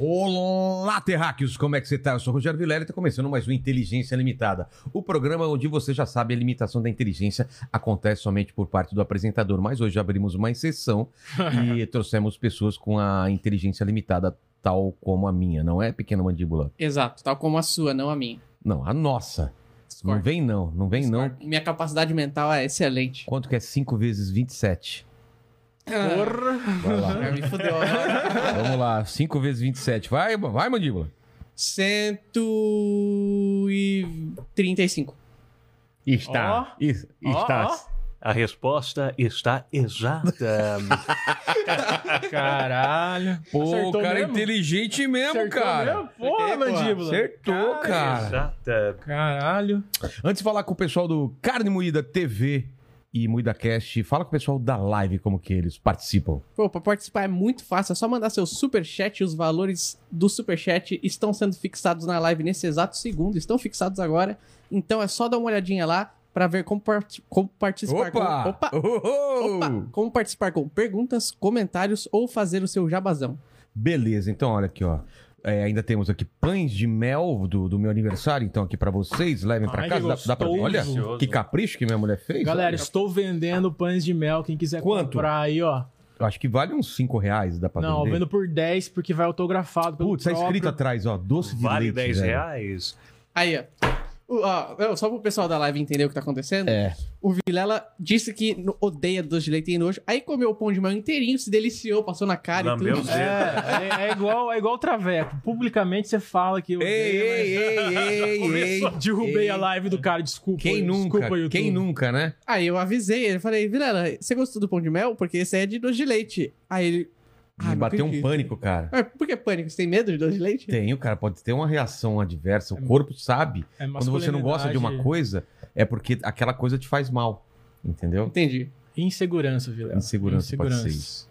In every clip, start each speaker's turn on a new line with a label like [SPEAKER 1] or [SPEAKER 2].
[SPEAKER 1] Olá, terráqueos! Como é que você tá? Eu sou o Rogério Vilela e tá começando mais um Inteligência Limitada. O programa onde você já sabe a limitação da inteligência acontece somente por parte do apresentador. Mas hoje abrimos uma exceção e trouxemos pessoas com a inteligência limitada tal como a minha, não é, pequena mandíbula?
[SPEAKER 2] Exato, tal como a sua, não a minha.
[SPEAKER 1] Não, a nossa. Não
[SPEAKER 2] Discordo.
[SPEAKER 1] vem não, não vem não.
[SPEAKER 2] Discordo. Minha capacidade mental é excelente.
[SPEAKER 1] Quanto que é 5 vezes 27? Vai lá.
[SPEAKER 2] Ah, me fudeu agora.
[SPEAKER 1] Vamos lá, 5 vezes 27. Vai, vai, mandíbula.
[SPEAKER 2] 135.
[SPEAKER 3] Está. is-
[SPEAKER 4] Ó,
[SPEAKER 3] está.
[SPEAKER 4] ó.
[SPEAKER 3] A resposta está exata.
[SPEAKER 4] Caralho.
[SPEAKER 1] Pô,
[SPEAKER 4] Acertou
[SPEAKER 1] o cara é
[SPEAKER 4] mesmo?
[SPEAKER 1] inteligente mesmo,
[SPEAKER 4] Acertou
[SPEAKER 1] cara. É,
[SPEAKER 4] mesmo? Porra,
[SPEAKER 2] Acertei, porra.
[SPEAKER 4] mandíbula.
[SPEAKER 1] Acertou, cara.
[SPEAKER 3] Exata.
[SPEAKER 4] Caralho.
[SPEAKER 1] Antes de falar com o pessoal do Carne Moída TV e Moída Cast, fala com o pessoal da live como que eles participam.
[SPEAKER 2] Pô, pra participar é muito fácil, é só mandar seu superchat. Os valores do superchat estão sendo fixados na live nesse exato segundo, estão fixados agora. Então é só dar uma olhadinha lá pra ver como, part- como participar. Com...
[SPEAKER 1] Opa! Oh!
[SPEAKER 2] Opa!
[SPEAKER 1] Uhul!
[SPEAKER 2] Opa! Como participar com perguntas, comentários ou fazer o seu jabazão.
[SPEAKER 1] Beleza, então olha aqui, ó. É, ainda temos aqui pães de mel do, do meu aniversário, então aqui pra vocês, levem pra
[SPEAKER 4] Ai,
[SPEAKER 1] casa.
[SPEAKER 4] que
[SPEAKER 1] Dá, dá pra...
[SPEAKER 4] gostoso.
[SPEAKER 1] Olha, que capricho que minha mulher fez.
[SPEAKER 4] Galera, estou vendendo pães de mel. Quem quiser
[SPEAKER 1] Quanto?
[SPEAKER 4] comprar aí, ó.
[SPEAKER 1] Eu acho que vale uns 5 reais, dá pra
[SPEAKER 4] Não,
[SPEAKER 1] vender.
[SPEAKER 4] vendo por 10 porque vai autografado pelo
[SPEAKER 1] Putz, tá escrito
[SPEAKER 4] próprio.
[SPEAKER 1] atrás, ó, doce de
[SPEAKER 3] Vale
[SPEAKER 1] leite.
[SPEAKER 3] 10
[SPEAKER 1] velho.
[SPEAKER 3] reais.
[SPEAKER 2] Aí, ó. O- ó, eu- só pro pessoal da live entender o que tá acontecendo.
[SPEAKER 1] É.
[SPEAKER 2] O Vilela disse que no- odeia doce de leite e nojo. Aí comeu o pão de mel inteirinho, se deliciou, passou na cara
[SPEAKER 3] Lambeu
[SPEAKER 2] e
[SPEAKER 3] os
[SPEAKER 2] tudo.
[SPEAKER 3] dedos.
[SPEAKER 4] É, é, é igual, é igual o Traveco. Publicamente você fala que eu.
[SPEAKER 1] Ei, ei, ei, ei, ei.
[SPEAKER 4] Derrubei
[SPEAKER 1] ei.
[SPEAKER 4] a live do cara, desculpa.
[SPEAKER 1] Quem
[SPEAKER 4] um desculpa,
[SPEAKER 1] nunca?
[SPEAKER 4] YouTube.
[SPEAKER 1] Quem nunca, né?
[SPEAKER 2] Aí eu avisei, ele falei, Vilela, você gostou do pão de mel? Porque esse é de doce de leite. Aí ele. "Ah,
[SPEAKER 1] Me
[SPEAKER 2] não
[SPEAKER 1] bateu um
[SPEAKER 2] acredito.
[SPEAKER 1] pânico, cara.
[SPEAKER 2] Mas por que pânico? Você tem medo de doce de leite?
[SPEAKER 1] Tem, o cara pode ter uma reação adversa. O corpo sabe.
[SPEAKER 4] É
[SPEAKER 1] Quando você não gosta de uma
[SPEAKER 4] masculinidade
[SPEAKER 1] coisa, é porque aquela coisa te faz mal. Entendeu?
[SPEAKER 2] Entendi.
[SPEAKER 4] e Insegurança, Vilela.
[SPEAKER 1] Insegurança, pode ser isso.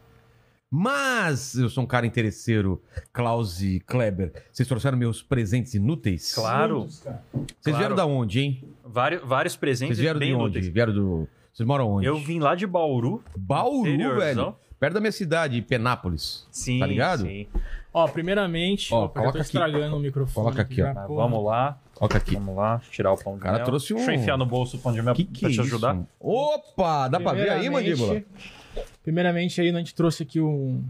[SPEAKER 1] Mas eu sou um cara interesseiro, Klaus e Kleber. Vocês trouxeram meus presentes inúteis?
[SPEAKER 3] Claro.
[SPEAKER 1] Vocês vieram
[SPEAKER 3] claro.
[SPEAKER 1] da onde, hein?
[SPEAKER 3] Vários, vários presentes
[SPEAKER 1] Vocês vieram
[SPEAKER 3] bem
[SPEAKER 1] de onde?
[SPEAKER 3] úteis.
[SPEAKER 1] Vieram do. Vocês moram onde?
[SPEAKER 3] Eu vim lá de Bauru.
[SPEAKER 1] Bauru,
[SPEAKER 3] interiorzão.
[SPEAKER 1] velho. Perto da minha cidade, Penápolis.
[SPEAKER 3] Sim,
[SPEAKER 1] Tá ligado?
[SPEAKER 3] sim.
[SPEAKER 4] Ó, primeiramente,
[SPEAKER 1] Ó,
[SPEAKER 4] opa, já
[SPEAKER 1] coloca
[SPEAKER 4] tô
[SPEAKER 1] aqui.
[SPEAKER 4] estragando o microfone.
[SPEAKER 1] Coloca aqui, ó.
[SPEAKER 4] já,
[SPEAKER 3] Tá,
[SPEAKER 4] porra.
[SPEAKER 3] vamos lá,
[SPEAKER 1] Olha tá aqui.
[SPEAKER 3] vamos lá. Tirar o pão de
[SPEAKER 1] O cara
[SPEAKER 3] mel.
[SPEAKER 1] trouxe um-
[SPEAKER 3] Deixa eu enfiar no bolso o pão de mel
[SPEAKER 1] Que que
[SPEAKER 3] pra
[SPEAKER 1] é
[SPEAKER 3] te
[SPEAKER 1] isso?
[SPEAKER 3] ajudar.
[SPEAKER 1] Opa! Dá pra ver aí,
[SPEAKER 4] Primeiramente-
[SPEAKER 1] mandíbula?
[SPEAKER 4] Primeiramente, aí, né, a gente trouxe aqui um,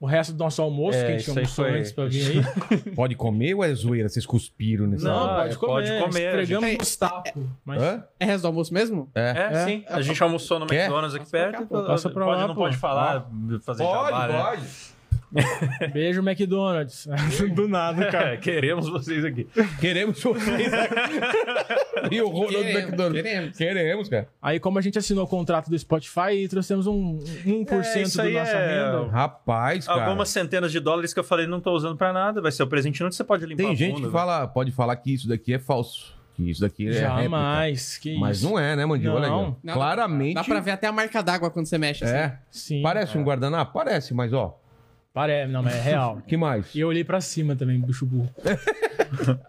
[SPEAKER 4] o resto do nosso almoço,
[SPEAKER 3] É,
[SPEAKER 4] que a gente
[SPEAKER 3] isso aí
[SPEAKER 4] almoçou
[SPEAKER 3] foi-
[SPEAKER 4] antes pra vir aí.
[SPEAKER 1] Pode comer ou é zoeira? Vocês cuspiram nessa
[SPEAKER 3] Não,
[SPEAKER 1] hora?
[SPEAKER 3] Ah, é, pode comer,
[SPEAKER 4] Entregamos
[SPEAKER 2] gente.
[SPEAKER 4] os tacos. Mas
[SPEAKER 1] Hã?
[SPEAKER 2] É resto do almoço mesmo?
[SPEAKER 3] É,
[SPEAKER 4] É.
[SPEAKER 3] sim. A gente almoçou no
[SPEAKER 1] Quer?
[SPEAKER 3] McDonald's aqui
[SPEAKER 2] pra
[SPEAKER 3] perto.
[SPEAKER 2] cá, pô.
[SPEAKER 4] Passa pra
[SPEAKER 3] pode,
[SPEAKER 4] lá,
[SPEAKER 3] não
[SPEAKER 4] pô.
[SPEAKER 3] pode falar,
[SPEAKER 1] Ah,
[SPEAKER 3] fazer jabá, né?
[SPEAKER 4] beijo, McDonald's. do nada, cara.
[SPEAKER 3] É, queremos vocês aqui.
[SPEAKER 1] Queremos vocês aqui. e o Ronald
[SPEAKER 2] Queremos,
[SPEAKER 1] McDonald.
[SPEAKER 2] queremos.
[SPEAKER 1] Queremos, cara.
[SPEAKER 4] Aí, como a gente assinou o contrato do Spotify, trouxemos um 1%
[SPEAKER 3] É, isso
[SPEAKER 4] da
[SPEAKER 3] aí
[SPEAKER 4] nossa
[SPEAKER 3] é-
[SPEAKER 4] renda.
[SPEAKER 1] Rapaz, cara.
[SPEAKER 3] Algumas centenas de dólares que eu falei não tô usando pra nada, vai ser o presente não você pode limpar
[SPEAKER 1] Tem
[SPEAKER 3] a
[SPEAKER 1] gente
[SPEAKER 3] bunda,
[SPEAKER 1] que fala, pode falar que isso daqui é falso. Que isso daqui é réplica.
[SPEAKER 4] Jamais. Que
[SPEAKER 1] Mas
[SPEAKER 4] isso.
[SPEAKER 1] não é, né, Mandinho? Olha
[SPEAKER 4] Não.
[SPEAKER 1] aqui, ó.
[SPEAKER 2] Não,
[SPEAKER 1] Claramente.
[SPEAKER 2] Dá pra ver até a marca d'água quando você mexe assim.
[SPEAKER 1] É.
[SPEAKER 4] Sim.
[SPEAKER 1] Parece um guardanapo? Parece, mas ó.
[SPEAKER 4] Parece. Não, mas é real.
[SPEAKER 1] que mais?
[SPEAKER 4] E eu olhei pra cima também, bicho burro.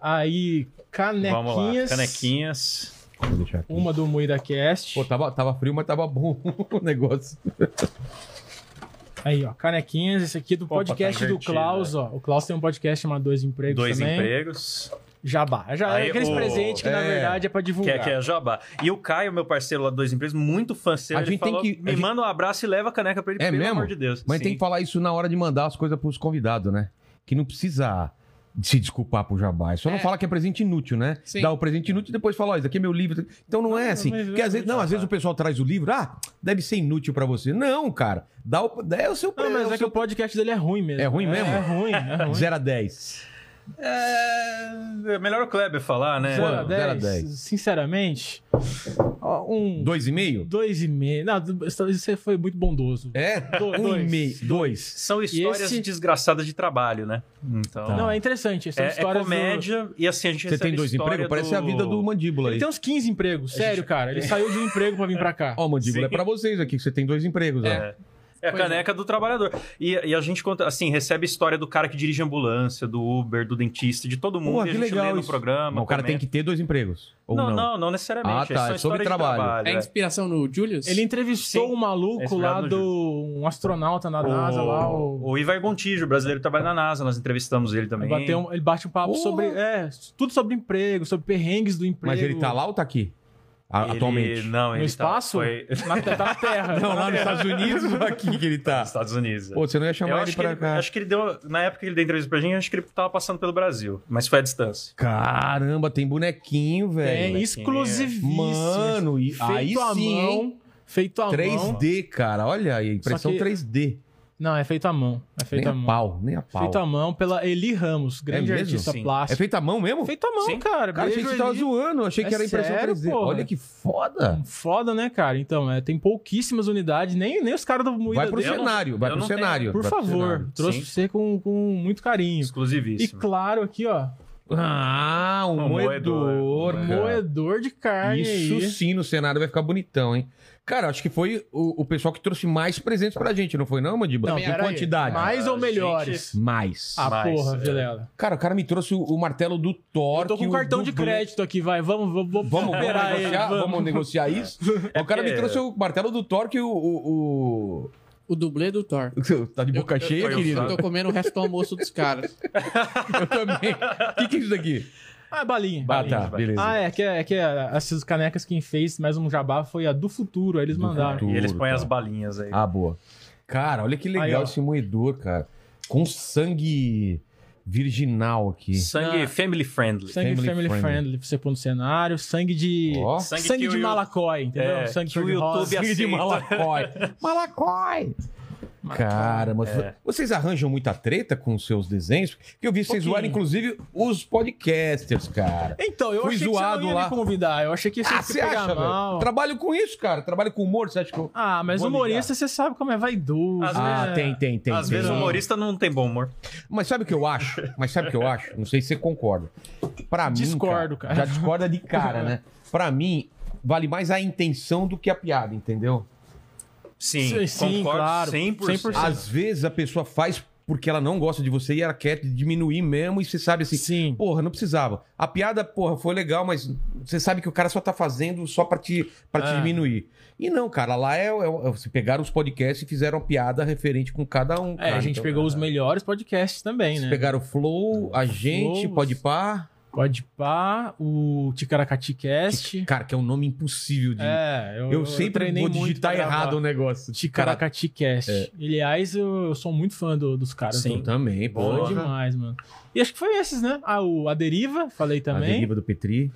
[SPEAKER 4] aí,
[SPEAKER 3] velho.
[SPEAKER 4] canequinhas.
[SPEAKER 3] Vamos lá, canequinhas.
[SPEAKER 1] Vou deixar aqui.
[SPEAKER 4] Uma do Moída Cast.
[SPEAKER 1] Pô, tava, tava frio, mas tava bom o negócio.
[SPEAKER 4] Aí, ó, canequinhas, esse aqui é do
[SPEAKER 3] Opa,
[SPEAKER 4] podcast
[SPEAKER 3] tá
[SPEAKER 4] do
[SPEAKER 3] invertido,
[SPEAKER 4] Klaus, ó. O Klaus tem um podcast chamado Dois Empregos
[SPEAKER 3] Dois
[SPEAKER 4] também.
[SPEAKER 3] empregos.
[SPEAKER 4] Jabá. Já é
[SPEAKER 3] Aí,
[SPEAKER 4] aqueles
[SPEAKER 3] o-
[SPEAKER 4] presentes que, na
[SPEAKER 1] é.
[SPEAKER 4] verdade, é pra
[SPEAKER 3] Que é,
[SPEAKER 4] divulgar.
[SPEAKER 3] que é jabá. E o Caio, meu parceiro lá do Dois Empregos, muito fã seu,
[SPEAKER 1] A
[SPEAKER 3] ele
[SPEAKER 1] gente tem
[SPEAKER 3] falou,
[SPEAKER 1] que- a
[SPEAKER 3] me
[SPEAKER 1] gente-
[SPEAKER 3] manda um abraço e leva a caneca pra ele,
[SPEAKER 1] É
[SPEAKER 3] pelo
[SPEAKER 1] mesmo?
[SPEAKER 3] amor de Deus.
[SPEAKER 1] Mas
[SPEAKER 3] Sim.
[SPEAKER 1] tem que falar isso na hora de mandar as coisas pros convidados, né? Que não precisa se desculpar pro jabá. Só não
[SPEAKER 2] É.
[SPEAKER 1] fala que é presente inútil, né?
[SPEAKER 2] Sim.
[SPEAKER 1] Dá o presente inútil e depois fala, ó, isso aqui é meu livro. Então não é assim.
[SPEAKER 4] mas
[SPEAKER 1] Porque às vezes, não, às vezes o pessoal traz o livro, ah, deve ser inútil pra você. Não, cara. Dá o, dá o seu
[SPEAKER 4] Não,
[SPEAKER 1] é
[SPEAKER 4] mas
[SPEAKER 1] o
[SPEAKER 4] é que
[SPEAKER 1] seu-
[SPEAKER 4] o podcast dele é ruim mesmo.
[SPEAKER 1] É ruim mesmo?
[SPEAKER 4] É ruim, é ruim.
[SPEAKER 1] 0 a 10.
[SPEAKER 3] É, é melhor o Kleber falar, né?
[SPEAKER 4] Zero a
[SPEAKER 1] Zero, zero a
[SPEAKER 4] dez,
[SPEAKER 1] dez.
[SPEAKER 4] Sinceramente, ó,
[SPEAKER 1] 2,5?
[SPEAKER 4] um... Dois e meio. Não, você foi muito bondoso.
[SPEAKER 1] É?
[SPEAKER 4] Do-
[SPEAKER 1] 1,5. 2.
[SPEAKER 3] São histórias
[SPEAKER 4] esse-
[SPEAKER 3] desgraçadas de trabalho, né? Então...
[SPEAKER 4] Não, é interessante. São
[SPEAKER 3] é, é
[SPEAKER 4] histórias do-
[SPEAKER 3] comédia e assim a gente
[SPEAKER 1] Você tem
[SPEAKER 3] recebe
[SPEAKER 1] dois
[SPEAKER 3] história
[SPEAKER 1] empregos? Parece
[SPEAKER 3] do-
[SPEAKER 1] a vida do mandíbula aí.
[SPEAKER 4] Ele tem uns 15 empregos, sério, cara. Ele saiu de um emprego pra vir pra cá.
[SPEAKER 1] Ó, mandíbula,
[SPEAKER 3] Sim.
[SPEAKER 1] é pra vocês aqui, que você tem dois empregos, ó.
[SPEAKER 3] É. É a
[SPEAKER 2] Pois é.
[SPEAKER 3] caneca do trabalhador. E, e a gente conta, assim, recebe a história do cara que dirige ambulância, do Uber, do dentista, de todo mundo.
[SPEAKER 1] Pô,
[SPEAKER 3] e a
[SPEAKER 1] que
[SPEAKER 3] gente
[SPEAKER 1] legal
[SPEAKER 3] lê no
[SPEAKER 1] isso.
[SPEAKER 3] programa.
[SPEAKER 1] Mas o cara tem
[SPEAKER 3] comenta.
[SPEAKER 1] que ter dois empregos. Ou
[SPEAKER 3] não,
[SPEAKER 1] não?
[SPEAKER 3] não, não, necessariamente.
[SPEAKER 1] Ah, tá,
[SPEAKER 3] É só
[SPEAKER 1] é sobre
[SPEAKER 3] história de
[SPEAKER 1] trabalho.
[SPEAKER 2] É inspiração no Julius?
[SPEAKER 4] Ele entrevistou
[SPEAKER 3] Sim.
[SPEAKER 4] um
[SPEAKER 3] É
[SPEAKER 4] maluco
[SPEAKER 3] inspirado
[SPEAKER 4] lá
[SPEAKER 3] no
[SPEAKER 4] do. um astronauta na NASA lá.
[SPEAKER 3] O,
[SPEAKER 4] O...
[SPEAKER 3] o Ivar Gontijo, brasileiro, que trabalha na NASA. Nós entrevistamos ele também.
[SPEAKER 4] Ele, bateu um- ele bate um papo
[SPEAKER 1] Porra.
[SPEAKER 4] sobre. É, tudo sobre emprego, sobre perrengues do emprego.
[SPEAKER 1] Mas ele tá lá ou tá aqui? A-
[SPEAKER 3] Ele-
[SPEAKER 1] Atualmente?
[SPEAKER 3] Não,
[SPEAKER 4] No
[SPEAKER 3] ele tá-
[SPEAKER 4] espaço?
[SPEAKER 3] foi
[SPEAKER 4] Na, tá na Terra.
[SPEAKER 1] Não, lá nos Estados Unidos ou aqui que ele tá?
[SPEAKER 3] nos Estados Unidos. é.
[SPEAKER 1] Pô, você não ia
[SPEAKER 3] Eu
[SPEAKER 1] chamar ele
[SPEAKER 3] acho que,
[SPEAKER 1] pra
[SPEAKER 3] ele,
[SPEAKER 1] cá.
[SPEAKER 3] acho que ele deu. Na época que ele deu entrevista pra gente, acho que ele tava passando pelo Brasil. Mas foi à distância.
[SPEAKER 1] Caramba, tem bonequinho,
[SPEAKER 4] É
[SPEAKER 1] velho.
[SPEAKER 4] exclusivíssimo.
[SPEAKER 1] Mano, e-
[SPEAKER 4] feito
[SPEAKER 1] aí
[SPEAKER 4] à
[SPEAKER 1] sim,
[SPEAKER 4] mão.
[SPEAKER 1] hein?
[SPEAKER 4] Feito à mão.
[SPEAKER 1] 3D, cara. Olha aí, impressão
[SPEAKER 4] que-
[SPEAKER 1] 3D.
[SPEAKER 4] Não, é feito à mão. É feito
[SPEAKER 1] nem
[SPEAKER 4] à
[SPEAKER 1] a
[SPEAKER 4] mão.
[SPEAKER 1] pau, nem a pau.
[SPEAKER 4] Feito à mão pela Eli Ramos, grande
[SPEAKER 1] mesmo?
[SPEAKER 4] artista
[SPEAKER 3] Sim.
[SPEAKER 1] É
[SPEAKER 4] plástica.
[SPEAKER 1] feito à mão mesmo?
[SPEAKER 4] feito à mão,
[SPEAKER 3] Sim.
[SPEAKER 4] cara.
[SPEAKER 1] Cara, achei
[SPEAKER 4] Beijo,
[SPEAKER 1] que você tava
[SPEAKER 4] Eli.
[SPEAKER 1] zoando. Achei que
[SPEAKER 4] É
[SPEAKER 1] era impressão
[SPEAKER 4] sério,
[SPEAKER 1] 3D.
[SPEAKER 4] porra.
[SPEAKER 1] Olha que foda.
[SPEAKER 4] Foda, né, cara? Então, é, tem pouquíssimas unidades, nem, nem os caras do Moída
[SPEAKER 1] Vai pro
[SPEAKER 4] Deus.
[SPEAKER 3] não-
[SPEAKER 1] cenário, vai
[SPEAKER 3] eu
[SPEAKER 1] pro
[SPEAKER 3] não tenho-
[SPEAKER 1] cenário.
[SPEAKER 4] Por
[SPEAKER 1] vai pro
[SPEAKER 4] favor,
[SPEAKER 1] cenário.
[SPEAKER 4] trouxe
[SPEAKER 3] Sim.
[SPEAKER 4] você com, com muito carinho. E
[SPEAKER 3] Exclusivíssimo.
[SPEAKER 4] claro, aqui, ó,
[SPEAKER 1] Ah, um
[SPEAKER 3] Um
[SPEAKER 1] moedor.
[SPEAKER 3] moedor,
[SPEAKER 1] cara.
[SPEAKER 4] moedor de carne
[SPEAKER 1] Isso
[SPEAKER 4] aí.
[SPEAKER 1] sim, no cenário vai ficar bonitão, hein? Cara, acho que foi o, o pessoal que trouxe mais presentes pra gente, não foi não, Mandíbula?
[SPEAKER 4] Não,
[SPEAKER 1] Em
[SPEAKER 4] pera aí.
[SPEAKER 1] quantidade.
[SPEAKER 3] Mas-
[SPEAKER 4] Mais ou
[SPEAKER 3] Ah,
[SPEAKER 4] melhores?
[SPEAKER 1] Mais.
[SPEAKER 4] Ah,
[SPEAKER 3] Mais,
[SPEAKER 4] porra,
[SPEAKER 3] é.
[SPEAKER 4] Vilela.
[SPEAKER 1] Cara, o cara me trouxe o, o martelo do Thor.
[SPEAKER 4] Eu tô com
[SPEAKER 1] que
[SPEAKER 4] um
[SPEAKER 1] o
[SPEAKER 4] cartão
[SPEAKER 1] do
[SPEAKER 4] de
[SPEAKER 1] Blade-
[SPEAKER 4] crédito aqui, vai. Vamos, vamos, vamos,
[SPEAKER 1] Vamos, vamos
[SPEAKER 4] recuperar ele.
[SPEAKER 1] negociar,
[SPEAKER 4] Vamos. É
[SPEAKER 1] vamos negociar isso? o cara me
[SPEAKER 3] porque-
[SPEAKER 1] trouxe o martelo do Thor que o... o- o-
[SPEAKER 2] O dublê do Thor.
[SPEAKER 1] Tá de boca cheia,
[SPEAKER 3] eu-
[SPEAKER 1] querido?
[SPEAKER 2] Eu tô comendo o resto do almoço dos caras.
[SPEAKER 1] Eu também. O que, que é isso daqui?
[SPEAKER 4] Ah, balinha.
[SPEAKER 1] Ah,
[SPEAKER 4] balinha.
[SPEAKER 1] tá, beleza.
[SPEAKER 4] Ah, é que, é que é, essas canecas quem fez mais um jabá foi a do futuro, aí eles
[SPEAKER 1] Do
[SPEAKER 4] mandaram.
[SPEAKER 1] futuro.
[SPEAKER 3] E eles põem
[SPEAKER 1] cara.
[SPEAKER 3] as balinhas aí.
[SPEAKER 1] Ah, boa. Cara, olha que legal
[SPEAKER 4] ó.
[SPEAKER 1] esse moedor, cara. Com sangue virginal aqui.
[SPEAKER 3] Sangue
[SPEAKER 4] Na-
[SPEAKER 3] family friendly.
[SPEAKER 4] Ah. Sangue
[SPEAKER 1] Family
[SPEAKER 4] family,
[SPEAKER 1] friendly.
[SPEAKER 4] friendly. pra você pôr no cenário, sangue de.
[SPEAKER 1] Ó.
[SPEAKER 4] Sangue,
[SPEAKER 3] que
[SPEAKER 4] de
[SPEAKER 3] o-
[SPEAKER 4] Malacói, entendeu?
[SPEAKER 3] É,
[SPEAKER 4] sangue
[SPEAKER 3] que o
[SPEAKER 4] de
[SPEAKER 3] YouTube
[SPEAKER 4] rosa.
[SPEAKER 1] Sangue de
[SPEAKER 3] aceita.
[SPEAKER 1] malacói. malacói! Cara, mas vocês arranjam muita treta com os seus desenhos? Porque eu vi vocês
[SPEAKER 4] Pouquinho.
[SPEAKER 1] zoarem, inclusive, os podcasters, cara.
[SPEAKER 4] Então, eu
[SPEAKER 1] Fui
[SPEAKER 4] achei
[SPEAKER 1] zoado
[SPEAKER 4] que você não ia
[SPEAKER 1] lá.
[SPEAKER 4] me convidar. Eu achei que você ia
[SPEAKER 1] Ah,
[SPEAKER 4] se
[SPEAKER 1] você
[SPEAKER 4] pegar
[SPEAKER 1] acha,
[SPEAKER 4] mal.
[SPEAKER 1] velho? Trabalho com isso, cara. Trabalho com humor, você acha que eu...
[SPEAKER 4] Ah, mas
[SPEAKER 1] Vou
[SPEAKER 4] humorista, você sabe como é vaidoso.
[SPEAKER 3] Às é.
[SPEAKER 4] né?
[SPEAKER 1] Ah, tem, tem, tem.
[SPEAKER 3] Às
[SPEAKER 1] tem.
[SPEAKER 3] vezes o humorista não tem bom humor.
[SPEAKER 1] Mas sabe o que eu acho? Mas sabe o que eu acho? Não sei se você concorda. Pra mim.
[SPEAKER 4] Discordo, cara.
[SPEAKER 1] Já discorda de cara, né? Pra mim, vale mais a intenção do que a piada, entendeu?
[SPEAKER 3] Sim,
[SPEAKER 4] Sim, sim,
[SPEAKER 3] concordo
[SPEAKER 4] claro.
[SPEAKER 3] 100%.
[SPEAKER 4] 100%.
[SPEAKER 1] Às vezes a pessoa faz porque ela não gosta de você e ela quer te diminuir mesmo, e você sabe assim.
[SPEAKER 4] Sim.
[SPEAKER 1] Porra, não precisava. A piada, porra, foi legal, mas você sabe que o cara só tá fazendo só pra te, pra te
[SPEAKER 4] É.
[SPEAKER 1] diminuir. E não, cara, lá é, é, é- se pegaram os podcasts e fizeram uma piada referente com cada um.
[SPEAKER 4] É,
[SPEAKER 1] cara.
[SPEAKER 4] a gente
[SPEAKER 1] Então,
[SPEAKER 4] pegou os melhores podcasts também,
[SPEAKER 1] Vocês
[SPEAKER 4] né?
[SPEAKER 1] pegaram o Flow, a gente,
[SPEAKER 4] Flow,
[SPEAKER 1] pode par.
[SPEAKER 4] Pode pá, o Ticaracati Cast.
[SPEAKER 1] Cara, que é um nome impossível de.
[SPEAKER 4] É, eu,
[SPEAKER 1] eu, sempre
[SPEAKER 4] treinei
[SPEAKER 1] vou
[SPEAKER 4] muito
[SPEAKER 1] digitar
[SPEAKER 4] pra gravar.
[SPEAKER 1] errado o negócio. Cara,
[SPEAKER 4] Ticaracati Cast. Aliás, eu, eu sou muito fã do- dos caras.
[SPEAKER 3] Sim.
[SPEAKER 1] eu também,
[SPEAKER 4] Bom
[SPEAKER 3] Boa.
[SPEAKER 1] pô.
[SPEAKER 4] demais, mano. E acho que foi esses, né? Ah, o A Deriva, falei
[SPEAKER 1] A
[SPEAKER 4] também.
[SPEAKER 1] deriva do Petri.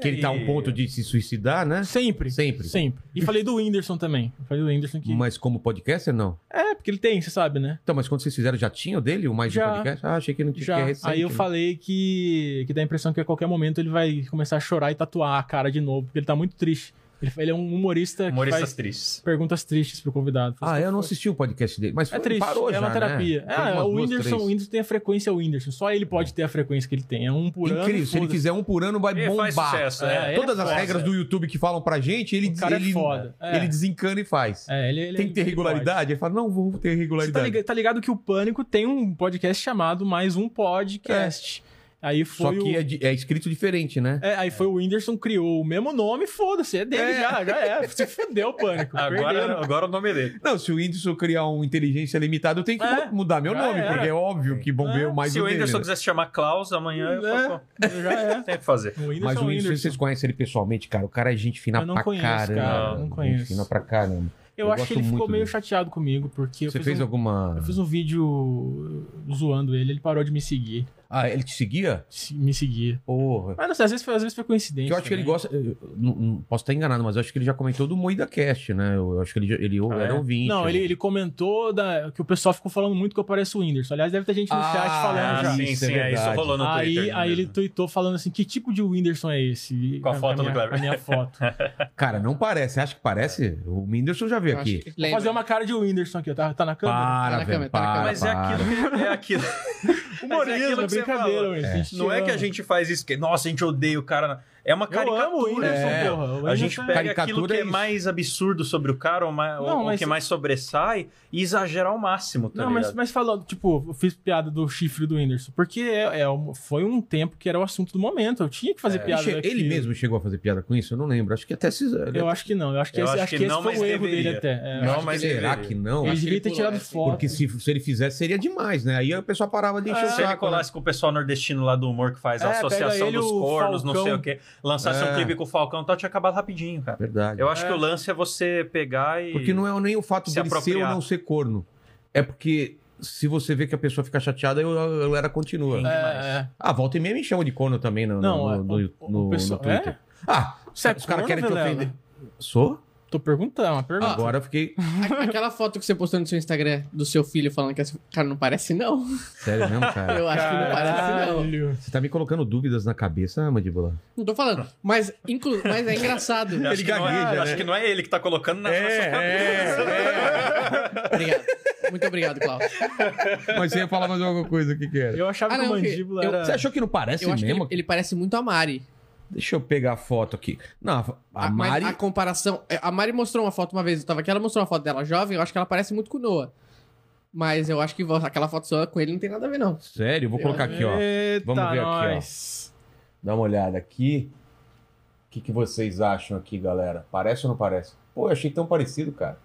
[SPEAKER 1] Que ele tá a um
[SPEAKER 3] E-
[SPEAKER 1] ponto de se suicidar, né?
[SPEAKER 4] Sempre.
[SPEAKER 1] Sempre.
[SPEAKER 4] Sempre. E falei do Whindersson também. Falei do Whindersson que.
[SPEAKER 1] Mas como podcaster, não.
[SPEAKER 4] É, porque ele tem, você sabe, né?
[SPEAKER 1] Então, mas quando vocês fizeram, já tinha o dele, o mais de
[SPEAKER 4] Já.
[SPEAKER 1] podcast? Ah, achei que não tinha
[SPEAKER 4] Já.
[SPEAKER 1] que é recente,
[SPEAKER 4] Aí eu
[SPEAKER 1] né?
[SPEAKER 4] falei que, que dá a impressão que a qualquer momento ele vai começar a chorar e tatuar a cara de novo, porque ele tá muito triste. Ele, ele é um humorista,
[SPEAKER 3] Humoristas
[SPEAKER 4] que faz
[SPEAKER 3] tristes.
[SPEAKER 4] perguntas tristes pro convidado.
[SPEAKER 1] Ah, eu não assisti o podcast dele, mas
[SPEAKER 4] assim, É
[SPEAKER 1] foi-
[SPEAKER 4] triste,
[SPEAKER 1] parou
[SPEAKER 4] é
[SPEAKER 1] já,
[SPEAKER 4] uma terapia.
[SPEAKER 1] Né? Fez
[SPEAKER 4] É,
[SPEAKER 1] umas
[SPEAKER 4] o
[SPEAKER 1] duas,
[SPEAKER 4] Whindersson,
[SPEAKER 1] três.
[SPEAKER 4] o Whindersson tem a frequência Whindersson. Só ele pode ter a frequência que ele tem. É um por ano.
[SPEAKER 1] Incrível, se ele
[SPEAKER 4] foda-se.
[SPEAKER 1] fizer um por ano, vai
[SPEAKER 3] Ele
[SPEAKER 1] bombar.
[SPEAKER 3] faz sucesso, é.
[SPEAKER 4] É, ele
[SPEAKER 1] Todas as
[SPEAKER 4] foda.
[SPEAKER 1] regras do YouTube que falam pra gente, ele,
[SPEAKER 4] O cara é
[SPEAKER 1] ele,
[SPEAKER 4] foda, é.
[SPEAKER 1] ele desencana e faz.
[SPEAKER 4] É, ele, ele-
[SPEAKER 1] Tem que ter
[SPEAKER 4] ele pode.
[SPEAKER 1] regularidade? Ele fala, não, vou ter
[SPEAKER 4] Você tá
[SPEAKER 1] regularidade.
[SPEAKER 4] ligado, tá ligado que o Pânico tem um podcast chamado Mais Um Podcast. Aí
[SPEAKER 1] Só
[SPEAKER 4] foi
[SPEAKER 1] que
[SPEAKER 4] o...
[SPEAKER 1] é, de- é escrito diferente, né?
[SPEAKER 4] É, aí foi o Whindersson, criou o mesmo nome, foda-se, é dele
[SPEAKER 1] É.
[SPEAKER 4] já, já é. Se fudeu o pânico. perderam.
[SPEAKER 3] Agora, agora o nome é dele.
[SPEAKER 1] Não, se o Whindersson criar um Inteligência Limitada, eu tenho que
[SPEAKER 4] É.
[SPEAKER 1] mu- mudar meu
[SPEAKER 4] Já
[SPEAKER 1] nome,
[SPEAKER 4] era.
[SPEAKER 1] porque é óbvio que vão ver
[SPEAKER 4] É.
[SPEAKER 1] o mais
[SPEAKER 3] Se
[SPEAKER 1] o
[SPEAKER 3] o
[SPEAKER 1] dele,
[SPEAKER 3] Anderson
[SPEAKER 1] né?
[SPEAKER 3] quiser se chamar Klaus amanhã, eu falo, pô,
[SPEAKER 4] já é.
[SPEAKER 3] tem o que fazer.
[SPEAKER 4] O Whindersson,
[SPEAKER 1] Mas
[SPEAKER 4] é
[SPEAKER 1] o Whindersson,
[SPEAKER 4] o Whindersson.
[SPEAKER 1] vocês conhecem ele pessoalmente, cara? O cara é gente fina
[SPEAKER 4] Eu não
[SPEAKER 1] pra
[SPEAKER 4] conheço,
[SPEAKER 1] caramba.
[SPEAKER 4] cara, não conheço.
[SPEAKER 1] Gente fina pra caramba.
[SPEAKER 4] Eu,
[SPEAKER 1] eu
[SPEAKER 4] acho
[SPEAKER 1] gosto
[SPEAKER 4] que ele ficou
[SPEAKER 1] muito
[SPEAKER 4] meio
[SPEAKER 1] dele.
[SPEAKER 4] chateado comigo, porque eu
[SPEAKER 1] Você
[SPEAKER 4] fiz,
[SPEAKER 1] fez
[SPEAKER 4] um,
[SPEAKER 1] alguma.
[SPEAKER 4] eu fiz um vídeo uh, zoando ele, ele parou de me seguir.
[SPEAKER 1] Ah, ele te seguia?
[SPEAKER 4] se- Me seguir.
[SPEAKER 1] Porra.
[SPEAKER 4] Mas não sei, às vezes foi, às vezes foi coincidência. né?
[SPEAKER 1] Que eu acho que ele
[SPEAKER 4] também.
[SPEAKER 1] gosta. eu- eu não- não- posso estar enganado, mas eu acho que ele já comentou do Moída Cast, né? Eu, eu acho que ele, já- ele ou-
[SPEAKER 3] Ah,
[SPEAKER 1] era
[SPEAKER 3] é?
[SPEAKER 1] ouvinte.
[SPEAKER 4] Não,
[SPEAKER 1] eu-
[SPEAKER 4] ele, ele comentou da- que o pessoal ficou falando muito que eu pareço o Whindersson. Aliás, deve ter gente no
[SPEAKER 1] Ah,
[SPEAKER 4] chat falando
[SPEAKER 1] Ah,
[SPEAKER 4] já.
[SPEAKER 1] sim, isso é
[SPEAKER 3] aí isso
[SPEAKER 1] verdade.
[SPEAKER 3] rolou no Twitter.
[SPEAKER 4] Aí,
[SPEAKER 3] né,
[SPEAKER 4] aí ele
[SPEAKER 3] mesmo.
[SPEAKER 4] tweetou falando assim: que tipo de Whindersson é esse? E-
[SPEAKER 3] Com a foto do
[SPEAKER 4] minha-
[SPEAKER 3] Kleber.
[SPEAKER 4] A minha foto.
[SPEAKER 1] Cara, não parece. Você acha que parece? O Whindersson já veio
[SPEAKER 2] Eu
[SPEAKER 1] aqui.
[SPEAKER 2] acho que-
[SPEAKER 4] Vou
[SPEAKER 2] Lembra?
[SPEAKER 4] fazer uma cara de Whindersson aqui, ó. Tá, tá na câmera?
[SPEAKER 3] Ah.
[SPEAKER 1] Para,
[SPEAKER 2] Tá na
[SPEAKER 1] velho,
[SPEAKER 2] câmera, tá na
[SPEAKER 1] para,
[SPEAKER 2] câmera.
[SPEAKER 3] Mas é
[SPEAKER 1] Ah, para.
[SPEAKER 4] né,
[SPEAKER 3] aquilo, é aquilo. é Mas é aquilo
[SPEAKER 4] Humorismo,
[SPEAKER 3] que você
[SPEAKER 4] brincadeira,
[SPEAKER 3] falou.
[SPEAKER 4] Whindersson.
[SPEAKER 3] Não é que a gente faz isso, que, nossa, a gente odeia o cara. É uma
[SPEAKER 4] Eu
[SPEAKER 3] caricatura. né?
[SPEAKER 4] amo o Whindersson,
[SPEAKER 1] é.
[SPEAKER 4] porra. O
[SPEAKER 3] A gente
[SPEAKER 4] Whindersson é-
[SPEAKER 3] pega aquilo
[SPEAKER 1] Caricatura
[SPEAKER 3] que
[SPEAKER 1] é
[SPEAKER 3] é
[SPEAKER 1] isso.
[SPEAKER 3] mais absurdo sobre o cara, ou, ma-
[SPEAKER 4] Não,
[SPEAKER 3] ou
[SPEAKER 4] mas-
[SPEAKER 3] o que mais sobressai, e exagerar ao máximo, tá
[SPEAKER 4] Não, mas,
[SPEAKER 3] ligado?
[SPEAKER 4] mas falando, tipo, eu fiz piada do chifre do Whindersson, porque é, é um- foi um tempo que era o assunto do momento. Eu tinha que fazer piada
[SPEAKER 1] É. Ele,
[SPEAKER 4] daquilo.
[SPEAKER 1] mesmo é chegou a fazer piada com isso? Eu não lembro. Acho que até se.
[SPEAKER 4] Eu acho que não. Eu acho que
[SPEAKER 3] Eu
[SPEAKER 4] esse,
[SPEAKER 3] acho
[SPEAKER 4] acho
[SPEAKER 3] que
[SPEAKER 4] que esse
[SPEAKER 3] não,
[SPEAKER 4] foi o
[SPEAKER 3] mas
[SPEAKER 4] erro
[SPEAKER 3] deveria.
[SPEAKER 4] dele até. É,
[SPEAKER 3] Não,
[SPEAKER 4] acho que
[SPEAKER 3] mas
[SPEAKER 1] Será
[SPEAKER 3] deveria.
[SPEAKER 1] que não?
[SPEAKER 4] ele
[SPEAKER 2] acho que
[SPEAKER 4] devia
[SPEAKER 2] ele
[SPEAKER 4] ter
[SPEAKER 2] pulou
[SPEAKER 4] tirado
[SPEAKER 2] essa.
[SPEAKER 4] foto.
[SPEAKER 1] Porque se, se ele fizesse, seria demais, né? Aí o pessoal parava de encher o
[SPEAKER 3] Se ele
[SPEAKER 1] saco. né?
[SPEAKER 3] colasse com o pessoal nordestino lá do humor que faz
[SPEAKER 4] Ah. É,
[SPEAKER 3] a
[SPEAKER 4] pega
[SPEAKER 3] associação
[SPEAKER 4] ele,
[SPEAKER 3] dos
[SPEAKER 4] o
[SPEAKER 3] cornos, não sei
[SPEAKER 4] Falcão.
[SPEAKER 3] o quê, lançasse
[SPEAKER 1] É.
[SPEAKER 3] um clipe com o Falcão e tal, tinha acabado rapidinho, cara.
[SPEAKER 1] Verdade.
[SPEAKER 3] Eu acho
[SPEAKER 4] É.
[SPEAKER 3] que o lance é você pegar e.
[SPEAKER 1] Porque não é nem o fato
[SPEAKER 3] Se
[SPEAKER 1] dele ser ou
[SPEAKER 3] apropriar.
[SPEAKER 1] não ser corno. É porque se você vê que a pessoa fica chateada, eu- a galera continua.
[SPEAKER 4] É, é.
[SPEAKER 1] Ah, volta e meia me chamam de corno também no,
[SPEAKER 4] Não,
[SPEAKER 1] no,
[SPEAKER 4] é,
[SPEAKER 1] no-
[SPEAKER 4] o- o
[SPEAKER 1] no- no
[SPEAKER 4] pessoal-
[SPEAKER 1] Twitter. Ah,
[SPEAKER 4] Você é
[SPEAKER 1] os caras
[SPEAKER 4] corno, Ah.
[SPEAKER 1] querem te
[SPEAKER 4] Vilela?
[SPEAKER 1] ofender. Sou?
[SPEAKER 4] Tô perguntando, uma pergunta.
[SPEAKER 1] Agora eu fiquei.
[SPEAKER 2] A- Aquela foto que você postou no seu Instagram do seu filho falando que esse cara não parece, não.
[SPEAKER 1] Sério mesmo, cara?
[SPEAKER 2] Eu acho que não parece, não.
[SPEAKER 4] é Caralho.
[SPEAKER 1] Você tá me colocando dúvidas na cabeça, ah, mandíbula.
[SPEAKER 2] Não tô falando. Mas, inclu... mas é engraçado.
[SPEAKER 3] Eu Acho,
[SPEAKER 1] Ele
[SPEAKER 3] que não é,
[SPEAKER 1] gagueja,
[SPEAKER 3] eu
[SPEAKER 1] né? É,
[SPEAKER 3] acho que não é ele que tá colocando na, na sua cabeça.
[SPEAKER 2] Obrigado. Muito obrigado, Cláudio.
[SPEAKER 1] Mas você ia falar mais alguma coisa, o que que era?
[SPEAKER 4] Eu achava
[SPEAKER 2] Ah,
[SPEAKER 4] que o
[SPEAKER 2] não, que-
[SPEAKER 4] mandíbula
[SPEAKER 2] eu-
[SPEAKER 4] era.
[SPEAKER 1] Você achou que não parece
[SPEAKER 2] Eu acho que ele,
[SPEAKER 1] mesmo?
[SPEAKER 2] ele parece muito a Mari.
[SPEAKER 1] Deixa eu pegar a foto aqui. Não, a
[SPEAKER 2] A- Ah, mas
[SPEAKER 1] Mari.
[SPEAKER 2] A comparação. é, A Mari mostrou uma foto uma vez, eu tava aqui, ela mostrou uma foto dela jovem, eu acho que ela parece muito com o Noah. Mas eu acho que vo- aquela foto sua com ele não tem nada a ver, não.
[SPEAKER 1] Sério, eu vou colocar aqui, ó.
[SPEAKER 4] Eita,
[SPEAKER 1] Vamos ver aqui, ó.
[SPEAKER 4] nós.
[SPEAKER 1] Dá uma olhada aqui. O que, que vocês acham aqui, galera? Parece ou não parece? Pô, eu achei tão parecido, cara.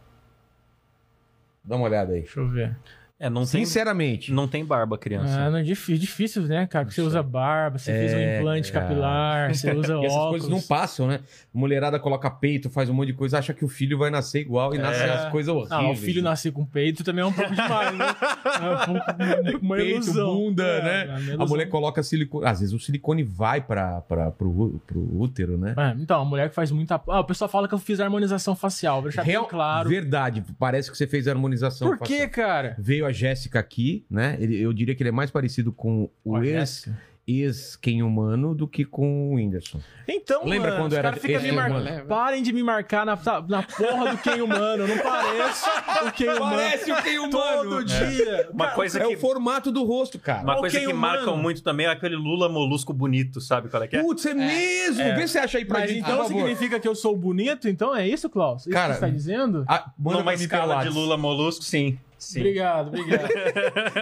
[SPEAKER 1] Dá uma olhada aí.
[SPEAKER 4] Deixa eu ver.
[SPEAKER 3] É, não tem,
[SPEAKER 1] Sinceramente.
[SPEAKER 3] não tem barba, criança.
[SPEAKER 4] Ah, não, é difícil, difícil, né, cara? Porque você usa barba, você fez um implante
[SPEAKER 1] cara.
[SPEAKER 4] capilar, você usa
[SPEAKER 1] É, E essas
[SPEAKER 4] óculos.
[SPEAKER 1] coisas não passam, né? Mulherada coloca peito, faz um monte de coisa, acha que o filho vai nascer igual e nascem as coisas horríveis.
[SPEAKER 4] Ah, É. o filho nascer com peito também é um pouco demais, né? É um pouco uma
[SPEAKER 1] Peito,
[SPEAKER 4] ilusão.
[SPEAKER 1] bunda,
[SPEAKER 4] É,
[SPEAKER 1] né?
[SPEAKER 4] é uma
[SPEAKER 1] A
[SPEAKER 4] ilusão.
[SPEAKER 1] mulher coloca silicone. Às vezes o silicone vai pra, pra, pro, ú- pro útero, né?
[SPEAKER 4] É, então, a mulher que faz muita. Ah, o pessoal fala que eu fiz harmonização facial, vou deixar
[SPEAKER 1] Real-
[SPEAKER 4] bem claro.
[SPEAKER 1] Verdade, parece que você fez a harmonização.
[SPEAKER 4] Por
[SPEAKER 1] facial.
[SPEAKER 4] que, cara?
[SPEAKER 1] Veio a Jéssica aqui, né? Ele- eu diria que ele é mais parecido com o
[SPEAKER 4] Ué,
[SPEAKER 1] ex,
[SPEAKER 4] Jéssica.
[SPEAKER 1] ex quem humano do que com o Whindersson.
[SPEAKER 4] Então,
[SPEAKER 1] Lembra
[SPEAKER 4] mano,
[SPEAKER 1] quando
[SPEAKER 4] os
[SPEAKER 1] era
[SPEAKER 4] caras ficam
[SPEAKER 1] esse
[SPEAKER 4] me mar-
[SPEAKER 1] humano?
[SPEAKER 2] Lembra.
[SPEAKER 4] Parem de me marcar na, tá, na porra do quem humano. Eu não pareço o quem humano. É.
[SPEAKER 1] o quem
[SPEAKER 4] um Todo dia.
[SPEAKER 3] Uma
[SPEAKER 4] Cara,
[SPEAKER 3] coisa
[SPEAKER 1] É
[SPEAKER 3] que,
[SPEAKER 1] o é formato do rosto, cara.
[SPEAKER 3] uma
[SPEAKER 4] Ok,
[SPEAKER 3] coisa que
[SPEAKER 4] humano.
[SPEAKER 3] marcam muito também é aquele Lula molusco bonito, sabe qual é que é?
[SPEAKER 1] Putz, é, mesmo. Vê se acha aí pra
[SPEAKER 4] Mas
[SPEAKER 1] gente,
[SPEAKER 4] então
[SPEAKER 1] por favor.
[SPEAKER 4] significa que eu sou bonito? Então é isso, Klaus? Isso
[SPEAKER 1] Cara,
[SPEAKER 4] que você está dizendo?
[SPEAKER 1] Ah, manda pra
[SPEAKER 3] Numa
[SPEAKER 1] mim
[SPEAKER 3] escala
[SPEAKER 1] pelo
[SPEAKER 3] de
[SPEAKER 1] Whats.
[SPEAKER 3] Lula molusco, sim. Sim.
[SPEAKER 4] Obrigado, obrigado.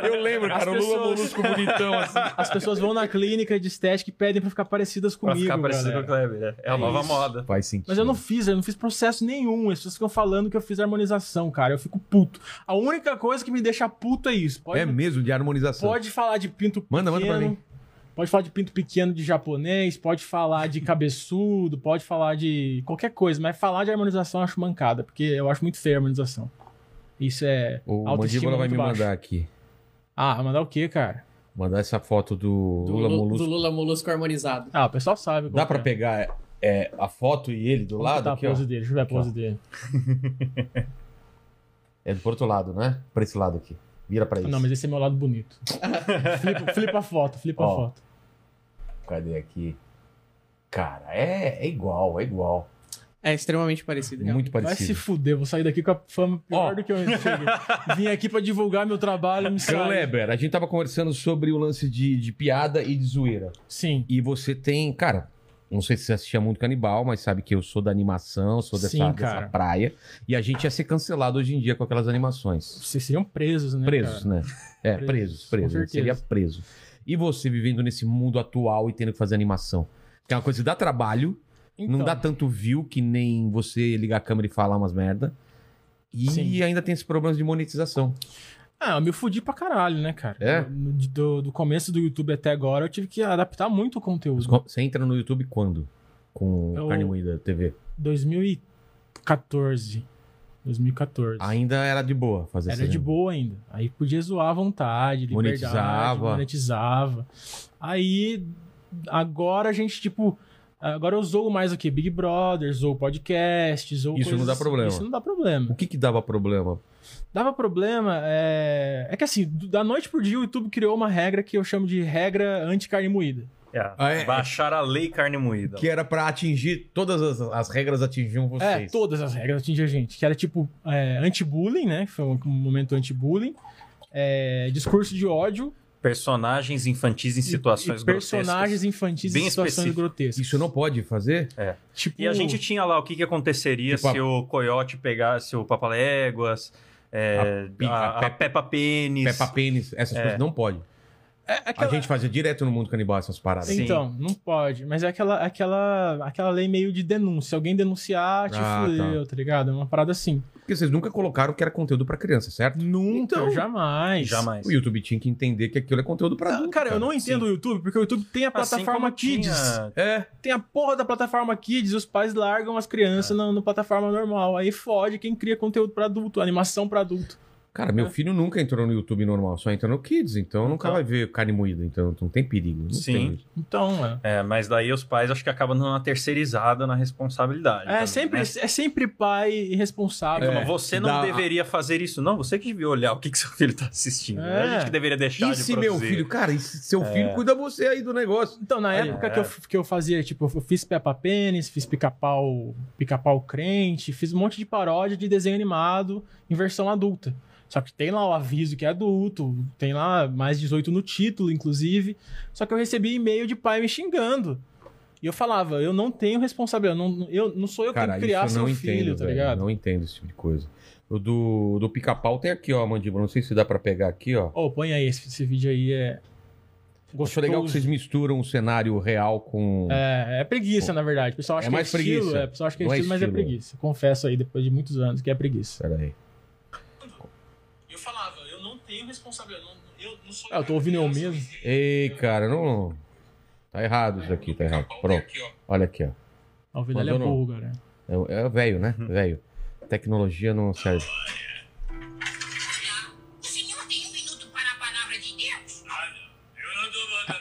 [SPEAKER 1] Eu lembro,
[SPEAKER 4] As
[SPEAKER 1] cara. O Lula
[SPEAKER 4] pessoas-
[SPEAKER 1] Molusco bonitão, assim.
[SPEAKER 4] As pessoas vão na clínica de estética e pedem pra ficar parecidas
[SPEAKER 3] Pra
[SPEAKER 4] comigo.
[SPEAKER 3] ficar parecido com
[SPEAKER 4] galera.
[SPEAKER 3] o Kleber. É, é a nova moda.
[SPEAKER 1] Faz sentido.
[SPEAKER 4] Mas eu não fiz, eu não fiz processo nenhum. As pessoas ficam falando que eu fiz harmonização, cara. Eu fico puto. A única coisa que me deixa puto é isso. Pode,
[SPEAKER 1] É mesmo, de harmonização.
[SPEAKER 4] pode falar de pinto
[SPEAKER 1] Manda, manda
[SPEAKER 4] pequeno.
[SPEAKER 1] pra mim.
[SPEAKER 4] Pode falar de pinto pequeno de japonês, pode falar de cabeçudo, pode falar de qualquer coisa, mas falar de harmonização eu acho mancada, porque eu acho muito feia a harmonização. Isso é
[SPEAKER 1] O
[SPEAKER 4] autoestima
[SPEAKER 1] Mandíbula vai
[SPEAKER 4] muito
[SPEAKER 1] me
[SPEAKER 4] baixa.
[SPEAKER 1] mandar aqui.
[SPEAKER 4] Ah, vai mandar o quê, cara?
[SPEAKER 1] Mandar essa foto do,
[SPEAKER 2] Do
[SPEAKER 1] Lula
[SPEAKER 2] Lu-
[SPEAKER 1] Molusco.
[SPEAKER 2] do Lula Molusco harmonizado.
[SPEAKER 4] Ah, o pessoal sabe.
[SPEAKER 1] Dá pra pegar é, a foto e ele do lado?
[SPEAKER 4] Tá a
[SPEAKER 1] Aqui, ó.
[SPEAKER 4] pose dele, deixa eu ver a
[SPEAKER 1] ó.
[SPEAKER 4] pose dele.
[SPEAKER 1] É do outro lado, né? Pra esse lado aqui. Vira pra
[SPEAKER 4] Ah,
[SPEAKER 1] isso.
[SPEAKER 4] Não, mas esse é meu lado bonito. flipa, flipa a foto, flipa
[SPEAKER 1] Ó.
[SPEAKER 4] a foto.
[SPEAKER 1] Cadê aqui? Cara, é, é igual, é igual.
[SPEAKER 2] É extremamente parecido. realmente.
[SPEAKER 1] Muito
[SPEAKER 4] Vai se
[SPEAKER 1] parecido.
[SPEAKER 4] fuder, vou sair daqui com a fama pior
[SPEAKER 1] Ó.
[SPEAKER 4] do que eu cheguei. Vim aqui pra divulgar meu trabalho, me sai.
[SPEAKER 1] Kleber, a gente tava conversando sobre o lance de, de piada e de zoeira.
[SPEAKER 4] Sim.
[SPEAKER 1] E você tem, cara, não sei se você assistia muito Canibal, mas sabe que eu sou da animação, sou dessa,
[SPEAKER 4] Sim,
[SPEAKER 1] dessa
[SPEAKER 4] cara.
[SPEAKER 1] praia. E a gente ia ser cancelado hoje em dia com aquelas animações.
[SPEAKER 4] Vocês seriam presos, né?
[SPEAKER 1] Presos,
[SPEAKER 4] cara?
[SPEAKER 1] né? É, presos,
[SPEAKER 4] Presos, com
[SPEAKER 1] presos. né?
[SPEAKER 4] certeza.
[SPEAKER 1] Seria preso. E você vivendo nesse mundo atual e tendo que fazer animação? Que é uma coisa que dá trabalho, não
[SPEAKER 4] Então,
[SPEAKER 1] dá tanto view que nem você ligar a câmera e falar umas merda. E
[SPEAKER 4] Sim.
[SPEAKER 1] ainda tem esses problemas de monetização.
[SPEAKER 4] Ah, eu me fudi pra caralho, né, cara?
[SPEAKER 1] É?
[SPEAKER 4] No- de- Do, do começo do YouTube até agora, eu tive que adaptar muito o conteúdo.
[SPEAKER 1] Você entra no YouTube quando? Com
[SPEAKER 4] Eu-
[SPEAKER 1] Carne Moída TV.
[SPEAKER 4] 2014. 2014.
[SPEAKER 1] Ainda era de boa fazer
[SPEAKER 4] Era
[SPEAKER 1] essa
[SPEAKER 4] de
[SPEAKER 1] lembra?
[SPEAKER 4] boa ainda. Aí podia zoar à vontade, liberdade,
[SPEAKER 1] Monetizava.
[SPEAKER 4] monetizava. Aí agora a gente, tipo. Agora eu zoo mais o quê? Big Brother, zoo podcast, zoo
[SPEAKER 1] Isso não
[SPEAKER 4] coisas
[SPEAKER 1] dá
[SPEAKER 4] assim.
[SPEAKER 1] problema.
[SPEAKER 4] Isso não dá problema.
[SPEAKER 1] O que que dava problema?
[SPEAKER 4] Dava problema é... é que assim, do- da noite pro dia o YouTube criou uma regra que eu chamo de regra anti-carne moída.
[SPEAKER 3] É.
[SPEAKER 1] Ah, é?
[SPEAKER 3] Baixar a lei carne moída.
[SPEAKER 1] Que é era pra atingir, todas as, as regras atingiam
[SPEAKER 4] É,
[SPEAKER 1] vocês.
[SPEAKER 4] todas as regras atingiam a gente. Que era tipo é, anti-bullying, né? Que Foi um momento anti-bullying. É, discurso de ódio
[SPEAKER 3] Personagens infantis em situações
[SPEAKER 4] E
[SPEAKER 3] grotescas.
[SPEAKER 4] personagens infantis
[SPEAKER 3] Bem
[SPEAKER 4] em situações
[SPEAKER 3] específico.
[SPEAKER 4] grotescas.
[SPEAKER 1] Isso não pode fazer?
[SPEAKER 3] É.
[SPEAKER 4] Tipo,
[SPEAKER 3] E a gente tinha lá o que, que aconteceria
[SPEAKER 1] Tipo a-
[SPEAKER 3] se o Coyote pegasse o Papaléguas, é,
[SPEAKER 1] A Pe-
[SPEAKER 3] a,
[SPEAKER 1] a
[SPEAKER 3] a
[SPEAKER 1] Peppa-
[SPEAKER 3] Peppa Pênis.
[SPEAKER 1] Peppa É Pênis, essas coisas não pode.
[SPEAKER 4] é aquela-
[SPEAKER 1] A gente fazia direto no mundo canibal essas paradas.
[SPEAKER 3] Sim.
[SPEAKER 4] Então, não pode. Mas é aquela, aquela, aquela lei meio de denúncia. Se alguém denunciar, te
[SPEAKER 1] Ah,
[SPEAKER 4] fudeu, tá. ligado? É uma parada assim.
[SPEAKER 1] Porque vocês nunca colocaram que era conteúdo pra criança, certo?
[SPEAKER 4] Nunca,
[SPEAKER 1] Então,
[SPEAKER 4] jamais.
[SPEAKER 3] Jamais.
[SPEAKER 1] O YouTube tinha que entender que aquilo é conteúdo pra
[SPEAKER 4] É, Ah,
[SPEAKER 1] adulto.
[SPEAKER 4] Cara, eu não entendo o YouTube, porque o YouTube tem a
[SPEAKER 3] Assim
[SPEAKER 4] plataforma
[SPEAKER 3] como
[SPEAKER 4] Kids.
[SPEAKER 3] tinha-
[SPEAKER 1] É,
[SPEAKER 4] Tem a porra da plataforma Kids, os pais largam as
[SPEAKER 1] É.
[SPEAKER 4] crianças na, na plataforma normal. Aí fode quem cria conteúdo pra adulto, animação pra adulto.
[SPEAKER 1] cara,
[SPEAKER 4] É.
[SPEAKER 1] meu filho nunca entrou no YouTube normal, só entra no Kids, então nunca
[SPEAKER 3] Então.
[SPEAKER 1] vai ver carne moída, então não tem perigo. não
[SPEAKER 3] Sim.
[SPEAKER 1] tem isso.
[SPEAKER 4] Então, é.
[SPEAKER 3] É, mas daí os pais acho que acabam dando uma terceirizada na responsabilidade.
[SPEAKER 4] É
[SPEAKER 3] também,
[SPEAKER 4] sempre,
[SPEAKER 3] né?
[SPEAKER 4] é sempre pai irresponsável.
[SPEAKER 3] Como
[SPEAKER 1] É,
[SPEAKER 3] você não
[SPEAKER 1] dá-
[SPEAKER 3] deveria fazer isso, não. Você que devia olhar o que, que seu filho tá assistindo. né?
[SPEAKER 4] É.
[SPEAKER 3] A gente que deveria deixar
[SPEAKER 1] E
[SPEAKER 3] de
[SPEAKER 1] se meu
[SPEAKER 3] produzir. É.
[SPEAKER 1] filho, cara, e se seu filho cuida você aí do negócio?
[SPEAKER 4] Então, na
[SPEAKER 3] Aí,
[SPEAKER 4] época
[SPEAKER 3] é.
[SPEAKER 4] que, eu, que eu fazia, tipo, eu fiz Peppa Pênis, fiz pica-pau pica-pau crente, fiz um monte de paródia de desenho animado em versão adulta. Só que tem lá o aviso que é adulto, tem lá mais 18 no título, inclusive. Só que eu recebi e-mail de pai me xingando. E eu falava, eu não tenho responsabilidade, eu não, eu, não sou eu que
[SPEAKER 1] Cara,
[SPEAKER 4] tenho que
[SPEAKER 1] isso
[SPEAKER 4] criar
[SPEAKER 1] eu
[SPEAKER 4] seu
[SPEAKER 1] não
[SPEAKER 4] filho,
[SPEAKER 1] entendo,
[SPEAKER 4] tá
[SPEAKER 1] velho,
[SPEAKER 4] ligado?
[SPEAKER 1] Não entendo esse tipo de coisa. O do, do pica-pau tem aqui, ó, a mandíbula. Não sei se dá pra pegar aqui, ó.
[SPEAKER 4] Ô, põe aí, esse, esse vídeo aí é.
[SPEAKER 1] Acho legal que vocês misturam o cenário real com...
[SPEAKER 4] É, é preguiça, na verdade. O pessoal
[SPEAKER 1] É
[SPEAKER 4] acha que
[SPEAKER 1] mais
[SPEAKER 4] é estilo,
[SPEAKER 1] preguiça.
[SPEAKER 4] é, o pessoal acha que é
[SPEAKER 1] Não é
[SPEAKER 4] estilo, mas é
[SPEAKER 1] estilo.
[SPEAKER 4] preguiça. Confesso aí, depois de muitos anos, que é preguiça.
[SPEAKER 1] Pera aí.
[SPEAKER 4] Eu falava, eu não tenho responsabilidade, eu não sou... Ah, eu tô ouvindo eu mesmo?
[SPEAKER 1] Ei, cara, não... Tá errado isso aqui, tá errado. Pronto, olha aqui, ó.
[SPEAKER 4] A ovelha
[SPEAKER 1] Mandou
[SPEAKER 4] é
[SPEAKER 1] não.
[SPEAKER 4] burro, cara.
[SPEAKER 1] É, o- é o velho, né?
[SPEAKER 4] Uhum.
[SPEAKER 1] Velho. Tecnologia não
[SPEAKER 5] O
[SPEAKER 1] serve.
[SPEAKER 5] senhor tem um minuto para a palavra de Deus?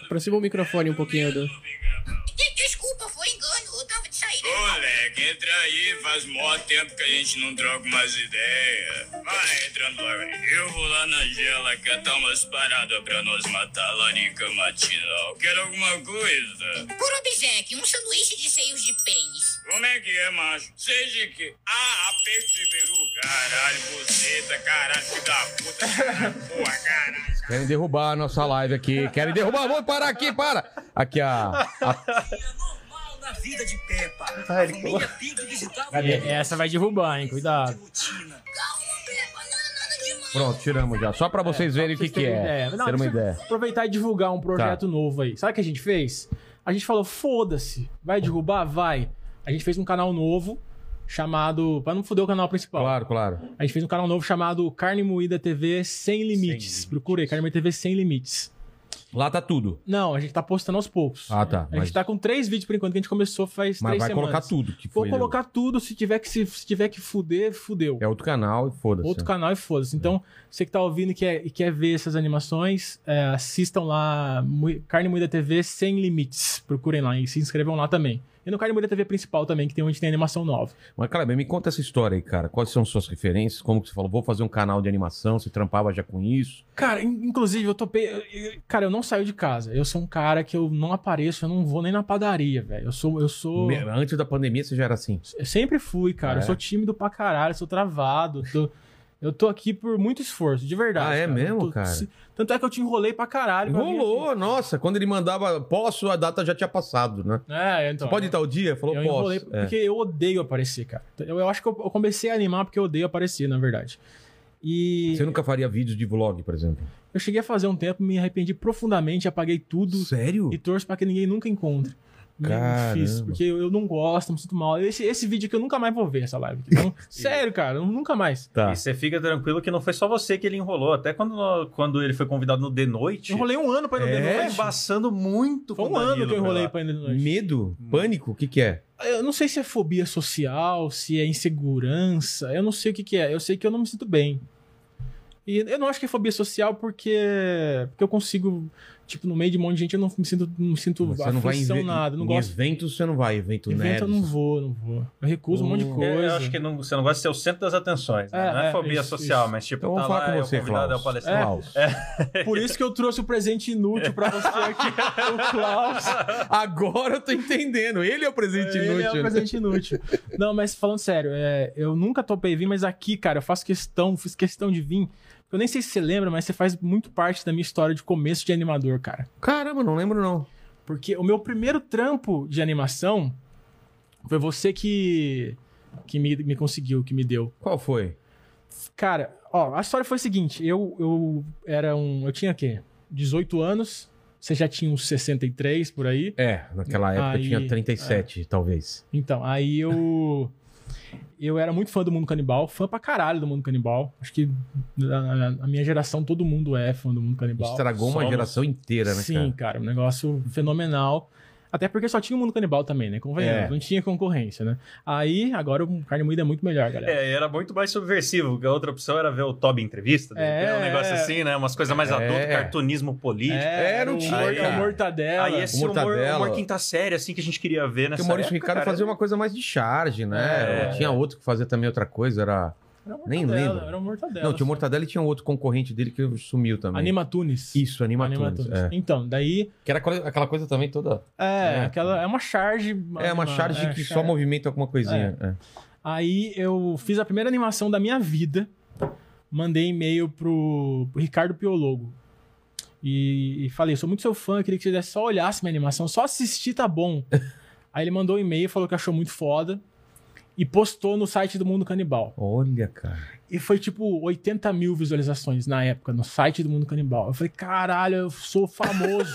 [SPEAKER 2] Aproxima o microfone um pouquinho do.
[SPEAKER 5] De- desculpa, foi engano. Eu tava de saída.
[SPEAKER 6] Moleque, entra aí, faz mó tempo que a gente não troca umas ideias. Vai entrando logo aí. Eu vou lá na gela catar umas paradas pra nós matar a larica matinal. Quer alguma coisa?
[SPEAKER 5] Por obseque, um sanduíche de seios de pênis.
[SPEAKER 6] Como é que é, macho? Seja que. Ah, peixe de peru. Caralho, buceta, caralho, filho da puta. Caralho, porra, caralho.
[SPEAKER 1] Querem derrubar a nossa live aqui. Querem derrubar. Vou parar aqui, para. Aqui a... a-
[SPEAKER 7] normal na vida de Peppa.
[SPEAKER 3] Ah,
[SPEAKER 7] A
[SPEAKER 3] ele
[SPEAKER 7] família Pig visitava
[SPEAKER 4] É, Essa vai derrubar, hein,
[SPEAKER 7] de
[SPEAKER 4] cuidado.
[SPEAKER 7] rotina.
[SPEAKER 5] Calma, Peppa, não é nada demais.
[SPEAKER 1] Pronto, tiramos já. Só pra vocês verem o que, que é.
[SPEAKER 4] um- Não,
[SPEAKER 1] Ter uma
[SPEAKER 4] deixa eu
[SPEAKER 1] ideia.
[SPEAKER 4] Aproveitar e divulgar um
[SPEAKER 1] Tá.
[SPEAKER 4] projeto novo aí. Sabe o que a gente fez? A gente falou, foda-se, vai derrubar? Vai. A gente fez um canal novo, chamado... Pra não foder o canal principal.
[SPEAKER 1] Claro, claro.
[SPEAKER 4] A gente fez um canal novo chamado Carne Moída TV Sem Limites.
[SPEAKER 3] Limites.
[SPEAKER 4] Procura aí, Carne Moída TV Sem Limites.
[SPEAKER 1] Lá tá tudo.
[SPEAKER 4] Não, a gente tá postando aos poucos.
[SPEAKER 1] Ah, tá.
[SPEAKER 4] A
[SPEAKER 1] Mas,
[SPEAKER 4] gente tá com três vídeos por enquanto que a gente começou faz
[SPEAKER 1] mas
[SPEAKER 4] três
[SPEAKER 1] vai
[SPEAKER 4] semanas.
[SPEAKER 1] colocar tudo. Que
[SPEAKER 4] Vou
[SPEAKER 1] foi, né?
[SPEAKER 4] colocar tudo, se tiver que, se, se tiver que fuder, fudeu.
[SPEAKER 1] É outro canal e foda-se. né? É.
[SPEAKER 4] Outro canal e foda-se. Então, você que tá ouvindo e quer, e quer ver essas animações, é, assistam lá Mui- Carne Moída TV Sem Limites. Procurem lá e se inscrevam lá também. E no Carne Moída TV principal também, que tem onde tem animação nova.
[SPEAKER 1] Mas, Kleber, me conta essa história aí, cara. Quais são suas referências? Como que você falou? Vou fazer um canal de animação. Você trampava já com isso?
[SPEAKER 4] Cara, in- inclusive, eu topei. eu- eu- Cara, eu não saio de casa. Eu sou um cara que eu não apareço, eu não vou nem na padaria, velho. Eu sou. Eu sou...
[SPEAKER 1] Me- Antes da pandemia você já era assim.
[SPEAKER 4] Eu sempre fui, cara.
[SPEAKER 1] É?
[SPEAKER 4] Eu sou tímido pra caralho, sou travado. tô- Eu tô aqui por muito esforço, de verdade.
[SPEAKER 1] Ah, é
[SPEAKER 4] cara.
[SPEAKER 1] mesmo,
[SPEAKER 4] Eu tô-
[SPEAKER 1] cara?
[SPEAKER 4] se- Tanto é que eu te enrolei pra assim. caralho. pra vir
[SPEAKER 1] Rolou, nossa. Quando ele mandava posso, a data já tinha passado, né?
[SPEAKER 4] aqui. É, então.
[SPEAKER 1] Você pode ir tal dia?
[SPEAKER 4] eu
[SPEAKER 1] Falou
[SPEAKER 4] eu
[SPEAKER 1] posso.
[SPEAKER 4] enrolei
[SPEAKER 1] É.
[SPEAKER 4] porque eu odeio aparecer, cara. Então, Eu, eu acho que eu, eu comecei a animar porque eu odeio aparecer, na verdade. E
[SPEAKER 1] Você nunca faria vídeos de vlog, por exemplo?
[SPEAKER 4] eu cheguei a fazer um tempo, me arrependi profundamente, apaguei tudo
[SPEAKER 1] Sério?
[SPEAKER 4] e torço pra que ninguém nunca encontre. Não
[SPEAKER 1] Caramba.
[SPEAKER 4] Fiz, porque eu, eu não gosto, me sinto mal. Esse, esse vídeo que eu nunca mais vou ver, essa live. aqui. Não- sério, cara, eu nunca mais.
[SPEAKER 1] Tá.
[SPEAKER 3] E você fica tranquilo que não foi só você que ele enrolou. Até quando, quando ele foi convidado no The Noite,
[SPEAKER 4] Eu enrolei um ano pra ir no
[SPEAKER 1] é,
[SPEAKER 4] The
[SPEAKER 3] ele
[SPEAKER 4] Noite.
[SPEAKER 3] foi embaçando muito
[SPEAKER 4] Foi
[SPEAKER 3] com
[SPEAKER 4] um
[SPEAKER 3] o
[SPEAKER 4] ano
[SPEAKER 3] Danilo
[SPEAKER 4] que eu enrolei
[SPEAKER 3] lá.
[SPEAKER 4] pra ele de noite.
[SPEAKER 1] Medo?
[SPEAKER 4] Hum.
[SPEAKER 1] Pânico? O que que é?
[SPEAKER 4] Eu não sei se é fobia social, se é insegurança, eu não sei o que, que é. Eu sei que eu não me sinto bem. E eu não acho que é fobia social porque, porque eu consigo, tipo, no meio de um monte de gente eu não me sinto, não me sinto
[SPEAKER 1] Você não vai
[SPEAKER 4] aflição,
[SPEAKER 1] inve-
[SPEAKER 4] nada, não
[SPEAKER 1] em
[SPEAKER 4] gosto.
[SPEAKER 1] eventos você não vai, evento,
[SPEAKER 4] Evento
[SPEAKER 1] nerd.
[SPEAKER 4] eu não vou, não vou. Eu recuso um monte de
[SPEAKER 1] Hum.
[SPEAKER 4] coisa.
[SPEAKER 3] É, eu acho que não- você não gosta de ser o centro das atenções. né?
[SPEAKER 4] É,
[SPEAKER 3] não é,
[SPEAKER 4] é,
[SPEAKER 3] fobia
[SPEAKER 4] isso,
[SPEAKER 3] social,
[SPEAKER 4] isso.
[SPEAKER 3] mas tipo,
[SPEAKER 1] Então vamos
[SPEAKER 3] tá
[SPEAKER 1] falar
[SPEAKER 3] lá,
[SPEAKER 1] com
[SPEAKER 3] é o
[SPEAKER 1] você,
[SPEAKER 3] convidado, é o
[SPEAKER 1] Klaus.
[SPEAKER 3] palestrante.
[SPEAKER 1] Klaus.
[SPEAKER 4] Por isso que eu trouxe o presente inútil pra você aqui, o Klaus.
[SPEAKER 1] Agora eu tô entendendo. Ele é o presente
[SPEAKER 4] Ele
[SPEAKER 1] inútil.
[SPEAKER 4] é um
[SPEAKER 1] né?
[SPEAKER 4] presente inútil. Não, mas falando sério, é, eu nunca topei vir, mas aqui, cara, eu faço questão, fiz questão de vir. Eu nem sei se você lembra, mas você faz muito parte da minha história de começo de animador, cara.
[SPEAKER 1] Caramba, não lembro não.
[SPEAKER 4] Porque o meu primeiro trampo de animação foi você que, que me, me conseguiu, que me deu.
[SPEAKER 1] Qual foi?
[SPEAKER 4] Cara, ó, a história foi a seguinte: eu, eu era um. Eu tinha o quê? 18 anos. Você já tinha uns 63 por aí.
[SPEAKER 1] É, naquela época
[SPEAKER 4] Aí,
[SPEAKER 1] eu tinha 37, talvez.
[SPEAKER 4] Então, aí eu. Eu era muito fã do mundo canibal, fã pra caralho do mundo canibal. Acho que a, a minha geração, todo mundo é fã do mundo canibal.
[SPEAKER 1] Estragou uma
[SPEAKER 4] Somos.
[SPEAKER 1] geração inteira, né,
[SPEAKER 4] Sim,
[SPEAKER 1] cara?
[SPEAKER 4] um negócio fenomenal. Até porque só tinha o mundo canibal também, né? Convenhamos,
[SPEAKER 1] É.
[SPEAKER 4] não tinha concorrência, né? Aí, agora o carne moída é muito melhor, galera.
[SPEAKER 3] É, era muito mais subversivo. porque A outra opção era ver o Toby em entrevista. de
[SPEAKER 4] É.
[SPEAKER 3] repente, um negócio assim, né? Umas coisas mais
[SPEAKER 1] É.
[SPEAKER 3] adultas, cartunismo político.
[SPEAKER 1] É, não tinha, é
[SPEAKER 4] aí,
[SPEAKER 3] cara.
[SPEAKER 4] a mortadela.
[SPEAKER 3] Aí esse humor,
[SPEAKER 1] Mortadela.
[SPEAKER 3] humor quinta série, assim, que a gente queria ver nessa
[SPEAKER 1] Porque o Maurício
[SPEAKER 3] época,
[SPEAKER 1] Ricardo
[SPEAKER 3] cara.
[SPEAKER 1] fazia um uma coisa mais de charge, né?
[SPEAKER 3] É.
[SPEAKER 1] tinha outro que fazia também outra coisa, era...
[SPEAKER 4] Era uma
[SPEAKER 1] Nem
[SPEAKER 4] mortadela,
[SPEAKER 1] lembro.
[SPEAKER 4] Era uma mortadela.
[SPEAKER 1] Não, tinha o
[SPEAKER 4] só.
[SPEAKER 1] Mortadela e tinha um outro concorrente dele que sumiu também.
[SPEAKER 4] Animatunes.
[SPEAKER 1] Isso, Animatunes.
[SPEAKER 4] Animatunes.
[SPEAKER 1] É.
[SPEAKER 4] Então, daí.
[SPEAKER 1] Que era aquela- aquela coisa também toda...
[SPEAKER 4] É,
[SPEAKER 1] É.
[SPEAKER 4] aquela, é uma charge.
[SPEAKER 1] É, uma
[SPEAKER 4] anima-
[SPEAKER 1] charge
[SPEAKER 4] é,
[SPEAKER 1] que só
[SPEAKER 4] charge.
[SPEAKER 1] movimenta alguma coisinha. é.
[SPEAKER 4] Aí eu fiz a primeira animação da minha vida, mandei e-mail pro, pro Ricardo Piologo. E, e falei, sou muito seu fã, queria que você desse- só olhasse minha animação, só assistir tá bom. Aí ele mandou um e-mail, falou que achou muito foda e postou no site do Mundo Canibal.
[SPEAKER 1] Olha, cara.
[SPEAKER 4] E foi tipo 80 mil visualizações na época, no site do Mundo Canibal. Eu falei, caralho, eu sou famoso.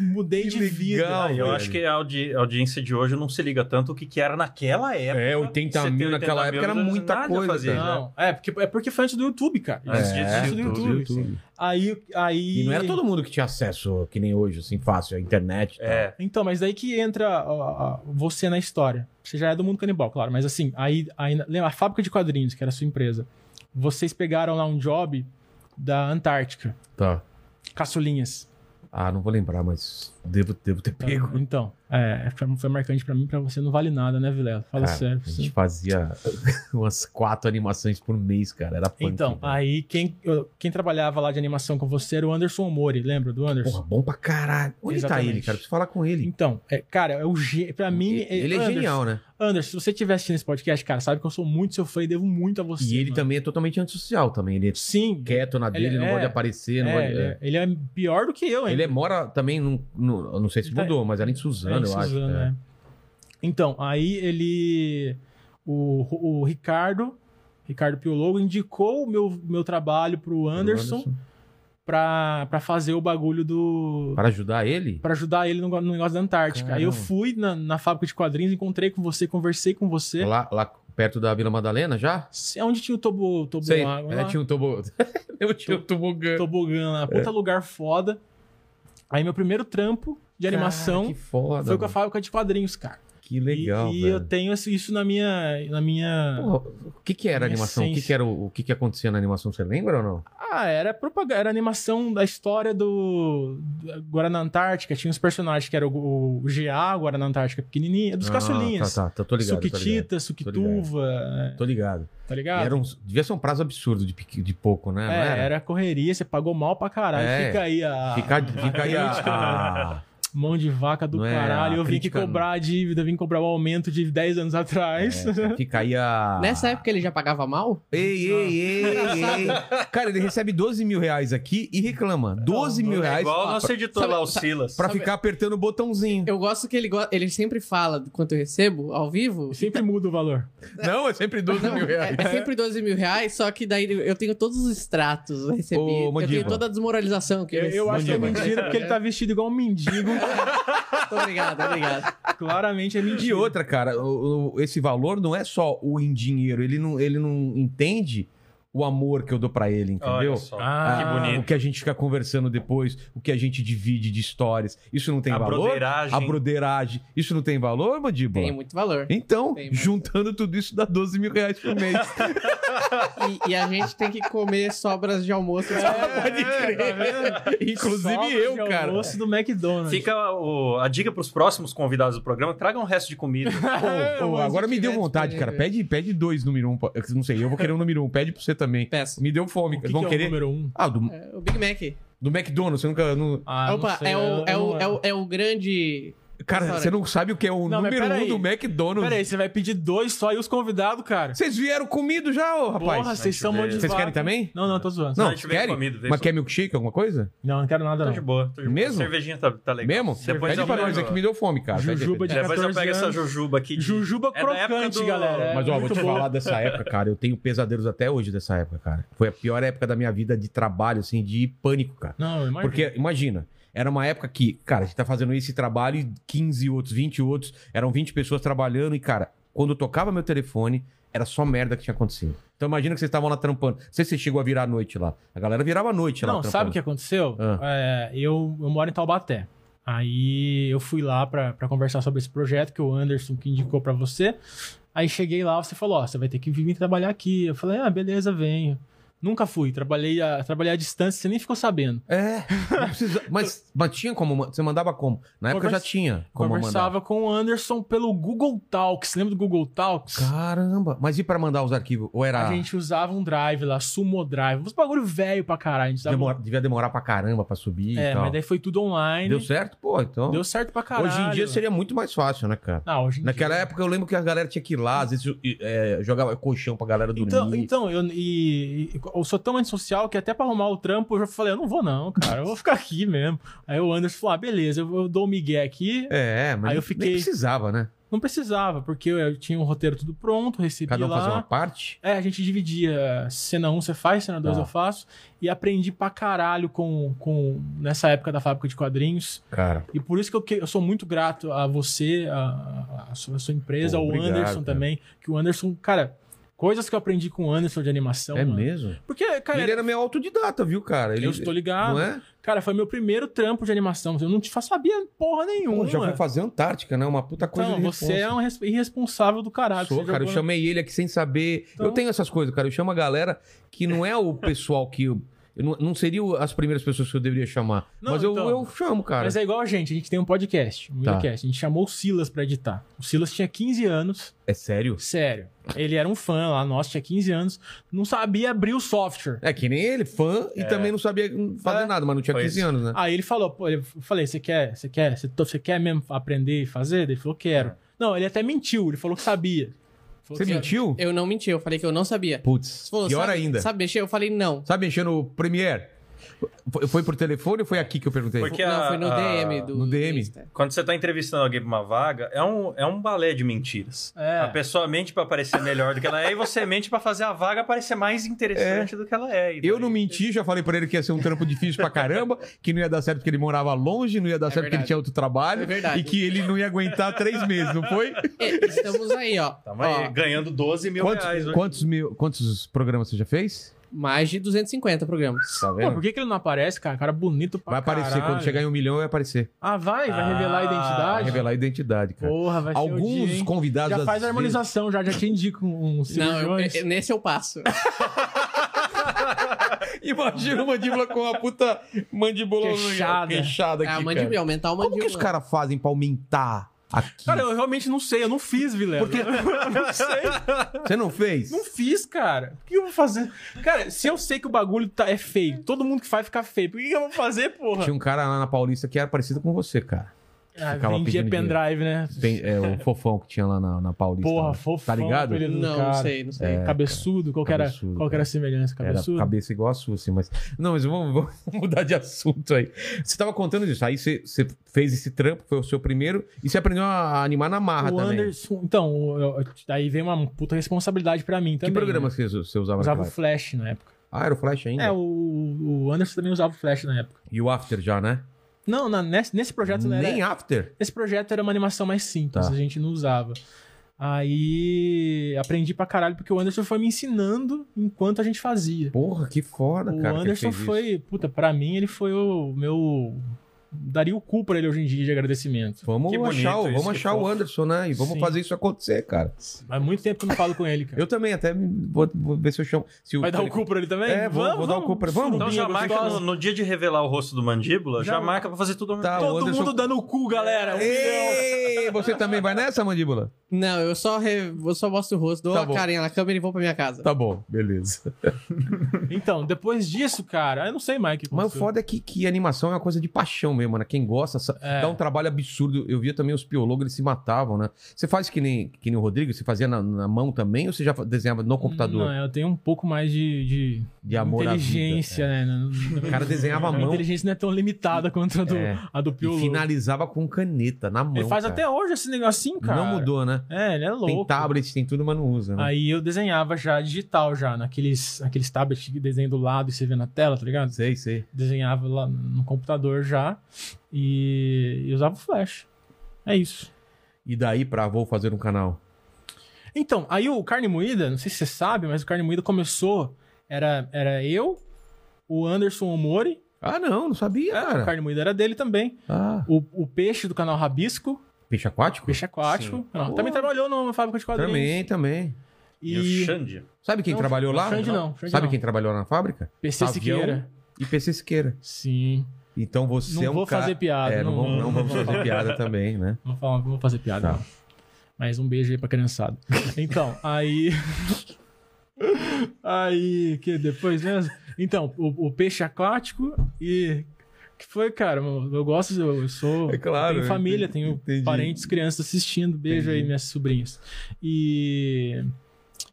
[SPEAKER 4] Mudei
[SPEAKER 1] Que
[SPEAKER 4] de
[SPEAKER 1] legal,
[SPEAKER 4] vida.
[SPEAKER 3] Ah, eu
[SPEAKER 1] velho.
[SPEAKER 3] acho que a audi- a audiência de hoje não se liga tanto o que, que era naquela época.
[SPEAKER 1] É, 80
[SPEAKER 3] Você ter
[SPEAKER 1] mil naquela época era
[SPEAKER 3] visualizações,
[SPEAKER 1] muita
[SPEAKER 3] nada
[SPEAKER 1] coisa,
[SPEAKER 3] fazia,
[SPEAKER 1] cara.
[SPEAKER 3] né?
[SPEAKER 4] Não, é porque, é porque foi antes do YouTube, cara.
[SPEAKER 3] É, Antes disso,
[SPEAKER 4] antes do
[SPEAKER 3] YouTube.
[SPEAKER 4] YouTube. Aí, aí...
[SPEAKER 1] E não era todo mundo que tinha acesso, que nem hoje, assim, fácil, à internet. e tal.
[SPEAKER 3] É,
[SPEAKER 4] Então, mas daí que entra ó, ó, você na história. Você já é do mundo canibal, claro, mas assim, aí, aí lembra a fábrica de quadrinhos, que era a sua empresa. Vocês pegaram lá um job da Antártica,
[SPEAKER 1] Tá.
[SPEAKER 4] caçulinhas.
[SPEAKER 1] Ah, não vou lembrar, mas devo, devo ter pego.
[SPEAKER 4] Então, é, foi, foi marcante pra mim, pra você não vale nada, né, Vilela? Fala
[SPEAKER 1] Cara,
[SPEAKER 4] sério.
[SPEAKER 1] A
[SPEAKER 4] pra você.
[SPEAKER 1] gente fazia umas quatro animações por mês, cara. Era punk,
[SPEAKER 4] Então,
[SPEAKER 1] velho.
[SPEAKER 4] aí quem, eu- quem trabalhava lá de animação com você era o Anderson Omori, lembra do Anderson?
[SPEAKER 1] Porra, bom pra caralho. Onde
[SPEAKER 4] Exatamente.
[SPEAKER 1] tá ele, cara? Preciso falar com ele.
[SPEAKER 4] Então, é, cara, é o gê- pra mim.
[SPEAKER 1] ele é
[SPEAKER 4] Anderson-
[SPEAKER 1] genial, né?
[SPEAKER 4] Anderson, se você estiver assistindo esse podcast, cara, sabe que eu sou muito seu fã e devo muito a você.
[SPEAKER 1] E ele
[SPEAKER 4] mano.
[SPEAKER 1] também é totalmente antissocial também. Ele é
[SPEAKER 4] Sim.
[SPEAKER 1] quieto na dele,
[SPEAKER 4] Ele
[SPEAKER 1] não
[SPEAKER 4] é-
[SPEAKER 1] gosta de aparecer. Não
[SPEAKER 4] é,
[SPEAKER 1] gosta de-
[SPEAKER 4] ele, é, ele é pior do que eu,
[SPEAKER 1] é.
[SPEAKER 4] hein?
[SPEAKER 1] Ele é- mora também, num, no- eu não sei se
[SPEAKER 4] Ele tá-
[SPEAKER 1] mudou, mas era em
[SPEAKER 4] É,
[SPEAKER 1] Suzano, eu acho.
[SPEAKER 4] Suzano,
[SPEAKER 1] é.
[SPEAKER 4] é. Então, aí ele. O, o Ricardo, Ricardo Piologo, indicou o meu, meu trabalho pro Anderson, Pra, pra fazer o bagulho do.
[SPEAKER 1] Para ajudar ele?
[SPEAKER 4] Pra ajudar ele no, go- no negócio da Antártica. Aí eu
[SPEAKER 1] Caramba.
[SPEAKER 4] fui na, na fábrica de quadrinhos, encontrei com você, conversei com você.
[SPEAKER 1] Lá, lá perto da Vila Madalena já?
[SPEAKER 4] É onde tinha o tobo, tobo
[SPEAKER 1] Sei,
[SPEAKER 4] água
[SPEAKER 1] é,
[SPEAKER 4] lá.
[SPEAKER 1] tinha um tobo... eu tinha um É. tobogã.
[SPEAKER 4] tobogã lá. Puta lugar foda. Aí meu primeiro trampo de
[SPEAKER 1] Cara,
[SPEAKER 4] animação
[SPEAKER 1] que foda,
[SPEAKER 4] foi com a
[SPEAKER 1] mano.
[SPEAKER 4] fábrica de quadrinhos, cara.
[SPEAKER 1] Que legal,
[SPEAKER 4] E, e
[SPEAKER 1] velho.
[SPEAKER 4] eu tenho esse- isso na minha. Na minha...
[SPEAKER 1] Porra, o que que era a
[SPEAKER 4] Minha
[SPEAKER 1] animação? O que que
[SPEAKER 4] essência.
[SPEAKER 1] era o, o que que acontecia na animação? Você lembra ou não?
[SPEAKER 4] Ah, era propaganda, era animação da história do, do Guaraná Antártica. Tinha os personagens que eram o, o GA, Guaraná Antártica pequenininha, dos
[SPEAKER 1] Ah,
[SPEAKER 4] caçulinhas.
[SPEAKER 1] Tá, tá, tá, tô ligado. tô ligado.
[SPEAKER 4] Suquitita, Suquituva,
[SPEAKER 1] Tô ligado.
[SPEAKER 4] tá
[SPEAKER 1] E
[SPEAKER 4] ligado?
[SPEAKER 1] Era um, devia ser um prazo absurdo de, pequ- de pouco, né? Não
[SPEAKER 4] É, era? um correria, você pagou mal pra caralho.
[SPEAKER 1] É.
[SPEAKER 4] Fica aí a né?
[SPEAKER 1] Fica, fica aí a, ah, a-
[SPEAKER 4] mão de vaca do
[SPEAKER 1] Não é,
[SPEAKER 4] caralho.
[SPEAKER 1] a
[SPEAKER 4] eu vim aqui
[SPEAKER 1] crítica-
[SPEAKER 4] cobrar a dívida, vim cobrar o aumento de 10 anos atrás.
[SPEAKER 1] é, Fica aí a.
[SPEAKER 2] Nessa época ele já pagava mal?
[SPEAKER 1] Ei, ei, ei, ei. Cara, ele recebe 12 mil reais aqui e reclama. 12 mil
[SPEAKER 3] é
[SPEAKER 1] reais
[SPEAKER 3] igual o nosso editor
[SPEAKER 2] sabe-
[SPEAKER 3] lá, o Silas.
[SPEAKER 1] pra ficar apertando o botãozinho.
[SPEAKER 2] Eu gosto que ele, go- ele sempre fala do quanto eu recebo ao vivo.
[SPEAKER 4] Sempre muda o valor.
[SPEAKER 1] Não, é sempre 12 mil reais. né?
[SPEAKER 2] É, é sempre 12 mil reais, só que daí eu tenho todos os extratos recebidos.
[SPEAKER 1] Ô,
[SPEAKER 2] Eu
[SPEAKER 1] Mandiva.
[SPEAKER 2] tenho toda a desmoralização que
[SPEAKER 4] Eu,
[SPEAKER 2] ele
[SPEAKER 4] eu acho que é
[SPEAKER 1] Mandiva.
[SPEAKER 4] mentira, porque ele tá vestido igual um mendigo.
[SPEAKER 2] Muito obrigado, obrigado.
[SPEAKER 4] Claramente é
[SPEAKER 1] E
[SPEAKER 4] mentira.
[SPEAKER 1] outra, cara, o- o- esse valor não é só o em dinheiro. Ele não, ele não entende o amor que eu dou pra ele, entendeu?
[SPEAKER 3] Olha só.
[SPEAKER 1] Ah,
[SPEAKER 3] que bonito.
[SPEAKER 1] O que a gente fica conversando depois, o que a gente divide de histórias. Isso não tem
[SPEAKER 3] a
[SPEAKER 1] valor?
[SPEAKER 3] broderagem.
[SPEAKER 1] A broderagem. Isso não tem valor, Mandíbula?
[SPEAKER 2] Tem muito valor.
[SPEAKER 1] Então,
[SPEAKER 2] Tem, mas-
[SPEAKER 1] juntando tudo isso dá 12 mil reais por mês.
[SPEAKER 2] E, e a gente tem que comer sobras de almoço.
[SPEAKER 1] Pode crer. Inclusive
[SPEAKER 4] Sobras
[SPEAKER 1] eu,
[SPEAKER 4] de
[SPEAKER 1] cara.
[SPEAKER 4] almoço do McDonald's.
[SPEAKER 3] Fica o- a dica pros próximos convidados do programa: tragam o resto de comida.
[SPEAKER 1] Pô, pô,
[SPEAKER 2] Onde
[SPEAKER 1] agora me deu
[SPEAKER 2] tiver
[SPEAKER 1] vontade, cara.
[SPEAKER 2] disponível.
[SPEAKER 1] Pede, pede dois número um. pra- eu Não sei, eu vou querer um número um. Pede pra você também.
[SPEAKER 2] Peço.
[SPEAKER 1] Me deu fome.
[SPEAKER 4] O
[SPEAKER 1] cara.
[SPEAKER 4] que
[SPEAKER 1] Vão
[SPEAKER 4] que é o
[SPEAKER 1] querer.
[SPEAKER 4] número um?
[SPEAKER 1] Ah, do,
[SPEAKER 2] É, o Big Mac.
[SPEAKER 1] do McDonald's. Você nunca. não-
[SPEAKER 4] Ah, não
[SPEAKER 2] Opa,
[SPEAKER 4] sei,
[SPEAKER 2] é,
[SPEAKER 4] eu-
[SPEAKER 2] o, é,
[SPEAKER 4] eu
[SPEAKER 2] o,
[SPEAKER 4] não-
[SPEAKER 2] é, o, é o grande
[SPEAKER 1] Cara,
[SPEAKER 2] Restaurante.
[SPEAKER 1] você não sabe o que é o
[SPEAKER 4] Não, mas
[SPEAKER 1] número um
[SPEAKER 4] peraí.
[SPEAKER 1] do McDonald's.
[SPEAKER 4] Pera aí, você vai pedir dois só e os convidados, cara.
[SPEAKER 1] Vocês vieram comido já, ô, rapaz?
[SPEAKER 4] Porra, vocês
[SPEAKER 3] Vai
[SPEAKER 4] são
[SPEAKER 3] te ver.
[SPEAKER 4] muito
[SPEAKER 1] Vocês querem também?
[SPEAKER 4] Não, não, tô zoando.
[SPEAKER 1] Não,
[SPEAKER 3] a gente veio
[SPEAKER 1] querem?
[SPEAKER 3] comido, veio
[SPEAKER 1] Mas
[SPEAKER 3] só-
[SPEAKER 1] quer milkshake, alguma coisa?
[SPEAKER 4] Não, não quero nada,
[SPEAKER 3] Tô
[SPEAKER 4] não.
[SPEAKER 3] de boa. Tô de boa.
[SPEAKER 1] Então, Mesmo?
[SPEAKER 3] Cervejinha tá, tá legal.
[SPEAKER 1] Mesmo?
[SPEAKER 3] Depois
[SPEAKER 1] Pede
[SPEAKER 3] eu
[SPEAKER 1] pra
[SPEAKER 3] pego-
[SPEAKER 1] nós aqui, me deu fome, cara. Pede
[SPEAKER 4] Jujuba
[SPEAKER 1] aqui.
[SPEAKER 4] de
[SPEAKER 3] Depois eu
[SPEAKER 4] 14
[SPEAKER 3] pego essa
[SPEAKER 4] anos.
[SPEAKER 3] jujuba aqui. de-
[SPEAKER 4] Jujuba
[SPEAKER 3] É da época
[SPEAKER 4] crocante,
[SPEAKER 3] do-
[SPEAKER 4] galera.
[SPEAKER 1] Mas, ó, vou
[SPEAKER 4] Muito
[SPEAKER 1] te
[SPEAKER 4] boa.
[SPEAKER 1] falar dessa época, cara. Eu tenho pesadelos até hoje dessa época, cara. Foi a pior época da minha vida de trabalho, assim, de pânico, cara.
[SPEAKER 4] Não, imagina.
[SPEAKER 1] Porque, imagina, era uma época que, cara, a gente tá fazendo esse trabalho e 15 outros, 20 outros, eram 20 pessoas trabalhando e, cara, quando eu tocava meu telefone, era só merda que tinha acontecido. Então imagina que vocês estavam lá trampando. Não sei se você chegou a virar a noite lá. A galera virava a noite lá
[SPEAKER 4] Não, sabe o que
[SPEAKER 1] trampando.
[SPEAKER 4] aconteceu?
[SPEAKER 1] Ah.
[SPEAKER 4] É, eu, eu moro em Taubaté. Aí eu fui lá pra, pra conversar sobre esse projeto que o Anderson que indicou pra você. Aí cheguei lá, você falou, ó, você vai ter que vir trabalhar aqui. Eu falei, ah, beleza, venho. Nunca fui, trabalhei a, trabalhei à distância, você nem ficou sabendo.
[SPEAKER 1] É, não precisa- mas, mas tinha como. ma- Você mandava como? Na época
[SPEAKER 4] Conversa-
[SPEAKER 1] já tinha como mandar.
[SPEAKER 4] Conversava com o Anderson pelo Google Talks. Lembra do Google Talks?
[SPEAKER 1] Caramba, mas e pra mandar os arquivos? Ou era.
[SPEAKER 4] A gente usava um drive lá, Sumo Drive. Uns bagulho velho pra caralho. A gente usava...
[SPEAKER 1] demora- devia demorar pra caramba pra subir
[SPEAKER 4] É,
[SPEAKER 1] e tal.
[SPEAKER 4] mas daí foi tudo online.
[SPEAKER 1] Deu certo? Pô, então.
[SPEAKER 4] Deu certo pra caralho.
[SPEAKER 1] Hoje em dia seria muito mais fácil, né, cara?
[SPEAKER 4] Não, hoje em
[SPEAKER 1] Naquela
[SPEAKER 4] dia...
[SPEAKER 1] época eu lembro que a galera tinha que ir lá, às vezes eh, jogava colchão pra galera dormir.
[SPEAKER 4] Então, então eu, e- e- eu sou tão antissocial que até pra arrumar o trampo eu já falei, eu não vou não, cara, eu vou ficar aqui mesmo. Aí o Anderson falou, ah, beleza, eu, eu dou o migué aqui.
[SPEAKER 1] É, mas
[SPEAKER 4] Aí eu
[SPEAKER 1] nem-
[SPEAKER 4] fiquei-
[SPEAKER 1] nem precisava, né?
[SPEAKER 4] Não precisava, porque eu, eu tinha um roteiro tudo pronto, recebi
[SPEAKER 1] Cada um
[SPEAKER 4] lá.
[SPEAKER 1] fazia uma parte.
[SPEAKER 4] É, a gente dividia, cena 1 você faz, cena 2
[SPEAKER 1] Tá.
[SPEAKER 4] eu faço. E aprendi pra caralho com, com, nessa época da fábrica de quadrinhos.
[SPEAKER 1] Cara,
[SPEAKER 4] E por isso que eu, que- eu sou muito grato a você, a, a sua, a sua empresa,
[SPEAKER 1] Pô,
[SPEAKER 4] ao
[SPEAKER 1] obrigado,
[SPEAKER 4] Anderson
[SPEAKER 1] cara.
[SPEAKER 4] também. Que o Anderson, cara, coisas que eu aprendi com o Anderson de animação.
[SPEAKER 1] é
[SPEAKER 4] Então, mano.
[SPEAKER 1] mesmo?
[SPEAKER 4] Porque, cara,
[SPEAKER 1] ele é era meio autodidata, viu, cara? Ele,
[SPEAKER 4] eu estou ligado.
[SPEAKER 1] Não é?
[SPEAKER 4] Cara, foi meu primeiro trampo de animação. Eu não te fa- sabia porra nenhuma.
[SPEAKER 1] Pô, já foi fazer Antártica, né? Uma puta coisa
[SPEAKER 4] então,
[SPEAKER 1] de
[SPEAKER 4] você é
[SPEAKER 1] responsa.
[SPEAKER 4] um res- irresponsável do caralho.
[SPEAKER 1] Sou,
[SPEAKER 4] Você
[SPEAKER 1] cara, eu
[SPEAKER 4] jogou na-
[SPEAKER 1] chamei ele aqui sem saber.
[SPEAKER 4] Então-
[SPEAKER 1] Eu tenho essas coisas, cara. Eu chamo a galera que não é o pessoal que. Eu, eu não, não seria o- as primeiras pessoas que eu deveria chamar.
[SPEAKER 4] Não,
[SPEAKER 1] mas eu,
[SPEAKER 4] então.
[SPEAKER 1] eu chamo, cara.
[SPEAKER 4] Mas é igual a gente, a gente tem um podcast, um
[SPEAKER 1] Tá.
[SPEAKER 4] podcast. A gente chamou o Silas pra editar. O Silas tinha 15 anos,
[SPEAKER 1] É sério?
[SPEAKER 4] sério. Ele era um fã lá, nosso tinha 15 anos, não sabia abrir o software.
[SPEAKER 1] É que nem ele, fã, e também não sabia fazer
[SPEAKER 4] É.
[SPEAKER 1] nada, mas não tinha
[SPEAKER 3] Foi
[SPEAKER 1] 15
[SPEAKER 3] isso.
[SPEAKER 1] anos, né?
[SPEAKER 4] Aí ele falou, pô, eu falei, você quer, você quer, você, to- você quer mesmo aprender e fazer? Ele falou, quero. Não, ele até mentiu, ele falou que sabia. Ele
[SPEAKER 1] Você
[SPEAKER 4] falou que-
[SPEAKER 1] mentiu?
[SPEAKER 2] Eu não menti, eu falei que eu não sabia.
[SPEAKER 1] Putz,
[SPEAKER 2] Você falou,
[SPEAKER 1] pior
[SPEAKER 2] sabe-
[SPEAKER 1] ainda.
[SPEAKER 2] Sabe mexer? Eu falei, não.
[SPEAKER 1] Sabe mexendo no Premiere? Foi- Foi por telefone ou foi aqui que eu perguntei?
[SPEAKER 3] Porque
[SPEAKER 2] não,
[SPEAKER 3] a-
[SPEAKER 2] foi no
[SPEAKER 3] a-
[SPEAKER 2] DM do.
[SPEAKER 1] Ah, No
[SPEAKER 2] do
[SPEAKER 1] DM.
[SPEAKER 2] Insta.
[SPEAKER 3] Quando você tá entrevistando alguém pra uma vaga, é um, é um balé de mentiras.
[SPEAKER 4] É.
[SPEAKER 3] A pessoa mente pra parecer melhor do que ela é e você mente pra fazer a vaga parecer mais interessante do que ela é. E
[SPEAKER 1] Eu
[SPEAKER 3] daí-
[SPEAKER 1] não menti, já falei pra ele que ia ser um trampo difícil pra caramba, que não ia dar certo porque ele morava longe, não ia dar certo porque ele
[SPEAKER 2] verdade.
[SPEAKER 1] tinha outro trabalho
[SPEAKER 2] É verdade.
[SPEAKER 1] e que ele não ia aguentar três meses, não foi?
[SPEAKER 2] É, estamos aí, ó.
[SPEAKER 3] Tamo aí,
[SPEAKER 2] Ó,
[SPEAKER 3] ganhando 12 mil
[SPEAKER 1] Quantos,
[SPEAKER 3] reais. né? hoje.
[SPEAKER 1] quantos mil- quantos programas você já fez?
[SPEAKER 2] mais de 250 programas.
[SPEAKER 1] Tá
[SPEAKER 4] Pô, por que, que ele não aparece, cara? Cara bonito pra
[SPEAKER 1] Vai aparecer,
[SPEAKER 4] caralho.
[SPEAKER 1] quando chegar em um milhão vai aparecer.
[SPEAKER 4] Ah, vai? Vai
[SPEAKER 3] Ah,
[SPEAKER 4] revelar a
[SPEAKER 1] Vai
[SPEAKER 4] identidade?
[SPEAKER 1] revelar a identidade, cara.
[SPEAKER 4] Porra, vai ser o
[SPEAKER 1] Alguns
[SPEAKER 4] dia, hein?
[SPEAKER 1] convidados... assim.
[SPEAKER 4] Já
[SPEAKER 1] às
[SPEAKER 4] faz a
[SPEAKER 1] vezes-
[SPEAKER 4] harmonização, já, já te indico um
[SPEAKER 2] Não, eu-
[SPEAKER 4] cirurgiões.
[SPEAKER 2] é- nesse eu passo.
[SPEAKER 1] Imagina uma mandíbula com uma puta mandíbula
[SPEAKER 4] Queixada.
[SPEAKER 1] queixada aqui,
[SPEAKER 2] Ah,
[SPEAKER 1] cara.
[SPEAKER 2] mandíbula, aumentar o
[SPEAKER 1] Como
[SPEAKER 2] mandíbula.
[SPEAKER 1] que os caras fazem pra aumentar aqui?
[SPEAKER 4] Cara, eu realmente não sei, eu não fiz, Vilela.
[SPEAKER 1] Porque-
[SPEAKER 4] Eu não sei,
[SPEAKER 1] Você não fez?
[SPEAKER 4] não fiz, cara. O que eu vou fazer? Cara, se eu sei que o bagulho tá, é feio, todo mundo que faz fica feio, por que, que eu vou fazer, porra?
[SPEAKER 1] Tinha um cara lá na Paulista que era parecido com você, cara.
[SPEAKER 4] Ah,
[SPEAKER 1] ficava
[SPEAKER 4] vendia
[SPEAKER 1] pedindo
[SPEAKER 4] pendrive, né?
[SPEAKER 1] Bem- é, o fofão que tinha lá na, na Paulista.
[SPEAKER 4] Porra,
[SPEAKER 1] né? Tá
[SPEAKER 4] fofão.
[SPEAKER 1] ligado?
[SPEAKER 4] apelido do
[SPEAKER 2] Não,
[SPEAKER 4] cara.
[SPEAKER 2] não sei, não
[SPEAKER 1] É.
[SPEAKER 2] sei.
[SPEAKER 4] É, Cabeçudo, qual que era,
[SPEAKER 1] Cabeçudo,
[SPEAKER 4] qual que era a semelhança?
[SPEAKER 1] Era
[SPEAKER 4] Cabeçudo?
[SPEAKER 1] cabeça igual a sua, assim, mas. Não, mas vamos, vamos mudar de assunto aí. Você tava contando disso. Aí você, você fez esse trampo, foi o seu primeiro, e você aprendeu a animar na marra
[SPEAKER 4] o
[SPEAKER 1] também.
[SPEAKER 4] Anderson. Então, o- eu- daí veio uma puta responsabilidade pra mim
[SPEAKER 1] que
[SPEAKER 4] também.
[SPEAKER 1] programa
[SPEAKER 4] né?
[SPEAKER 1] você, você usava,
[SPEAKER 4] Eu
[SPEAKER 1] na
[SPEAKER 4] Usava o
[SPEAKER 1] Flash?
[SPEAKER 4] Flash na época.
[SPEAKER 1] Ah, era o Flash ainda?
[SPEAKER 4] É, o, o Anderson também usava o Flash na época.
[SPEAKER 1] E o After já, né?
[SPEAKER 4] Não, na- nesse, nesse projeto não era.
[SPEAKER 1] Nem After.
[SPEAKER 4] Esse projeto era uma animação mais simples,
[SPEAKER 1] Tá.
[SPEAKER 4] a gente não usava. Aí aprendi pra caralho, porque o Anderson foi me ensinando enquanto a gente fazia.
[SPEAKER 1] Porra, que foda,
[SPEAKER 4] o
[SPEAKER 1] cara. que ele
[SPEAKER 4] Anderson
[SPEAKER 1] fez isso.
[SPEAKER 4] foi, puta, pra mim ele foi o meu. Daria o cu pra ele hoje em dia de agradecimento.
[SPEAKER 1] Vamos
[SPEAKER 3] Que bonito
[SPEAKER 1] achar, o-
[SPEAKER 3] isso,
[SPEAKER 1] vamos
[SPEAKER 3] que
[SPEAKER 1] achar o
[SPEAKER 3] fofo.
[SPEAKER 1] Anderson, né? E vamos
[SPEAKER 4] Sim.
[SPEAKER 1] fazer isso acontecer, cara.
[SPEAKER 4] Há muito tempo que eu não falo com ele, cara.
[SPEAKER 1] Eu também, até me- vou, vou ver se eu chamo. Se
[SPEAKER 4] Vai dar o cu pra ele também?
[SPEAKER 1] É, vou- vou dar o cu pra- vamos?
[SPEAKER 3] Então
[SPEAKER 4] surubinha
[SPEAKER 3] já marca
[SPEAKER 4] gostosa.
[SPEAKER 3] no, no dia de revelar o rosto do mandíbula, já,
[SPEAKER 4] Já-
[SPEAKER 3] marca pra fazer tudo ao mesmo
[SPEAKER 1] Tá,
[SPEAKER 3] tempo.
[SPEAKER 1] o
[SPEAKER 4] Todo
[SPEAKER 1] Anderson-
[SPEAKER 4] mundo dando o cu, galera. Um milhão.
[SPEAKER 1] Ei, você também vai nessa, mandíbula?
[SPEAKER 2] Não, eu só, re- eu só mostro o rosto, dou
[SPEAKER 1] Tá
[SPEAKER 2] a
[SPEAKER 1] bom.
[SPEAKER 2] carinha na câmera e vou pra minha casa.
[SPEAKER 1] Tá bom, beleza.
[SPEAKER 4] Então, depois disso, cara, eu não sei mais o que
[SPEAKER 1] Mas o
[SPEAKER 4] aconteceu.
[SPEAKER 1] foda é que, que animação é uma coisa de paixão mesmo, né? Quem gosta sa-
[SPEAKER 4] É.
[SPEAKER 1] dá um trabalho absurdo. Eu via também os piologos, eles se matavam, né? Você faz que nem, que nem o Rodrigo, você fazia na, na mão também ou você já fa- desenhava no computador?
[SPEAKER 4] Não, eu tenho um pouco mais de, de
[SPEAKER 1] De amor à vida,
[SPEAKER 4] inteligência, né?
[SPEAKER 1] O cara desenhava
[SPEAKER 4] a
[SPEAKER 1] à mão
[SPEAKER 4] inteligência não é tão limitada quanto a do,
[SPEAKER 1] É.
[SPEAKER 4] a do
[SPEAKER 1] e
[SPEAKER 4] Piolo.
[SPEAKER 1] finalizava com caneta na mão.
[SPEAKER 4] Ele faz
[SPEAKER 1] cara.
[SPEAKER 4] até hoje esse negocinho, cara.
[SPEAKER 1] Não mudou, né?
[SPEAKER 4] É, ele é louco.
[SPEAKER 1] Tem tablet, tem tudo, mas não usa. né?
[SPEAKER 4] Aí eu desenhava já digital, já, naqueles aqueles tablets que desenha do lado e você vê na tela, tá ligado?
[SPEAKER 1] Sei, sei.
[SPEAKER 4] Desenhava lá no computador já e, e usava o flash. É isso.
[SPEAKER 1] E daí pra vou fazer um canal.
[SPEAKER 4] Então, aí o Carne Moída, não sei se você sabe, mas o Carne Moída começou. Era, era eu, o Anderson Omori.
[SPEAKER 1] Ah, não, não sabia,
[SPEAKER 4] O
[SPEAKER 1] cara.
[SPEAKER 4] Carne Moída era dele também.
[SPEAKER 1] Ah,
[SPEAKER 4] O, o Peixe do canal Rabisco,
[SPEAKER 1] peixe aquático?
[SPEAKER 4] Peixe Aquático. Não,
[SPEAKER 1] Pô.
[SPEAKER 4] também trabalhou numa fábrica de quadrinhos.
[SPEAKER 1] Também, tá. também. É.
[SPEAKER 3] E, o
[SPEAKER 4] E
[SPEAKER 3] Xande?
[SPEAKER 1] Sabe quem
[SPEAKER 4] Não,
[SPEAKER 1] trabalhou lá?
[SPEAKER 4] Xande não, Xande
[SPEAKER 1] Sabe
[SPEAKER 4] não.
[SPEAKER 1] quem trabalhou lá na fábrica?
[SPEAKER 4] PC
[SPEAKER 1] Tavião.
[SPEAKER 4] Siqueira.
[SPEAKER 1] E PC Siqueira.
[SPEAKER 4] Sim.
[SPEAKER 1] Então você
[SPEAKER 4] Não
[SPEAKER 1] é um
[SPEAKER 4] vou
[SPEAKER 1] cara...
[SPEAKER 4] fazer piada.
[SPEAKER 1] É, não, vamos, não vamos fazer piada também, né?
[SPEAKER 4] Não vou, falar- não vou fazer piada.
[SPEAKER 1] Tá.
[SPEAKER 4] não. Mas um beijo aí pra criançada. Então, aí. aí, que depois mesmo? Então, o, o peixe aquático e. Que foi, cara? Eu, eu gosto, eu, eu sou.
[SPEAKER 1] É claro,
[SPEAKER 4] Tenho
[SPEAKER 1] eu
[SPEAKER 4] família,
[SPEAKER 1] entendi,
[SPEAKER 4] tenho
[SPEAKER 1] entendi.
[SPEAKER 4] parentes, crianças assistindo. Beijo aí,
[SPEAKER 1] Entendi.
[SPEAKER 4] minhas sobrinhas. E.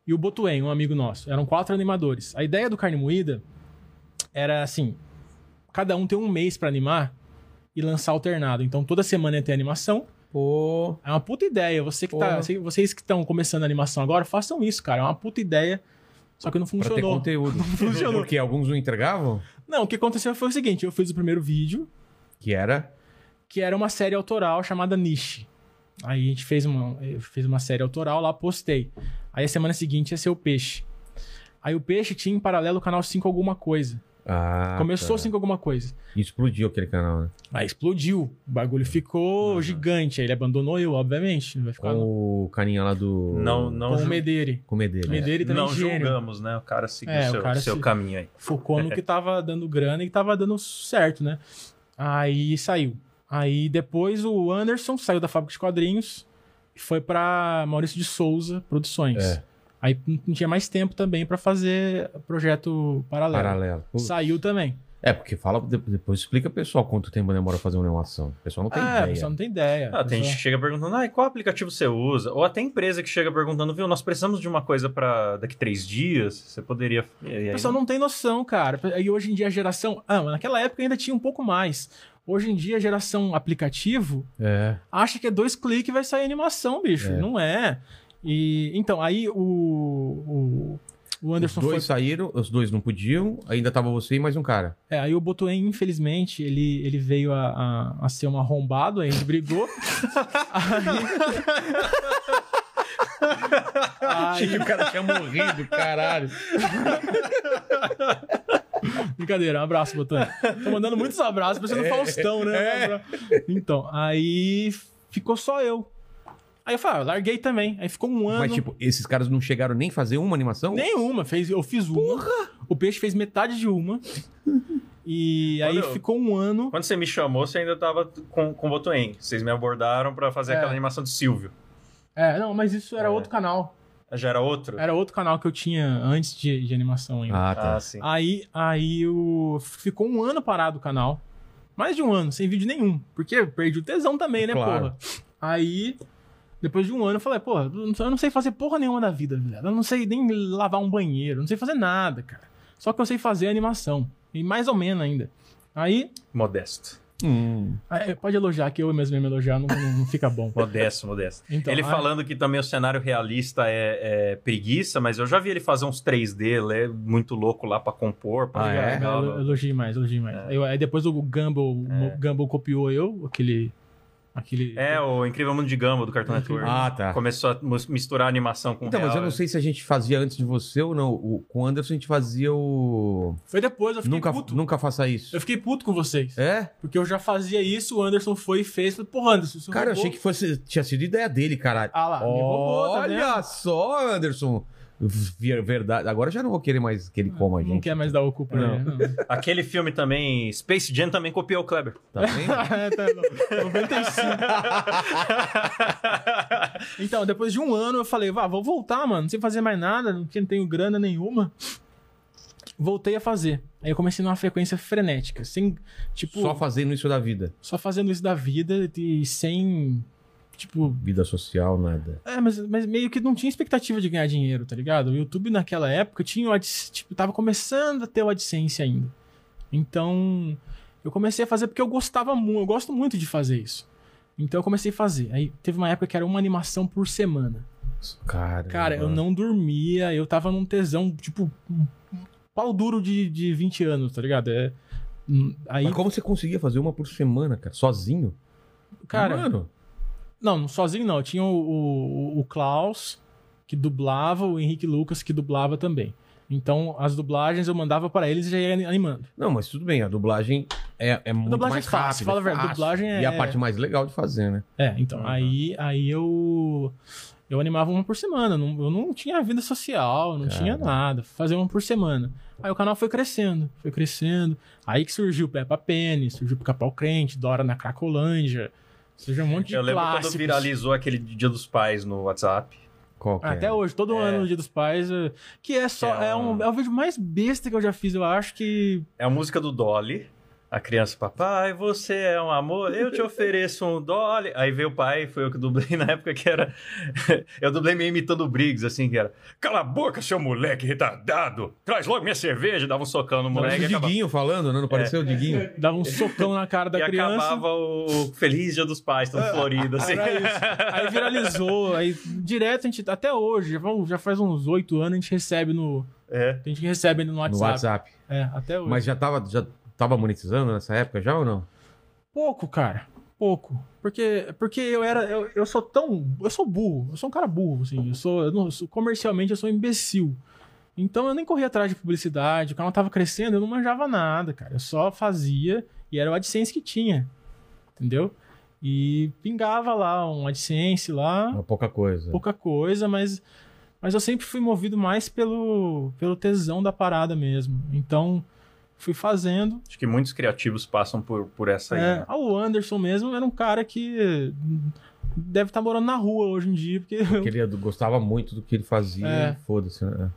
[SPEAKER 4] E o Botuém, um amigo nosso. Eram quatro animadores. A ideia do Carne Moída era assim: cada um tem um mês pra animar e lançar alternado. Então toda semana ia ter animação.
[SPEAKER 1] Pô,
[SPEAKER 4] É uma puta ideia. Você que
[SPEAKER 1] Porra.
[SPEAKER 4] tá, você- vocês que estão começando a animação agora, façam isso, cara. É uma puta ideia. Só que não
[SPEAKER 1] pra ter
[SPEAKER 4] funcionou.
[SPEAKER 1] conteúdo.
[SPEAKER 4] funcionou.
[SPEAKER 1] Porque alguns não entregavam,
[SPEAKER 4] Não, o que aconteceu foi o seguinte: eu fiz o primeiro vídeo,
[SPEAKER 1] que era...
[SPEAKER 4] que era uma série autoral chamada Niche. Aí a gente fez uma, eu fiz uma série autoral lá, postei. Aí a semana seguinte ia ser o Peixe. Aí o Peixe tinha em paralelo o canal 5 Alguma Coisa.
[SPEAKER 1] Ah,
[SPEAKER 4] Começou
[SPEAKER 1] tá.
[SPEAKER 4] 5 Alguma Coisa.
[SPEAKER 1] Explodiu aquele canal, né?
[SPEAKER 4] Aí explodiu. O bagulho ficou gigante. Aí ele abandonou eu, obviamente. Ah, Não vai ficar com,
[SPEAKER 1] Com o carinha lá do...
[SPEAKER 3] Não, não,
[SPEAKER 4] com o
[SPEAKER 3] ju-
[SPEAKER 4] Medeiros.
[SPEAKER 1] Comedeiro.
[SPEAKER 4] Medeiros também é
[SPEAKER 3] não
[SPEAKER 4] gênio.
[SPEAKER 3] julgamos, né? O cara seguiu
[SPEAKER 4] É, o
[SPEAKER 3] seu,
[SPEAKER 4] cara
[SPEAKER 3] seu
[SPEAKER 4] se-
[SPEAKER 3] caminho aí.
[SPEAKER 4] focou no que tava dando grana e que tava dando certo, né? Aí saiu. Aí depois o Anderson saiu da fábrica de quadrinhos e foi pra Maurício de Souza Produções.
[SPEAKER 1] É.
[SPEAKER 4] Aí não- não tinha mais tempo também pra fazer projeto paralelo.
[SPEAKER 1] Paralelo. Pô,
[SPEAKER 4] Saiu também.
[SPEAKER 1] É, porque fala, de- depois explica pro pessoal quanto tempo demora fazer uma animação. O pessoal não tem
[SPEAKER 4] ah, o
[SPEAKER 1] ideia.
[SPEAKER 4] pessoal não tem ideia.
[SPEAKER 3] Ah, tem
[SPEAKER 4] Pessoal-
[SPEAKER 1] é.
[SPEAKER 3] gente que chega perguntando, ah, e qual aplicativo você usa? Ou até empresa que chega perguntando, viu, nós precisamos de uma coisa pra daqui três dias, você poderia... E aí,
[SPEAKER 4] O pessoal não tem noção, cara. E hoje em dia a geração. Ah, mas naquela época ainda tinha um pouco mais. Hoje em dia a geração aplicativo
[SPEAKER 1] É.
[SPEAKER 4] acha que é dois cliques e vai sair animação, bicho.
[SPEAKER 1] É.
[SPEAKER 4] Não é. E então, aí o, o, o Anderson
[SPEAKER 1] os dois saíram, os dois não podiam, ainda tava você e mais um cara.
[SPEAKER 4] foi. É, aí o Botoen, infelizmente, ele, ele veio a, a, a ser um arrombado, aí a gente brigou. aí,
[SPEAKER 1] o cara tinha morrido, caralho.
[SPEAKER 4] aí, brincadeira, um abraço, Botoen. Tô mandando muitos abraços, parecendo
[SPEAKER 1] É.
[SPEAKER 4] o Faustão, né? Então, aí ficou só eu. Aí eu falei, ah, eu larguei também. Aí ficou um ano.
[SPEAKER 1] Mas, tipo, esses caras não chegaram nem fazer uma animação?
[SPEAKER 4] Nenhuma, fez, eu fiz uma. O peixe fez metade de uma. E aí
[SPEAKER 3] Olha,
[SPEAKER 4] ficou um ano.
[SPEAKER 3] Quando você me chamou, você ainda tava com, com o Botoen. Vocês me abordaram pra fazer
[SPEAKER 4] É.
[SPEAKER 3] aquela animação de Silvio.
[SPEAKER 4] É, não, mas isso era
[SPEAKER 3] É.
[SPEAKER 4] outro canal.
[SPEAKER 3] Já era outro?
[SPEAKER 4] Era outro canal que eu tinha antes de, de animação ainda.
[SPEAKER 1] É. Ah, tá.
[SPEAKER 3] Ah, sim.
[SPEAKER 4] Aí, aí o... ficou um ano parado o canal. Mais de um ano, sem vídeo nenhum. Porque eu perdi o tesão também, né,
[SPEAKER 1] Claro.
[SPEAKER 4] porra? Aí, depois de um ano, eu falei, porra, eu não sei fazer porra nenhuma da vida, velho. Eu não sei nem lavar um banheiro, eu não sei fazer nada, cara. Só que eu sei fazer animação. E mais ou menos ainda. Aí,
[SPEAKER 3] Modesto.
[SPEAKER 1] Hum.
[SPEAKER 4] aí, Ah, é, pode elogiar, que eu mesmo ia me elogiar, não, não- não fica bom.
[SPEAKER 3] Modesto, modesto.
[SPEAKER 4] Então,
[SPEAKER 3] ele
[SPEAKER 4] aí-
[SPEAKER 3] falando que também o cenário realista é, é preguiça, mas eu já vi ele fazer uns 3D, ele é muito louco lá pra compor, pra
[SPEAKER 1] Ah, é?
[SPEAKER 4] É,
[SPEAKER 3] legal.
[SPEAKER 4] eu elogiei mais, elogiei mais.
[SPEAKER 3] É.
[SPEAKER 4] Eu- aí depois o Gumball, o Gumball copiou eu, aquele. aquele
[SPEAKER 3] É, o Incrível Mundo de Gumball do Cartoon Network.
[SPEAKER 1] Ah, tá.
[SPEAKER 3] Começou a mus- misturar animação com
[SPEAKER 1] Então,
[SPEAKER 3] real. é.
[SPEAKER 1] mas eu não sei se a gente fazia antes de você ou não. O, com o Anderson a gente fazia o.
[SPEAKER 4] Foi depois, eu fiquei
[SPEAKER 1] Nunca,
[SPEAKER 4] puto.
[SPEAKER 1] nunca faça isso.
[SPEAKER 4] Eu fiquei puto com vocês.
[SPEAKER 1] É?
[SPEAKER 4] Porque eu já fazia isso, o Anderson foi e fez. Falei, Porra, Anderson, você
[SPEAKER 1] Cara, eu
[SPEAKER 4] roubou.
[SPEAKER 1] achei que fosse, tinha sido ideia dele, caralho.
[SPEAKER 4] Ah lá, me roubou, tá
[SPEAKER 1] Olha só, Anderson. Ver- Verdade. Agora eu já não vou querer mais que ele coma a
[SPEAKER 4] Não
[SPEAKER 1] gente.
[SPEAKER 4] quer mais dar o cu pra
[SPEAKER 1] Não.
[SPEAKER 4] ele. né? Não.
[SPEAKER 3] Aquele filme também, Space Jam também copiou o Kleber.
[SPEAKER 1] Tá vendo?
[SPEAKER 4] É, tá bom. 95. Então, depois de um ano, eu falei, vá, vou voltar, mano, sem fazer mais nada, porque não tenho grana nenhuma. Voltei a fazer. Aí eu comecei numa frequência frenética, sem, tipo,
[SPEAKER 1] Só
[SPEAKER 4] só,
[SPEAKER 1] fazendo isso da vida.
[SPEAKER 4] fazendo isso da vida e sem, tipo...
[SPEAKER 1] Vida social, nada.
[SPEAKER 4] É, mas, mas meio que não tinha expectativa de ganhar dinheiro, tá ligado? O YouTube naquela época tinha o AdSense, tipo, tava começando a ter o AdSense ainda. Então, eu comecei a fazer porque eu gostava muito, eu gosto muito de fazer isso. Então eu comecei a fazer. Aí teve uma época que era uma animação por semana.
[SPEAKER 1] Cara,
[SPEAKER 4] Cara, eu não dormia, eu tava num tesão, tipo, um pau duro de, de 20 anos, tá ligado? É, hum, aí,
[SPEAKER 1] Mas como você conseguia fazer uma por semana, cara? Sozinho?
[SPEAKER 4] cara.
[SPEAKER 1] Mano,
[SPEAKER 4] Não, não, sozinho não. Tinha o, o, o Klaus, que dublava, o Henrique Lucas, que dublava também. Então, as dublagens eu mandava pra eles e já ia animando.
[SPEAKER 1] Não, mas tudo bem, a dublagem é, é muito
[SPEAKER 4] dublagem
[SPEAKER 1] mais
[SPEAKER 4] é
[SPEAKER 1] rápida,
[SPEAKER 4] fácil, fala a
[SPEAKER 1] é
[SPEAKER 4] verdade,
[SPEAKER 1] fácil.
[SPEAKER 4] dublagem é-
[SPEAKER 1] E a parte mais legal de fazer, né?
[SPEAKER 4] É, então, aí, aí eu. Eu animava uma por semana. Não, eu não tinha vida social, não tinha nada. Fazia uma por semana. Aí o canal foi crescendo, foi crescendo. Aí que surgiu Peppa Penny, surgiu Pica-Pau Crente, Dora na Cracolândia. Surgiu um monte de
[SPEAKER 3] Eu lembro
[SPEAKER 4] clássicos.
[SPEAKER 3] quando viralizou aquele Dia dos Pais no WhatsApp.
[SPEAKER 1] Qual que
[SPEAKER 4] Ah, Até
[SPEAKER 1] é?
[SPEAKER 4] hoje, todo
[SPEAKER 3] É.
[SPEAKER 4] ano no Dia dos Pais, eh, que é só.
[SPEAKER 3] É
[SPEAKER 4] É, um,
[SPEAKER 3] um-
[SPEAKER 4] é o vídeo mais besta que eu já fiz, eu acho que.
[SPEAKER 3] É a música do Dolly. A criança, papai, você é um amor, eu te ofereço um Dolly. Aí veio o pai, foi eu que dublei na época que era. eu dublei meio imitando o Briggs, assim, que era. Cala a boca, seu moleque retardado! Traz logo minha cerveja! Dava um socão no
[SPEAKER 1] Parece
[SPEAKER 3] moleque
[SPEAKER 1] o
[SPEAKER 3] e acabava.
[SPEAKER 1] Diguinho falando,
[SPEAKER 4] É.
[SPEAKER 1] né? Não pareceu o Diguinho?
[SPEAKER 4] Dava um socão na cara da
[SPEAKER 3] e
[SPEAKER 4] criança.
[SPEAKER 3] acabava o Feliz Dia dos Pais, todo florido, assim.
[SPEAKER 4] Era isso. Aí viralizou, aí direto a gente. Até hoje, já vão- já faz uns oito anos, a gente recebe no.
[SPEAKER 3] É.
[SPEAKER 4] A gente recebe ainda no
[SPEAKER 1] No
[SPEAKER 4] WhatsApp.
[SPEAKER 1] WhatsApp.
[SPEAKER 4] É, até hoje.
[SPEAKER 1] Mas já tava, já tava monetizando nessa época já ou não?
[SPEAKER 4] Pouco, cara. Pouco. Porque, porque eu era. Eu, eu sou tão. Eu sou burro. Eu sou um cara burro, assim. Eu sou, eu não- eu sou- Comercialmente eu sou um imbecil. Então eu nem corri atrás de publicidade. O canal tava crescendo, eu não manjava nada, cara. Eu só fazia e era o AdSense que tinha. Entendeu? E pingava lá um AdSense lá,
[SPEAKER 1] Não, pouca
[SPEAKER 3] É.
[SPEAKER 1] coisa.
[SPEAKER 4] pouca coisa, mas. Mas eu sempre fui movido mais pelo, pelo tesão da parada mesmo. Então, fui fazendo.
[SPEAKER 3] Acho que muitos criativos passam por, por essa aí.
[SPEAKER 4] É,
[SPEAKER 3] né?
[SPEAKER 4] ah, o Anderson mesmo era um cara que deve estar morando na rua hoje em dia, porque
[SPEAKER 1] Porque ele gostava muito do que ele fazia.
[SPEAKER 4] É.
[SPEAKER 1] e Foda-se, né?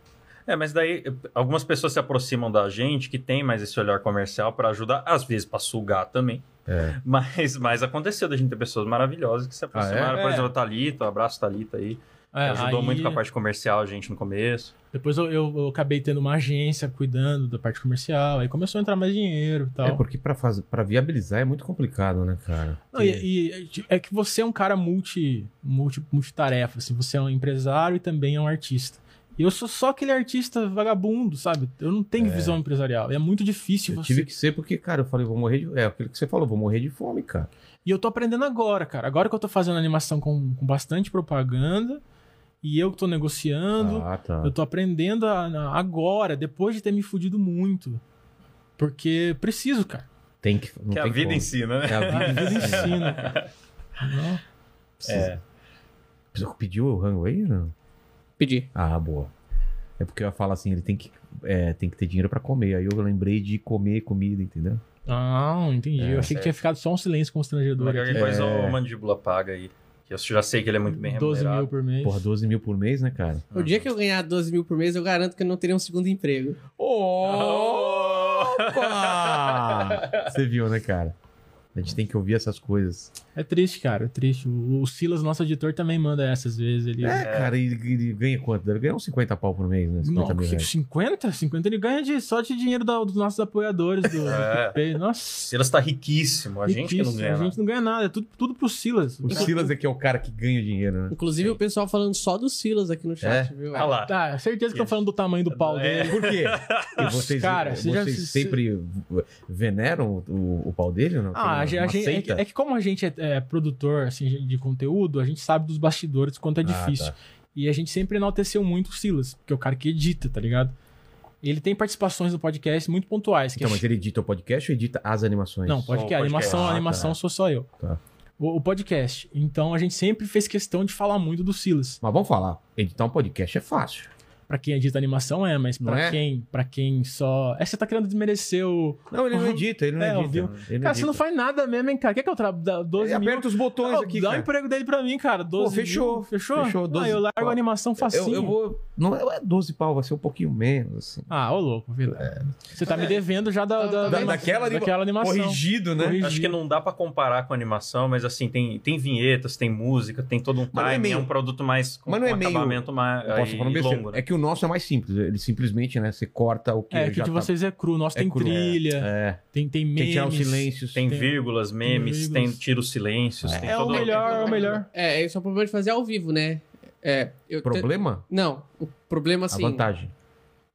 [SPEAKER 3] É, mas daí eh, algumas pessoas se aproximam da gente que tem mais esse olhar comercial pra ajudar, às vezes pra sugar também.
[SPEAKER 1] É.
[SPEAKER 3] Mas, mas aconteceu da gente ter pessoas maravilhosas que se aproximaram.
[SPEAKER 4] é?
[SPEAKER 3] Por
[SPEAKER 4] É.
[SPEAKER 3] exemplo, a Thalita, um abraço Thalita aí.
[SPEAKER 4] É,
[SPEAKER 3] ajudou
[SPEAKER 4] aí-
[SPEAKER 3] muito com a parte comercial, a gente, no começo.
[SPEAKER 4] Depois eu, eu- eu acabei tendo uma agência cuidando da parte comercial, aí começou a entrar mais dinheiro e tal.
[SPEAKER 1] É porque pra, fazer, pra viabilizar é muito complicado, né, cara?
[SPEAKER 4] Não, e, e- é que você é um cara multi, multi, multitarefa, assim, você é um empresário e também é um artista. E eu sou só aquele artista vagabundo, sabe? Eu não tenho visão empresarial. É muito difícil
[SPEAKER 1] Eu
[SPEAKER 4] você.
[SPEAKER 1] tive que ser porque, cara, eu falei, vou morrer de... É aquilo que você falou, vou morrer de fome, cara.
[SPEAKER 4] E eu tô aprendendo agora, cara. Agora que eu tô fazendo animação com, com bastante propaganda, e eu que tô negociando,
[SPEAKER 1] Ah, tá.
[SPEAKER 4] eu tô aprendendo a- a- agora, depois de ter me fudido muito. Porque preciso, cara.
[SPEAKER 1] Tem que... Não
[SPEAKER 3] que a
[SPEAKER 1] tem
[SPEAKER 3] vida
[SPEAKER 1] como.
[SPEAKER 3] ensina, né?
[SPEAKER 1] É a vida
[SPEAKER 4] Vida
[SPEAKER 1] ensina.
[SPEAKER 4] ensina, cara. Não?
[SPEAKER 3] É.
[SPEAKER 1] Precisa- Pediu o rango aí? Não?
[SPEAKER 2] Pedi.
[SPEAKER 1] Ah, boa. É porque eu ia falar assim, ele tem que, é, tem que ter dinheiro pra comer. Aí eu lembrei de comer comida, entendeu?
[SPEAKER 4] Não, entendi.
[SPEAKER 1] É,
[SPEAKER 4] eu achei
[SPEAKER 3] certo.
[SPEAKER 4] que tinha ficado só um silêncio constrangedor.
[SPEAKER 3] Qualquer
[SPEAKER 4] Aqui.
[SPEAKER 3] coisa o mandíbula paga aí. Que eu já sei que ele é muito bem
[SPEAKER 4] 12 mil
[SPEAKER 3] remunerado. Uhum.
[SPEAKER 4] por mês.
[SPEAKER 1] Porra, 12 mil por mês, né, cara?
[SPEAKER 2] O dia que eu ganhar 12 mil por mês, eu garanto que eu não teria um segundo emprego.
[SPEAKER 1] Opa! Você viu, né, cara? A gente tem que ouvir essas coisas.
[SPEAKER 4] É triste, cara. É triste. O, o Silas, nosso editor, também manda essa às vezes. Ele...
[SPEAKER 1] É, cara, e ele ganha quanto? Deve ganhar uns 50 pau por mês, né? 50
[SPEAKER 4] Não,
[SPEAKER 1] mil reais.
[SPEAKER 4] 50? 50 ele ganha de, só de dinheiro da- dos nossos apoiadores do, do
[SPEAKER 3] É.
[SPEAKER 4] PicPay. Nossa.
[SPEAKER 3] Silas tá riquíssimo, a gente que não
[SPEAKER 4] Riquíssimo,
[SPEAKER 3] ganha.
[SPEAKER 4] A
[SPEAKER 3] nada.
[SPEAKER 4] gente não ganha nada, é tudo, tudo pro Silas.
[SPEAKER 1] O Silas é que é o cara que ganha o dinheiro, né?
[SPEAKER 2] Inclusive, o pessoal falando só do Silas aqui no
[SPEAKER 1] É?
[SPEAKER 2] chat, viu?
[SPEAKER 3] Olha lá.
[SPEAKER 4] Tá, certeza que estão falando do tamanho do pau
[SPEAKER 3] É.
[SPEAKER 4] dele.
[SPEAKER 1] Por quê? E vocês
[SPEAKER 4] Cara, você
[SPEAKER 1] vocês
[SPEAKER 4] já-
[SPEAKER 1] sempre veneram o, o pau dele? Não?
[SPEAKER 4] Ah, a
[SPEAKER 1] Tem
[SPEAKER 4] gente,
[SPEAKER 1] uma
[SPEAKER 4] a gente- é, que,
[SPEAKER 1] seita?
[SPEAKER 4] é que como a gente é, é produtor assim, de conteúdo, a gente sabe dos bastidores quanto é
[SPEAKER 1] Ah,
[SPEAKER 4] difícil.
[SPEAKER 1] tá.
[SPEAKER 4] E a gente sempre enalteceu muito o Silas, porque é o cara que edita, tá ligado? Ele tem participações no podcast muito pontuais. Que
[SPEAKER 1] Então,
[SPEAKER 4] é-
[SPEAKER 1] mas ele edita o podcast ou edita as animações?
[SPEAKER 4] Não, podcast,
[SPEAKER 3] Só o podcast.
[SPEAKER 4] animação,
[SPEAKER 1] Ah, tá.
[SPEAKER 4] animação sou só eu.
[SPEAKER 1] Tá.
[SPEAKER 4] O, o podcast. Então a gente sempre fez questão de falar muito do Silas.
[SPEAKER 1] Mas vamos falar, editar um podcast é fácil.
[SPEAKER 4] Pra quem edita animação é, mas
[SPEAKER 1] Não
[SPEAKER 4] pra
[SPEAKER 1] é?
[SPEAKER 4] quem, para quem só, é você tá querendo desmerecer o
[SPEAKER 1] Não, ele não edita, ele não
[SPEAKER 4] É,
[SPEAKER 1] edita.
[SPEAKER 4] ouviu?
[SPEAKER 1] Ele
[SPEAKER 4] Cara, você não
[SPEAKER 1] edita.
[SPEAKER 4] faz nada mesmo, hein, cara? Quer que eu tra... dá 12
[SPEAKER 1] Ele
[SPEAKER 4] mil?
[SPEAKER 1] aperta os botões
[SPEAKER 4] Ah,
[SPEAKER 1] aqui,
[SPEAKER 4] Dá o
[SPEAKER 1] cara.
[SPEAKER 4] emprego dele pra mim, cara. 12 mil.
[SPEAKER 1] fechou,
[SPEAKER 4] Fechou?
[SPEAKER 1] fechou,
[SPEAKER 4] Ah,
[SPEAKER 1] 12
[SPEAKER 4] eu largo
[SPEAKER 1] pau.
[SPEAKER 4] a animação facinho.
[SPEAKER 1] Eu, eu vou. Não é 12 pau, vai ser um pouquinho menos, assim.
[SPEAKER 4] Ah, ô louco, Vila. Você tá me devendo já da,
[SPEAKER 2] Tá-
[SPEAKER 4] da,
[SPEAKER 2] tá
[SPEAKER 4] da-
[SPEAKER 2] vendo?
[SPEAKER 1] Daquela anima-
[SPEAKER 4] daquela animação. É,
[SPEAKER 1] Corrigido, né?
[SPEAKER 4] Corrigido.
[SPEAKER 3] Acho que é não dá pra comparar com animação, mas assim, tem, tem vinhetas, tem música, tem todo um
[SPEAKER 1] Mas não é
[SPEAKER 3] time, é,
[SPEAKER 1] meio-
[SPEAKER 3] um produto mais com,
[SPEAKER 1] mas não é
[SPEAKER 3] com
[SPEAKER 1] meio-
[SPEAKER 3] acabamento mais
[SPEAKER 1] Posso
[SPEAKER 3] aí,
[SPEAKER 1] falar um besteira.
[SPEAKER 3] longo. né?
[SPEAKER 1] É que o nosso é mais simples. Ele simplesmente, né? Você corta o que
[SPEAKER 4] É, que o
[SPEAKER 1] já
[SPEAKER 4] de
[SPEAKER 1] tá-
[SPEAKER 4] vocês é cru. O nosso
[SPEAKER 1] É
[SPEAKER 4] tem
[SPEAKER 1] cru.
[SPEAKER 4] trilha,
[SPEAKER 1] É.
[SPEAKER 4] tem, tem
[SPEAKER 1] Tem que
[SPEAKER 4] memes.
[SPEAKER 1] tirar os silêncios.
[SPEAKER 3] Tem,
[SPEAKER 4] tem-
[SPEAKER 3] vírgulas, memes,
[SPEAKER 4] vírgulas.
[SPEAKER 3] tem tiros silêncios. tem
[SPEAKER 4] É o
[SPEAKER 3] todo-
[SPEAKER 4] melhor, é o melhor.
[SPEAKER 2] É, esse é o problema de fazer ao vivo, né? É, eu te-
[SPEAKER 1] Problema?
[SPEAKER 2] Não, o problema assim.
[SPEAKER 1] A vantagem.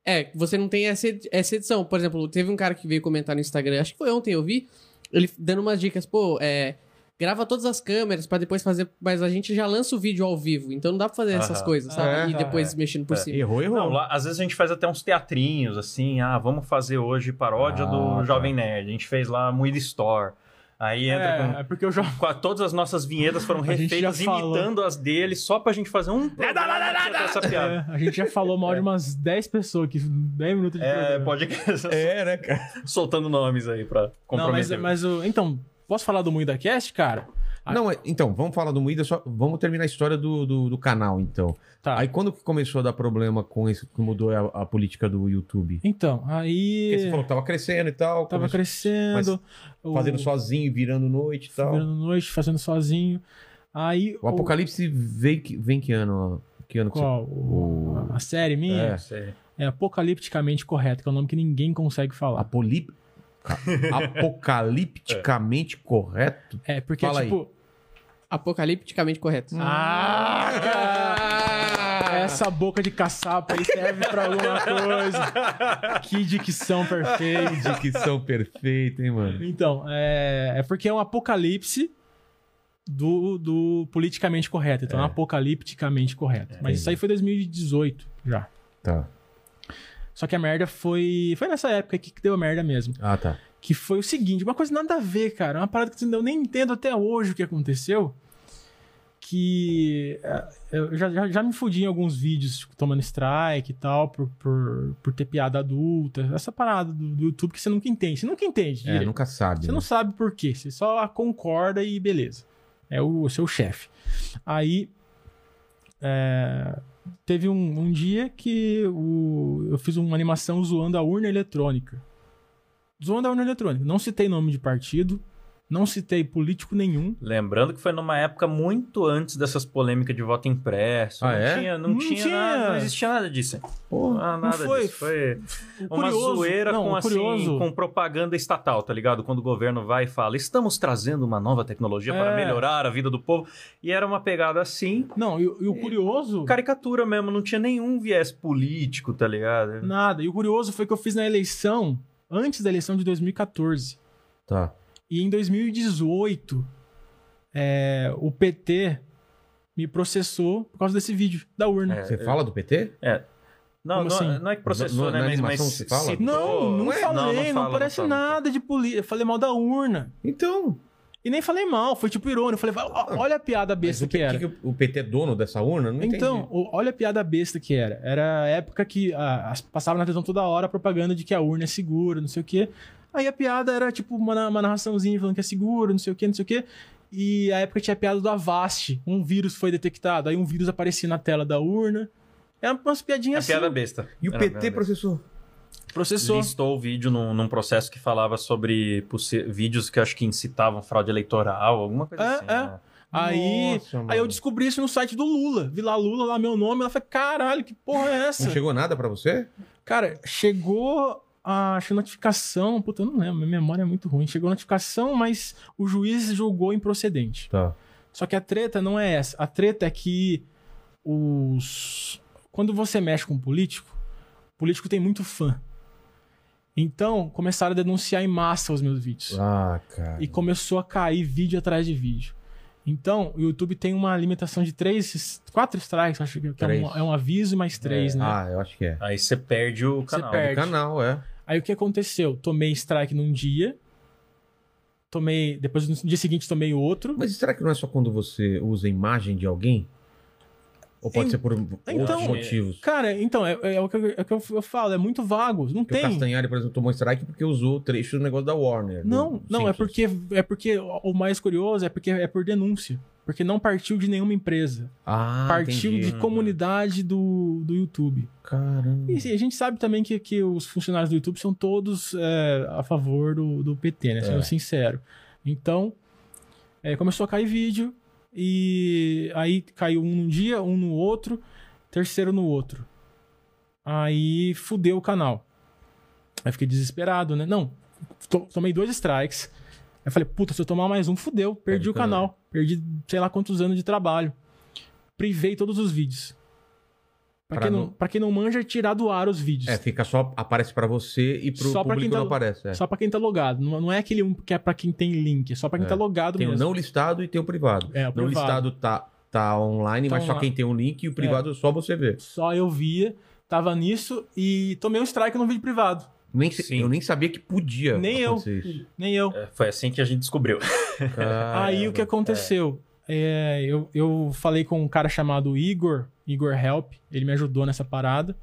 [SPEAKER 2] É, você não tem essa, ed- essa edição. Por exemplo, teve um cara que veio comentar no Instagram, acho que foi ontem, eu vi, ele dando umas dicas, pô, é. Grava todas as câmeras pra depois fazer. Mas a gente já lança o vídeo ao vivo, então não dá pra fazer essas
[SPEAKER 3] Aham.
[SPEAKER 2] coisas, sabe?
[SPEAKER 4] É,
[SPEAKER 2] e depois mexendo por cima.
[SPEAKER 1] Errou, errou.
[SPEAKER 3] Não, lá, às vezes a gente faz até uns teatrinhos, assim, ah, vamos fazer hoje paródia
[SPEAKER 1] Ah,
[SPEAKER 3] do
[SPEAKER 1] tá.
[SPEAKER 3] Jovem Nerd. A gente fez lá Moída Store. Aí entra
[SPEAKER 4] É,
[SPEAKER 3] com...
[SPEAKER 4] é porque eu já
[SPEAKER 3] com a- Todas as nossas vinhetas foram
[SPEAKER 4] A gente
[SPEAKER 3] refeitas,
[SPEAKER 4] já falou.
[SPEAKER 3] imitando as dele, só pra gente fazer um programa que tinha essa piada.
[SPEAKER 4] É, a gente já falou mal de umas 10 pessoas aqui, 10 minutos de
[SPEAKER 3] É,
[SPEAKER 4] programa.
[SPEAKER 3] pode
[SPEAKER 1] É, né, cara?
[SPEAKER 3] soltando nomes aí pra
[SPEAKER 4] Não, mas,
[SPEAKER 3] comprometer.
[SPEAKER 4] mas o... Então, posso falar do Moída Cast, cara? Ah.
[SPEAKER 1] Não, é- então, vamos falar do Moída, só vamos terminar a história do, do, do canal, então.
[SPEAKER 4] Tá.
[SPEAKER 1] Aí quando que começou a dar problema com isso, que mudou a, a política do YouTube?
[SPEAKER 4] Então,
[SPEAKER 1] Porque você
[SPEAKER 4] aí...
[SPEAKER 1] falou que tava crescendo e tal,
[SPEAKER 4] Tava
[SPEAKER 1] começou
[SPEAKER 4] crescendo... o-
[SPEAKER 1] fazendo sozinho, virando noite e tal.
[SPEAKER 4] Virando noite, fazendo sozinho. Aí...
[SPEAKER 1] O Apocalipse vem que, vem que ano? ó? Que ano que
[SPEAKER 4] Qual? O- A série minha?
[SPEAKER 3] Sei.
[SPEAKER 4] É. Apocalipticamente Correto, que é um nome que ninguém consegue
[SPEAKER 1] você...
[SPEAKER 4] falar.
[SPEAKER 1] Apoli... Apocalipticamente correto?
[SPEAKER 4] É, porque,
[SPEAKER 1] Fala aí.
[SPEAKER 4] tipo...
[SPEAKER 2] Apocalipticamente correto.
[SPEAKER 4] Ah,
[SPEAKER 1] Ah!
[SPEAKER 4] cara! Essa boca de caçapa aí serve pra alguma coisa. Que dicção perfeita.
[SPEAKER 1] Que dicção perfeita, hein, mano?
[SPEAKER 4] Então, é, é porque é um apocalipse do, do politicamente correto. Então, é um apocalipticamente correto. Mas isso aí foi 2018 já.
[SPEAKER 1] Tá.
[SPEAKER 4] Só que a merda foi. Foi nessa época que que deu a merda mesmo.
[SPEAKER 1] Ah, tá.
[SPEAKER 4] Que foi o seguinte: uma coisa nada a ver, cara. Uma parada que eu nem entendo até hoje o que aconteceu. Que é, eu já, já, já me fudi em alguns vídeos tipo, tomando strike e tal, por, por, por ter piada adulta. Essa parada do, do YouTube que você nunca entende. Você nunca entende.
[SPEAKER 1] É,
[SPEAKER 4] direito.
[SPEAKER 1] nunca sabe.
[SPEAKER 4] Você
[SPEAKER 1] né?
[SPEAKER 4] não sabe por quê, você só concorda e beleza. É o seu chefe. Aí é, teve um, um dia que o- eu fiz uma animação zoando a urna eletrônica. Zoando a urna eletrônica. Não citei nome de partido, não citei político nenhum.
[SPEAKER 3] Lembrando que foi numa época muito antes dessas polêmicas de voto impresso.
[SPEAKER 1] Ah,
[SPEAKER 3] não,
[SPEAKER 1] é?
[SPEAKER 3] tinha, não,
[SPEAKER 4] Não
[SPEAKER 3] tinha,
[SPEAKER 4] tinha.
[SPEAKER 3] Nada, não existia nada disso. Ah, nada
[SPEAKER 4] foi.
[SPEAKER 3] disso. Foi
[SPEAKER 4] O
[SPEAKER 3] uma
[SPEAKER 4] curioso-
[SPEAKER 3] zoeira
[SPEAKER 4] não,
[SPEAKER 3] com,
[SPEAKER 4] o
[SPEAKER 3] assim,
[SPEAKER 4] curioso-
[SPEAKER 3] com propaganda estatal, tá ligado? Quando o governo vai e fala, estamos trazendo uma nova tecnologia para
[SPEAKER 4] É. Tipo,
[SPEAKER 3] melhorar a vida do povo. E era uma pegada assim,
[SPEAKER 4] Não, e, o- e o curioso.
[SPEAKER 3] caricatura mesmo, não tinha nenhum viés político, tá ligado?
[SPEAKER 4] Nada. E o curioso foi que eu fiz na eleição, antes da eleição de 2014.
[SPEAKER 1] Tá.
[SPEAKER 4] E em 2018, é, o PT me processou por causa desse vídeo da urna.
[SPEAKER 3] É.
[SPEAKER 1] Você fala do PT?
[SPEAKER 3] Não,
[SPEAKER 4] Como
[SPEAKER 3] não,
[SPEAKER 4] assim?
[SPEAKER 3] não é que processou,
[SPEAKER 1] No-
[SPEAKER 3] né?
[SPEAKER 1] na
[SPEAKER 3] Mas, mas
[SPEAKER 1] animação se fala?
[SPEAKER 3] citou-
[SPEAKER 4] Não, não falei, não,
[SPEAKER 3] fala,
[SPEAKER 4] parece
[SPEAKER 3] fala.
[SPEAKER 4] nada de política. Eu falei mal da urna.
[SPEAKER 1] Então.
[SPEAKER 4] E nem falei mal, foi tipo irônico. Eu Falei, "Ó, olha a piada
[SPEAKER 1] Mas
[SPEAKER 4] besta
[SPEAKER 1] o que,
[SPEAKER 4] que era.
[SPEAKER 1] que que o PT é dono dessa urna? Não
[SPEAKER 4] Então, o- olha a piada besta que era. Era a época que ah, as- passava na televisão toda hora a propaganda de que a urna é segura, não sei o quê. Aí a piada era tipo uma, na- uma narraçãozinha falando que é seguro, não sei o quê, não sei o quê. E a época tinha a piada do Avast. Um vírus foi detectado, aí um vírus aparecia na tela da urna. Era umas
[SPEAKER 3] É
[SPEAKER 4] piadinhas assim.
[SPEAKER 3] piada besta.
[SPEAKER 1] E o
[SPEAKER 3] Era
[SPEAKER 1] PT
[SPEAKER 3] piada besta.
[SPEAKER 1] processou.
[SPEAKER 4] Processou.
[SPEAKER 3] listou o vídeo num, num processo que falava sobre possi- vídeos que eu acho que incitavam fraude eleitoral, alguma coisa
[SPEAKER 4] É,
[SPEAKER 3] assim.
[SPEAKER 4] é.
[SPEAKER 3] né?
[SPEAKER 4] Aí,
[SPEAKER 1] Nossa,
[SPEAKER 4] aí eu
[SPEAKER 1] mano.
[SPEAKER 4] descobri isso no site do Lula. Vi lá Lula, lá meu nome. Ela falou, caralho, que porra é essa?
[SPEAKER 1] Não chegou nada pra você?
[SPEAKER 4] Cara, chegou a acho, notificação. Puta, eu não lembro, minha memória é muito ruim. Chegou a notificação, mas o juiz julgou improcedente.
[SPEAKER 1] Tá.
[SPEAKER 4] Só que a treta não é essa. A treta é que os. Quando você mexe com um político, o político tem muito fã. Então, começaram a denunciar em massa os meus vídeos.
[SPEAKER 1] Ah, cara.
[SPEAKER 4] E começou a cair vídeo atrás de vídeo. Então, o YouTube tem uma limitação de três, quatro strikes, acho que é
[SPEAKER 1] Três.
[SPEAKER 4] um, é um aviso e mais três, né?
[SPEAKER 1] Ah, eu acho que é.
[SPEAKER 3] Aí você perde o
[SPEAKER 4] Você
[SPEAKER 3] canal.
[SPEAKER 4] perde.
[SPEAKER 1] O canal, é.
[SPEAKER 4] Aí o que aconteceu? Tomei strike num dia. Tomei. Depois no dia seguinte tomei outro.
[SPEAKER 1] Mas será que não é só quando você usa a imagem de alguém? Ou pode
[SPEAKER 4] Em-
[SPEAKER 1] ser por outros
[SPEAKER 4] Então,
[SPEAKER 1] motivos?
[SPEAKER 4] Cara, então, é, é o que, eu- é o que eu, eu falo, é muito vago. Não
[SPEAKER 1] Porque o
[SPEAKER 4] tem.
[SPEAKER 1] Castanhari, por exemplo, tomou strike porque usou o trecho do negócio da Warner.
[SPEAKER 4] Não,
[SPEAKER 1] do
[SPEAKER 4] não, é
[SPEAKER 1] Simpsons.
[SPEAKER 4] porque, é porque o o mais curioso é porque é por denúncia. Porque não partiu de nenhuma empresa.
[SPEAKER 1] Ah,
[SPEAKER 4] partiu
[SPEAKER 1] entendi.
[SPEAKER 4] de comunidade do, do YouTube.
[SPEAKER 1] Caramba.
[SPEAKER 4] E assim, a gente sabe também que, que os funcionários do YouTube são todos é, a favor do, do PT, né? Sendo
[SPEAKER 1] É.
[SPEAKER 4] sincero. Então, é, começou a cair vídeo. E aí caiu um num dia, um no outro, terceiro no outro. Aí fudeu o canal. Aí fiquei desesperado, né? Não, to- tomei dois strikes. Aí falei, puta, se eu tomar mais um, fudeu. Perdi
[SPEAKER 1] Perde
[SPEAKER 4] o canal. Perdi sei lá quantos anos de trabalho. Privei todos os vídeos. Pra,
[SPEAKER 1] Pra
[SPEAKER 4] quem,
[SPEAKER 1] não-
[SPEAKER 4] não... pra quem não manja, é tirar do ar os vídeos.
[SPEAKER 1] É, fica só. Aparece pra você e pro
[SPEAKER 4] Só pra
[SPEAKER 1] público
[SPEAKER 4] quem tá-
[SPEAKER 1] não aparece. É.
[SPEAKER 4] Só pra quem tá logado. Não, não é aquele um que é pra quem tem link. É só pra quem
[SPEAKER 1] É.
[SPEAKER 4] tá logado
[SPEAKER 1] Tem o
[SPEAKER 4] mesmo.
[SPEAKER 1] não listado e tem o privado.
[SPEAKER 4] É, o
[SPEAKER 1] não
[SPEAKER 4] privado. É.
[SPEAKER 1] listado tá, tá online,
[SPEAKER 4] Tá
[SPEAKER 1] mas só
[SPEAKER 4] online.
[SPEAKER 1] quem tem um link e o privado só você vê.
[SPEAKER 4] Só eu via, tava nisso e tomei um strike no vídeo privado.
[SPEAKER 1] Nem, se-
[SPEAKER 3] Sim.
[SPEAKER 1] eu nem sabia que podia.
[SPEAKER 4] Nem eu.
[SPEAKER 1] acontecer É, isso.
[SPEAKER 4] Nem eu.
[SPEAKER 3] É, Foi assim que a gente descobriu.
[SPEAKER 4] Aí o que aconteceu? É, eu, eu falei com um cara chamado Igor, Igor Help, ele me ajudou nessa parada.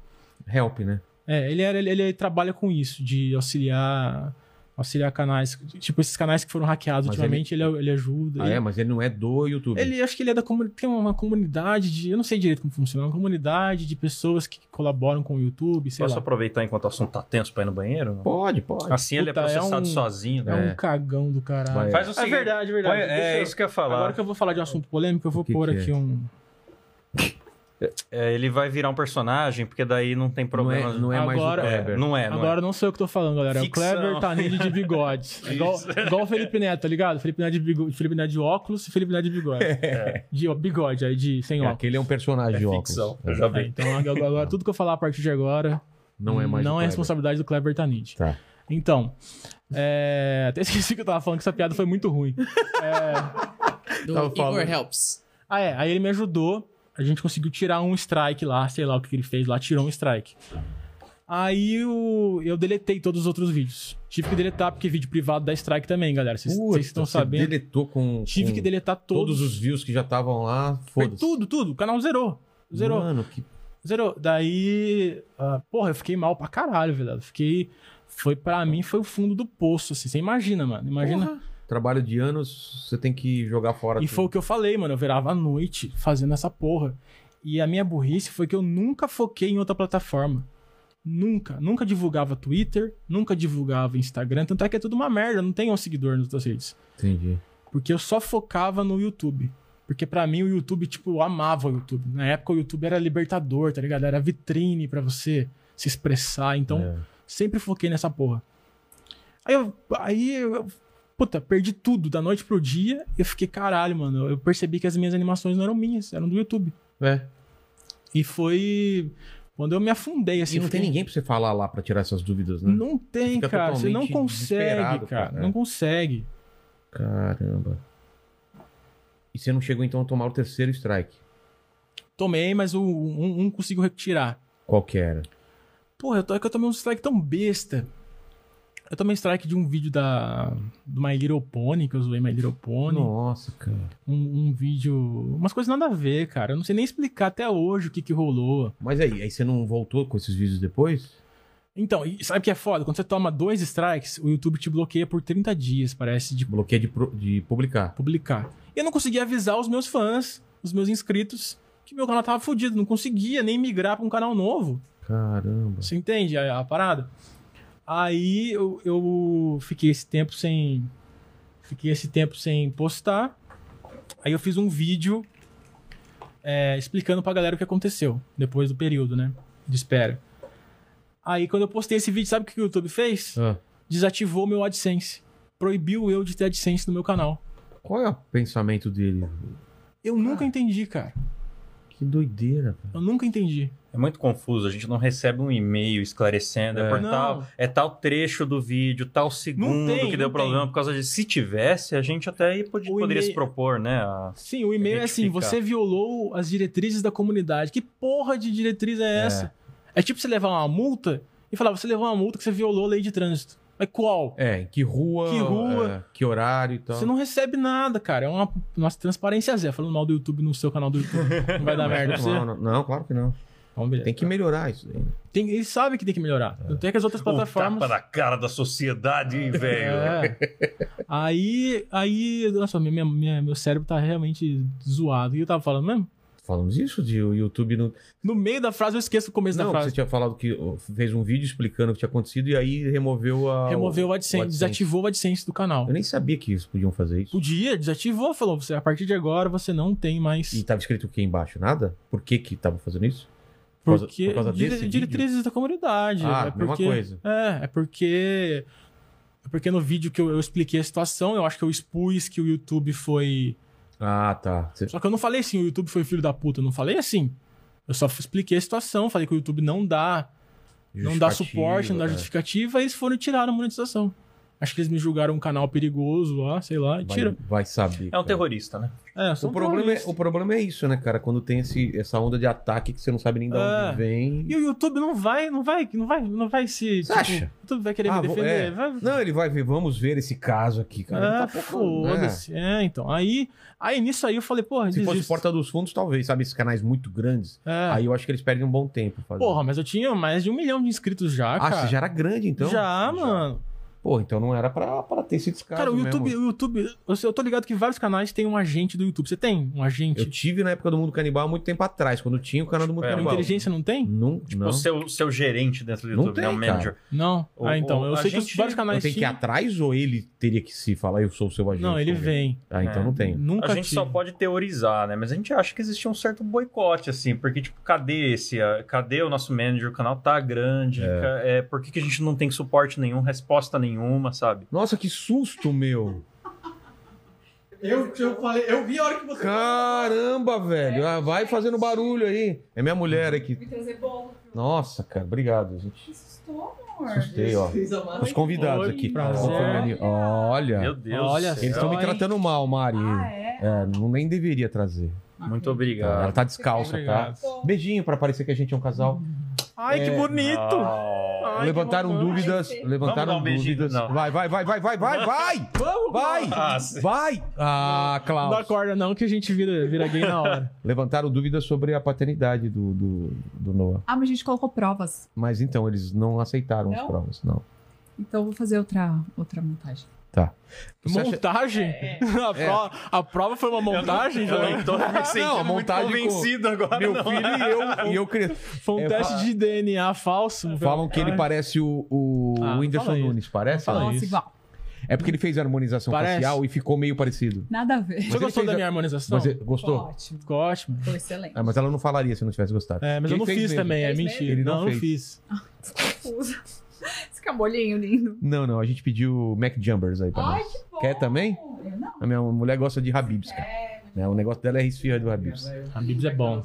[SPEAKER 1] Help, né?
[SPEAKER 4] É, ele, era, ele, ele trabalha com isso, de auxiliar auxiliar canais. Tipo, esses canais que foram hackeados
[SPEAKER 1] Mas
[SPEAKER 4] ultimamente, ele, ele, ajuda.
[SPEAKER 1] Ah, é, mas ele não é do YouTube.
[SPEAKER 4] Ele acho que ele é da comu- tem uma comunidade de, eu não sei direito como funciona, uma comunidade de pessoas que colaboram com o YouTube, sei
[SPEAKER 3] Posso
[SPEAKER 4] lá.
[SPEAKER 3] aproveitar enquanto o assunto tá tenso pra ir no banheiro? Não?
[SPEAKER 1] Pode, pode.
[SPEAKER 3] Assim ele é
[SPEAKER 4] Puta, é
[SPEAKER 3] processado
[SPEAKER 4] um-
[SPEAKER 3] sozinho.
[SPEAKER 4] É
[SPEAKER 3] Né?
[SPEAKER 4] um cagão do caralho.
[SPEAKER 1] Vai.
[SPEAKER 3] Faz o
[SPEAKER 4] É
[SPEAKER 3] seguinte,
[SPEAKER 4] verdade, é
[SPEAKER 3] põe-
[SPEAKER 4] verdade.
[SPEAKER 3] é
[SPEAKER 4] Deixa eu-
[SPEAKER 3] isso que eu ia falar.
[SPEAKER 4] Agora que eu vou falar de um assunto polêmico, eu vou
[SPEAKER 1] O que
[SPEAKER 4] pôr
[SPEAKER 1] que é?
[SPEAKER 4] aqui um
[SPEAKER 3] É, ele vai virar um personagem, porque daí não tem
[SPEAKER 1] Não é,
[SPEAKER 3] problema.
[SPEAKER 1] não é
[SPEAKER 4] Agora-
[SPEAKER 1] mais o
[SPEAKER 3] É,
[SPEAKER 1] Kleber.
[SPEAKER 3] não é, não
[SPEAKER 4] Agora eu não sei o que eu tô falando, galera. É O
[SPEAKER 3] Ficção.
[SPEAKER 4] Kleber Tanid de bigode. É igual, igual o Felipe Neto, tá ligado? Felipe Neto de, bigo- Felipe Neto de óculos e Felipe Neto de bigode. De ó, bigode aí, de sem óculos.
[SPEAKER 1] Aquele é um personagem de
[SPEAKER 3] é. É
[SPEAKER 1] óculos.
[SPEAKER 3] ficção.
[SPEAKER 1] É.
[SPEAKER 3] Eu já
[SPEAKER 4] É,
[SPEAKER 3] vi.
[SPEAKER 4] então agora, agora tudo que eu falar a partir de agora
[SPEAKER 1] Não é mais o
[SPEAKER 4] não é
[SPEAKER 1] Kleber.
[SPEAKER 4] responsabilidade do Kleber Tanid.
[SPEAKER 1] Tá.
[SPEAKER 4] Então, é, até esqueci que eu tava falando que essa piada foi muito ruim.
[SPEAKER 2] Do
[SPEAKER 1] Tava
[SPEAKER 2] Igor
[SPEAKER 1] falando.
[SPEAKER 2] Helps.
[SPEAKER 4] Ah, é. Aí ele me ajudou. A gente conseguiu tirar um strike lá, sei lá o que que ele fez lá, tirou um strike. Aí eu, eu deletei todos os outros vídeos. Tive que deletar, porque vídeo privado dá strike também, galera. Vocês
[SPEAKER 1] Puta,
[SPEAKER 4] vocês estão
[SPEAKER 1] você
[SPEAKER 4] sabendo.
[SPEAKER 1] Deletou com,
[SPEAKER 4] Tive
[SPEAKER 1] com
[SPEAKER 4] que deletar todos.
[SPEAKER 1] todos os views que já estavam lá.
[SPEAKER 4] Foi
[SPEAKER 1] Foda-se.
[SPEAKER 4] tudo, tudo. O canal zerou. Zerou.
[SPEAKER 1] Mano, que
[SPEAKER 4] Zerou. Daí, ah, porra, eu fiquei mal pra caralho, velho. Fiquei. Foi pra mim, foi o fundo do poço, assim. Você imagina, mano. Imagina.
[SPEAKER 1] trabalho de anos, você tem que jogar fora.
[SPEAKER 4] E foi o que eu falei, mano. Eu virava à noite fazendo essa porra. E a minha burrice foi que eu nunca foquei em outra plataforma. Nunca. Nunca divulgava Twitter, nunca divulgava Instagram. Tanto é que é tudo uma merda. Não tem um seguidor nas outras redes.
[SPEAKER 1] Entendi.
[SPEAKER 4] Porque eu só focava no YouTube. Porque pra mim o YouTube, tipo, eu amava o YouTube. Na época o YouTube era libertador, tá ligado? Era vitrine pra você se expressar. Então,
[SPEAKER 1] É.
[SPEAKER 4] Sempre foquei nessa porra. Aí eu. Aí eu puta, perdi tudo da noite pro dia. Eu fiquei, caralho, mano. Eu percebi que as minhas animações não eram minhas, eram do YouTube.
[SPEAKER 1] É.
[SPEAKER 4] E foi quando eu me afundei, assim.
[SPEAKER 1] E não
[SPEAKER 4] fiquei-
[SPEAKER 1] tem ninguém pra você falar lá pra tirar essas dúvidas, né?
[SPEAKER 4] Não tem,
[SPEAKER 1] Fica
[SPEAKER 4] cara. Você não
[SPEAKER 1] totalmente
[SPEAKER 4] consegue,
[SPEAKER 1] desesperado,
[SPEAKER 4] cara.
[SPEAKER 1] cara. é.
[SPEAKER 4] Não consegue.
[SPEAKER 1] Caramba. E você não chegou então a tomar o terceiro strike?
[SPEAKER 4] Tomei, mas o, um, um conseguiu retirar.
[SPEAKER 1] Qual que era?
[SPEAKER 4] Porra, eu, to- é que eu tomei um strike tão besta. Eu tomei strike de um vídeo da. Do My Little Pony, que eu zoei My Little Pony.
[SPEAKER 1] Nossa, cara.
[SPEAKER 4] um, um vídeo. Umas coisas nada a ver, cara. Eu não sei nem explicar até hoje o que, que rolou.
[SPEAKER 1] Mas aí, aí você não voltou com esses vídeos depois?
[SPEAKER 4] Então, e sabe o que é foda? Quando você toma dois strikes, o YouTube te bloqueia por 30 dias, parece, de
[SPEAKER 1] Bloqueia de, pro- de publicar.
[SPEAKER 4] publicar. E eu não conseguia avisar os meus fãs, os meus inscritos, que meu canal tava fodido. Não conseguia nem migrar pra um canal novo.
[SPEAKER 1] Caramba.
[SPEAKER 4] Você entende a, a parada? Aí eu, eu fiquei esse tempo sem. Fiquei esse tempo sem postar. Aí eu fiz um vídeo é, explicando pra galera o que aconteceu depois do período, né? De espera. Aí quando eu postei esse vídeo, sabe o que o YouTube fez?
[SPEAKER 1] Ah,
[SPEAKER 4] Desativou meu AdSense. Proibiu eu de ter AdSense no meu canal.
[SPEAKER 1] qual é o pensamento dele?
[SPEAKER 4] Eu nunca entendi, cara.
[SPEAKER 1] Que doideira, cara.
[SPEAKER 4] Eu nunca entendi.
[SPEAKER 3] É muito confuso, a gente não recebe um e-mail esclarecendo, é,
[SPEAKER 1] É.
[SPEAKER 3] por
[SPEAKER 4] Não.
[SPEAKER 3] tal, é tal trecho do vídeo, tal segundo
[SPEAKER 4] tem,
[SPEAKER 3] que deu
[SPEAKER 4] não
[SPEAKER 3] problema
[SPEAKER 4] tem.
[SPEAKER 3] por causa disso. Se tivesse, a gente até aí pod-
[SPEAKER 4] O
[SPEAKER 3] poderia se
[SPEAKER 4] e-mail-
[SPEAKER 3] propor, né? a-
[SPEAKER 4] Sim, o e-mail é assim:
[SPEAKER 3] Identificar.
[SPEAKER 4] você violou as diretrizes da comunidade. Que porra de É diretriz é essa? É, tipo você levar uma multa e falar: você levou uma multa que você violou a lei de trânsito. Mas qual?
[SPEAKER 1] É, em que rua.
[SPEAKER 4] Que rua.
[SPEAKER 1] é, que horário e tal.
[SPEAKER 4] Você não recebe nada, cara. É uma. Nossa, transparência zero. Falando mal do YouTube no seu canal do YouTube. Não vai dar merda pra você.
[SPEAKER 1] Não, não, não, claro que não.
[SPEAKER 4] Vamos ver.
[SPEAKER 1] Tem que melhorar isso daí. né?
[SPEAKER 4] Tem, eles sabem que tem que melhorar. Tanto é que as outras
[SPEAKER 3] O
[SPEAKER 4] plataformas.
[SPEAKER 3] tapa na cara da sociedade, hein, velho.
[SPEAKER 4] É. Aí, aí, nossa, minha- minha- minha- meu cérebro tá realmente zoado. E eu tava falando mesmo?
[SPEAKER 1] Falamos isso de o YouTube não.
[SPEAKER 4] No meio da frase eu esqueço o começo
[SPEAKER 1] Não,
[SPEAKER 4] da
[SPEAKER 1] que você
[SPEAKER 4] frase.
[SPEAKER 1] tinha falado que ó, fez um vídeo explicando o que tinha acontecido e aí removeu a.
[SPEAKER 4] Removeu o AdSense, desativou o AdSense do canal.
[SPEAKER 1] Eu nem sabia que eles podiam fazer isso.
[SPEAKER 4] Podia, desativou, falou, você a partir de agora você não tem mais.
[SPEAKER 1] E tava escrito o que embaixo? Nada? Por que que tava fazendo isso? Por causa-
[SPEAKER 4] Porque
[SPEAKER 1] por causa
[SPEAKER 4] dire-
[SPEAKER 1] desse vídeo?
[SPEAKER 4] diretrizes da comunidade.
[SPEAKER 1] Ah,
[SPEAKER 4] é
[SPEAKER 1] mesma
[SPEAKER 4] porque,
[SPEAKER 1] coisa.
[SPEAKER 4] É, é porque. É porque no vídeo que eu, eu expliquei a situação, eu acho que eu expus que o YouTube foi.
[SPEAKER 1] Ah, tá. Você-
[SPEAKER 4] Só que eu não falei assim, o YouTube foi filho da puta, eu não falei assim. Eu só expliquei a situação, falei que o YouTube não dá, não dá
[SPEAKER 1] justificativa,
[SPEAKER 4] suporte, não dá
[SPEAKER 1] é.
[SPEAKER 4] justificativa, e eles foram e tiraram a monetização. Acho que eles me julgaram um canal perigoso lá, sei lá, e
[SPEAKER 1] Vai-
[SPEAKER 4] tira.
[SPEAKER 1] Vai saber.
[SPEAKER 3] É um
[SPEAKER 1] cara.
[SPEAKER 3] terrorista, né?
[SPEAKER 4] É,
[SPEAKER 1] O
[SPEAKER 4] são
[SPEAKER 1] problema, é,
[SPEAKER 4] terroristas.
[SPEAKER 1] o problema é isso, né, cara? Quando tem esse, essa onda de ataque que você não sabe nem de onde
[SPEAKER 4] É.
[SPEAKER 1] vem.
[SPEAKER 4] E o YouTube não vai, não vai, não vai, não vai se. tipo,
[SPEAKER 1] Você acha?
[SPEAKER 4] O YouTube vai querer
[SPEAKER 1] Ah,
[SPEAKER 4] me
[SPEAKER 1] vou-
[SPEAKER 4] defender.
[SPEAKER 1] é.
[SPEAKER 4] vai-
[SPEAKER 1] Não, ele vai ver, vamos ver esse caso aqui, cara.
[SPEAKER 4] Ah,
[SPEAKER 1] Ele tá pouco-
[SPEAKER 4] foda-se. É, então. Aí, aí nisso aí eu falei, porra,
[SPEAKER 1] né? Se fosse
[SPEAKER 4] desisto.
[SPEAKER 1] Porta dos Fundos, talvez, sabe? Esses canais muito grandes.
[SPEAKER 4] É.
[SPEAKER 1] Aí eu acho que eles perdem um bom tempo fazendo.
[SPEAKER 4] Porra, mas eu tinha mais de um milhão de inscritos já,
[SPEAKER 1] ah,
[SPEAKER 4] cara.
[SPEAKER 1] você já era grande, então?
[SPEAKER 4] Já, mano.
[SPEAKER 1] Pô, então não era pra, pra ter esse descaso
[SPEAKER 4] Cara, o
[SPEAKER 1] mesmo.
[SPEAKER 4] YouTube, o YouTube, eu sei- eu tô ligado que vários canais têm um agente do YouTube. Você tem um agente?
[SPEAKER 1] Eu tive na época do Mundo Canibal há muito tempo atrás, quando tinha o canal do Mundo
[SPEAKER 3] É,
[SPEAKER 4] Cara,
[SPEAKER 1] Canibal.
[SPEAKER 4] Tipo, inteligência Tipo, é não tem?
[SPEAKER 1] Não, não.
[SPEAKER 3] O seu, seu gerente dentro do
[SPEAKER 1] Não
[SPEAKER 3] YouTube,
[SPEAKER 1] tem,
[SPEAKER 3] né? O manager.
[SPEAKER 4] Não.
[SPEAKER 3] O-
[SPEAKER 4] ah, então,
[SPEAKER 3] o
[SPEAKER 4] eu sei que
[SPEAKER 3] agente-
[SPEAKER 4] os vários
[SPEAKER 1] Eu
[SPEAKER 4] canais
[SPEAKER 1] tenho que ir
[SPEAKER 4] tinham.
[SPEAKER 1] atrás ou ele teria que se falar, eu sou o seu agente?
[SPEAKER 4] Não, ele
[SPEAKER 1] Como
[SPEAKER 4] vem.
[SPEAKER 1] Ah, então
[SPEAKER 3] É.
[SPEAKER 1] não tem.
[SPEAKER 4] Nunca
[SPEAKER 3] A gente
[SPEAKER 4] tive.
[SPEAKER 3] só pode teorizar, né? Mas a gente acha que existe um certo boicote, assim, porque, tipo, cadê esse? ah, Cadê o nosso manager? O canal tá grande,
[SPEAKER 1] É.
[SPEAKER 3] ca- é, por que, que a gente não tem suporte nenhum, resposta nenhuma, sabe?
[SPEAKER 1] Nossa, que susto, meu.
[SPEAKER 4] Eu, falei, eu vi a hora que você.
[SPEAKER 1] Caramba, velho. Ah, vai fazendo barulho aí. É minha mulher aqui.
[SPEAKER 8] Vim trazer bolo.
[SPEAKER 1] Nossa, cara, obrigado, gente.
[SPEAKER 8] Que susto, amor.
[SPEAKER 1] Assustei, ó. Os convidados
[SPEAKER 4] Oi,
[SPEAKER 1] aqui.
[SPEAKER 4] prazer.
[SPEAKER 1] Olha,
[SPEAKER 3] Meu
[SPEAKER 1] Olha.
[SPEAKER 3] Deus.
[SPEAKER 4] Olha
[SPEAKER 1] Eles
[SPEAKER 3] do céu.
[SPEAKER 1] estão me
[SPEAKER 4] Olha.
[SPEAKER 1] tratando mal, Mari.
[SPEAKER 8] Ah, é?
[SPEAKER 1] É, não nem deveria trazer. Tá,
[SPEAKER 3] Muito
[SPEAKER 1] Ela
[SPEAKER 3] obrigado.
[SPEAKER 1] tá descalça, tá? Beijinho pra parecer que a gente é um casal.
[SPEAKER 4] Ai,
[SPEAKER 1] É,
[SPEAKER 4] que bonito.
[SPEAKER 3] Ah,
[SPEAKER 4] Ai, que
[SPEAKER 1] levantaram
[SPEAKER 4] bacana.
[SPEAKER 1] dúvidas,
[SPEAKER 8] Ai,
[SPEAKER 1] levantaram
[SPEAKER 3] Vamos dar um beijinho,
[SPEAKER 1] dúvidas.
[SPEAKER 3] não.
[SPEAKER 1] Vai, vai, vai, vai, vai, vai, vai. Vai.
[SPEAKER 3] Nossa.
[SPEAKER 1] Vai. Ah,
[SPEAKER 4] Não dá
[SPEAKER 1] Klaus.
[SPEAKER 4] corda, não, que a gente vira, vira gay na hora.
[SPEAKER 1] Levantaram dúvidas sobre a paternidade do, do, do Noah.
[SPEAKER 8] Ah, mas a gente colocou provas.
[SPEAKER 1] Mas então, eles não aceitaram as
[SPEAKER 8] Não?
[SPEAKER 1] provas, não.
[SPEAKER 8] Então eu vou fazer outra, outra montagem.
[SPEAKER 1] Você acha- É.
[SPEAKER 4] montagem? A, prova, a prova foi uma montagem,
[SPEAKER 3] É, Eu
[SPEAKER 4] João?
[SPEAKER 3] não tô me sentindo
[SPEAKER 1] a montagem
[SPEAKER 3] muito convencido agora,
[SPEAKER 1] Meu
[SPEAKER 3] não.
[SPEAKER 1] filho e eu, e eu cresci.
[SPEAKER 4] Foi um
[SPEAKER 1] É,
[SPEAKER 4] teste de DNA falso.
[SPEAKER 1] Falam que ele
[SPEAKER 4] Ah,
[SPEAKER 1] parece o, o
[SPEAKER 4] Ah, não
[SPEAKER 1] Whindersson
[SPEAKER 4] fala isso.
[SPEAKER 1] Nunes, parece?
[SPEAKER 4] Não fala
[SPEAKER 8] Nossa,
[SPEAKER 4] isso.
[SPEAKER 8] igual.
[SPEAKER 1] É porque ele fez a harmonização
[SPEAKER 4] Parece.
[SPEAKER 1] facial e ficou meio parecido.
[SPEAKER 8] Nada a ver.
[SPEAKER 1] Mas
[SPEAKER 4] Você
[SPEAKER 1] ele
[SPEAKER 4] gostou
[SPEAKER 1] fez
[SPEAKER 4] da
[SPEAKER 1] a-
[SPEAKER 4] minha harmonização?
[SPEAKER 1] Mas ele- gostou?
[SPEAKER 8] Ótimo.
[SPEAKER 4] Ficou ótimo.
[SPEAKER 8] Foi excelente.
[SPEAKER 1] Ah, mas ela não falaria se não tivesse gostado.
[SPEAKER 4] É, mas
[SPEAKER 1] Ele
[SPEAKER 4] eu não
[SPEAKER 1] fez
[SPEAKER 4] fiz
[SPEAKER 1] mesmo.
[SPEAKER 4] também, é
[SPEAKER 8] Fez
[SPEAKER 4] mentira.
[SPEAKER 1] mesmo? Ele não
[SPEAKER 4] não, eu não
[SPEAKER 1] fez.
[SPEAKER 4] fiz.
[SPEAKER 8] Confusa. Esse camolinho lindo.
[SPEAKER 1] Não, não, a gente pediu Mac Jumbers aí pra
[SPEAKER 8] Ai,
[SPEAKER 1] nós.
[SPEAKER 8] que bom.
[SPEAKER 1] Quer também?
[SPEAKER 8] Eu não.
[SPEAKER 1] A minha mulher gosta de Habibs, cara.
[SPEAKER 8] É,
[SPEAKER 1] né? O negócio dela é esfirra do Habibs.
[SPEAKER 4] A Bíblia é bom.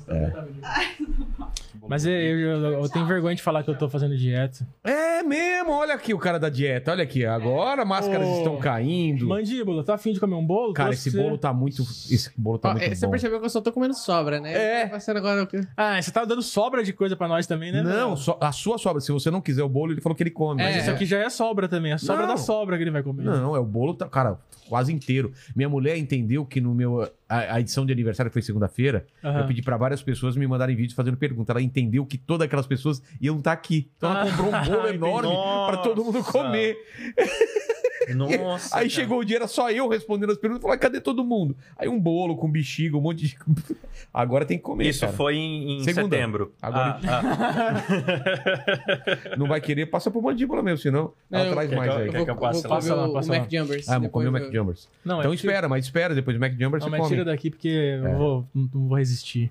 [SPEAKER 4] Mas eu, eu- eu- eu tenho vergonha de falar que eu tô fazendo dieta.
[SPEAKER 1] É mesmo, olha aqui o cara da dieta, olha aqui.
[SPEAKER 8] É.
[SPEAKER 1] Agora máscaras
[SPEAKER 4] Ô.
[SPEAKER 1] estão caindo.
[SPEAKER 4] Mandíbula, tá afim de comer um bolo?
[SPEAKER 1] Cara,
[SPEAKER 4] Doce
[SPEAKER 1] esse
[SPEAKER 4] você-
[SPEAKER 1] bolo tá muito. Esse bolo tá
[SPEAKER 2] Ó, é,
[SPEAKER 1] muito
[SPEAKER 2] você
[SPEAKER 1] bom.
[SPEAKER 2] percebeu que eu só tô comendo sobra, né?
[SPEAKER 1] É.
[SPEAKER 2] Tá passando agora o quê?
[SPEAKER 4] Ah, você tá dando sobra de coisa pra nós também, né?
[SPEAKER 1] Não,
[SPEAKER 4] velho?
[SPEAKER 1] só- a sua sobra. Se você não quiser o bolo, ele falou que ele come.
[SPEAKER 4] Mas
[SPEAKER 2] É.
[SPEAKER 4] isso aqui já é sobra também. É sobra
[SPEAKER 1] Não.
[SPEAKER 4] da sobra que ele vai comer.
[SPEAKER 1] Não, é o bolo, tá, cara, quase inteiro. Minha mulher entendeu que no meu. A, a edição de aniversário que foi segunda-feira,
[SPEAKER 4] Aham.
[SPEAKER 1] eu pedi pra várias pessoas me mandarem vídeos fazendo pergunta. Ela entendeu que todas aquelas pessoas iam estar aqui. Então ela
[SPEAKER 4] Ah,
[SPEAKER 1] comprou um bolo
[SPEAKER 4] entendi.
[SPEAKER 1] enorme pra todo mundo
[SPEAKER 3] Nossa. tá-
[SPEAKER 1] comer.
[SPEAKER 3] Nossa.
[SPEAKER 1] Aí
[SPEAKER 3] cara.
[SPEAKER 1] chegou o dia, era só eu respondendo as perguntas. Eu Falei, cadê todo mundo? Aí um bolo com bexiga, um monte de. Agora tem que comer.
[SPEAKER 3] Isso
[SPEAKER 1] cara.
[SPEAKER 3] foi em, em
[SPEAKER 1] Segunda.
[SPEAKER 3] setembro.
[SPEAKER 1] Agora-
[SPEAKER 3] Ah,
[SPEAKER 1] Não vai querer, passa um pro mandíbula mesmo, senão ela
[SPEAKER 2] eu-
[SPEAKER 1] traz
[SPEAKER 3] quer
[SPEAKER 1] mais
[SPEAKER 3] que eu-
[SPEAKER 1] aí.
[SPEAKER 3] quer que eu passe lá?
[SPEAKER 4] Passa lá,
[SPEAKER 2] comer o-
[SPEAKER 4] passa
[SPEAKER 2] o
[SPEAKER 4] lá.
[SPEAKER 2] Mac Jumbers.
[SPEAKER 1] Ah, vou comer o
[SPEAKER 2] depois
[SPEAKER 1] Mac
[SPEAKER 2] eu-
[SPEAKER 1] Jumbers.
[SPEAKER 4] Não,
[SPEAKER 1] Então
[SPEAKER 4] é tira-
[SPEAKER 1] espera, mas espera, depois do Mac Jumper
[SPEAKER 4] Não,
[SPEAKER 1] você
[SPEAKER 4] mas
[SPEAKER 1] come. É.
[SPEAKER 4] tira daqui porque eu vou, não, não vou resistir.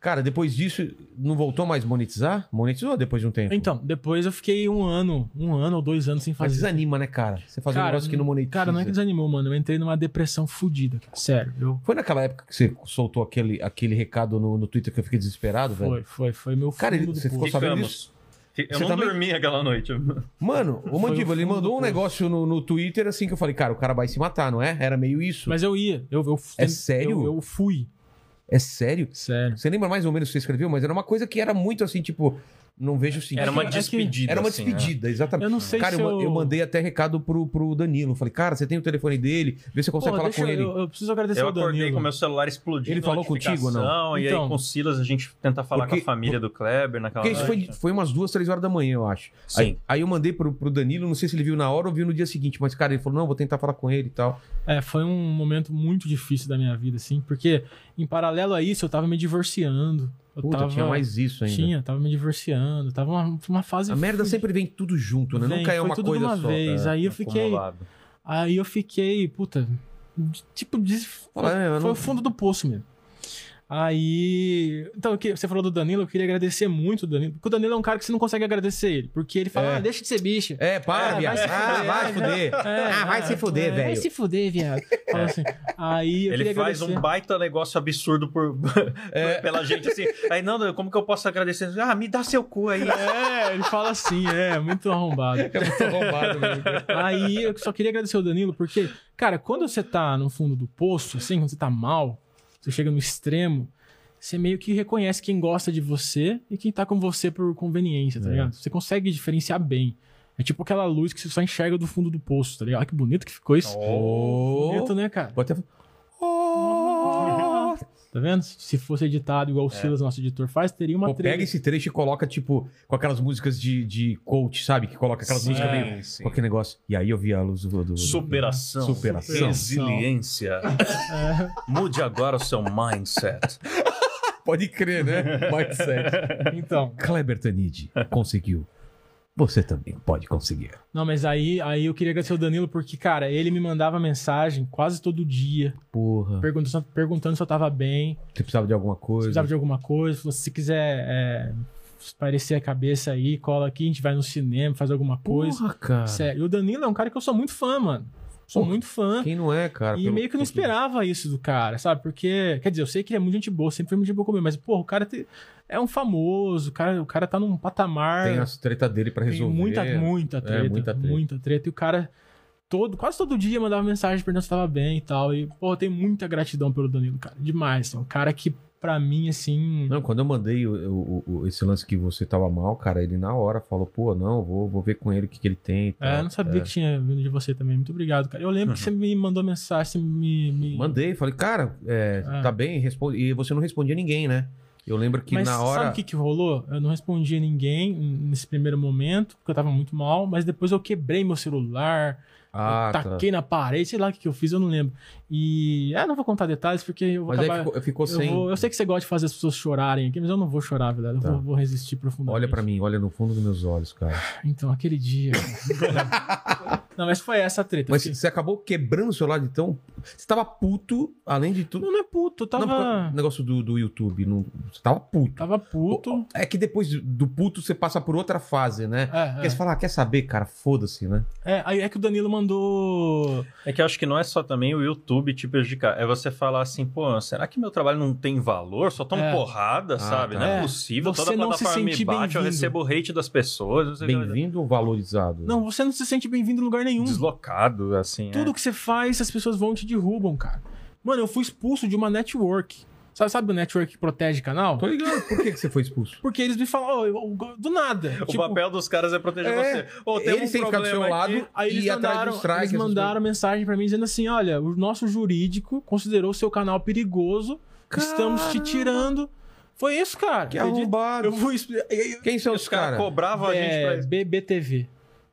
[SPEAKER 1] Cara, depois disso, não voltou mais monetizar? Monetizou depois de um tempo.
[SPEAKER 4] Então, depois eu fiquei um ano, um ano ou dois anos sem
[SPEAKER 1] Mas
[SPEAKER 4] fazer.
[SPEAKER 1] desanima, né, cara? Você fazer um
[SPEAKER 4] Cara,
[SPEAKER 1] negócio que não monetiza.
[SPEAKER 4] Cara, não é que desanimou, mano. Eu entrei numa depressão fodida, cara. Sério. Eu...
[SPEAKER 1] Foi naquela época que você soltou aquele, aquele recado no, no Twitter que eu fiquei desesperado, velho?
[SPEAKER 4] Foi, foi, foi meu
[SPEAKER 1] Tá Cara, ele-
[SPEAKER 4] fundo do
[SPEAKER 1] você
[SPEAKER 4] poço.
[SPEAKER 1] ficou sabendo
[SPEAKER 3] Ficamos.
[SPEAKER 1] disso?
[SPEAKER 3] Eu
[SPEAKER 1] Você tá
[SPEAKER 3] não
[SPEAKER 1] também-
[SPEAKER 3] dormi aquela noite.
[SPEAKER 1] Mano, o Mandiva, ele
[SPEAKER 4] fundo do
[SPEAKER 1] mandou um
[SPEAKER 4] poço.
[SPEAKER 1] negócio no, no Twitter assim que eu falei, cara, o cara vai se matar, não é? Era meio isso.
[SPEAKER 4] Mas eu ia. Eu, eu,
[SPEAKER 1] É sério?
[SPEAKER 4] Eu, eu fui.
[SPEAKER 1] É sério?
[SPEAKER 4] Sério.
[SPEAKER 1] Você lembra mais ou menos o que você escreveu? Mas era uma coisa que era muito assim, tipo, não vejo sentido.
[SPEAKER 3] Era uma
[SPEAKER 4] É que-
[SPEAKER 3] despedida.
[SPEAKER 1] Era uma
[SPEAKER 3] assim,
[SPEAKER 1] despedida, exatamente.
[SPEAKER 4] Eu não sei
[SPEAKER 1] cara,
[SPEAKER 4] se
[SPEAKER 1] eu, ma-
[SPEAKER 4] eu...
[SPEAKER 1] eu mandei até recado pro, pro Danilo. Falei, cara, você tem o telefone dele, vê se você
[SPEAKER 4] Pô,
[SPEAKER 1] consegue falar
[SPEAKER 4] deixa
[SPEAKER 1] com
[SPEAKER 4] eu-
[SPEAKER 1] ele.
[SPEAKER 4] Eu, eu preciso agradecer
[SPEAKER 3] Eu
[SPEAKER 4] ao Danilo.
[SPEAKER 3] acordei com meu celular explodindo.
[SPEAKER 1] Ele falou contigo ou não?
[SPEAKER 3] notificação, E
[SPEAKER 4] Então.
[SPEAKER 3] aí com o Silas a gente tenta falar
[SPEAKER 1] Porque-
[SPEAKER 3] com a família do Kleber naquela
[SPEAKER 1] Porque isso foi,
[SPEAKER 3] noite.
[SPEAKER 1] foi umas duas, três horas da manhã, eu acho.
[SPEAKER 3] Sim.
[SPEAKER 1] Aí, aí eu mandei pro, pro Danilo, não sei se ele viu na hora ou viu no dia seguinte, mas, cara, ele falou, não, vou tentar falar com ele e tal.
[SPEAKER 4] É, foi um momento muito difícil da minha vida, assim, porque em paralelo a isso eu tava me divorciando. Eu
[SPEAKER 1] Puta,
[SPEAKER 4] tava,
[SPEAKER 1] tinha mais isso ainda.
[SPEAKER 4] Tinha, tava me divorciando. Tava uma, uma fase.
[SPEAKER 1] A merda sempre vem tudo junto, né?
[SPEAKER 4] Vem,
[SPEAKER 1] Nunca é
[SPEAKER 4] foi
[SPEAKER 1] uma
[SPEAKER 4] tudo de
[SPEAKER 1] coisa
[SPEAKER 4] uma
[SPEAKER 1] só.
[SPEAKER 4] vez.
[SPEAKER 1] É.
[SPEAKER 4] Aí eu fiquei.
[SPEAKER 3] Acumulado.
[SPEAKER 4] Aí eu fiquei, puta, de- tipo, des...
[SPEAKER 1] Fala, é, eu
[SPEAKER 4] foi
[SPEAKER 1] não-
[SPEAKER 4] o fundo do poço mesmo. Aí. Então, o que você falou do Danilo, eu queria agradecer muito o Danilo. Porque o Danilo é um cara que você não consegue agradecer ele. Porque ele fala,
[SPEAKER 1] É.
[SPEAKER 4] ah, deixa de ser bicha.
[SPEAKER 1] É, para,
[SPEAKER 4] É,
[SPEAKER 1] viado.
[SPEAKER 4] vai se
[SPEAKER 1] Ah,
[SPEAKER 4] fuder,
[SPEAKER 1] vai se fuder.
[SPEAKER 4] É,
[SPEAKER 1] Ah, vai se fuder,
[SPEAKER 4] é, Vai
[SPEAKER 1] velho.
[SPEAKER 4] se fuder, viado.
[SPEAKER 1] É.
[SPEAKER 4] Fala assim. Aí eu
[SPEAKER 3] Ele
[SPEAKER 4] queria
[SPEAKER 3] faz
[SPEAKER 4] agradecer. É.
[SPEAKER 3] um baita negócio absurdo por, pela gente, assim. Aí, não, como que eu posso agradecer? Ah, me dá seu cu aí.
[SPEAKER 4] É, ele fala assim, é, muito arrombado.
[SPEAKER 1] É muito roubado mesmo.
[SPEAKER 4] Aí eu só queria agradecer o Danilo, porque, cara, quando você tá no fundo do poço, assim, quando você tá mal, você chega no extremo, você meio que reconhece quem gosta de você e quem tá com você por conveniência, tá
[SPEAKER 1] É.
[SPEAKER 4] ligado? Você consegue diferenciar bem. É tipo aquela luz que você só enxerga do fundo do poço, tá ligado? Olha que bonito que ficou isso.
[SPEAKER 1] Oh.
[SPEAKER 4] Bonito, né, cara?
[SPEAKER 1] Pode até... Oh.
[SPEAKER 4] Tá vendo? Se fosse editado igual o Silas, nosso editor, faz, teria uma
[SPEAKER 1] É. Pô,
[SPEAKER 4] trilha.
[SPEAKER 1] pega esse trecho e coloca, tipo, com aquelas músicas de, de coach, sabe? Que coloca aquelas
[SPEAKER 3] Sim,
[SPEAKER 1] músicas meio.
[SPEAKER 3] sim.
[SPEAKER 1] Qualquer negócio. E aí eu vi a luz do. do-
[SPEAKER 3] Superação.
[SPEAKER 1] Superação.
[SPEAKER 3] Resiliência. Mude agora o seu mindset.
[SPEAKER 1] Pode crer, né? Mindset.
[SPEAKER 4] Então.
[SPEAKER 1] Kleber Tanid conseguiu. Você também pode conseguir.
[SPEAKER 4] Não, mas aí, aí eu queria agradecer o Danilo, porque, cara, ele me mandava mensagem quase todo dia.
[SPEAKER 1] Porra.
[SPEAKER 4] perguntando, perguntando se eu tava bem,
[SPEAKER 1] Você precisava de alguma
[SPEAKER 4] se
[SPEAKER 1] coisa.
[SPEAKER 4] precisava de alguma coisa. Falou, assim, se você quiser é, parecer a cabeça aí, cola aqui, a gente vai no cinema, faz alguma coisa.
[SPEAKER 1] Porra, cara.
[SPEAKER 4] Sério. E o Danilo é um cara que eu sou muito fã, mano. Sou
[SPEAKER 1] Porra,
[SPEAKER 4] muito fã.
[SPEAKER 1] Quem não é, cara?
[SPEAKER 4] E
[SPEAKER 1] Pelo-
[SPEAKER 4] meio que eu não esperava isso do cara, sabe? Porque, quer dizer, eu sei que ele é muito gente boa, sempre foi muito gente boa comigo, mas, porra, o cara te- é um famoso, o cara, o cara tá num patamar.
[SPEAKER 1] Tem as treta dele pra
[SPEAKER 4] Tem
[SPEAKER 1] resolver. é,
[SPEAKER 4] muita, muita treta,
[SPEAKER 1] muita
[SPEAKER 4] muita
[SPEAKER 1] treta.
[SPEAKER 4] treta. E o cara, todo, quase todo dia, mandava mensagem perguntando se tava bem e tal. E, pô, eu tenho muita gratidão pelo Danilo, cara. Demais. É um cara que, pra mim, assim.
[SPEAKER 1] Não, quando eu mandei o- o- o- esse lance que você tava mal, cara, ele na hora falou, pô, não, vou, vou ver com ele o que, que ele tem. e tal.
[SPEAKER 4] É, eu não sabia que tinha vindo de você também. Muito obrigado, cara. Eu lembro
[SPEAKER 1] Uhum.
[SPEAKER 4] que você me mandou mensagem, você me. me-
[SPEAKER 1] Mandei, falei, cara, é,
[SPEAKER 4] Ah.
[SPEAKER 1] tá bem, responde. E você não respondia ninguém, né? Eu lembro que
[SPEAKER 4] mas
[SPEAKER 1] na hora.
[SPEAKER 4] sabe o que, que rolou? Eu não respondi a ninguém nesse primeiro momento, porque eu tava muito mal, mas depois eu quebrei meu celular,
[SPEAKER 1] Ah,
[SPEAKER 4] eu
[SPEAKER 1] tá.
[SPEAKER 4] taquei na parede, sei lá o que, que eu fiz, eu não lembro. E. Ah, não vou contar detalhes, porque eu vou
[SPEAKER 1] Mas aí
[SPEAKER 4] acabar.
[SPEAKER 1] ficou, ficou
[SPEAKER 4] Eu,
[SPEAKER 1] sem.
[SPEAKER 4] vou- eu sei que você gosta de fazer as pessoas chorarem aqui, mas eu não vou chorar, velho. Eu
[SPEAKER 1] Tá.
[SPEAKER 4] vou, vou resistir profundamente.
[SPEAKER 1] Olha pra mim, olha no fundo dos meus olhos, cara.
[SPEAKER 4] Então, aquele dia. não, mas foi essa a treta.
[SPEAKER 1] Mas
[SPEAKER 4] assim.
[SPEAKER 1] você acabou quebrando o seu lado, então. Você tava puto, além de tudo.
[SPEAKER 4] Não, não é puto. Eu tava,
[SPEAKER 1] Não, por causa do negócio do, do YouTube. Não... Você tava puto.
[SPEAKER 4] tava puto.
[SPEAKER 1] É que depois do puto você passa por outra fase, né?
[SPEAKER 4] É,
[SPEAKER 1] Porque você fala, ah, quer saber, cara? Foda-se, né?
[SPEAKER 4] é. É, aí é que o Danilo mandou.
[SPEAKER 3] É que eu acho que não é só também o YouTube te prejudicar. É você falar assim, pô, será que meu trabalho não tem valor? Só toma
[SPEAKER 4] É.
[SPEAKER 3] porrada, sabe?
[SPEAKER 1] tá.
[SPEAKER 3] Não é
[SPEAKER 4] É.
[SPEAKER 3] possível.
[SPEAKER 4] Você
[SPEAKER 3] Toda
[SPEAKER 4] não se
[SPEAKER 3] plataforma me
[SPEAKER 4] sentir
[SPEAKER 3] bate, eu
[SPEAKER 4] bem-vindo.
[SPEAKER 3] recebo hate das pessoas. Não sei o que.
[SPEAKER 1] Bem-vindo ou valorizado?
[SPEAKER 4] Não, você não se sente bem-vindo em lugar nenhum.
[SPEAKER 3] Deslocado,
[SPEAKER 1] É.
[SPEAKER 3] assim.
[SPEAKER 4] Tudo que você faz, as pessoas vão e te derrubam, cara. Mano, eu fui expulso de uma network. Sabe, sabe o network que protege canal?
[SPEAKER 1] Tô ligado. Por que, que você foi expulso?
[SPEAKER 4] Porque eles me falam, "Ó, eu- eu- do nada. tipo,
[SPEAKER 3] O papel dos caras é proteger
[SPEAKER 1] É,
[SPEAKER 3] você. Ou tem
[SPEAKER 1] Eles
[SPEAKER 3] um
[SPEAKER 1] têm que ficar do seu
[SPEAKER 3] problema aqui.
[SPEAKER 1] lado
[SPEAKER 4] Aí eles
[SPEAKER 1] e ir atrás
[SPEAKER 4] mandaram,
[SPEAKER 1] dos strikes.
[SPEAKER 4] eles mandaram mensagem pra mim dizendo assim: olha, o nosso jurídico considerou seu canal perigoso, estamos te tirando. Foi isso, cara.
[SPEAKER 1] Que
[SPEAKER 4] Acredita?
[SPEAKER 1] arrombado.
[SPEAKER 4] Eu vou explicar.
[SPEAKER 1] Quem são
[SPEAKER 3] Os
[SPEAKER 1] os
[SPEAKER 3] caras
[SPEAKER 1] caras?
[SPEAKER 3] cobravam a gente pra
[SPEAKER 4] É,
[SPEAKER 3] isso.
[SPEAKER 4] BBTV.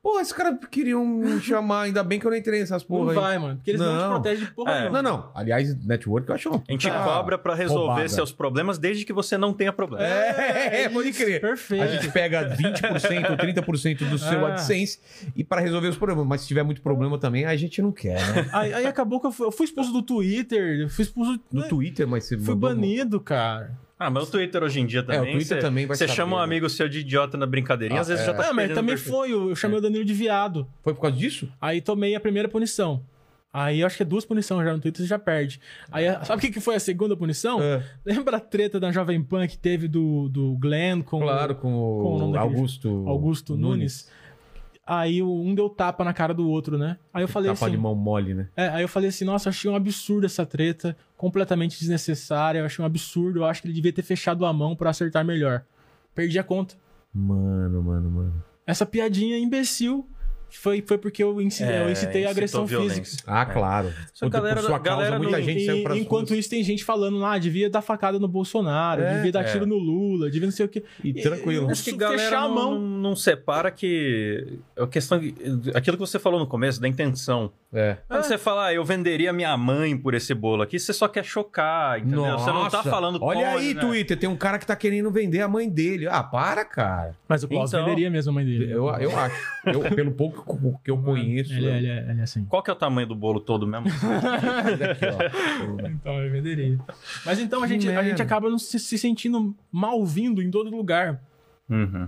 [SPEAKER 1] Pô, esses caras queriam um me chamar, ainda bem que eu não entrei nessas porra
[SPEAKER 4] não
[SPEAKER 1] aí.
[SPEAKER 4] vai, mano. Porque eles não,
[SPEAKER 1] Não.
[SPEAKER 4] te protegem de porra
[SPEAKER 3] É.
[SPEAKER 4] nenhuma.
[SPEAKER 1] Não, não. Aliás, network eu acho. Ah. uma
[SPEAKER 3] A gente
[SPEAKER 4] Ah.
[SPEAKER 1] puta
[SPEAKER 3] cobra pra resolver
[SPEAKER 1] roubada.
[SPEAKER 3] seus problemas desde que você não tenha problema.
[SPEAKER 1] É, pode crer.
[SPEAKER 4] Perfeito.
[SPEAKER 1] A gente pega 20%, 30% do seu
[SPEAKER 4] É.
[SPEAKER 1] AdSense e para resolver os problemas. Mas se tiver muito problema também, a gente não quer, né?
[SPEAKER 4] Aí, aí acabou que eu fui, eu fui expulso do Twitter, eu fui expulso. né,
[SPEAKER 1] No Twitter, mas você
[SPEAKER 4] É. Fui
[SPEAKER 1] mandou-
[SPEAKER 4] banido, cara.
[SPEAKER 3] Ah, mas o Twitter hoje em dia também.
[SPEAKER 1] É, o Twitter
[SPEAKER 3] você,
[SPEAKER 1] também vai
[SPEAKER 3] Você
[SPEAKER 1] saber,
[SPEAKER 3] chama um
[SPEAKER 1] né?
[SPEAKER 3] amigo seu de idiota na brincadeirinha,
[SPEAKER 1] Ah,
[SPEAKER 3] às vezes
[SPEAKER 1] é.
[SPEAKER 3] já tá.
[SPEAKER 4] Ah, mas
[SPEAKER 3] perdendo
[SPEAKER 4] também
[SPEAKER 3] perfil.
[SPEAKER 4] foi. Eu chamei o Danilo de viado.
[SPEAKER 1] Foi por causa disso?
[SPEAKER 4] Aí tomei a primeira punição. Aí eu acho que é duas punições já no Twitter, você já perde. Aí, a- sabe o que, que foi a segunda punição?
[SPEAKER 1] É,
[SPEAKER 4] Lembra a treta da Jovem Pan que teve do, do Glenn com
[SPEAKER 1] claro, com o,
[SPEAKER 4] Qual o nome daquele-
[SPEAKER 1] Augusto.
[SPEAKER 4] o Augusto Nunes? Aí o- um deu tapa na cara do outro, né? Aí eu falei
[SPEAKER 1] Tapa
[SPEAKER 4] assim.
[SPEAKER 1] de mão mole, né?
[SPEAKER 4] é, aí eu falei assim, nossa, achei um absurdo essa treta, completamente desnecessária, eu achei um absurdo, eu acho que ele devia ter fechado a mão pra acertar melhor. Perdi a conta.
[SPEAKER 1] Mano, mano, mano.
[SPEAKER 4] Essa piadinha imbecil foi, foi porque eu, incitei,
[SPEAKER 1] É,
[SPEAKER 4] eu incitei a agressão física.
[SPEAKER 1] Ah, claro.
[SPEAKER 3] Só que a galera-
[SPEAKER 1] por sua causa,
[SPEAKER 3] galera
[SPEAKER 1] muita
[SPEAKER 3] não-
[SPEAKER 1] gente saiu pra
[SPEAKER 4] E, enquanto isso, tem gente falando lá, ah, devia dar facada no Bolsonaro,
[SPEAKER 1] É,
[SPEAKER 4] devia dar
[SPEAKER 3] é.
[SPEAKER 4] tiro no Lula, devia não sei o quê.
[SPEAKER 1] E tranquilo.
[SPEAKER 3] Acho que a
[SPEAKER 4] Isso,
[SPEAKER 3] galera
[SPEAKER 4] fechar a
[SPEAKER 3] não,
[SPEAKER 4] mão.
[SPEAKER 3] não- não separa que. A questão. Aquilo que você falou no começo, da intenção.
[SPEAKER 1] É.
[SPEAKER 3] Quando você fala, ah, eu venderia minha mãe por esse bolo aqui, você só quer chocar, entendeu? você não tá
[SPEAKER 1] Nossa,
[SPEAKER 3] falando
[SPEAKER 1] Olha
[SPEAKER 3] com-
[SPEAKER 1] aí,
[SPEAKER 3] né?
[SPEAKER 1] Twitter, tem um cara que tá querendo vender a mãe dele. Ah, para, cara.
[SPEAKER 4] Mas o Klaus
[SPEAKER 3] Então-
[SPEAKER 4] venderia mesmo a mãe dele.
[SPEAKER 1] Eu, eu acho. né? Eu, pelo pouco co- que eu conheço.
[SPEAKER 4] Ele,
[SPEAKER 1] eu-
[SPEAKER 4] ele é, ele é assim.
[SPEAKER 3] Qual que é o tamanho do bolo todo
[SPEAKER 1] Aqui,
[SPEAKER 3] mesmo?
[SPEAKER 1] ó.
[SPEAKER 4] Então eu venderia. Mas então a
[SPEAKER 1] Que
[SPEAKER 4] gente, a
[SPEAKER 1] merda.
[SPEAKER 4] gente acaba não se, se sentindo mal-vindo em todo lugar.
[SPEAKER 3] Uhum.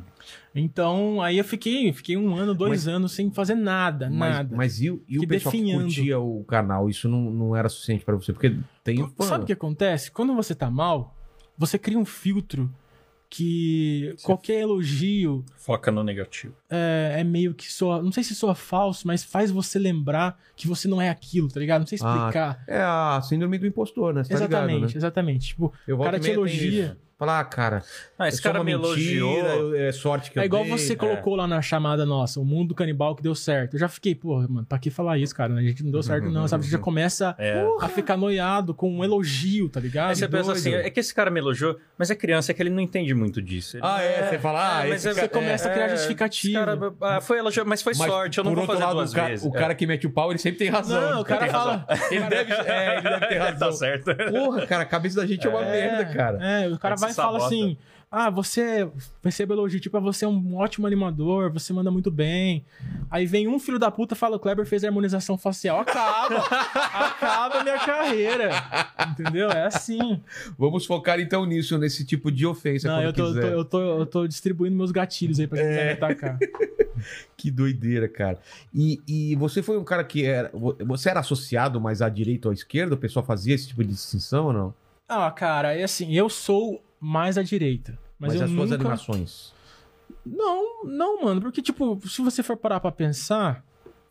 [SPEAKER 4] Então aí eu fiquei, fiquei um ano, dois anos sem fazer nada,
[SPEAKER 1] Mas,
[SPEAKER 4] nada.
[SPEAKER 1] mas e, o- e o
[SPEAKER 4] Que
[SPEAKER 1] pessoal
[SPEAKER 4] definhando.
[SPEAKER 1] que curtia o canal? Isso não, não era suficiente pra você? Porque tem um fã.
[SPEAKER 4] Sabe o que acontece? Quando você tá mal, você cria um filtro que qualquer elogio
[SPEAKER 3] Foca no negativo.
[SPEAKER 4] é, é meio que soa. Não sei se soa falso, mas faz você lembrar que você não é aquilo, tá ligado? Não sei
[SPEAKER 1] Ah,
[SPEAKER 4] explicar.
[SPEAKER 1] É a síndrome do impostor, né? Você tá ligado,
[SPEAKER 4] exatamente,
[SPEAKER 1] né?
[SPEAKER 4] exatamente. Tipo,
[SPEAKER 1] Eu
[SPEAKER 4] O cara
[SPEAKER 1] volto e
[SPEAKER 4] te
[SPEAKER 1] meia tem
[SPEAKER 4] elogia.
[SPEAKER 1] isso. Fala, ah, cara,
[SPEAKER 3] Ah, esse
[SPEAKER 1] eu sou
[SPEAKER 3] cara
[SPEAKER 1] uma
[SPEAKER 3] me
[SPEAKER 1] mentira,
[SPEAKER 3] elogiou.
[SPEAKER 1] eu- é sorte que eu
[SPEAKER 4] é igual
[SPEAKER 1] dei. né?
[SPEAKER 4] você colocou lá na chamada nossa, o mundo canibal que deu certo. Eu já fiquei, pô, mano, pra que falar isso, cara? A gente não deu certo, não, sabe? Você já começa
[SPEAKER 3] É.
[SPEAKER 4] a ficar noiado com um elogio, tá ligado?
[SPEAKER 3] Aí você pensa
[SPEAKER 4] Doido.
[SPEAKER 3] assim, é que esse cara me elogiou, mas é criança, é que ele não entende muito disso. Ele-
[SPEAKER 1] Ah, é, você fala, ah,
[SPEAKER 3] mas
[SPEAKER 1] esse
[SPEAKER 3] é-
[SPEAKER 1] cara...
[SPEAKER 4] Você começa a criar
[SPEAKER 3] é, esse
[SPEAKER 4] justificativa.
[SPEAKER 3] cara, ah, foi elogio, mas foi
[SPEAKER 1] Mas,
[SPEAKER 3] sorte, eu não
[SPEAKER 1] por
[SPEAKER 3] vou
[SPEAKER 1] outro
[SPEAKER 3] fazer
[SPEAKER 1] lado,
[SPEAKER 3] duas
[SPEAKER 1] o cara,
[SPEAKER 3] vezes.
[SPEAKER 1] O cara que mete É. o pau, ele sempre tem razão.
[SPEAKER 4] Não,
[SPEAKER 1] né?
[SPEAKER 4] o cara fala.
[SPEAKER 1] Ele deve, é, ele deve ter razão.
[SPEAKER 3] Tá certo.
[SPEAKER 1] Porra, cara, a cabeça da gente é uma merda, cara.
[SPEAKER 4] É, o cara
[SPEAKER 3] Aí
[SPEAKER 4] vai e
[SPEAKER 3] se
[SPEAKER 4] fala
[SPEAKER 3] sabota.
[SPEAKER 4] assim: Ah, você recebe elogio, tipo, ah, você é um ótimo animador, você manda muito bem. Aí vem um filho da puta e fala: o Kleber fez a harmonização facial. Acaba! acaba a minha carreira. Entendeu? É assim.
[SPEAKER 1] Vamos focar então nisso, nesse tipo de ofensa,
[SPEAKER 4] Não,
[SPEAKER 1] quando
[SPEAKER 4] eu tô,
[SPEAKER 1] quiser.
[SPEAKER 4] eu tô- eu tô- eu tô distribuindo meus gatilhos aí pra quem quiser me atacar.
[SPEAKER 1] Que doideira, cara. E, e você foi um cara que era... Você era associado mais à direita ou à esquerda? O pessoal fazia esse tipo de distinção ou não?
[SPEAKER 4] Ah, cara, é assim, eu sou mais à direita. Mas, eu
[SPEAKER 1] as suas
[SPEAKER 4] nunca...
[SPEAKER 1] animações.
[SPEAKER 4] Não, não, mano, porque, tipo, se você for parar pra pensar.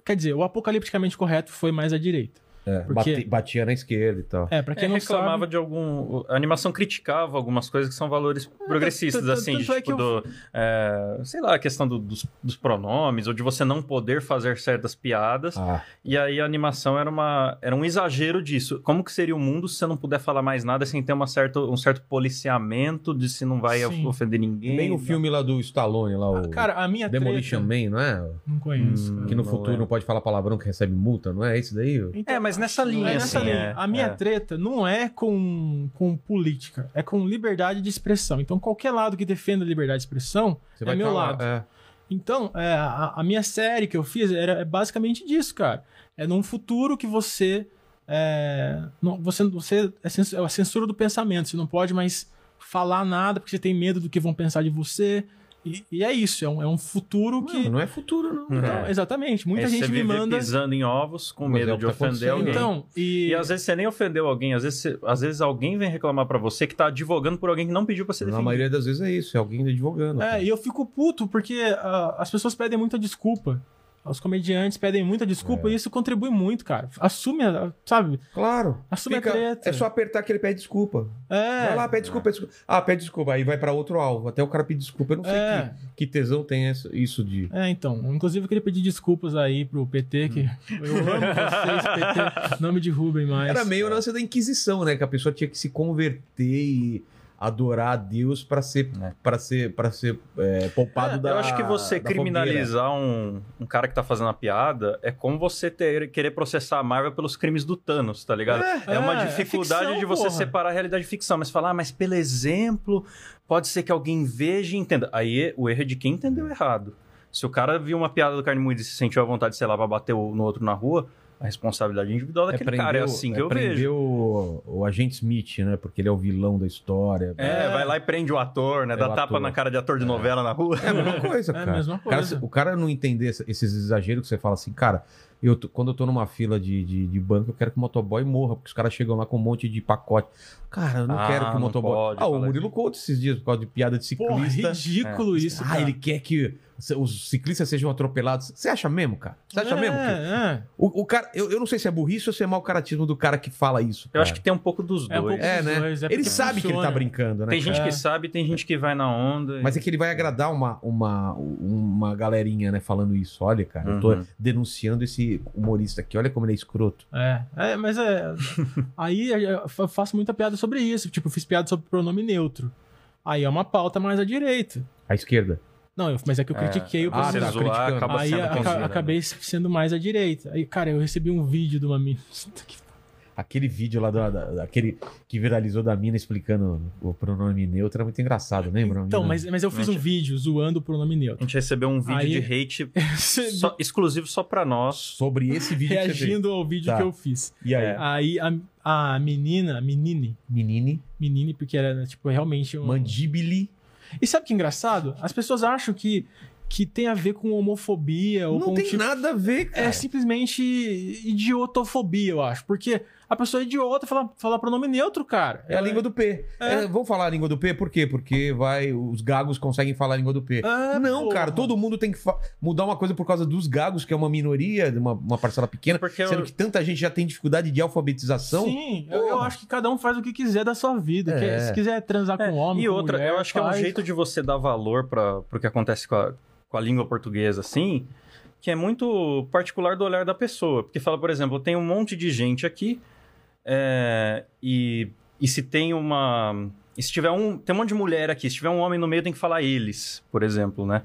[SPEAKER 4] Quer dizer, o apocalipticamente correto foi mais à direita.
[SPEAKER 1] É,
[SPEAKER 4] Porque-
[SPEAKER 1] bate- batia na esquerda e tal.
[SPEAKER 4] É, pra
[SPEAKER 3] Quem
[SPEAKER 4] quem não
[SPEAKER 3] reclamava
[SPEAKER 4] sabe.
[SPEAKER 3] de algum. A animação criticava algumas coisas que são valores progressistas,
[SPEAKER 4] tanto-
[SPEAKER 3] assim, de,
[SPEAKER 4] É, tanto é
[SPEAKER 3] tipo,
[SPEAKER 4] que
[SPEAKER 3] do. é, sei lá, a questão do- dos, dos pronomes, ou de você não poder fazer certas piadas.
[SPEAKER 1] Ah,
[SPEAKER 3] E aí a animação era, uma, era um exagero disso. Como que seria o mundo se você não puder falar mais nada sem ter uma certa, um certo policiamento de se não vai
[SPEAKER 4] Sim.
[SPEAKER 3] ofender ninguém?
[SPEAKER 1] nem o filme lá do Stallone, lá, o
[SPEAKER 4] Cara, a minha
[SPEAKER 1] Demolition Man,
[SPEAKER 4] treta...
[SPEAKER 1] não é?
[SPEAKER 4] Não conheço. cara.
[SPEAKER 1] Que no
[SPEAKER 3] Não
[SPEAKER 1] futuro
[SPEAKER 3] é.
[SPEAKER 1] não pode falar palavrão que recebe multa, não é esse daí? ô?
[SPEAKER 4] Então,
[SPEAKER 3] É, mas nessa linha,
[SPEAKER 4] é nessa
[SPEAKER 3] assim,
[SPEAKER 4] linha.
[SPEAKER 3] é,
[SPEAKER 4] a minha
[SPEAKER 3] é.
[SPEAKER 4] treta não é com, com política, é com liberdade de expressão. Então, qualquer lado que defenda a liberdade de expressão.
[SPEAKER 1] Você
[SPEAKER 4] É meu lado.
[SPEAKER 1] É.
[SPEAKER 4] Então, é, a, a minha série que eu fiz era é basicamente disso, cara. É num futuro que você. é, não- você, você é, cens- é a censura do pensamento. Você não pode mais falar nada porque você tem medo do que vão pensar de você. E, e é isso, é um, é um futuro que.
[SPEAKER 1] Mano, não é futuro, não.
[SPEAKER 3] Não.
[SPEAKER 1] cara.
[SPEAKER 4] Então, exatamente. Muita
[SPEAKER 3] Aí É você
[SPEAKER 4] gente me
[SPEAKER 3] vive
[SPEAKER 4] manda.
[SPEAKER 3] pisando em ovos com
[SPEAKER 1] Mas é
[SPEAKER 3] medo
[SPEAKER 1] o que
[SPEAKER 3] de
[SPEAKER 1] tá
[SPEAKER 3] ofender
[SPEAKER 1] acontecendo,
[SPEAKER 3] alguém.
[SPEAKER 4] Então, e.
[SPEAKER 3] E às vezes você nem ofendeu alguém, às vezes, você- às vezes alguém vem reclamar pra você que tá advogando por alguém que não pediu pra ser
[SPEAKER 1] Na
[SPEAKER 3] defendido.
[SPEAKER 1] maioria das vezes é isso, é alguém advogando.
[SPEAKER 4] É,
[SPEAKER 1] cara.
[SPEAKER 4] e eu fico puto porque ah, as pessoas pedem muita desculpa. Os comediantes pedem muita
[SPEAKER 1] É.
[SPEAKER 4] desculpa e isso contribui muito, cara. Assume, a- sabe?
[SPEAKER 1] Claro.
[SPEAKER 4] Assume a
[SPEAKER 1] Fica-
[SPEAKER 4] treta.
[SPEAKER 1] É só apertar que ele pede desculpa.
[SPEAKER 4] É.
[SPEAKER 1] vai lá, pede desculpa, pede desculpa. Ah, pede desculpa. Aí vai pra outro alvo. Até o cara pedir desculpa. Eu não sei
[SPEAKER 4] É.
[SPEAKER 1] que, que tesão tem essa- isso de.
[SPEAKER 4] É, então. Inclusive, eu queria pedir desculpas aí pro PT, que eu amo vocês, PT. Não me derrubem
[SPEAKER 3] É
[SPEAKER 4] mais.
[SPEAKER 1] Hum. Era meio o lance da Inquisição, né? Que a pessoa tinha que se converter e adorar a Deus pra ser,
[SPEAKER 3] É.
[SPEAKER 1] pra ser, pra ser é, poupado
[SPEAKER 3] É,
[SPEAKER 1] da.
[SPEAKER 3] eu acho que você
[SPEAKER 1] da
[SPEAKER 3] criminalizar um, um cara que tá fazendo a piada é como você ter- querer processar a Marvel pelos crimes do Thanos, tá ligado?
[SPEAKER 1] né?
[SPEAKER 3] É, uma
[SPEAKER 4] é, é
[SPEAKER 3] dificuldade
[SPEAKER 4] ficção,
[SPEAKER 3] de você
[SPEAKER 4] porra.
[SPEAKER 3] separar a realidade e ficção, mas falar, ah, mas pelo exemplo, pode ser que alguém veja e entenda. Aí o erro é de quem entendeu errado. Se o cara viu uma piada do carne moída e se sentiu à vontade, sei lá, pra bater o- no outro na rua, a responsabilidade individual daquele cara é assim que
[SPEAKER 1] é
[SPEAKER 3] eu
[SPEAKER 1] prender
[SPEAKER 3] vejo.
[SPEAKER 1] O, o agente Smith, né? Porque ele é o vilão da história.
[SPEAKER 3] É, vai lá e prende o ator, né?
[SPEAKER 1] É
[SPEAKER 3] dá
[SPEAKER 1] o
[SPEAKER 3] tapa
[SPEAKER 1] ator.
[SPEAKER 3] na cara de ator de novela na rua.
[SPEAKER 1] É a mesma coisa,
[SPEAKER 4] É a
[SPEAKER 1] cara.
[SPEAKER 4] mesma
[SPEAKER 1] O cara-
[SPEAKER 4] coisa.
[SPEAKER 1] o cara não entender essa- esses exageros que você fala assim, cara, Eu, tô- quando eu tô numa fila de, de, de banco, eu quero que o motoboy morra, porque os caras chegam lá com um monte de pacote. Cara, eu não
[SPEAKER 3] Ah,
[SPEAKER 1] quero que o
[SPEAKER 3] não
[SPEAKER 1] motoboy.
[SPEAKER 3] pode
[SPEAKER 1] ah, o
[SPEAKER 3] falar
[SPEAKER 1] Murilo
[SPEAKER 3] disso.
[SPEAKER 1] Couto esses dias por causa de piada de
[SPEAKER 4] Pô,
[SPEAKER 1] ciclista.
[SPEAKER 3] É.
[SPEAKER 4] ridículo isso,
[SPEAKER 1] ah,
[SPEAKER 4] cara.
[SPEAKER 1] ele quer que os ciclistas sejam atropelados. Você acha mesmo, cara? Você acha
[SPEAKER 4] é,
[SPEAKER 1] mesmo? Que...
[SPEAKER 4] É,
[SPEAKER 1] O, o cara, eu, eu não sei se é burrice ou se é mau caratismo do cara que fala isso.
[SPEAKER 3] Eu
[SPEAKER 1] cara.
[SPEAKER 3] acho que tem um pouco dos
[SPEAKER 4] é um
[SPEAKER 3] dois.
[SPEAKER 4] pouco
[SPEAKER 1] É,
[SPEAKER 4] dos
[SPEAKER 1] né?
[SPEAKER 4] dois, é
[SPEAKER 1] ele
[SPEAKER 4] porque
[SPEAKER 1] sabe que ele tá
[SPEAKER 4] funciona.
[SPEAKER 1] brincando, né?
[SPEAKER 3] Tem
[SPEAKER 1] cara?
[SPEAKER 3] gente
[SPEAKER 4] É.
[SPEAKER 3] que sabe, tem gente que vai na onda. e-
[SPEAKER 1] Mas é que ele vai agradar uma, uma, uma galerinha, né? Falando isso. Olha, cara, eu
[SPEAKER 3] Uhum.
[SPEAKER 1] tô denunciando esse humorista aqui. Olha como ele é escroto.
[SPEAKER 4] É, é, mas é. aí eu fa- faço muita piada sobre isso. Tipo, eu fiz piada sobre pronome neutro. Aí é uma pauta mais à direita.
[SPEAKER 1] À esquerda.
[SPEAKER 4] Não, eu- mas é que eu
[SPEAKER 3] É,
[SPEAKER 4] critiquei o
[SPEAKER 1] Ah,
[SPEAKER 4] pronome
[SPEAKER 3] você
[SPEAKER 1] tá,
[SPEAKER 3] zoar,
[SPEAKER 1] criticando.
[SPEAKER 3] acaba
[SPEAKER 4] Aí
[SPEAKER 3] sendo né?
[SPEAKER 4] aca-
[SPEAKER 3] considerado.
[SPEAKER 4] acabei sendo mais à direita. Aí, cara, eu recebi um vídeo de uma mina.
[SPEAKER 1] Aquele vídeo lá, da, da- daquele que viralizou da mina explicando o pronome neutro era muito engraçado, lembra?
[SPEAKER 4] Então,
[SPEAKER 1] A mina-
[SPEAKER 4] mas, mas eu fiz um
[SPEAKER 3] Gente.
[SPEAKER 4] vídeo zoando o pronome
[SPEAKER 3] A
[SPEAKER 4] neutro.
[SPEAKER 3] gente recebeu um vídeo
[SPEAKER 4] Aí-
[SPEAKER 3] de hate só- exclusivo só pra nós.
[SPEAKER 1] Sobre esse vídeo que você
[SPEAKER 4] Reagindo ao vídeo
[SPEAKER 1] Tá.
[SPEAKER 4] que eu fiz.
[SPEAKER 1] fez. E aí?
[SPEAKER 3] É.
[SPEAKER 4] Aí a, a menina, a menine,
[SPEAKER 1] Menine,
[SPEAKER 4] menine, porque era, né, tipo, realmente... Um...
[SPEAKER 1] mandibili.
[SPEAKER 4] E sabe que engraçado? As pessoas acham que, que tem a ver com homofobia ou
[SPEAKER 1] Não
[SPEAKER 4] com...
[SPEAKER 1] tem
[SPEAKER 4] tipo-
[SPEAKER 1] nada a ver, cara.
[SPEAKER 4] É simplesmente idiotofobia, eu acho. Porque a pessoa é idiota fala, fala pronome neutro, cara.
[SPEAKER 1] É a língua do P.
[SPEAKER 4] É.
[SPEAKER 1] É, vamos falar a língua do P, por quê? Porque vai, os gagos conseguem falar a língua do P.
[SPEAKER 4] É,
[SPEAKER 1] não,
[SPEAKER 4] porra.
[SPEAKER 1] cara, todo mundo tem que fa- mudar uma coisa por causa dos gagos, que é uma minoria, de uma, uma parcela pequena,
[SPEAKER 3] Porque eu-
[SPEAKER 1] sendo que tanta gente já tem dificuldade de alfabetização.
[SPEAKER 4] Sim, eu, eu
[SPEAKER 1] Porra.
[SPEAKER 4] acho que cada um faz o que quiser da sua vida.
[SPEAKER 1] É.
[SPEAKER 4] Que- se quiser transar
[SPEAKER 3] É,
[SPEAKER 4] com homem,
[SPEAKER 3] e
[SPEAKER 4] com
[SPEAKER 3] outra,
[SPEAKER 4] mulher,
[SPEAKER 3] eu acho que é um
[SPEAKER 4] faz.
[SPEAKER 3] jeito de você dar valor para o que acontece com a, com a língua portuguesa, assim, que é muito particular do olhar da pessoa. Porque fala, por exemplo, tem um monte de gente aqui, é, e, e se tem uma. E se tiver um. Tem um monte de mulher aqui, se tiver um homem no meio, tem que falar eles, por exemplo, né?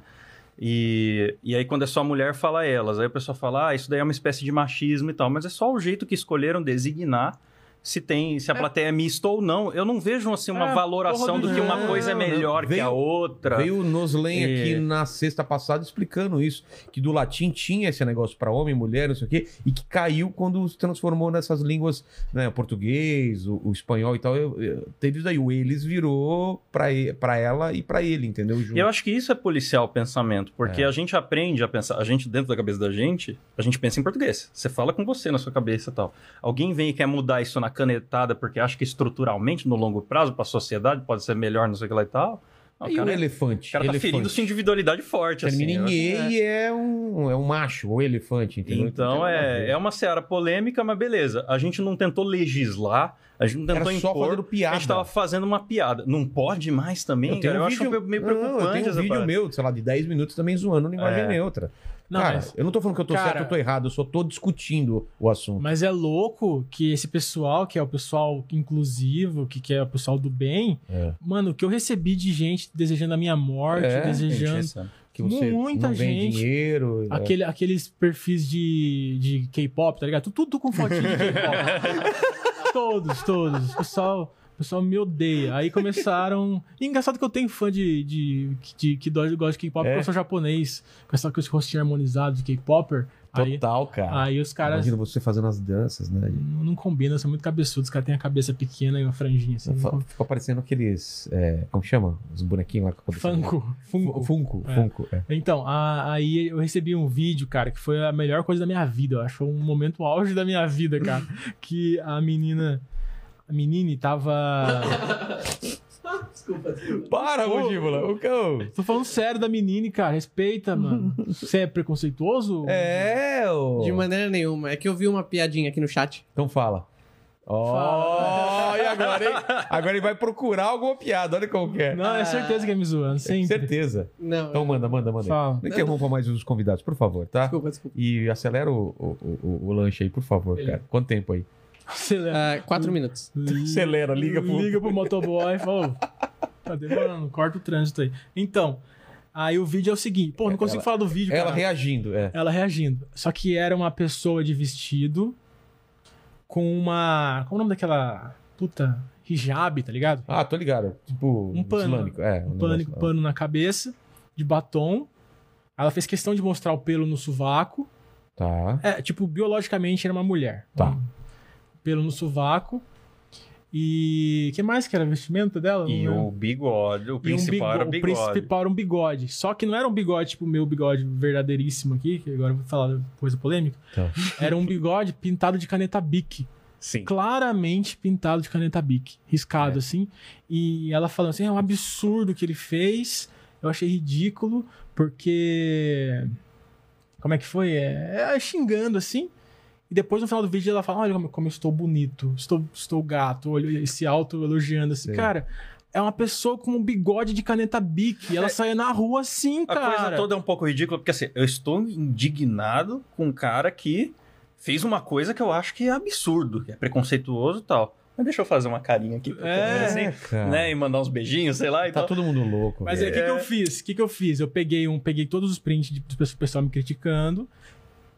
[SPEAKER 3] E, e aí, quando é só mulher, fala elas. Aí a pessoa fala, ah, isso daí é uma espécie de machismo e tal. Mas é só o jeito que escolheram designar se tem se a plateia é mista ou não. Eu não vejo assim uma
[SPEAKER 4] É,
[SPEAKER 3] valoração
[SPEAKER 4] porra do
[SPEAKER 3] do que uma
[SPEAKER 1] gênero.
[SPEAKER 3] coisa é melhor que a
[SPEAKER 1] Veio-
[SPEAKER 3] outra.
[SPEAKER 1] Veio o Noslen
[SPEAKER 3] E-
[SPEAKER 1] aqui na sexta passada explicando isso, que do latim tinha esse negócio pra homem, mulher, não sei o quê, e que caiu quando se transformou nessas línguas, né, o português, o, o espanhol e tal. Eu- eu- teve isso daí, o eles virou pra, e- pra ela e pra ele, entendeu? Junto.
[SPEAKER 3] E eu acho que isso é policial o pensamento,
[SPEAKER 1] É.
[SPEAKER 3] porque a gente aprende a pensar, a gente dentro da cabeça da gente, a gente pensa em português. Você fala com você na sua cabeça e tal. Alguém vem e quer mudar isso na canetada porque acha que estruturalmente, no longo prazo, pra sociedade, pode ser melhor, não sei o que lá e tal. Não,
[SPEAKER 1] E o
[SPEAKER 3] cara,
[SPEAKER 1] elefante?
[SPEAKER 3] o cara tá
[SPEAKER 1] elefante.
[SPEAKER 3] ferindo sua individualidade forte, assim.
[SPEAKER 1] Termina
[SPEAKER 3] eu acho
[SPEAKER 1] em
[SPEAKER 3] que é.
[SPEAKER 1] E e é um, é um macho, ou elefante, entendeu?
[SPEAKER 3] Então é, é uma seara polêmica, mas beleza. A gente não tentou legislar, a gente não
[SPEAKER 1] Era
[SPEAKER 3] tentou
[SPEAKER 1] só
[SPEAKER 3] impor.
[SPEAKER 1] fazendo piada. um
[SPEAKER 3] A gente tava fazendo uma piada. Não pode mais também, cara. eu acho meio preocupante
[SPEAKER 1] Não, eu tenho um
[SPEAKER 3] essa
[SPEAKER 1] vídeo
[SPEAKER 3] parada.
[SPEAKER 1] meu, sei lá, de 10 minutos também zoando linguagem
[SPEAKER 3] É.
[SPEAKER 1] neutra.
[SPEAKER 4] Não,
[SPEAKER 1] cara,
[SPEAKER 4] mas,
[SPEAKER 1] eu não tô falando que eu tô
[SPEAKER 4] Cara-
[SPEAKER 1] certo ou tô errado, eu só tô discutindo o assunto.
[SPEAKER 4] mas é louco que esse pessoal, que é o pessoal inclusivo, que, que é o pessoal do bem,
[SPEAKER 1] É.
[SPEAKER 4] mano, o que eu recebi de gente desejando a minha morte,
[SPEAKER 1] É,
[SPEAKER 4] desejando.
[SPEAKER 3] Gente, essa-
[SPEAKER 1] Que você
[SPEAKER 4] muita
[SPEAKER 1] não vem
[SPEAKER 4] gente-
[SPEAKER 1] dinheiro. é.
[SPEAKER 4] Aquele, aqueles perfis de, de K-pop, tá ligado? Tudo, tudo com fotinho de K-pop. todos, todos. O pessoal, o pessoal me odeia. Aí começaram. E engraçado que eu tenho fã de, de, de- que dó- gosta de K-pop,
[SPEAKER 1] É.
[SPEAKER 4] porque eu sou japonês. Com essa- com esse rostinho harmonizado de K-popper. Aí,
[SPEAKER 1] Total, cara.
[SPEAKER 4] aí os caras.
[SPEAKER 1] Imagina você fazendo as danças, né?
[SPEAKER 4] Não, não combina, são muito cabeçudos. Os caras têm a cabeça pequena e uma franjinha assim.
[SPEAKER 1] Fa-
[SPEAKER 4] não com-
[SPEAKER 1] Fica parecendo aqueles. é, como chama? Os bonequinhos lá com a cabeça-
[SPEAKER 4] Funko.
[SPEAKER 1] né? Fu-
[SPEAKER 4] Funko.
[SPEAKER 1] Funko.
[SPEAKER 4] É.
[SPEAKER 1] Funko, é.
[SPEAKER 4] Então, a- aí eu recebi um vídeo, cara, que foi a melhor coisa da minha vida. Eu acho Foi um momento auge da minha vida, cara. que a menina. A menine tava.
[SPEAKER 1] Para, mandíbula. O cão.
[SPEAKER 4] Tô falando sério da menine, cara. Respeita, mano. Você é preconceituoso?
[SPEAKER 1] É, ô.
[SPEAKER 2] De maneira nenhuma. É que eu vi uma piadinha aqui no chat.
[SPEAKER 1] Então fala. Ó,
[SPEAKER 4] Fala.
[SPEAKER 1] e agora, hein? Agora ele vai procurar alguma piada, olha como que é.
[SPEAKER 4] Não, é certeza que é me zoando, sempre.
[SPEAKER 1] Certeza.
[SPEAKER 2] Não. é,
[SPEAKER 1] Então manda, manda, manda. aí.
[SPEAKER 4] Fala.
[SPEAKER 1] Não interrompa mais os convidados, por favor, tá?
[SPEAKER 2] Desculpa, desculpa.
[SPEAKER 1] E acelera o, o, o- o lanche aí, por favor,
[SPEAKER 4] Beleza.
[SPEAKER 1] cara. Quanto tempo aí?
[SPEAKER 4] Acelera.
[SPEAKER 2] Ah, quatro minutos.
[SPEAKER 1] Acelera, liga pro-
[SPEAKER 4] Liga pro motoboy e fala, "Ô, tá demorando, corta o trânsito aí. Então, aí o vídeo é o seguinte. Pô, não consigo
[SPEAKER 1] Ela-
[SPEAKER 4] falar do vídeo,
[SPEAKER 1] Ela
[SPEAKER 4] cara.
[SPEAKER 1] reagindo, é.
[SPEAKER 4] Ela reagindo. Só que era uma pessoa de vestido com uma. Qual o nome daquela. Puta. Hijab, tá ligado?
[SPEAKER 1] Ah, tô ligado. Tipo,
[SPEAKER 4] Um pano.
[SPEAKER 1] islâmico. É,
[SPEAKER 4] Um
[SPEAKER 1] negócio
[SPEAKER 4] pano,
[SPEAKER 1] lá.
[SPEAKER 4] pano na cabeça, de batom. Ela fez questão de mostrar o pelo no sovaco.
[SPEAKER 1] Tá.
[SPEAKER 4] É, tipo, biologicamente era uma mulher.
[SPEAKER 1] Tá.
[SPEAKER 4] Um Pelo no sovaco. E que mais que era vestimenta dela?
[SPEAKER 3] E
[SPEAKER 1] um
[SPEAKER 4] Não lembro.
[SPEAKER 3] o bigode,
[SPEAKER 4] E
[SPEAKER 3] o
[SPEAKER 4] um
[SPEAKER 3] principal
[SPEAKER 4] bigo-
[SPEAKER 3] era o
[SPEAKER 4] O
[SPEAKER 3] bigode.
[SPEAKER 4] principal era um bigode. Só que não era um bigode, tipo, o meu bigode verdadeiríssimo aqui, que agora eu vou falar de coisa polêmica.
[SPEAKER 1] Tá.
[SPEAKER 4] Era um bigode pintado de caneta Bic.
[SPEAKER 3] Sim. É.
[SPEAKER 4] Claramente pintado de caneta Bic. Riscado, assim. E ela falando assim, é um absurdo o que ele fez. Eu achei ridículo, porque... Como é que foi? É, é xingando, assim. E depois, no final do vídeo, ela fala, olha como, como eu estou bonito. Estou, estou gato. Olha esse alto elogiando, assim.
[SPEAKER 1] Sim.
[SPEAKER 4] Cara... É uma pessoa com um bigode de caneta bique. Ela saía na rua assim,
[SPEAKER 3] É. A
[SPEAKER 4] cara.
[SPEAKER 3] coisa toda é um pouco ridícula, porque assim, eu estou indignado com um cara que fez uma coisa que eu acho que é absurdo, que é preconceituoso e tal. Mas deixa eu fazer uma carinha aqui pra
[SPEAKER 4] É, então-
[SPEAKER 3] câmera, assim,
[SPEAKER 1] Cara,
[SPEAKER 3] né? E mandar uns beijinhos, sei lá, e
[SPEAKER 1] Tá
[SPEAKER 3] tal.
[SPEAKER 1] todo mundo louco.
[SPEAKER 4] Mas é-
[SPEAKER 1] velho.
[SPEAKER 4] aí, o que, que eu fiz? O que, que eu fiz? Eu peguei um, peguei todos os prints de- do pessoal- pessoal me criticando,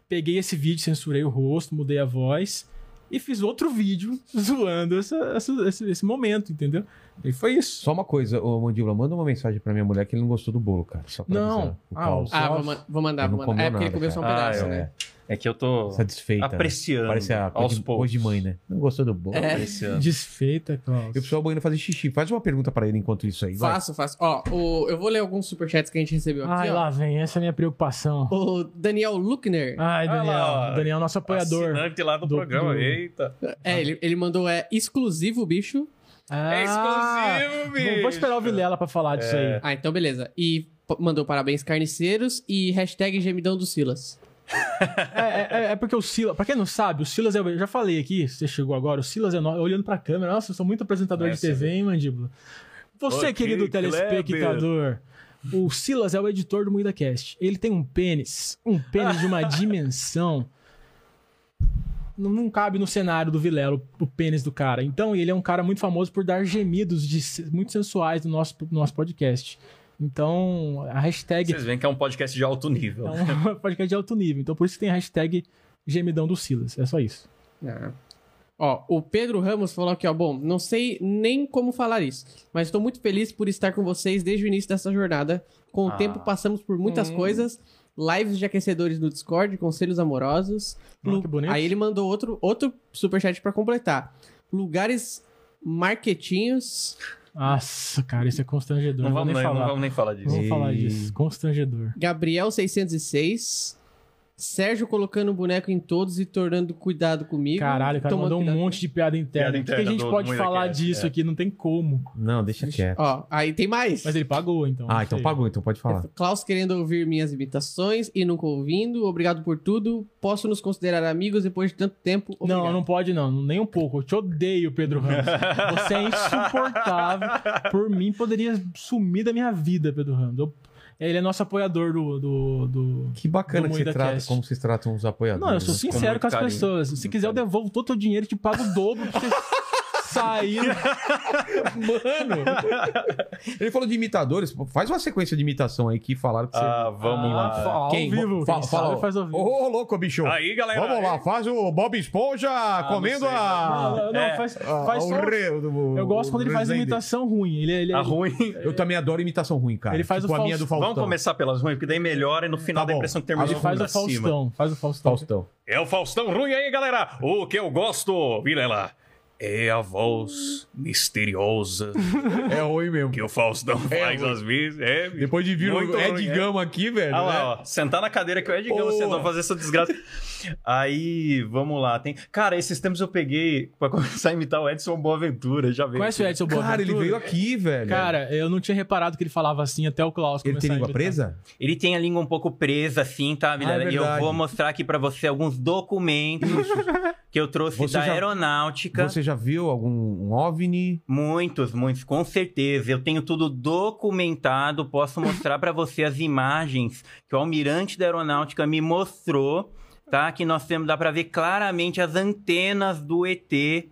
[SPEAKER 4] peguei esse vídeo, censurei o rosto, mudei a voz e fiz outro vídeo zoando essa- essa- esse, esse momento, entendeu? E foi isso.
[SPEAKER 1] Só uma coisa, ô Mandíbula, manda uma mensagem pra minha mulher que ele não gostou do bolo, cara. Só pra
[SPEAKER 4] Não.
[SPEAKER 1] avisar. O É,
[SPEAKER 4] Ah,
[SPEAKER 1] Paulo.
[SPEAKER 4] o-
[SPEAKER 2] Ah, vou, man- vou mandar,
[SPEAKER 1] Ele não
[SPEAKER 2] vou mandar. É
[SPEAKER 1] comeu
[SPEAKER 2] porque ele
[SPEAKER 1] nada,
[SPEAKER 2] comeu só um
[SPEAKER 3] cara.
[SPEAKER 2] pedaço,
[SPEAKER 3] Ah,
[SPEAKER 2] né?
[SPEAKER 3] É que eu tô
[SPEAKER 1] Satisfeita. né?
[SPEAKER 3] apreciando
[SPEAKER 1] Parece a
[SPEAKER 3] aos
[SPEAKER 1] coisa de,
[SPEAKER 3] poucos.
[SPEAKER 1] coisa de mãe, né? Não gostou do bolo?
[SPEAKER 2] É.
[SPEAKER 3] Apreciando.
[SPEAKER 4] Desfeita,
[SPEAKER 1] E o
[SPEAKER 4] Klaus.
[SPEAKER 1] pessoal banheiro fazer xixi. Faz uma pergunta pra ele enquanto isso aí. Vai.
[SPEAKER 2] Faço, faço. Ó, o- eu vou ler alguns superchats que a gente recebeu aqui,
[SPEAKER 4] Ai,
[SPEAKER 2] ó.
[SPEAKER 4] lá vem, essa é a minha preocupação.
[SPEAKER 2] O Daniel Luckner,
[SPEAKER 4] Ai,
[SPEAKER 3] Ah,
[SPEAKER 4] Daniel.
[SPEAKER 3] lá, ó.
[SPEAKER 4] Daniel, nosso apoiador.
[SPEAKER 3] Assinante lá do,
[SPEAKER 4] do-
[SPEAKER 3] programa,
[SPEAKER 4] do-
[SPEAKER 3] eita.
[SPEAKER 2] é, ele, ele mandou, é, exclusivo, bicho.
[SPEAKER 4] Ah,
[SPEAKER 3] É exclusivo, bicho.
[SPEAKER 4] Vou, vou esperar o Vilela pra falar disso aí.
[SPEAKER 2] Ah, então beleza. E p- mandou parabéns, carniceiros, e hashtag gemidão do Silas.
[SPEAKER 4] É, é- é porque o Silas, pra quem não sabe, o Silas é. Eu já falei aqui, você chegou agora, o Silas é no, olhando pra câmera. Nossa, eu sou muito apresentador
[SPEAKER 3] Nossa.
[SPEAKER 4] de TV, hein, Mandíbula? Você,
[SPEAKER 3] Ok,
[SPEAKER 4] querido
[SPEAKER 3] Kleber.
[SPEAKER 4] telespectador, o Silas é o editor do MuidaCast. Ele tem um pênis, um pênis de uma dimensão. Não, não cabe no cenário do Vilelo o pênis do cara. Então, ele é um cara muito famoso por dar gemidos de se- muito sensuais no nosso, no nosso podcast. Então, a hashtag
[SPEAKER 3] Vocês veem que é um podcast de alto nível.
[SPEAKER 4] é um podcast de alto nível. Então por isso que tem a hashtag gemidão do Silas. É só isso.
[SPEAKER 2] Ah. Ó, o Pedro Ramos falou aqui, ó, bom, não sei nem como falar isso, mas estou muito feliz por estar com vocês desde o início dessa jornada. Com o
[SPEAKER 3] Ah.
[SPEAKER 2] tempo passamos por muitas coisas, lives de aquecedores no Discord, conselhos amorosos.
[SPEAKER 4] Ah,
[SPEAKER 2] Lu-
[SPEAKER 4] que bonito.
[SPEAKER 2] Aí ele mandou outro, outro superchat para completar. Lugares marquetinhos,
[SPEAKER 4] Nossa, cara, isso é constrangedor.
[SPEAKER 3] Não, vamos, nem,
[SPEAKER 4] nem
[SPEAKER 3] não
[SPEAKER 4] falar.
[SPEAKER 3] vamos nem falar
[SPEAKER 4] Não
[SPEAKER 3] disso.
[SPEAKER 4] vamos falar
[SPEAKER 1] Ei.
[SPEAKER 4] disso. Constrangedor.
[SPEAKER 2] Gabriel 606, Sérgio colocando o boneco em todos e tornando cuidado comigo.
[SPEAKER 4] Caralho, o cara
[SPEAKER 2] tomando
[SPEAKER 4] mandou um
[SPEAKER 2] cuidado-
[SPEAKER 4] monte de piada interna.
[SPEAKER 3] Piada
[SPEAKER 4] o que
[SPEAKER 3] interna
[SPEAKER 4] a gente
[SPEAKER 3] do-
[SPEAKER 4] pode
[SPEAKER 3] do
[SPEAKER 4] falar
[SPEAKER 3] MuidaCast,
[SPEAKER 4] disso
[SPEAKER 3] é.
[SPEAKER 4] aqui? Não tem como.
[SPEAKER 1] Não, deixa quieto.
[SPEAKER 2] Ó, aí tem mais.
[SPEAKER 4] Mas ele pagou, então.
[SPEAKER 1] Ah, então
[SPEAKER 4] Sei.
[SPEAKER 1] pagou, então pode falar.
[SPEAKER 2] Klaus querendo ouvir minhas imitações e nunca ouvindo. Obrigado por tudo. Posso nos considerar amigos depois de tanto tempo? Obrigado.
[SPEAKER 4] Não, não pode não, nem um pouco. Eu te odeio, Pedro Ramos. Você é insuportável. Por mim, poderia sumir da minha vida, Pedro Ramos. Eu- Ele é nosso apoiador do- do- do,
[SPEAKER 1] Que bacana
[SPEAKER 4] Do
[SPEAKER 1] que você
[SPEAKER 4] Moída
[SPEAKER 1] trata,
[SPEAKER 4] Cast.
[SPEAKER 1] como vocês tratam os apoiadores.
[SPEAKER 4] Não, eu sou
[SPEAKER 1] né?
[SPEAKER 4] sincero
[SPEAKER 3] muito
[SPEAKER 4] com as
[SPEAKER 3] carinho.
[SPEAKER 4] pessoas. Se
[SPEAKER 3] Muito
[SPEAKER 4] quiser, eu
[SPEAKER 3] carinho.
[SPEAKER 4] devolvo todo o teu dinheiro e te pago o dobro pra você sair. Mano,
[SPEAKER 1] Ele falou de imitadores, faz uma sequência de imitação aí que falaram que você.
[SPEAKER 3] Ah, vamos
[SPEAKER 4] Ah,
[SPEAKER 3] lá.
[SPEAKER 4] ao vivo.
[SPEAKER 1] Fala,
[SPEAKER 4] quem
[SPEAKER 1] fala-
[SPEAKER 4] sabe faz ao vivo.
[SPEAKER 1] Ô, louco, bicho.
[SPEAKER 3] Aí, galera.
[SPEAKER 1] Vamos lá, faz o Bob Esponja comendo
[SPEAKER 4] Não,
[SPEAKER 3] Ah, não sei,
[SPEAKER 1] a.
[SPEAKER 4] Ah, não, não,
[SPEAKER 3] É.
[SPEAKER 4] faz,
[SPEAKER 1] a-
[SPEAKER 4] faz
[SPEAKER 1] o
[SPEAKER 4] só-
[SPEAKER 1] re- Ah, o-
[SPEAKER 4] Eu gosto
[SPEAKER 1] o
[SPEAKER 4] quando ele faz
[SPEAKER 1] Resende.
[SPEAKER 4] imitação ruim. Ele, é, ele,
[SPEAKER 3] A ruim.
[SPEAKER 1] Eu também adoro imitação ruim, cara.
[SPEAKER 4] Ele faz
[SPEAKER 1] tipo
[SPEAKER 4] o
[SPEAKER 1] a minha
[SPEAKER 4] Faustão.
[SPEAKER 1] do Faustão.
[SPEAKER 3] Vamos começar pelas ruins, porque daí melhora e no final
[SPEAKER 1] Tá
[SPEAKER 3] dá a
[SPEAKER 1] bom.
[SPEAKER 3] impressão que
[SPEAKER 4] ele
[SPEAKER 3] terminou
[SPEAKER 4] faz
[SPEAKER 3] pra
[SPEAKER 4] o
[SPEAKER 3] cima.
[SPEAKER 4] Faustão. Faz o Faustão.
[SPEAKER 1] Faustão.
[SPEAKER 3] É o Faustão ruim aí, galera. O que eu gosto, Vilela, é a voz misteriosa
[SPEAKER 1] É ruim mesmo.
[SPEAKER 3] que o Faustão faz
[SPEAKER 1] ruim.
[SPEAKER 3] às vezes. É, bicho.
[SPEAKER 1] Depois de vir
[SPEAKER 3] Muito
[SPEAKER 1] o Ed
[SPEAKER 3] ruim, é.
[SPEAKER 1] Gama aqui, velho.
[SPEAKER 3] Ah
[SPEAKER 1] né?
[SPEAKER 3] lá, ó. Sentar na cadeira que o Ed Gama
[SPEAKER 1] Boa.
[SPEAKER 3] sentou pra fazer essa desgraça. Aí, vamos lá. Tem... Cara, esses tempos eu peguei pra começar a imitar o Edson Boaventura. Já veio.
[SPEAKER 4] Conhece o
[SPEAKER 3] aqui.
[SPEAKER 4] Edson
[SPEAKER 1] Cara,
[SPEAKER 4] Boaventura?
[SPEAKER 1] ele veio aqui, velho.
[SPEAKER 4] Cara, eu não tinha reparado que ele falava assim até o Klaus
[SPEAKER 1] ele tem
[SPEAKER 4] começar a
[SPEAKER 1] língua
[SPEAKER 4] imitar.
[SPEAKER 1] presa?
[SPEAKER 3] Ele tem a língua um pouco presa, assim, tá, Vilela?
[SPEAKER 1] Ah, é
[SPEAKER 3] e eu
[SPEAKER 1] verdade.
[SPEAKER 3] vou mostrar aqui pra você alguns documentos que eu trouxe
[SPEAKER 1] Você
[SPEAKER 3] da
[SPEAKER 1] já-
[SPEAKER 3] aeronáutica.
[SPEAKER 1] Você já viu algum um OVNI?
[SPEAKER 3] Muitos, muitos, com certeza. Eu tenho tudo documentado. Posso mostrar pra você as imagens que o almirante da aeronáutica me mostrou, tá? Que nós temos, dá pra ver claramente as antenas do ET.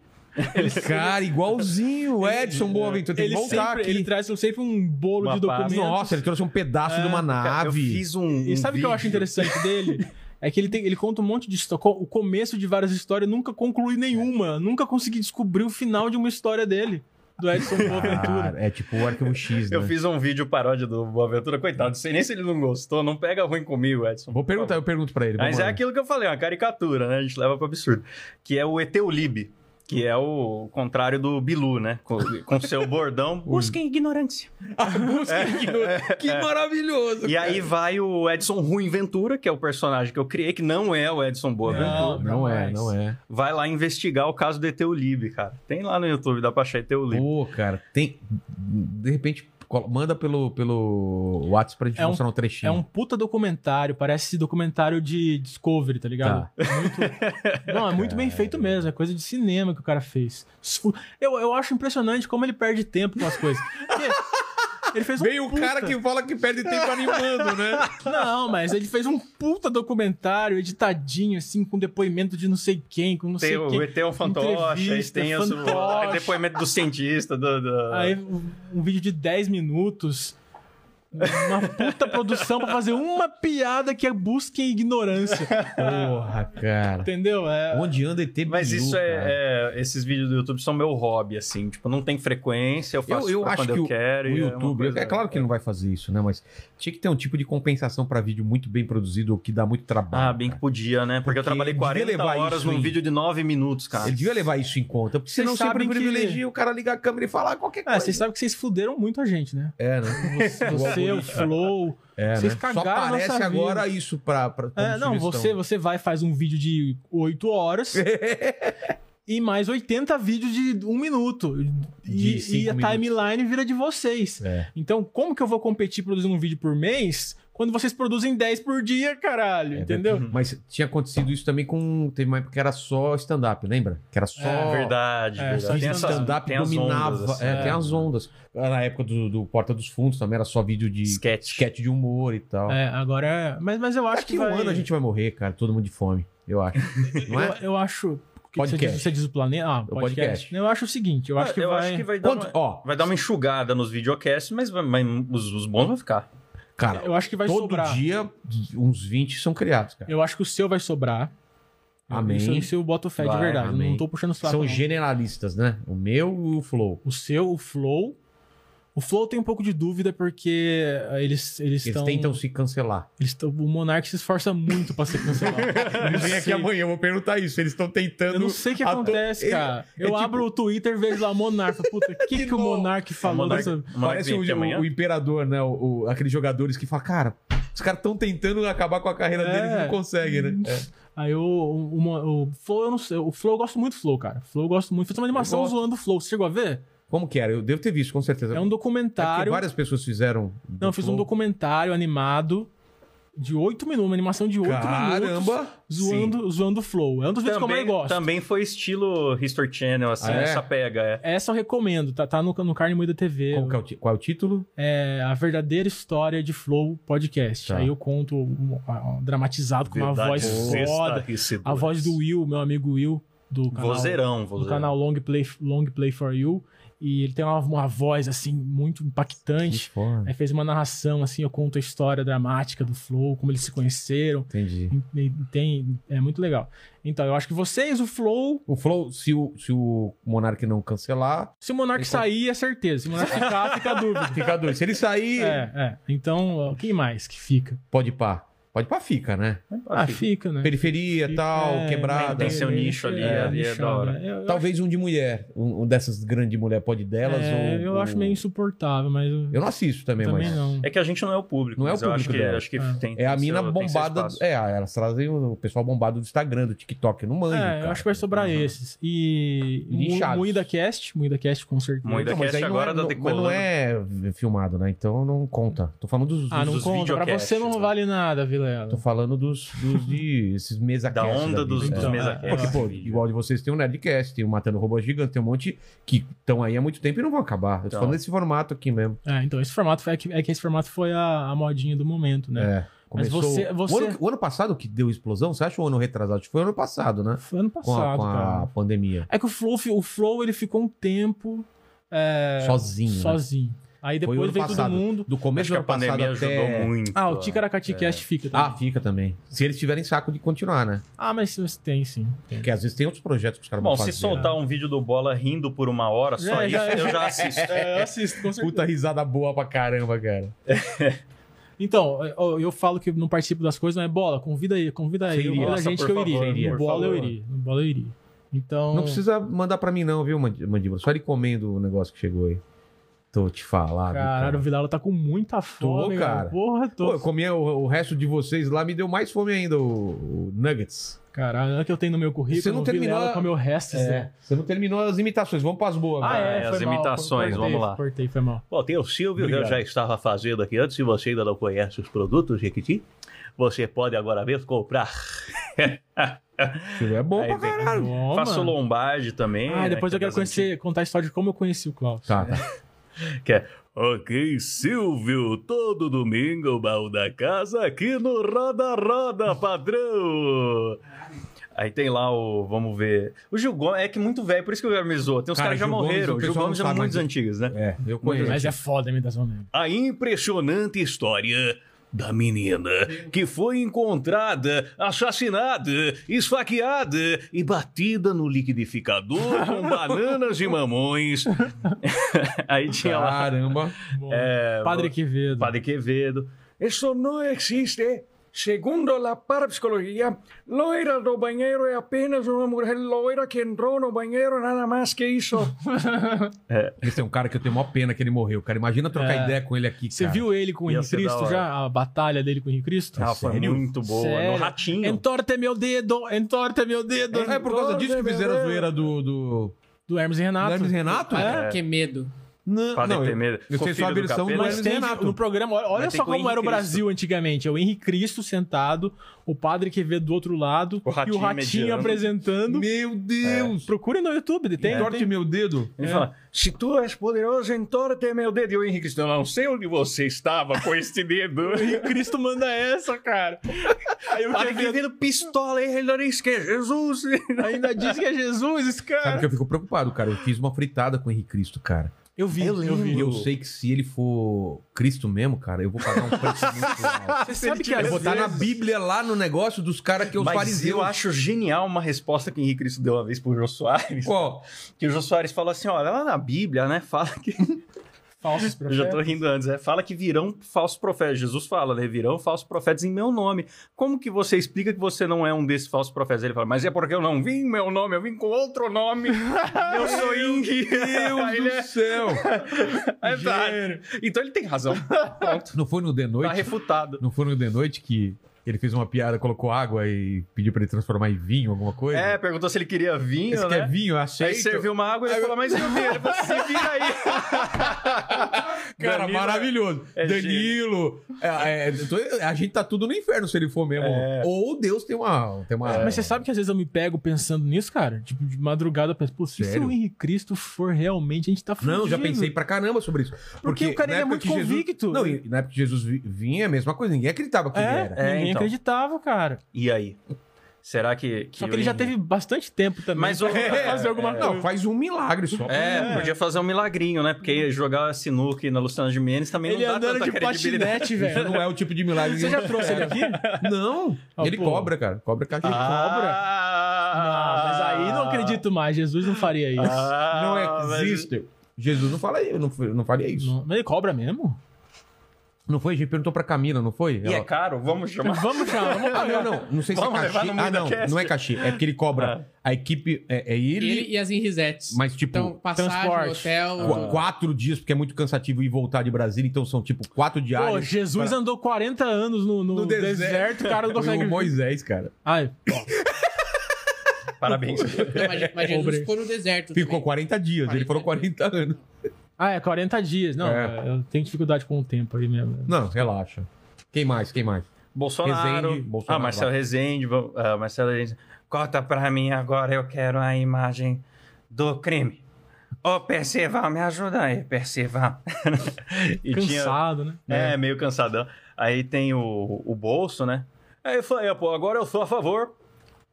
[SPEAKER 1] Cara, igualzinho o Edson Boaventura. Tem que
[SPEAKER 4] Ele,
[SPEAKER 1] voltar
[SPEAKER 4] sempre,
[SPEAKER 1] aqui.
[SPEAKER 4] ele traz sempre um bolo
[SPEAKER 3] Uma
[SPEAKER 4] de
[SPEAKER 3] pasta.
[SPEAKER 4] documentos.
[SPEAKER 1] Nossa, ele trouxe um pedaço de uma
[SPEAKER 3] Ah, Cara, eu
[SPEAKER 1] nave.
[SPEAKER 3] fiz um.
[SPEAKER 4] E
[SPEAKER 3] um
[SPEAKER 4] sabe o que eu acho
[SPEAKER 3] vídeo.
[SPEAKER 4] interessante dele? É que ele, tem, ele conta um monte de história. O começo de várias histórias, eu nunca conclui nenhuma. Nunca consegui descobrir o final de uma história dele. Do Edson Boaventura.
[SPEAKER 1] Cara, é tipo o Arquivo X, né?
[SPEAKER 3] Eu fiz um vídeo paródia do Boaventura. Coitado, não sei nem se ele não gostou. Não pega ruim comigo, Edson.
[SPEAKER 1] Vou perguntar, eu pergunto pra ele.
[SPEAKER 3] Mas
[SPEAKER 1] vamos
[SPEAKER 3] é
[SPEAKER 1] lá.
[SPEAKER 3] aquilo que eu falei, uma caricatura, né? A gente leva pro absurdo. Que é o ET Olib, Que é o contrário do Bilu, né? Com, com seu bordão. Busquem ignorância.
[SPEAKER 4] É,
[SPEAKER 1] que maravilhoso.
[SPEAKER 3] E aí vai o Edson Ruim Ventura, que é o personagem que eu criei, que não é o Edson Boaventura.
[SPEAKER 1] Não é, não é.
[SPEAKER 3] Vai lá investigar o caso do Eteu Lib, cara. Tem lá no YouTube, dá pra achar Eteu Lib.
[SPEAKER 1] Pô, cara, tem. De repente, colo- manda pelo, pelo WhatsApp pra gente
[SPEAKER 4] É um-
[SPEAKER 1] mostrar um trechinho.
[SPEAKER 4] É um puta documentário, parece documentário de Discovery, tá ligado?
[SPEAKER 1] Tá.
[SPEAKER 4] Não, é muito bem feito mesmo, é coisa de cinema que o cara fez. Su- Eu, eu acho impressionante como ele perde tempo com as coisas. Porque Ele fez um
[SPEAKER 1] Vem o
[SPEAKER 4] puta-
[SPEAKER 1] cara que fala que perde tempo animando, né?
[SPEAKER 4] Não, mas ele fez um puta documentário editadinho, assim, com depoimento de não sei quem, com não
[SPEAKER 3] Tem
[SPEAKER 4] sei
[SPEAKER 3] o
[SPEAKER 4] quem.
[SPEAKER 3] ET é um fantoche, aí
[SPEAKER 4] entrevista,
[SPEAKER 3] tem o
[SPEAKER 4] fantoche.
[SPEAKER 3] depoimento do cientista, do, do-
[SPEAKER 4] Aí um, um vídeo de 10 minutos. Uma puta produção pra fazer uma piada que é busca e ignorância.
[SPEAKER 1] Porra, cara.
[SPEAKER 4] Entendeu? É,
[SPEAKER 1] Onde anda ET
[SPEAKER 3] Mas
[SPEAKER 1] Bilu,
[SPEAKER 3] isso
[SPEAKER 1] cara?
[SPEAKER 3] é, é- Esses vídeos do YouTube são meu hobby, assim. Tipo, não tem frequência, eu faço
[SPEAKER 1] Eu, eu
[SPEAKER 3] pra
[SPEAKER 1] acho
[SPEAKER 3] quando
[SPEAKER 1] que
[SPEAKER 3] eu
[SPEAKER 1] o,
[SPEAKER 3] quero.
[SPEAKER 1] o
[SPEAKER 3] e uma
[SPEAKER 1] YouTube.
[SPEAKER 3] coisa-
[SPEAKER 1] É claro que não vai fazer isso, né? Mas tinha que ter um tipo de compensação pra vídeo muito bem produzido, que dá muito trabalho.
[SPEAKER 3] Ah, bem que
[SPEAKER 1] cara.
[SPEAKER 3] podia, né? Porque,
[SPEAKER 1] Porque
[SPEAKER 3] eu trabalhei
[SPEAKER 1] devia
[SPEAKER 3] 40
[SPEAKER 1] levar
[SPEAKER 3] horas
[SPEAKER 1] isso
[SPEAKER 3] num
[SPEAKER 1] em-
[SPEAKER 3] vídeo de 9 minutos, cara.
[SPEAKER 1] Ele devia levar isso em conta, porque
[SPEAKER 4] Vocês
[SPEAKER 1] senão sempre
[SPEAKER 4] sabem que-
[SPEAKER 1] privilegia o cara ligar a câmera e falar qualquer
[SPEAKER 4] Ah,
[SPEAKER 1] coisa.
[SPEAKER 4] vocês sabem que vocês fuderam muito a gente, né?
[SPEAKER 1] É, né?
[SPEAKER 4] Você, você, o Flow.
[SPEAKER 1] É,
[SPEAKER 4] Vocês
[SPEAKER 1] né? Só
[SPEAKER 4] cagaram a nossa
[SPEAKER 1] aparece
[SPEAKER 4] vida.
[SPEAKER 1] agora isso pra. pra como
[SPEAKER 4] É, não,
[SPEAKER 1] sugestão.
[SPEAKER 4] você, você vai faz um vídeo de 8 horas. E mais 80 vídeos de um minuto.
[SPEAKER 1] De
[SPEAKER 4] E,
[SPEAKER 1] cinco
[SPEAKER 4] e a
[SPEAKER 1] minutos.
[SPEAKER 4] timeline vira de vocês.
[SPEAKER 1] É.
[SPEAKER 4] Então, como que eu vou competir produzindo um vídeo por mês quando vocês produzem 10 por dia, caralho?
[SPEAKER 1] É,
[SPEAKER 4] entendeu?
[SPEAKER 1] Mas tinha acontecido isso também com. Teve uma época que era só stand-up, lembra? Que era só.
[SPEAKER 4] É,
[SPEAKER 3] Verdade,
[SPEAKER 4] É,
[SPEAKER 3] verdade.
[SPEAKER 4] só
[SPEAKER 3] Tem
[SPEAKER 4] isso
[SPEAKER 3] essas-
[SPEAKER 1] stand-up
[SPEAKER 3] tem as
[SPEAKER 1] dominava.
[SPEAKER 3] ondas, assim.
[SPEAKER 1] é, tem as ondas. Na época do, do Porta dos Fundos também era só vídeo de
[SPEAKER 3] Sketch.
[SPEAKER 1] sketch de humor e tal.
[SPEAKER 4] É, agora é. Mas, mas eu acho
[SPEAKER 1] Daqui
[SPEAKER 4] que.
[SPEAKER 1] um
[SPEAKER 4] vai-
[SPEAKER 1] ano a gente vai morrer, cara. Todo mundo de fome, eu acho. Não
[SPEAKER 4] Eu,
[SPEAKER 1] é?
[SPEAKER 4] eu acho. que
[SPEAKER 1] Podcast. É
[SPEAKER 4] Você diz, você diz o planeta. Ah,
[SPEAKER 1] O
[SPEAKER 4] podcast.
[SPEAKER 1] podcast. Ah,
[SPEAKER 4] Eu acho o seguinte, eu acho que
[SPEAKER 3] eu
[SPEAKER 4] vai.
[SPEAKER 3] acho que vai dar,
[SPEAKER 1] Quanto-
[SPEAKER 3] uma,
[SPEAKER 1] ó,
[SPEAKER 3] vai dar uma enxugada nos videocasts, mas, vai- mas os, os bons vão ficar.
[SPEAKER 1] cara,
[SPEAKER 4] Eu acho que vai
[SPEAKER 1] todo
[SPEAKER 4] sobrar.
[SPEAKER 1] dia uns 20 são criados, cara.
[SPEAKER 4] Eu acho que o seu vai sobrar.
[SPEAKER 1] Amém.
[SPEAKER 4] Isso, isso eu boto fé de
[SPEAKER 3] Vai,
[SPEAKER 4] verdade. Eu
[SPEAKER 1] amém.
[SPEAKER 4] Não tô puxando o saco.
[SPEAKER 1] São
[SPEAKER 4] não.
[SPEAKER 1] generalistas, né? O meu e o Flow.
[SPEAKER 4] O seu, o Flow. O Flow tem um pouco de dúvida porque eh, eles
[SPEAKER 1] Eles
[SPEAKER 4] eles estão.
[SPEAKER 1] tentam se cancelar.
[SPEAKER 4] eles tão- o Monark se esforça muito pra ser cancelado. Eu não
[SPEAKER 1] Vem aqui
[SPEAKER 4] sei.
[SPEAKER 1] amanhã, eu vou perguntar isso. Eles estão tentando.
[SPEAKER 4] Eu não sei o que
[SPEAKER 1] a to-
[SPEAKER 4] acontece,
[SPEAKER 1] Ele-
[SPEAKER 4] cara.
[SPEAKER 1] é
[SPEAKER 4] eu
[SPEAKER 1] tipo- É,
[SPEAKER 4] abro o Twitter e vejo lá Monark. Falo, Puta, o que, que, o
[SPEAKER 1] bom.
[SPEAKER 4] Monark falou
[SPEAKER 3] Monark-
[SPEAKER 4] dessa.
[SPEAKER 3] Monark
[SPEAKER 1] Parece
[SPEAKER 3] vem
[SPEAKER 1] o,
[SPEAKER 3] aqui amanhã?
[SPEAKER 1] o- o imperador, né? O, o- aqueles jogadores que falam, cara, os caras estão tentando acabar com a carreira
[SPEAKER 4] É.
[SPEAKER 1] deles e não conseguem, né? É.
[SPEAKER 4] Aí o, o, o Mo- o Flow, eu não sei. O Flow eu gosto muito do Flow, cara. O Flow eu gosto muito. Fiz uma animação
[SPEAKER 1] gosto.
[SPEAKER 4] zoando o Flow. Você chegou a ver?
[SPEAKER 1] Como que era? Eu devo ter visto, com certeza.
[SPEAKER 4] É
[SPEAKER 1] É
[SPEAKER 4] um
[SPEAKER 1] porque
[SPEAKER 4] documentário.
[SPEAKER 1] várias pessoas fizeram.
[SPEAKER 4] Não, eu fiz um documentário animado de 8 minutos, uma animação de 8 minutos.
[SPEAKER 1] Caramba!
[SPEAKER 4] Zoando, zoando o Flow. É um dos vídeos que eu mais
[SPEAKER 3] Também,
[SPEAKER 4] gosto.
[SPEAKER 3] também foi estilo History Channel, assim,
[SPEAKER 1] Ah, é?
[SPEAKER 3] essa pega, é.
[SPEAKER 4] Essa eu recomendo, tá, tá no, no Carne Moída TV.
[SPEAKER 1] Qual, que é o ti- qual é o título?
[SPEAKER 4] É a verdadeira história de Flow Podcast.
[SPEAKER 1] Tá.
[SPEAKER 4] Aí eu conto um- um- um dramatizado com uma voz foda. A voz do Will, meu amigo Will, do canal,
[SPEAKER 3] Vozeirão,
[SPEAKER 4] do
[SPEAKER 1] é.
[SPEAKER 3] vozeirão.
[SPEAKER 4] canal Long, Play, Long Play for You. E ele tem uma, uma voz, assim, muito impactante. Aí fez uma narração, assim, eu conto a história dramática do Flow, como eles se conheceram.
[SPEAKER 1] Entendi.
[SPEAKER 4] E- e Tem, é muito legal. Então, eu acho que vocês, o Flow,
[SPEAKER 1] O Flow, se o, se o Monark não cancelar,
[SPEAKER 4] Se o Monark
[SPEAKER 1] Ele
[SPEAKER 4] sair, é certeza. Se o Monark ficar, fica a dúvida.
[SPEAKER 1] fica doido. Se ele sair,
[SPEAKER 4] É, é. Então, ó, quem mais que fica?
[SPEAKER 1] pode pá. Pode pá, fica, né?
[SPEAKER 4] Ah, fica, né?
[SPEAKER 1] Periferia, tal,
[SPEAKER 4] É,
[SPEAKER 1] quebrada.
[SPEAKER 3] Tem seu nicho ali, ali é
[SPEAKER 4] nichado,
[SPEAKER 3] da hora.
[SPEAKER 4] né? Eu, eu
[SPEAKER 1] Talvez um de mulher, um, um dessas grandes mulher pode delas.
[SPEAKER 4] é,
[SPEAKER 1] ou,
[SPEAKER 4] eu
[SPEAKER 1] ou-
[SPEAKER 4] acho meio insuportável, mas eu
[SPEAKER 1] Eu não assisto também,
[SPEAKER 4] também
[SPEAKER 1] mas.
[SPEAKER 4] não.
[SPEAKER 3] É que a gente não é o público,
[SPEAKER 1] Não é o
[SPEAKER 3] mas
[SPEAKER 1] público
[SPEAKER 3] eu
[SPEAKER 1] dela.
[SPEAKER 3] acho que, acho
[SPEAKER 4] É.
[SPEAKER 3] que tem.
[SPEAKER 1] É a
[SPEAKER 3] tem
[SPEAKER 1] mina
[SPEAKER 3] seu- tem seu
[SPEAKER 1] bombada.
[SPEAKER 3] espaço.
[SPEAKER 1] É, elas trazem o pessoal bombado do Instagram, do TikTok. Eu não manjo.
[SPEAKER 4] É, eu
[SPEAKER 1] cara.
[SPEAKER 4] acho que vai sobrar esses. E
[SPEAKER 1] Nichados.
[SPEAKER 4] Moída Cast, Moída Cast com certeza.
[SPEAKER 3] Moída-
[SPEAKER 1] Então, mas
[SPEAKER 3] Cast
[SPEAKER 1] aí não
[SPEAKER 3] agora
[SPEAKER 1] é,
[SPEAKER 3] da
[SPEAKER 1] não- mas não
[SPEAKER 3] Decolando.
[SPEAKER 1] é filmado, né? Então não conta. Tô falando dos. Então.
[SPEAKER 4] Ah, não
[SPEAKER 3] dos
[SPEAKER 4] conta. Pra
[SPEAKER 3] videocasts,
[SPEAKER 4] você não
[SPEAKER 3] né?
[SPEAKER 4] vale nada,
[SPEAKER 1] Tô
[SPEAKER 4] Vilela.
[SPEAKER 1] falando dos, dos de esses mesa
[SPEAKER 3] Da
[SPEAKER 1] é cast
[SPEAKER 3] onda dos,
[SPEAKER 1] vida. né?
[SPEAKER 3] dos
[SPEAKER 4] Então,
[SPEAKER 3] mesa
[SPEAKER 4] é.
[SPEAKER 3] cast.
[SPEAKER 1] Porque, pô, igual de vocês tem o Nerdcast, tem o Matando Robô Gigante, tem um monte que estão aí há muito tempo e não vão acabar. Eu tô
[SPEAKER 3] Então.
[SPEAKER 1] falando desse formato aqui mesmo.
[SPEAKER 4] É, então esse formato foi, é, que, é que esse formato foi a, a modinha do momento, né?
[SPEAKER 1] É. Começou...
[SPEAKER 4] Mas você- você-
[SPEAKER 1] O, ano, o ano passado que deu explosão, você acha o ano retrasado? Acho que Foi o ano passado, né?
[SPEAKER 4] Foi ano
[SPEAKER 1] Com a,
[SPEAKER 4] passado,
[SPEAKER 1] com a
[SPEAKER 4] cara.
[SPEAKER 1] pandemia.
[SPEAKER 4] É que o Flow, o Flow ele ficou um tempo é,
[SPEAKER 1] Sozinho. né?
[SPEAKER 4] sozinho. Aí
[SPEAKER 1] Foi
[SPEAKER 4] depois
[SPEAKER 1] o ano
[SPEAKER 4] veio
[SPEAKER 1] passado.
[SPEAKER 4] todo mundo.
[SPEAKER 1] Do começo
[SPEAKER 3] Acho
[SPEAKER 1] do
[SPEAKER 3] que a
[SPEAKER 1] ano passado
[SPEAKER 3] pandemia ajudou
[SPEAKER 1] até...
[SPEAKER 3] muito. né?
[SPEAKER 4] Ah, o
[SPEAKER 3] ó.
[SPEAKER 4] Ticaracati Cast fica.
[SPEAKER 1] Ah,
[SPEAKER 4] também.
[SPEAKER 1] fica também. Se eles tiverem saco de continuar, né?
[SPEAKER 4] ah, mas mas tem sim. Tem.
[SPEAKER 1] Porque às vezes tem outros projetos que os caras
[SPEAKER 3] Bom,
[SPEAKER 1] vão
[SPEAKER 3] se
[SPEAKER 1] fazer.
[SPEAKER 3] soltar um vídeo do Bola rindo por uma hora, só
[SPEAKER 4] É,
[SPEAKER 3] isso,
[SPEAKER 4] já-
[SPEAKER 3] eu já assisto.
[SPEAKER 4] É, eu assisto, com certeza.
[SPEAKER 1] né? Puta risada boa pra caramba, cara.
[SPEAKER 4] Então, eu, eu falo que não participo das coisas, mas bola, convida aí, convida
[SPEAKER 1] Você
[SPEAKER 4] aí.
[SPEAKER 1] iria.
[SPEAKER 4] Convida a
[SPEAKER 3] Nossa,
[SPEAKER 4] gente
[SPEAKER 3] por
[SPEAKER 4] que eu iria.
[SPEAKER 3] favor,
[SPEAKER 4] No
[SPEAKER 3] por
[SPEAKER 4] bola eu
[SPEAKER 3] favor.
[SPEAKER 4] iria. No bola eu iria. Então.
[SPEAKER 1] Não precisa mandar pra mim, não, viu, Mandi- Mandíbula? Só ele comendo o negócio que chegou aí. Tô te falando.
[SPEAKER 4] Caralho, o Vilela tá com muita fome.
[SPEAKER 1] cara.
[SPEAKER 4] Porra, tô.
[SPEAKER 1] Pô, eu comi o, o resto de vocês lá, me deu mais fome ainda, o, o Nuggets.
[SPEAKER 4] Caralho, não é que eu tenho no meu currículo.
[SPEAKER 1] Você não
[SPEAKER 4] o
[SPEAKER 1] terminou
[SPEAKER 4] Vilela
[SPEAKER 1] a-
[SPEAKER 4] comeu restos, né?
[SPEAKER 1] Você não terminou as imitações, vamos pras boas.
[SPEAKER 4] Ah,
[SPEAKER 1] vai.
[SPEAKER 4] é,
[SPEAKER 3] é,
[SPEAKER 4] foi
[SPEAKER 3] as
[SPEAKER 4] mal,
[SPEAKER 3] imitações,
[SPEAKER 4] cortei,
[SPEAKER 3] vamos lá.
[SPEAKER 4] Cortei, foi mal.
[SPEAKER 9] Bom, tem o Silvio, que eu
[SPEAKER 4] Obrigado.
[SPEAKER 9] já estava fazendo aqui antes. Se você ainda não conhece os produtos Jequiti, você pode agora mesmo comprar.
[SPEAKER 4] Ah,
[SPEAKER 1] Aquilo É bom
[SPEAKER 3] Aí
[SPEAKER 1] pra
[SPEAKER 3] vem-
[SPEAKER 1] caralho.
[SPEAKER 4] Bom,
[SPEAKER 3] Faço
[SPEAKER 4] mano.
[SPEAKER 3] lombarde também.
[SPEAKER 4] Ah,
[SPEAKER 3] né,
[SPEAKER 4] depois
[SPEAKER 3] que
[SPEAKER 4] eu quero
[SPEAKER 3] das
[SPEAKER 4] conhecer, contar a história de como eu conheci o Klaus.
[SPEAKER 1] Tá, tá.
[SPEAKER 9] Ok, Silvio, todo domingo o baú da casa aqui no Roda Roda, padrão!
[SPEAKER 3] Aí tem lá o. Vamos ver. O Gil Gomes é que muito velho, por isso que o me zoa. Tem uns
[SPEAKER 1] Cara,
[SPEAKER 3] caras que já
[SPEAKER 1] Gil Gomes,
[SPEAKER 3] morreram.
[SPEAKER 1] o
[SPEAKER 3] O Gil
[SPEAKER 1] pessoal
[SPEAKER 3] Gomes
[SPEAKER 1] não
[SPEAKER 3] é
[SPEAKER 1] sabe
[SPEAKER 3] muitos
[SPEAKER 1] mais.
[SPEAKER 3] antigos, né?
[SPEAKER 1] É, eu conheço.
[SPEAKER 4] Mas é foda a imitação mesmo.
[SPEAKER 9] A impressionante história da menina que foi encontrada, assassinada, esfaqueada e batida no liquidificador com bananas e mamões.
[SPEAKER 3] Aí tinha lá. é,
[SPEAKER 1] Caramba.
[SPEAKER 4] Bom, Padre Quevedo.
[SPEAKER 3] Padre Quevedo.
[SPEAKER 9] Isso não existe. Segundo a parapsicologia, loira do banheiro é apenas uma mulher loira que entrou no banheiro, nada mais que isso.
[SPEAKER 1] Esse é um cara que eu tenho maior pena que ele morreu, cara. Imagina trocar
[SPEAKER 4] É.
[SPEAKER 1] ideia com ele aqui,
[SPEAKER 4] Você
[SPEAKER 1] cara.
[SPEAKER 4] viu ele com o
[SPEAKER 3] Ia
[SPEAKER 4] Henrique
[SPEAKER 3] ser da
[SPEAKER 4] Cristo
[SPEAKER 3] hora.
[SPEAKER 4] já? A batalha dele com o Henrique Cristo?
[SPEAKER 3] Ah, foi
[SPEAKER 1] sério?
[SPEAKER 3] muito boa.
[SPEAKER 4] Sério?
[SPEAKER 3] No ratinho.
[SPEAKER 4] Entorta meu dedo, entorta meu dedo.
[SPEAKER 1] É por causa disso que fizeram a zoeira do... do...
[SPEAKER 4] Do Hermes e Renato.
[SPEAKER 1] Hermes e Renato?
[SPEAKER 4] É.
[SPEAKER 2] Que medo.
[SPEAKER 1] Não,
[SPEAKER 3] Padre
[SPEAKER 1] não, eu-
[SPEAKER 3] Temer.
[SPEAKER 1] eu
[SPEAKER 3] Com
[SPEAKER 1] sei só a
[SPEAKER 3] filho do
[SPEAKER 1] versão do
[SPEAKER 3] capeta.
[SPEAKER 1] Hermes
[SPEAKER 4] Mas
[SPEAKER 1] e
[SPEAKER 4] tem
[SPEAKER 1] Renato.
[SPEAKER 4] no programa, olha, olha
[SPEAKER 3] Mas tem
[SPEAKER 4] só
[SPEAKER 3] com o
[SPEAKER 4] como era o
[SPEAKER 3] Henrique
[SPEAKER 4] Brasil antigamente. É o Henrique Cristo sentado, o Padre Quevedo do outro lado
[SPEAKER 3] O
[SPEAKER 4] e o
[SPEAKER 3] Ratinho
[SPEAKER 4] Ratinho
[SPEAKER 3] mediano.
[SPEAKER 4] apresentando. É.
[SPEAKER 1] Meu Deus.
[SPEAKER 4] Procure no YouTube, tem.
[SPEAKER 1] Torte
[SPEAKER 4] tem.
[SPEAKER 1] meu dedo.
[SPEAKER 3] Ele
[SPEAKER 4] É.
[SPEAKER 3] fala: Se tu és poderoso, entorta meu dedo. E o Henrique Cristo, eu não sei onde você estava com este dedo.
[SPEAKER 4] O Henrique Cristo manda essa, cara. Aí o
[SPEAKER 3] Padre
[SPEAKER 4] Quevedo
[SPEAKER 3] Quevedo, pistola, ele não diz que é Jesus.
[SPEAKER 4] ainda diz que é Jesus, esse
[SPEAKER 1] Sabe
[SPEAKER 4] cara.
[SPEAKER 1] que eu fico preocupado, cara. Eu fiz uma fritada com o Henrique Cristo, cara.
[SPEAKER 4] Eu vi, eu, vi.
[SPEAKER 1] E eu sei que se ele for Cristo mesmo, cara, eu vou pagar um preço muito alto.
[SPEAKER 4] Você sabe que
[SPEAKER 1] Eu
[SPEAKER 4] às
[SPEAKER 1] vou botar na
[SPEAKER 4] vezes-
[SPEAKER 1] Bíblia lá no negócio dos caras que é os
[SPEAKER 3] Mas
[SPEAKER 1] fariseus.
[SPEAKER 3] eu acho genial uma resposta que o Henrique Cristo deu uma vez pro Jô Soares.
[SPEAKER 1] Qual?
[SPEAKER 3] Que o Jô Soares falou assim: olha, lá na Bíblia, né? Fala que.
[SPEAKER 4] Falsos
[SPEAKER 3] Eu já tô
[SPEAKER 4] profetas.
[SPEAKER 3] rindo antes, né? Fala que virão falsos profetas. Jesus fala, né? Virão falsos profetas em meu nome. Como que você explica que você não é um desses falsos profetas? Ele fala, mas é porque eu não vim em meu nome, eu vim com outro nome. Eu sou Henrique.
[SPEAKER 1] Deus
[SPEAKER 3] Ele
[SPEAKER 1] do
[SPEAKER 3] é-
[SPEAKER 1] céu!
[SPEAKER 3] é verdade. Então ele tem razão. Pronto.
[SPEAKER 1] Não foi no The
[SPEAKER 3] Tá
[SPEAKER 1] Noite?
[SPEAKER 3] refutado.
[SPEAKER 1] Não foi no The Noite que ele fez uma piada, colocou água e pediu pra ele transformar em vinho, alguma coisa?
[SPEAKER 3] É, perguntou se ele queria vinho,
[SPEAKER 1] Esse
[SPEAKER 3] né?
[SPEAKER 1] que é vinho, eu
[SPEAKER 3] Aí
[SPEAKER 1] achei.
[SPEAKER 3] serviu uma água e
[SPEAKER 1] Aí
[SPEAKER 3] ele
[SPEAKER 1] eu-
[SPEAKER 3] falou, mas eu vi. Ele falou, se vira aí.
[SPEAKER 1] Cara,
[SPEAKER 3] Danilo
[SPEAKER 1] maravilhoso.
[SPEAKER 3] é
[SPEAKER 1] Danilo. é, é, tô- a gente tá tudo no inferno se ele for mesmo.
[SPEAKER 3] É.
[SPEAKER 1] Ou Deus tem uma. Tem uma...
[SPEAKER 4] Mas você sabe que às vezes eu me pego pensando nisso, cara? Tipo, de madrugada eu penso, pô, se
[SPEAKER 1] Sério?
[SPEAKER 4] o Henrique Cristo for realmente, a gente tá fudido.
[SPEAKER 1] Não, já pensei pra caramba sobre isso. Porque,
[SPEAKER 4] o cara,
[SPEAKER 1] na
[SPEAKER 4] ele é
[SPEAKER 1] época
[SPEAKER 4] muito
[SPEAKER 1] que Jesus-
[SPEAKER 4] convicto.
[SPEAKER 1] Não, e na época que Jesus vi- vinha, é a mesma coisa. Ninguém acreditava que
[SPEAKER 4] É,
[SPEAKER 1] ele era.
[SPEAKER 4] ninguém
[SPEAKER 3] É, então.
[SPEAKER 4] acreditava, cara.
[SPEAKER 3] E aí? Será que.
[SPEAKER 4] Só que ele já teve É. bastante tempo também
[SPEAKER 3] Mas
[SPEAKER 4] pra
[SPEAKER 3] o-
[SPEAKER 4] pra fazer alguma coisa.
[SPEAKER 1] Não, faz um milagre só.
[SPEAKER 3] É, podia fazer um milagrinho, né? Porque jogar sinuca na Luciana Gimenez também
[SPEAKER 4] Ele
[SPEAKER 3] não dá
[SPEAKER 4] andando
[SPEAKER 3] tanta
[SPEAKER 4] de
[SPEAKER 3] credibilidade.
[SPEAKER 4] patinete,
[SPEAKER 1] Isso
[SPEAKER 4] velho.
[SPEAKER 1] não é o tipo de milagre
[SPEAKER 4] Você já trouxe ele aqui?
[SPEAKER 1] Não.
[SPEAKER 4] Ah,
[SPEAKER 1] ele
[SPEAKER 4] pô.
[SPEAKER 1] cobra, cara. Cobra caixa de
[SPEAKER 4] Cobra? Não,
[SPEAKER 3] Ah,
[SPEAKER 4] mas aí não acredito é mais. Jesus não faria isso.
[SPEAKER 3] Ah,
[SPEAKER 1] Não
[SPEAKER 3] mas-
[SPEAKER 1] existe. Jesus não fala eu não, não faria isso. Não.
[SPEAKER 4] Não- mas ele cobra mesmo?
[SPEAKER 1] foi? A gente perguntou pra Camila, não foi?
[SPEAKER 3] E é caro, vamos chamar.
[SPEAKER 4] Vamos já, vamos
[SPEAKER 1] Ah,
[SPEAKER 4] pagar.
[SPEAKER 1] não, não. Não sei se
[SPEAKER 3] Vamos
[SPEAKER 1] é
[SPEAKER 3] levar
[SPEAKER 1] cachê.
[SPEAKER 3] no
[SPEAKER 1] Ah, não.
[SPEAKER 3] MuidaCast.
[SPEAKER 1] Não é cachê. É porque ele cobra. A equipe é, é
[SPEAKER 2] Ele,
[SPEAKER 1] ele,
[SPEAKER 2] e as Inrisettes.
[SPEAKER 1] mas tipo.
[SPEAKER 2] Então, passagem,
[SPEAKER 4] transporte.
[SPEAKER 2] hotel.
[SPEAKER 1] qu- Quatro dias, porque é muito cansativo ir e voltar de Brasília, então são tipo quatro diários.
[SPEAKER 4] Pô, Jesus andou 40 anos no, no
[SPEAKER 1] No deserto.
[SPEAKER 4] deserto. o cara não
[SPEAKER 1] Foi
[SPEAKER 4] consegue...
[SPEAKER 1] o Moisés, cara.
[SPEAKER 4] Ai,
[SPEAKER 3] Parabéns.
[SPEAKER 2] Não, mas, mas Jesus
[SPEAKER 4] Pobre.
[SPEAKER 2] ficou no deserto.
[SPEAKER 1] Ficou
[SPEAKER 2] também.
[SPEAKER 1] 40 dias, ele falou 40 anos.
[SPEAKER 4] ah, é 40 dias. Não,
[SPEAKER 1] É.
[SPEAKER 4] eu tenho dificuldade com o tempo aí mesmo.
[SPEAKER 1] Não, relaxa. Quem mais? Quem mais?
[SPEAKER 3] Bolsonaro.
[SPEAKER 1] Rezende, Bolsonaro,
[SPEAKER 3] Ah, Marcelo
[SPEAKER 1] vai.
[SPEAKER 3] Rezende. vamos- ah, Marcelo Rezende. Corta pra mim agora, eu quero a imagem do crime. Ô, Perceval, me ajuda aí, Perceval. e
[SPEAKER 4] Cansado, né?
[SPEAKER 3] É, meio cansadão. Aí tem o, o bolso, né? Aí eu falei, pô, agora eu sou a favor,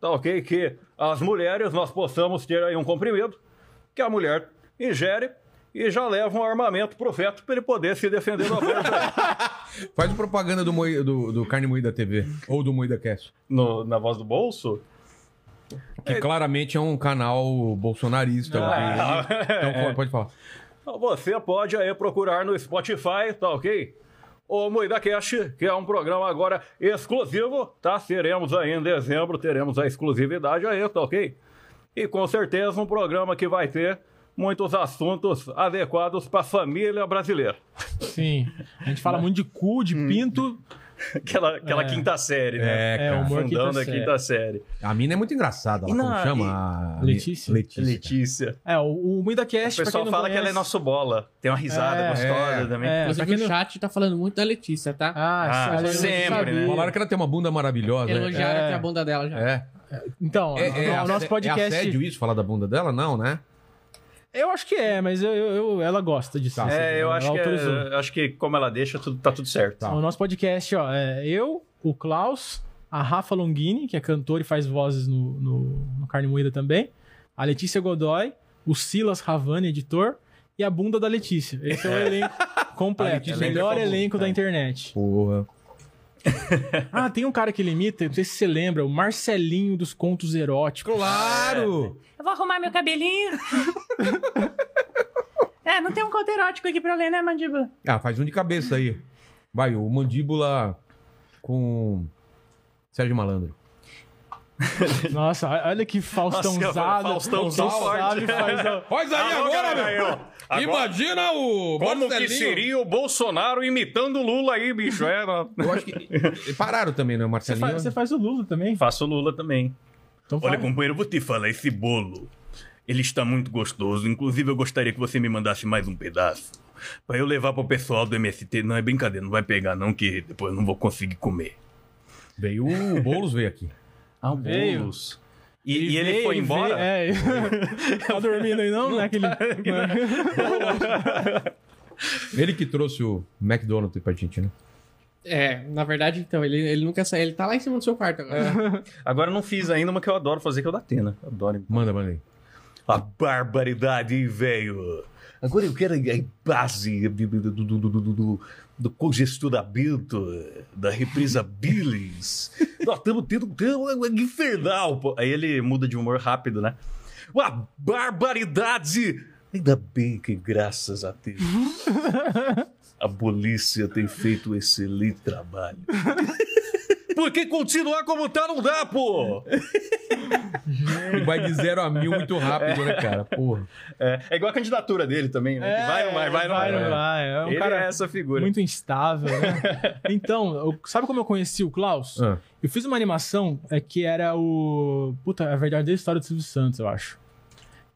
[SPEAKER 3] tá ok, que as mulheres nós possamos ter aí um comprimido que a mulher ingere e já leva um armamento pro feto pra ele poder se defender do aborto
[SPEAKER 1] Faz propaganda do, Moi- do, do Carne Moída TV ou do Moída Cast.
[SPEAKER 3] no, na voz do bolso.
[SPEAKER 1] Que claramente é um canal bolsonarista.
[SPEAKER 3] Ah,
[SPEAKER 1] Então pode- pode falar.
[SPEAKER 3] Então, Você pode aí procurar no Spotify, tá ok? O Moída Cash, que é um programa agora exclusivo, tá? Teremos aí em dezembro, teremos a exclusividade aí, tá ok?
[SPEAKER 9] E com certeza um programa que vai ter muitos assuntos adequados para a família brasileira.
[SPEAKER 4] Sim. A gente fala muito de cu, de
[SPEAKER 3] Hum.
[SPEAKER 4] pinto.
[SPEAKER 3] Aquela, aquela
[SPEAKER 4] É.
[SPEAKER 3] quinta série, né?
[SPEAKER 1] É,
[SPEAKER 4] É,
[SPEAKER 1] cara.
[SPEAKER 4] o humor
[SPEAKER 3] Fundando
[SPEAKER 4] quinta
[SPEAKER 3] a
[SPEAKER 4] série.
[SPEAKER 3] quinta série.
[SPEAKER 1] A mina é muito engraçada. Ela,
[SPEAKER 3] E
[SPEAKER 1] como
[SPEAKER 3] na-
[SPEAKER 1] chama?
[SPEAKER 4] e- Letícia?
[SPEAKER 1] Letícia.
[SPEAKER 3] Letícia.
[SPEAKER 4] É, o, o
[SPEAKER 3] O
[SPEAKER 4] MuidaCast, pra quem
[SPEAKER 3] pessoal
[SPEAKER 4] não
[SPEAKER 3] fala que
[SPEAKER 4] conhece-
[SPEAKER 3] ela é nosso bola. Tem uma risada
[SPEAKER 4] É,
[SPEAKER 3] gostosa também.
[SPEAKER 4] é. pra
[SPEAKER 2] Inclusive,
[SPEAKER 4] quem
[SPEAKER 2] o
[SPEAKER 4] não-
[SPEAKER 2] chat tá falando muito da Letícia, tá?
[SPEAKER 4] Ah,
[SPEAKER 3] Ah,
[SPEAKER 4] ela é
[SPEAKER 3] sempre,
[SPEAKER 4] nossa
[SPEAKER 3] né?
[SPEAKER 4] amiga.
[SPEAKER 1] Falaram que ela tem uma bunda maravilhosa. né?
[SPEAKER 2] Elogiaram
[SPEAKER 4] é.
[SPEAKER 2] até a bunda dela já.
[SPEAKER 1] É.
[SPEAKER 4] Então,
[SPEAKER 1] É, é,
[SPEAKER 4] o nosso
[SPEAKER 1] assé- É
[SPEAKER 4] podcast.
[SPEAKER 1] assédio isso, falar da bunda dela? Não, né?
[SPEAKER 4] eu acho que é, mas eu, eu- eu- ela gosta disso.
[SPEAKER 1] Tá.
[SPEAKER 3] É, eu
[SPEAKER 4] Ela
[SPEAKER 3] acho que,
[SPEAKER 4] autorizou.
[SPEAKER 3] é, acho que como ela deixa, tudo, tá tudo certo.
[SPEAKER 4] O nosso podcast, ó, é eu, o Klaus, a Rafa Longini, que é cantora e faz vozes no, no, no Carne Moída também, a Letícia Godoy, o Silas Ravani, editor, e a bunda da Letícia. Esse é o elenco
[SPEAKER 1] A
[SPEAKER 3] Tá,
[SPEAKER 4] completo.
[SPEAKER 1] Letícia
[SPEAKER 4] o melhor
[SPEAKER 1] é famosa,
[SPEAKER 4] elenco da
[SPEAKER 1] tá.
[SPEAKER 4] internet.
[SPEAKER 1] Porra.
[SPEAKER 4] Ah, tem um cara que ele imita, não sei se você lembra, o Marcelinho dos Contos Eróticos.
[SPEAKER 1] Claro!
[SPEAKER 10] Eu vou arrumar meu cabelinho. é, não tem um conto erótico aqui pra ler, né, Mandiba?
[SPEAKER 1] Ah, faz um de cabeça aí. Vai, o mandíbula com. Sérgio Malandro.
[SPEAKER 4] Nossa, olha que Faustãozado.
[SPEAKER 3] Nossa, Faustão
[SPEAKER 4] Quem sabe
[SPEAKER 3] forte.
[SPEAKER 4] faz a-
[SPEAKER 1] Faz aí
[SPEAKER 9] Alô,
[SPEAKER 1] agora, meu!
[SPEAKER 9] galera, aí, ó. Agora-
[SPEAKER 1] Imagina o
[SPEAKER 9] Como que
[SPEAKER 1] Marcelinho.
[SPEAKER 9] seria o Bolsonaro imitando o Lula aí, bicho? É,
[SPEAKER 3] né?
[SPEAKER 9] não-
[SPEAKER 1] Eu acho que pararam também, né,
[SPEAKER 4] Você
[SPEAKER 1] Marcelinho?
[SPEAKER 4] faz, você faz o Lula também.
[SPEAKER 3] Faço Lula também.
[SPEAKER 4] Então
[SPEAKER 9] Olha,
[SPEAKER 4] faz.
[SPEAKER 9] companheiro, eu vou te falar, esse bolo, ele está muito gostoso. Inclusive, eu gostaria que você me mandasse mais um pedaço. Pra eu levar pro pessoal do MST. Não, é brincadeira, não vai pegar não, que depois eu não vou conseguir comer.
[SPEAKER 1] Veio o Boulos veio aqui.
[SPEAKER 3] Ah, o
[SPEAKER 4] Veio.
[SPEAKER 3] Boulos. E, e ele
[SPEAKER 4] veio,
[SPEAKER 3] foi
[SPEAKER 4] veio,
[SPEAKER 3] embora? tá
[SPEAKER 4] É, ele- tá dormindo aí não? não é que ele-
[SPEAKER 3] né?
[SPEAKER 1] Ele que trouxe o McDonald's pra gente, né?
[SPEAKER 2] É, na verdade, então, ele, ele nunca saiu. Ele tá lá em cima do seu quarto agora.
[SPEAKER 3] Agora eu não fiz ainda uma que eu adoro fazer, que é o da Atena. Eu Adoro.
[SPEAKER 1] Manda, manda aí.
[SPEAKER 9] A barbaridade, hein, velho. Agora eu quero a a base do, do, do, do, do, do- do congestionamento, da represa Billings. Nós estamos tendo um tema infernal. pô.
[SPEAKER 3] Aí ele muda de humor rápido, né?
[SPEAKER 9] Uma barbaridade! Ainda bem que, graças a Deus, a polícia tem feito um excelente trabalho. Porque continuar como tá não dá, pô!
[SPEAKER 1] Ele vai de zero a mil muito rápido, né, cara? Porra.
[SPEAKER 3] É, é igual a candidatura dele também, né? Que vai ou vai, vai, ou
[SPEAKER 4] É, vai,
[SPEAKER 3] vai.
[SPEAKER 4] não vai. É um
[SPEAKER 3] ele
[SPEAKER 4] cara
[SPEAKER 3] é essa figura.
[SPEAKER 4] muito instável, né? Então, eu- sabe como eu conheci o Klaus?
[SPEAKER 1] Ah,
[SPEAKER 4] Eu fiz uma animação é, que era o... Puta, a verdadeira história do Silvio Santos, eu acho.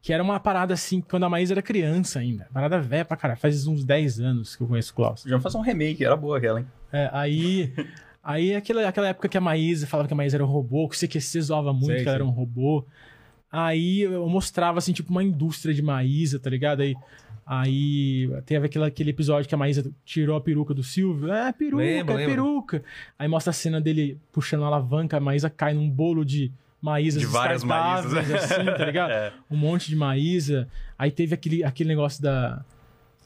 [SPEAKER 4] Que era uma parada assim, quando a Maísa era criança ainda. Parada velha pra caralho. Faz uns 10 anos que eu conheço o Klaus.
[SPEAKER 3] Já fazer um remake, era boa aquela, hein?
[SPEAKER 4] É, aí, aí aquela, aquela época que a Maísa falava que a Maísa era um robô, que o CQC zoava muito
[SPEAKER 1] Sei,
[SPEAKER 4] que ela era um robô. Aí eu mostrava, assim, tipo, uma indústria de Maísa, tá ligado? Aí, aí teve aquele, aquele episódio que a Maísa tirou a peruca do Silvio. É, peruca,
[SPEAKER 1] Lembro,
[SPEAKER 4] é
[SPEAKER 1] lembro.
[SPEAKER 4] peruca. Aí mostra a cena dele puxando a alavanca, a Maísa cai num bolo de Maísas
[SPEAKER 3] De várias
[SPEAKER 4] descartáveis,
[SPEAKER 3] Maísas.
[SPEAKER 4] assim, tá ligado?
[SPEAKER 3] É.
[SPEAKER 4] Um monte de Maísa. Aí teve aquele, aquele negócio da...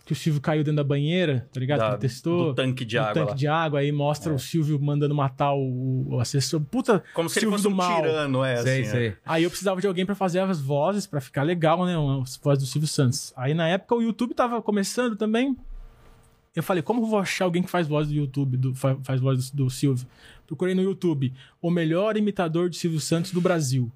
[SPEAKER 4] Que o Silvio caiu dentro da banheira, tá ligado?
[SPEAKER 3] Da-
[SPEAKER 4] que ele testou
[SPEAKER 3] Do tanque de
[SPEAKER 4] o
[SPEAKER 3] água
[SPEAKER 4] um tanque
[SPEAKER 3] lá. É.
[SPEAKER 4] de água, aí mostra o Silvio mandando matar o, o assessor. Puta,
[SPEAKER 3] Como se ele
[SPEAKER 4] Silvio
[SPEAKER 3] fosse
[SPEAKER 4] do
[SPEAKER 3] um
[SPEAKER 4] mal.
[SPEAKER 3] tirano, é
[SPEAKER 1] sei,
[SPEAKER 3] assim.
[SPEAKER 1] sei.
[SPEAKER 4] Aí eu precisava de alguém pra fazer as vozes, pra ficar legal, né? As vozes do Silvio Santos. Aí na época o YouTube tava começando também. Eu falei, como eu vou achar alguém que faz voz do YouTube, do- fa- faz voz do, do Silvio? Procurei no YouTube, o melhor imitador de Silvio Santos do Brasil.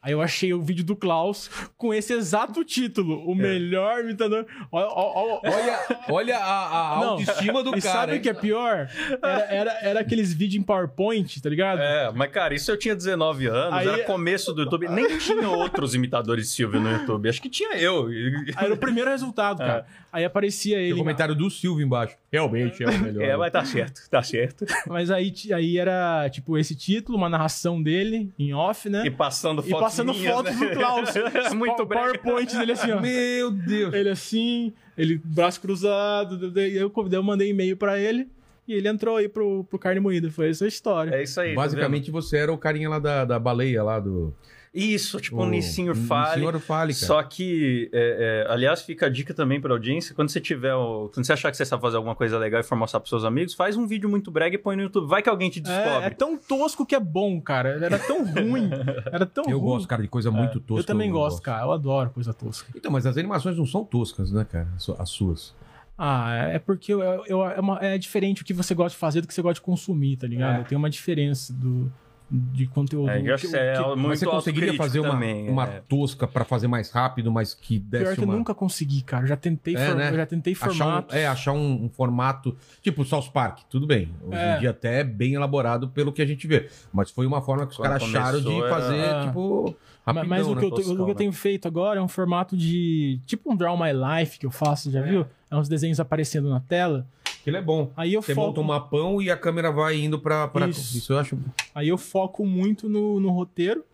[SPEAKER 4] Aí eu achei o vídeo do Klaus com esse exato título,
[SPEAKER 3] É.
[SPEAKER 4] o melhor imitador. Olha, olha, olha,
[SPEAKER 1] Olha, olha a, a
[SPEAKER 4] Não.
[SPEAKER 1] autoestima do cara.
[SPEAKER 4] e sabe o
[SPEAKER 1] hein?
[SPEAKER 3] então.
[SPEAKER 4] que é pior? Era, era, era aqueles vídeos em PowerPoint, tá ligado?
[SPEAKER 3] É, mas cara, isso eu tinha 19 anos,
[SPEAKER 4] Aí- é
[SPEAKER 3] era começo do YouTube. Nem tinha outros imitadores de Silvio no YouTube. Acho que tinha eu.
[SPEAKER 4] Aí Era o primeiro resultado,
[SPEAKER 3] É.
[SPEAKER 4] cara. Aí aparecia
[SPEAKER 1] Tem o
[SPEAKER 4] ele.
[SPEAKER 1] comentário do Silvio embaixo. Realmente é o melhor.
[SPEAKER 3] É, mas tá certo, tá certo.
[SPEAKER 4] Mas aí, ti- aí era, tipo, esse título, uma narração dele em off, né?
[SPEAKER 3] E passando
[SPEAKER 4] E
[SPEAKER 3] fotos
[SPEAKER 4] passando
[SPEAKER 3] minhas,
[SPEAKER 4] fotos
[SPEAKER 3] né?
[SPEAKER 4] do Klaus.
[SPEAKER 3] Muito
[SPEAKER 4] Pa-
[SPEAKER 3] bem.
[SPEAKER 4] PowerPoint dele assim, ó.
[SPEAKER 1] Meu Deus.
[SPEAKER 4] Ele assim, ele braço cruzado. daí Eu, eu mandei e-mail pra ele e ele entrou aí pro, pro Carne Moída. Foi essa a história.
[SPEAKER 3] É isso aí. tá
[SPEAKER 1] Basicamente você era o carinha lá da, da baleia, lá do.
[SPEAKER 3] vendo? isso, tipo
[SPEAKER 1] o-
[SPEAKER 3] um Nissinho Fale.
[SPEAKER 1] Senhor Fale, cara.
[SPEAKER 3] Só que, é, é, aliás, fica a dica também pra audiência. Quando você tiver. o- Quando você achar que você sabe fazer alguma coisa legal e for mostrar pros seus amigos, faz um vídeo muito brega e põe no YouTube. Vai que alguém te
[SPEAKER 4] É, é
[SPEAKER 3] descobre.
[SPEAKER 4] tão tosco que é bom, cara. Era tão ruim. Era tão
[SPEAKER 1] Eu
[SPEAKER 4] ruim.
[SPEAKER 1] gosto, cara, de coisa muito tosca.
[SPEAKER 4] É, Eu também gosto, cara. Eu adoro coisa tosca.
[SPEAKER 1] Então, mas as animações não são toscas, né, cara? As su- As suas.
[SPEAKER 4] Ah, é porque eu, eu- é, uma- é diferente o que você gosta de fazer do que você gosta de consumir, tá ligado? Tem uma diferença do, de conteúdo.
[SPEAKER 3] É, eu acho que é muito
[SPEAKER 1] Mas você conseguiria
[SPEAKER 3] autocrítico
[SPEAKER 1] fazer uma,
[SPEAKER 3] também,
[SPEAKER 1] uma
[SPEAKER 3] é.
[SPEAKER 1] tosca pra fazer mais rápido, mas que desse
[SPEAKER 4] Pior que eu
[SPEAKER 1] uma...
[SPEAKER 4] nunca consegui, cara. Já tentei,
[SPEAKER 1] É,
[SPEAKER 4] for-
[SPEAKER 1] né?
[SPEAKER 4] eu já tentei
[SPEAKER 1] achar
[SPEAKER 4] formatos.
[SPEAKER 1] um, é, achar um, um formato tipo South Park, tudo bem. Hoje
[SPEAKER 4] É.
[SPEAKER 1] em dia até é bem elaborado pelo que a gente vê. Mas foi uma forma que os
[SPEAKER 3] Quando
[SPEAKER 1] caras acharam de
[SPEAKER 3] começou, era-
[SPEAKER 1] fazer, tipo,
[SPEAKER 4] Mas-
[SPEAKER 1] rapidão,
[SPEAKER 4] mas o
[SPEAKER 1] né,
[SPEAKER 4] que, eu, tô-
[SPEAKER 1] toscão,
[SPEAKER 4] o que eu
[SPEAKER 1] né?
[SPEAKER 4] tenho feito agora é um formato de. Tipo um Draw My Life que eu faço, já viu? É uns desenhos aparecendo na tela.
[SPEAKER 3] né?
[SPEAKER 1] Aquilo é bom.
[SPEAKER 4] Aí eu
[SPEAKER 1] Você monta
[SPEAKER 4] foco.
[SPEAKER 1] um mapão e a câmera vai indo pra... pra...
[SPEAKER 4] Isso.
[SPEAKER 1] Isso. eu acho...
[SPEAKER 4] Aí eu foco muito no, no roteiro,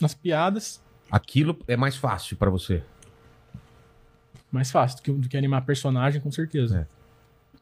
[SPEAKER 4] nas piadas.
[SPEAKER 1] Aquilo é mais fácil pra você.
[SPEAKER 4] Mais fácil do que, do que animar personagem, com certeza.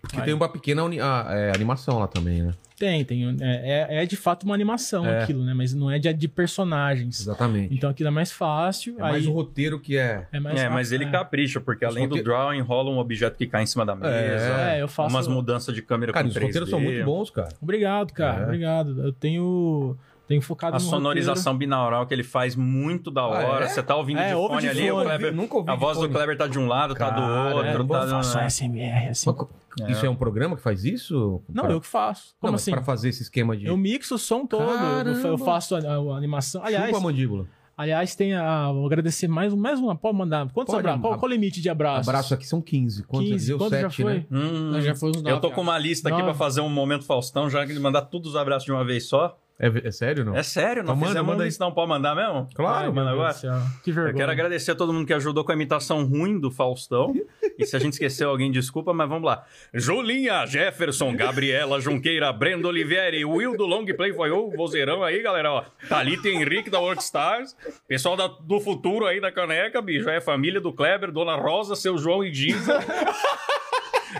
[SPEAKER 1] Porque
[SPEAKER 4] Aí-
[SPEAKER 1] tem uma pequena uni- a- é, animação lá também, né?
[SPEAKER 4] Tem, tem. É, é- é de fato uma animação
[SPEAKER 1] É.
[SPEAKER 4] aquilo, né? Mas não é de, de personagens.
[SPEAKER 1] Exatamente.
[SPEAKER 4] Então aquilo é mais fácil.
[SPEAKER 1] É
[SPEAKER 4] aí...
[SPEAKER 1] mais o roteiro que é...
[SPEAKER 4] É, mais
[SPEAKER 3] É,
[SPEAKER 4] fácil,
[SPEAKER 3] mas ele
[SPEAKER 4] é.
[SPEAKER 3] capricha, porque
[SPEAKER 1] Os
[SPEAKER 3] além do
[SPEAKER 1] roteiro-
[SPEAKER 3] draw, enrola um objeto que cai em cima da mesa.
[SPEAKER 1] né?
[SPEAKER 4] É, eu faço-
[SPEAKER 3] Umas mudanças de câmera
[SPEAKER 1] Cara,
[SPEAKER 3] com
[SPEAKER 1] os
[SPEAKER 3] 3D.
[SPEAKER 1] roteiros são muito bons, cara.
[SPEAKER 4] Obrigado, cara.
[SPEAKER 1] É.
[SPEAKER 4] Obrigado. Eu tenho, tenho focado
[SPEAKER 3] A
[SPEAKER 4] no
[SPEAKER 3] sonorização binaural que ele faz muito da hora.
[SPEAKER 1] é?
[SPEAKER 3] Você tá ouvindo
[SPEAKER 4] É,
[SPEAKER 3] de
[SPEAKER 4] ouve
[SPEAKER 3] fone
[SPEAKER 4] de fone.
[SPEAKER 3] ali, o Kleber.
[SPEAKER 1] Nunca ouvi
[SPEAKER 3] a
[SPEAKER 1] de
[SPEAKER 3] voz
[SPEAKER 1] fone.
[SPEAKER 3] do Kleber tá de um lado, tá
[SPEAKER 1] Cara,
[SPEAKER 3] do
[SPEAKER 4] roteiro.
[SPEAKER 3] outro.
[SPEAKER 4] É, eu
[SPEAKER 3] tá
[SPEAKER 1] né?
[SPEAKER 4] faço
[SPEAKER 3] do...
[SPEAKER 4] SMR, assim.
[SPEAKER 1] Mas co- Isso é um programa que faz isso?
[SPEAKER 4] Não,
[SPEAKER 1] Pra-
[SPEAKER 4] eu que faço. Como
[SPEAKER 1] Não, mas
[SPEAKER 4] assim?
[SPEAKER 1] pra fazer esse esquema de...
[SPEAKER 4] Eu mixo o som todo, eu fa- eu
[SPEAKER 1] Caramba.
[SPEAKER 4] faço a, a animação. Aliás,
[SPEAKER 1] Chupa a mandíbula.
[SPEAKER 4] aliás, tem a. Vou agradecer mais, um- mais uma. Pode mandar. Quantos
[SPEAKER 1] Pode,
[SPEAKER 4] abraços? Qual,
[SPEAKER 1] ab-
[SPEAKER 4] qual o limite de abraços?
[SPEAKER 1] Abraço aqui são 15. Quantos?
[SPEAKER 4] 15,
[SPEAKER 1] Deu
[SPEAKER 4] quantos já
[SPEAKER 1] 7,
[SPEAKER 4] foi?
[SPEAKER 1] né?
[SPEAKER 3] Hum,
[SPEAKER 2] Nós já foi uns
[SPEAKER 3] eu tô
[SPEAKER 2] nove,
[SPEAKER 3] com uma lista aqui
[SPEAKER 4] Nove.
[SPEAKER 3] pra fazer um momento Faustão, já que ele mandar todos os abraços de uma vez só.
[SPEAKER 1] É, é sério ou não?
[SPEAKER 3] É sério, não
[SPEAKER 1] Então manda,
[SPEAKER 3] fizemos
[SPEAKER 1] manda aí.
[SPEAKER 3] isso não pode mandar mesmo?
[SPEAKER 1] Claro,
[SPEAKER 3] manda
[SPEAKER 4] Meu
[SPEAKER 3] agora.
[SPEAKER 4] Deus do céu. Que vergonha.
[SPEAKER 3] Eu quero agradecer a todo mundo que ajudou com a imitação ruim do Faustão. E se a gente esqueceu alguém, desculpa, mas vamos lá. Julinha, Jefferson, Gabriela, Junqueira, Brenda Olivieri, Will do Long Play, foi o vozeirão aí, galera. Ó. Thalita Henrique da Workstars, pessoal da- do futuro aí da caneca, bicho. É família do Kleber, Dona Rosa, seu João e Giza.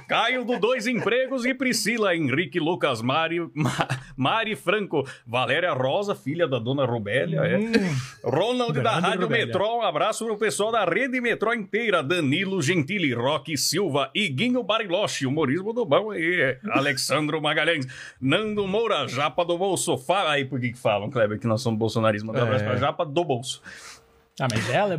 [SPEAKER 3] Caio do Dois Empregos e Priscila, Henrique Lucas, Mari, Ma- Mari Franco, Valéria Rosa, filha da Dona Rubélia. É.
[SPEAKER 4] Hum.
[SPEAKER 3] Ronald da
[SPEAKER 4] Grande
[SPEAKER 3] Rádio
[SPEAKER 4] Rubélia.
[SPEAKER 3] Metrô, um abraço pro pessoal da Rede Metrô inteira, Danilo Gentili, Roque Silva, Iguinho Bariloche, humorismo do bom aí, é. Alexandro Magalhães, Nando Moura, Japa do Bolso, fala aí por que que falam, Kleber, que nós somos bolsonaristas, manda um abraço
[SPEAKER 1] É.
[SPEAKER 3] pra Japa do Bolso.
[SPEAKER 4] Ah, mas ela é
[SPEAKER 3] Fábio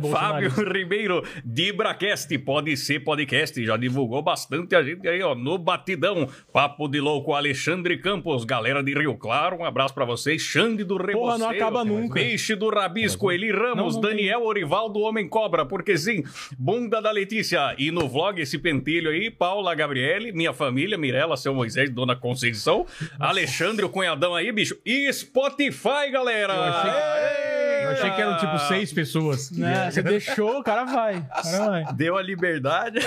[SPEAKER 4] bolsonarista.
[SPEAKER 3] Ribeiro, Dibracast, pode ser podcast, já divulgou bastante a gente aí, ó, no Batidão. Papo de Louco, Alexandre Campos, galera de Rio Claro, um abraço pra vocês. Xande do Reboceiro.
[SPEAKER 4] Porra, não acaba nunca.
[SPEAKER 3] Peixe do Rabisco, Eli Ramos,
[SPEAKER 4] não tem.
[SPEAKER 3] Daniel Orival do Homem Cobra, porque sim, Bunda da Letícia. E no vlog esse pentelho aí, Paula Gabriele, minha família, Mirella, seu Moisés, Dona Conceição, Alexandre, o cunhadão aí, bicho. E Spotify, galera!
[SPEAKER 1] Eu achei- Eu achei que eram
[SPEAKER 4] um
[SPEAKER 1] tipo
[SPEAKER 3] seis.
[SPEAKER 1] 6 pessoas.
[SPEAKER 4] Né? Você deixou, o cara vai. O cara vai.
[SPEAKER 3] Deu a liberdade.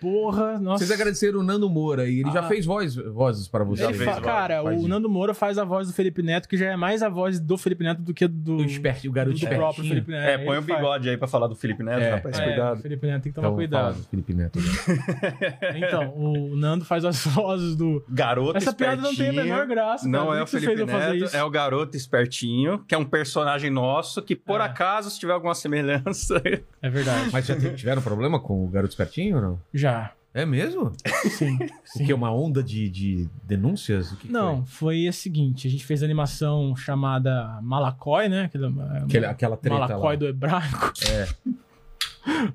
[SPEAKER 4] Porra, nossa.
[SPEAKER 1] Vocês agradeceram o Nando Moura e ele já
[SPEAKER 4] Ah.
[SPEAKER 1] fez voz, vozes pra vocês.
[SPEAKER 4] Ele
[SPEAKER 3] fez
[SPEAKER 4] fa-
[SPEAKER 3] voz,
[SPEAKER 4] cara,
[SPEAKER 1] faz
[SPEAKER 4] o
[SPEAKER 1] isso.
[SPEAKER 4] Nando Moura faz a voz do Felipe Neto, que já é mais a voz do Felipe Neto do que do,
[SPEAKER 1] O esperto, o garoto
[SPEAKER 4] do próprio
[SPEAKER 1] espertinho.
[SPEAKER 4] Felipe Neto.
[SPEAKER 3] É, põe
[SPEAKER 4] Ele
[SPEAKER 3] o
[SPEAKER 4] faz.
[SPEAKER 3] bigode aí pra falar do Felipe Neto,
[SPEAKER 1] É.
[SPEAKER 3] rapaz.
[SPEAKER 4] É,
[SPEAKER 3] Cuidado.
[SPEAKER 4] Felipe Neto tem que tomar
[SPEAKER 1] Então,
[SPEAKER 4] cuidado.
[SPEAKER 1] fala do Felipe Neto. né? agora.
[SPEAKER 4] Então, o Nando faz as vozes do.
[SPEAKER 3] Garoto
[SPEAKER 4] Essa piada não tem a
[SPEAKER 3] espertinho.
[SPEAKER 4] menor graça.
[SPEAKER 3] Não
[SPEAKER 4] cara.
[SPEAKER 3] é o
[SPEAKER 4] Por que que você
[SPEAKER 3] Felipe
[SPEAKER 4] fez eu fazer
[SPEAKER 3] Neto,
[SPEAKER 4] isso?
[SPEAKER 3] é o garoto espertinho, que é um personagem nosso, que por
[SPEAKER 4] É.
[SPEAKER 3] acaso, se tiver alguma semelhança...
[SPEAKER 4] É verdade.
[SPEAKER 1] Mas já te- tiveram problema com o garoto espertinho ou não?
[SPEAKER 4] Já.
[SPEAKER 1] É mesmo?
[SPEAKER 4] Sim.
[SPEAKER 1] O que? Uma onda de, de denúncias? O que que
[SPEAKER 4] Não, foi a seguinte: a gente fez a animação chamada Malacói, né? Aquela,
[SPEAKER 1] foi? Aquela, aquela treta
[SPEAKER 4] Malacói
[SPEAKER 1] lá.
[SPEAKER 4] do hebraico. É.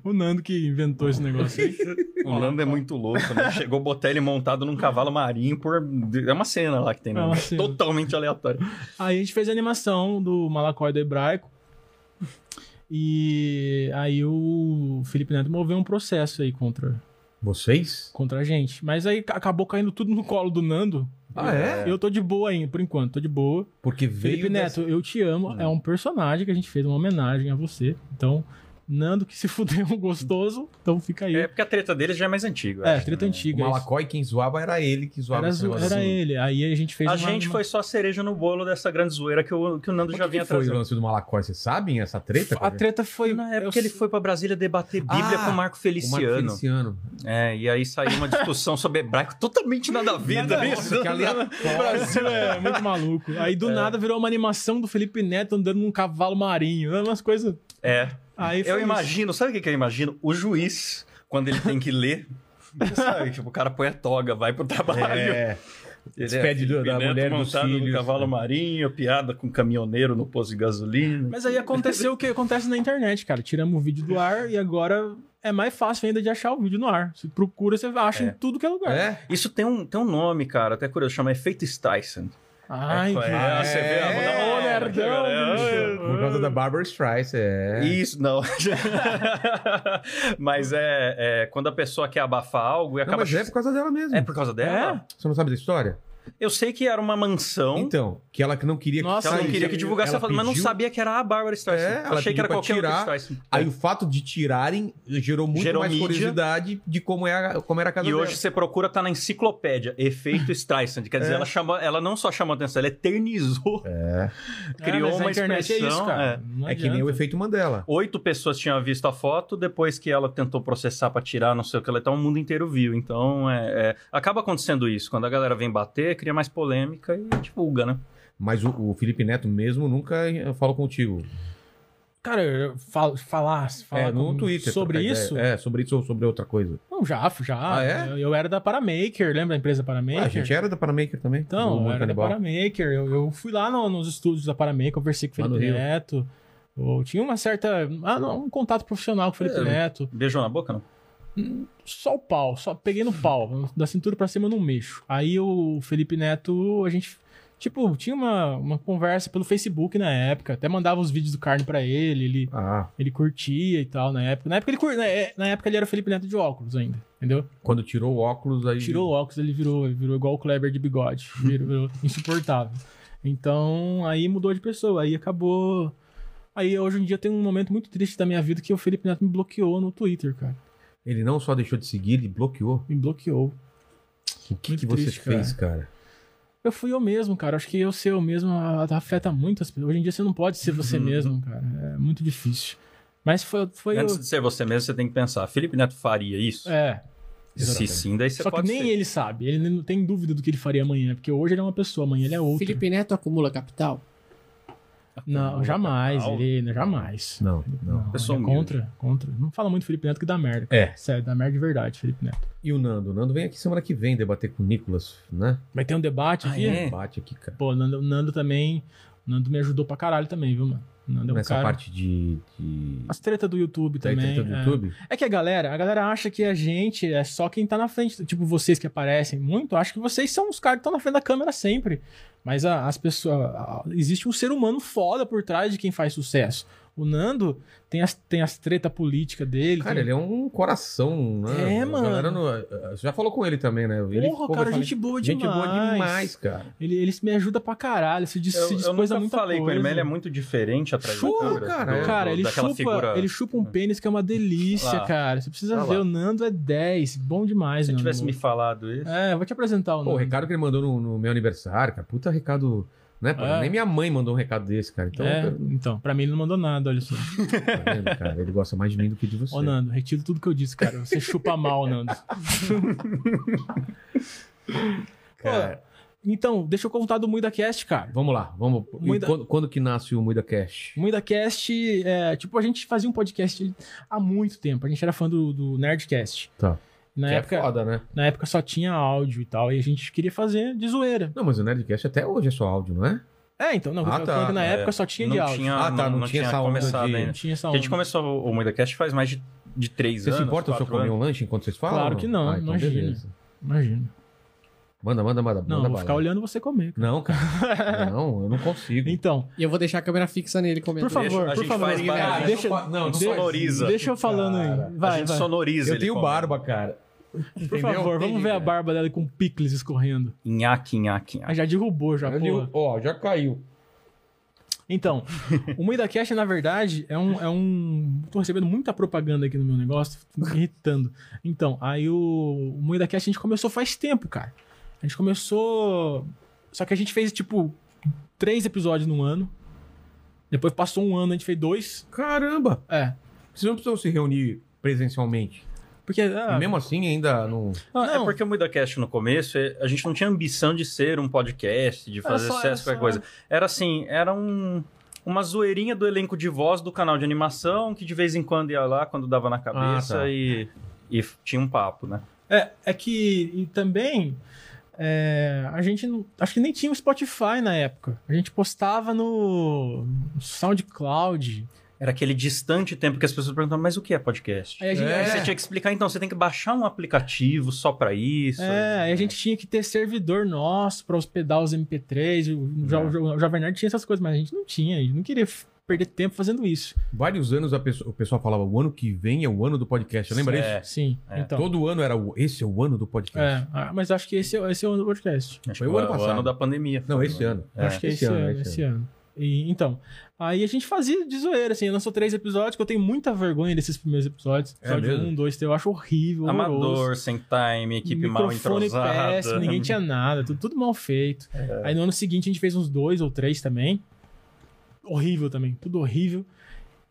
[SPEAKER 4] o Nando que inventou esse negócio aí.
[SPEAKER 3] O Lando é muito louco, né? Chegou a botar ele montado num cavalo marinho por... É uma cena lá que tem, né?
[SPEAKER 4] É uma cena.
[SPEAKER 3] Totalmente aleatória.
[SPEAKER 4] Aí a gente fez a animação do Malacói do Hebraico. E aí o Felipe Neto moveu um processo aí contra,
[SPEAKER 1] Vocês?
[SPEAKER 4] contra a gente. Mas aí ca- acabou caindo tudo no colo do Nando.
[SPEAKER 1] Ah, é?
[SPEAKER 4] Eu tô de boa ainda, por enquanto, tô de boa.
[SPEAKER 1] Porque veio... Ah.
[SPEAKER 4] Felipe Neto, eu te amo. É um personagem que a gente fez uma homenagem a você. Então, Nando que se fudeu gostoso, então fica aí.
[SPEAKER 3] É
[SPEAKER 4] É,
[SPEAKER 3] porque a treta dele já é mais antiga. eu acho,
[SPEAKER 4] treta
[SPEAKER 1] O
[SPEAKER 3] né?
[SPEAKER 4] antiga. isso.
[SPEAKER 1] Malacói, quem zoava era ele que zoava
[SPEAKER 4] Era,
[SPEAKER 1] esse
[SPEAKER 4] zo-
[SPEAKER 1] negócio.
[SPEAKER 4] era ele. Aí a gente fez
[SPEAKER 3] A
[SPEAKER 4] uma-
[SPEAKER 3] gente
[SPEAKER 4] uma-
[SPEAKER 3] foi só a cereja no bolo dessa grande zoeira que o, que o Nando já
[SPEAKER 1] Já
[SPEAKER 3] vinha
[SPEAKER 1] é que foi o
[SPEAKER 3] trazendo.
[SPEAKER 1] lance do Malacói? Vocês sabem essa treta?
[SPEAKER 4] A treta foi...
[SPEAKER 3] Na época
[SPEAKER 4] eu-
[SPEAKER 3] que ele foi pra Brasília debater
[SPEAKER 1] Ah,
[SPEAKER 3] Bíblia com o Marco
[SPEAKER 1] O Marco
[SPEAKER 3] Feliciano.
[SPEAKER 1] Feliciano.
[SPEAKER 3] É, e aí saiu uma discussão sobre hebraico totalmente nada a ver.
[SPEAKER 4] Nada a
[SPEAKER 3] né?
[SPEAKER 4] ver,
[SPEAKER 1] Nossa, que
[SPEAKER 4] O
[SPEAKER 1] é aleatório.
[SPEAKER 4] Brasil é muito maluco. Aí
[SPEAKER 3] É.
[SPEAKER 4] do nada virou uma animação do Felipe Neto andando num cavalo marinho. Umas coisas.
[SPEAKER 3] É.
[SPEAKER 4] Aí foi
[SPEAKER 3] Eu
[SPEAKER 4] isso.
[SPEAKER 3] imagino, sabe o que que eu imagino? O juiz, quando ele tem que ler. Sabe, tipo, o cara põe a toga, vai pro trabalho.
[SPEAKER 1] É. né?
[SPEAKER 3] Ele é
[SPEAKER 1] despede do-
[SPEAKER 3] Felipe
[SPEAKER 1] da
[SPEAKER 3] Neto
[SPEAKER 1] mulher dos
[SPEAKER 3] montado no
[SPEAKER 1] cílios,
[SPEAKER 3] cavalo
[SPEAKER 1] né?
[SPEAKER 3] marinho, piada com caminhoneiro no posto de gasolina.
[SPEAKER 4] Mas aí aconteceu o que acontece na internet, cara. Tiramos o vídeo do ar e agora é mais fácil ainda de achar o vídeo no ar. Você procura, você acha
[SPEAKER 3] É.
[SPEAKER 4] em tudo que é lugar.
[SPEAKER 1] É?
[SPEAKER 3] Isso tem um, tem um nome, cara, até curioso, chama Efeito Tyson.
[SPEAKER 4] Ai,
[SPEAKER 9] qual é?
[SPEAKER 4] cara.
[SPEAKER 9] Ah, você vê a bunda
[SPEAKER 4] Ô,
[SPEAKER 9] mole,
[SPEAKER 4] nerdão,
[SPEAKER 9] cara.
[SPEAKER 4] bicho.
[SPEAKER 1] Por causa da Barbara Streisand, é.
[SPEAKER 3] né? Isso, não. mas é, é quando a pessoa quer abafar algo
[SPEAKER 1] Não,
[SPEAKER 3] e acaba.
[SPEAKER 1] mas é por causa dela mesmo.
[SPEAKER 3] É por causa dela?
[SPEAKER 1] Você não sabe da história?
[SPEAKER 3] Eu sei que era uma mansão.
[SPEAKER 1] É. Então, que ela que não queria
[SPEAKER 3] Nossa, ela não
[SPEAKER 1] saísse.
[SPEAKER 3] queria que divulgasse, ela falou, mas não
[SPEAKER 1] pediu-
[SPEAKER 3] sabia que era a Bárbara Streisand.
[SPEAKER 1] É, ela
[SPEAKER 3] Achei que era
[SPEAKER 1] pediu
[SPEAKER 3] qualquer
[SPEAKER 1] pra tirar,
[SPEAKER 3] outra Streisand.
[SPEAKER 1] Aí o fato de tirarem gerou muito
[SPEAKER 3] Gerou
[SPEAKER 1] mais
[SPEAKER 3] mídia.
[SPEAKER 1] curiosidade de como, é a- como era a casa
[SPEAKER 3] E
[SPEAKER 1] dela.
[SPEAKER 3] hoje você procura, tá na enciclopédia, efeito Streisand. Quer dizer,
[SPEAKER 1] É.
[SPEAKER 3] ela, chamou, ela não só chamou atenção, ela eternizou. Criou
[SPEAKER 4] mas na
[SPEAKER 3] uma
[SPEAKER 4] internet é
[SPEAKER 3] expressão.
[SPEAKER 4] isso, cara.
[SPEAKER 3] é.
[SPEAKER 4] Não
[SPEAKER 1] É que nem o
[SPEAKER 4] adianta.
[SPEAKER 1] efeito Mandela.
[SPEAKER 3] Oito pessoas tinham visto a foto, depois que ela tentou processar pra tirar, não sei o que, ela então o mundo inteiro viu. Então, é, é, acaba acontecendo isso. Quando a galera vem bater, cria mais polêmica e divulga, né?
[SPEAKER 1] Mas o, o Felipe Neto mesmo nunca eh, falou contigo.
[SPEAKER 4] Cara, eu falo, falar, falar
[SPEAKER 1] é, no
[SPEAKER 4] com-
[SPEAKER 1] Twitter.
[SPEAKER 4] sobre
[SPEAKER 1] trocar
[SPEAKER 4] isso.
[SPEAKER 1] ideia. É, sobre isso ou sobre outra coisa.
[SPEAKER 4] Não, já, já.
[SPEAKER 1] Ah, é?
[SPEAKER 4] eu, eu era da Paramaker, lembra a empresa
[SPEAKER 1] Ah,
[SPEAKER 4] Paramaker?
[SPEAKER 1] a gente era da Panamaker também. do
[SPEAKER 4] Então,
[SPEAKER 1] Mundo
[SPEAKER 4] eu era da
[SPEAKER 1] Canibal.
[SPEAKER 4] Paramaker. Eu, eu fui lá no- nos estúdios da Paramaker, conversei com o
[SPEAKER 1] Lá
[SPEAKER 4] Felipe
[SPEAKER 1] no Rio.
[SPEAKER 4] Neto. Eu tinha uma certa. ah, não, um contato profissional com o Felipe
[SPEAKER 3] É.
[SPEAKER 4] Neto.
[SPEAKER 3] Beijou na boca, não?
[SPEAKER 4] Só o pau, só peguei no pau. Da cintura pra cima eu não mexo. Aí o Felipe Neto, a gente. Tipo, tinha uma, uma conversa pelo Facebook na época. Até mandava os vídeos do Carne pra ele. Ele,
[SPEAKER 1] Ah,
[SPEAKER 4] ele curtia e tal na época. Na época, ele, cur- na, é, na época ele era o Felipe Neto de óculos ainda, entendeu?
[SPEAKER 1] quando tirou o óculos aí.
[SPEAKER 4] Tirou o óculos, ele virou, ele virou igual o Kleber de bigode. Virou, virou insuportável. Então, aí mudou de pessoa, aí acabou. Aí hoje em dia tem um momento muito triste da minha vida que o Felipe Neto me bloqueou no Twitter, cara.
[SPEAKER 1] Ele não só deixou de seguir, ele bloqueou.
[SPEAKER 4] Me bloqueou.
[SPEAKER 1] O que,
[SPEAKER 4] Muito
[SPEAKER 1] que você
[SPEAKER 4] triste,
[SPEAKER 1] fez, cara?
[SPEAKER 4] Eu fui eu mesmo, cara. Acho que eu ser eu mesmo a- afeta muito as pessoas. Hoje em dia você não pode ser você mesmo, cara. É muito difícil. Mas foi. foi
[SPEAKER 3] Antes
[SPEAKER 4] eu-
[SPEAKER 3] de ser você mesmo, você tem que pensar: Felipe Neto faria isso?
[SPEAKER 4] É.
[SPEAKER 3] Se sim, daí você
[SPEAKER 4] Só que
[SPEAKER 3] pode
[SPEAKER 4] nem
[SPEAKER 3] ser.
[SPEAKER 4] ele sabe. Ele não tem dúvida do que ele faria amanhã. Porque hoje ele é uma pessoa, amanhã ele é outra.
[SPEAKER 2] Felipe Neto acumula capital?
[SPEAKER 4] Não, jamais.
[SPEAKER 3] Capital?
[SPEAKER 4] Ele, não, jamais.
[SPEAKER 1] Não, não.
[SPEAKER 3] Pessoa
[SPEAKER 4] ele é
[SPEAKER 3] humilde.
[SPEAKER 4] contra, contra. Não fala muito do Felipe Neto que dá merda.
[SPEAKER 1] É.
[SPEAKER 4] Sério, dá merda de verdade, Felipe Neto.
[SPEAKER 1] E o Nando? O Nando vem aqui semana que vem debater com o Nicolas, né?
[SPEAKER 4] Vai ter um debate
[SPEAKER 3] Ah,
[SPEAKER 4] aqui.
[SPEAKER 3] é?
[SPEAKER 1] Bate aqui, cara.
[SPEAKER 4] Pô, o Nando, o Nando também. O Nando me ajudou pra caralho também, viu, mano? O Nando é um
[SPEAKER 1] Nessa
[SPEAKER 4] cara.
[SPEAKER 1] parte de. de...
[SPEAKER 4] As tretas do YouTube
[SPEAKER 1] da
[SPEAKER 4] também.
[SPEAKER 1] entrevista do
[SPEAKER 4] é.
[SPEAKER 1] YouTube?
[SPEAKER 4] É que a galera, a galera acha que a gente é só quem tá na frente. Tipo, vocês que aparecem muito, acho que vocês são os caras que estão na frente da câmera sempre. Mas a- as pessoas. a- existe um ser humano foda por trás de quem faz sucesso. O Nando tem as, tem as treta política dele.
[SPEAKER 1] Cara,
[SPEAKER 4] tem-
[SPEAKER 1] ele é um coração, né?
[SPEAKER 4] É,
[SPEAKER 1] A galera
[SPEAKER 4] mano.
[SPEAKER 1] não- eh, Você já falou com ele também, né? Ele,
[SPEAKER 4] Porra,
[SPEAKER 1] pô,
[SPEAKER 4] cara,
[SPEAKER 1] eu falei,
[SPEAKER 4] gente boa
[SPEAKER 1] gente boa
[SPEAKER 4] demais."
[SPEAKER 1] demais, cara.
[SPEAKER 4] Ele, ele me ajuda pra caralho, se, dis,
[SPEAKER 3] Eu,
[SPEAKER 4] se
[SPEAKER 3] eu
[SPEAKER 4] dispôs a
[SPEAKER 3] nunca
[SPEAKER 4] muita
[SPEAKER 3] falei
[SPEAKER 4] coisa.
[SPEAKER 3] com ele, mas ele é muito diferente atrás
[SPEAKER 1] Chupa,
[SPEAKER 3] da câmera.
[SPEAKER 1] cara.
[SPEAKER 3] do-
[SPEAKER 4] Cara,
[SPEAKER 3] do-
[SPEAKER 4] ele
[SPEAKER 3] daquela
[SPEAKER 4] chupa,
[SPEAKER 3] figura...
[SPEAKER 4] ele chupa um pênis que é uma delícia,
[SPEAKER 3] Lá.
[SPEAKER 4] cara. Você precisa
[SPEAKER 1] Lá,
[SPEAKER 4] ver,
[SPEAKER 1] Tá lá.
[SPEAKER 4] o Nando é 10, bom demais,
[SPEAKER 3] Se
[SPEAKER 4] Nando.
[SPEAKER 3] tivesse me falado isso...
[SPEAKER 4] né? É, eu vou te apresentar o
[SPEAKER 1] Pô, o
[SPEAKER 4] Nando.
[SPEAKER 1] recado que ele mandou no, no meu aniversário, cara. Puta recado. Né, pô?
[SPEAKER 4] É.
[SPEAKER 1] Nem minha mãe mandou um recado desse, cara. Então,
[SPEAKER 4] é,
[SPEAKER 1] cara,
[SPEAKER 4] então, pra mim ele não mandou nada, olha só.
[SPEAKER 1] tá vendo, cara? Ele gosta mais de mim do que de você.
[SPEAKER 4] Ô, Nando, retiro tudo que eu disse, cara. Você chupa mal, Nando.
[SPEAKER 1] Cara,
[SPEAKER 4] Então, deixa eu contar do MuidaCast, cara.
[SPEAKER 1] vamos lá, vamos. E
[SPEAKER 4] Muida-
[SPEAKER 1] Quando, quando que nasce o Muida Cash?
[SPEAKER 4] O MuidaCast, é, tipo, a gente fazia um podcast há muito tempo. A gente era fã do, do Nerdcast.
[SPEAKER 1] Tá.
[SPEAKER 4] Na
[SPEAKER 1] Que
[SPEAKER 4] época,
[SPEAKER 1] é foda, né?
[SPEAKER 4] na época só tinha áudio e tal, e a gente queria fazer de zoeira.
[SPEAKER 1] Não, mas o Nerdcast até hoje é só áudio, não é?
[SPEAKER 4] É, então, não,
[SPEAKER 1] Ah,
[SPEAKER 4] eu tô
[SPEAKER 1] tá.
[SPEAKER 4] falando que na
[SPEAKER 3] É,
[SPEAKER 4] época só tinha de
[SPEAKER 3] Não
[SPEAKER 4] áudio.
[SPEAKER 3] tinha,
[SPEAKER 1] Ah, tá, não
[SPEAKER 3] não, não
[SPEAKER 1] tinha
[SPEAKER 3] tinha,
[SPEAKER 1] essa onda
[SPEAKER 3] começado
[SPEAKER 1] de-
[SPEAKER 3] ainda.
[SPEAKER 4] Não tinha essa
[SPEAKER 3] Porque a gente
[SPEAKER 4] onda.
[SPEAKER 3] começou o MuidaCast faz mais de, de três
[SPEAKER 1] Você
[SPEAKER 3] anos.
[SPEAKER 1] se importa se eu
[SPEAKER 3] quatro
[SPEAKER 1] comer
[SPEAKER 3] anos.
[SPEAKER 1] um lanche enquanto vocês falam?
[SPEAKER 4] Claro que não,
[SPEAKER 1] Ah, então
[SPEAKER 4] imagina.
[SPEAKER 1] beleza.
[SPEAKER 4] Imagina.
[SPEAKER 1] Manda, manda, manda.
[SPEAKER 4] Não,
[SPEAKER 1] manda
[SPEAKER 4] eu vou
[SPEAKER 1] bala.
[SPEAKER 4] ficar olhando você comer.
[SPEAKER 1] Não, cara. não, eu não consigo.
[SPEAKER 4] Então,
[SPEAKER 2] E eu vou deixar a câmera fixa nele comendo.
[SPEAKER 4] por favor,
[SPEAKER 3] a
[SPEAKER 4] por
[SPEAKER 3] gente
[SPEAKER 4] favor.
[SPEAKER 3] faz barulho.
[SPEAKER 4] Ah, deixa,
[SPEAKER 1] Não, não
[SPEAKER 4] deixa-
[SPEAKER 3] sonoriza.
[SPEAKER 4] Deixa eu falando
[SPEAKER 1] Cara,
[SPEAKER 4] aí. Vai,
[SPEAKER 3] a gente
[SPEAKER 4] vai.
[SPEAKER 3] sonoriza
[SPEAKER 1] Eu
[SPEAKER 3] ele
[SPEAKER 1] tenho
[SPEAKER 3] come.
[SPEAKER 1] barba, cara.
[SPEAKER 4] Por
[SPEAKER 1] Entendeu?
[SPEAKER 4] favor,
[SPEAKER 1] Tem,
[SPEAKER 4] vamos ver a
[SPEAKER 1] cara.
[SPEAKER 4] barba dela com picles escorrendo.
[SPEAKER 3] Nhaque, nhaque,
[SPEAKER 4] Ah,
[SPEAKER 3] nhaque.
[SPEAKER 4] já derrubou, já,
[SPEAKER 1] Ele-
[SPEAKER 4] porra.
[SPEAKER 1] Ó, já caiu.
[SPEAKER 4] Então, o MuidaCast, na verdade, é um, é um. Tô recebendo muita propaganda aqui no meu negócio, me irritando. Então, aí o, o MuidaCast a gente começou faz tempo, cara. A gente começou. Só que a gente fez, tipo, três episódios num ano. Depois passou um ano, a gente fez dois.
[SPEAKER 1] Caramba.
[SPEAKER 4] É.
[SPEAKER 1] Vocês não precisam se reunir presencialmente.
[SPEAKER 4] Porque.
[SPEAKER 1] E
[SPEAKER 4] Ah,
[SPEAKER 1] mesmo assim, ainda não.
[SPEAKER 4] ah,
[SPEAKER 3] É porque o MuidaCast no começo, é- a gente não tinha ambição de ser um podcast, de fazer
[SPEAKER 4] só- era
[SPEAKER 3] sucesso, qualquer
[SPEAKER 4] só-
[SPEAKER 3] coisa. Era assim, era um... Uma zoeirinha do elenco de voz do canal de animação, que de vez em quando ia lá, quando dava na cabeça,
[SPEAKER 1] Ah, tá.
[SPEAKER 3] e, e tinha um papo, né?
[SPEAKER 4] É, é que e também é, a gente não, acho que nem tinha o Spotify na época. A gente postava no SoundCloud.
[SPEAKER 3] Era aquele distante tempo que as pessoas perguntavam, mas o que é podcast?
[SPEAKER 4] Aí a gente-
[SPEAKER 3] Aí
[SPEAKER 4] é.
[SPEAKER 3] você tinha que explicar, então, você tem que baixar um aplicativo só pra isso. né?
[SPEAKER 4] É, aí a gente tinha que ter servidor nosso pra hospedar os MP3.
[SPEAKER 3] É.
[SPEAKER 4] O, Jo- o Jovem Nerd tinha essas coisas, mas a gente não tinha. A gente não queria f- perder tempo fazendo isso.
[SPEAKER 1] Vários anos a pessoa- o pessoal falava, o ano que vem é o ano do podcast. Lembra
[SPEAKER 4] É,
[SPEAKER 1] isso?
[SPEAKER 4] sim. É. Então.
[SPEAKER 1] Todo ano era o, esse é o ano do podcast.
[SPEAKER 4] É, ah, mas acho que esse, é- esse é o podcast.
[SPEAKER 1] Foi o ano passado.
[SPEAKER 3] ano da pandemia.
[SPEAKER 1] Não,
[SPEAKER 3] foi,
[SPEAKER 1] esse
[SPEAKER 3] né?
[SPEAKER 1] ano.
[SPEAKER 3] É.
[SPEAKER 4] Acho que é esse, ano, esse ano. E, então, aí a gente fazia de zoeira, assim, lançou três episódios, que eu tenho muita vergonha desses primeiros episódios.
[SPEAKER 3] É
[SPEAKER 4] Episódio
[SPEAKER 3] mesmo?
[SPEAKER 4] 1, 2, 3, eu acho horrível,
[SPEAKER 3] Amador,
[SPEAKER 4] horroroso.
[SPEAKER 3] sem time, equipe mal
[SPEAKER 4] Microfone
[SPEAKER 3] entrosada.
[SPEAKER 4] péssimo, ninguém tinha nada, tudo, tudo mal feito.
[SPEAKER 3] É.
[SPEAKER 4] Aí no ano seguinte a gente fez uns dois ou três também. Horrível também, tudo horrível.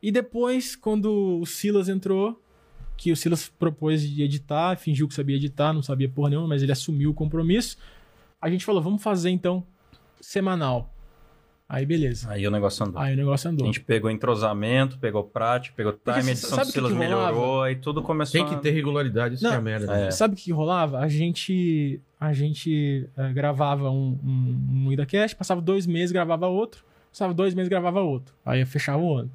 [SPEAKER 4] E depois, quando o Silas entrou, que o Silas propôs de editar, fingiu que sabia editar, não sabia porra nenhuma, mas ele assumiu o compromisso. A gente falou, vamos fazer então semanal. Aí beleza.
[SPEAKER 3] Aí o negócio andou.
[SPEAKER 4] Aí o negócio
[SPEAKER 3] Ah, A
[SPEAKER 4] andou.
[SPEAKER 3] gente pegou entrosamento, pegou prática, pegou time,
[SPEAKER 4] você
[SPEAKER 3] a edição
[SPEAKER 4] sabe o
[SPEAKER 3] do
[SPEAKER 4] que
[SPEAKER 3] Silas
[SPEAKER 4] que rolava?
[SPEAKER 3] melhorou, aí tudo começou Ah,
[SPEAKER 1] Tem que ter regularidade, isso
[SPEAKER 4] Não,
[SPEAKER 1] que é a merda.
[SPEAKER 3] é.
[SPEAKER 4] Sabe o que rolava? A gente, a gente eh, gravava um, um, um IdaCast, passava dois meses, gravava outro, passava dois meses, gravava outro. Aí eu fechava o ano.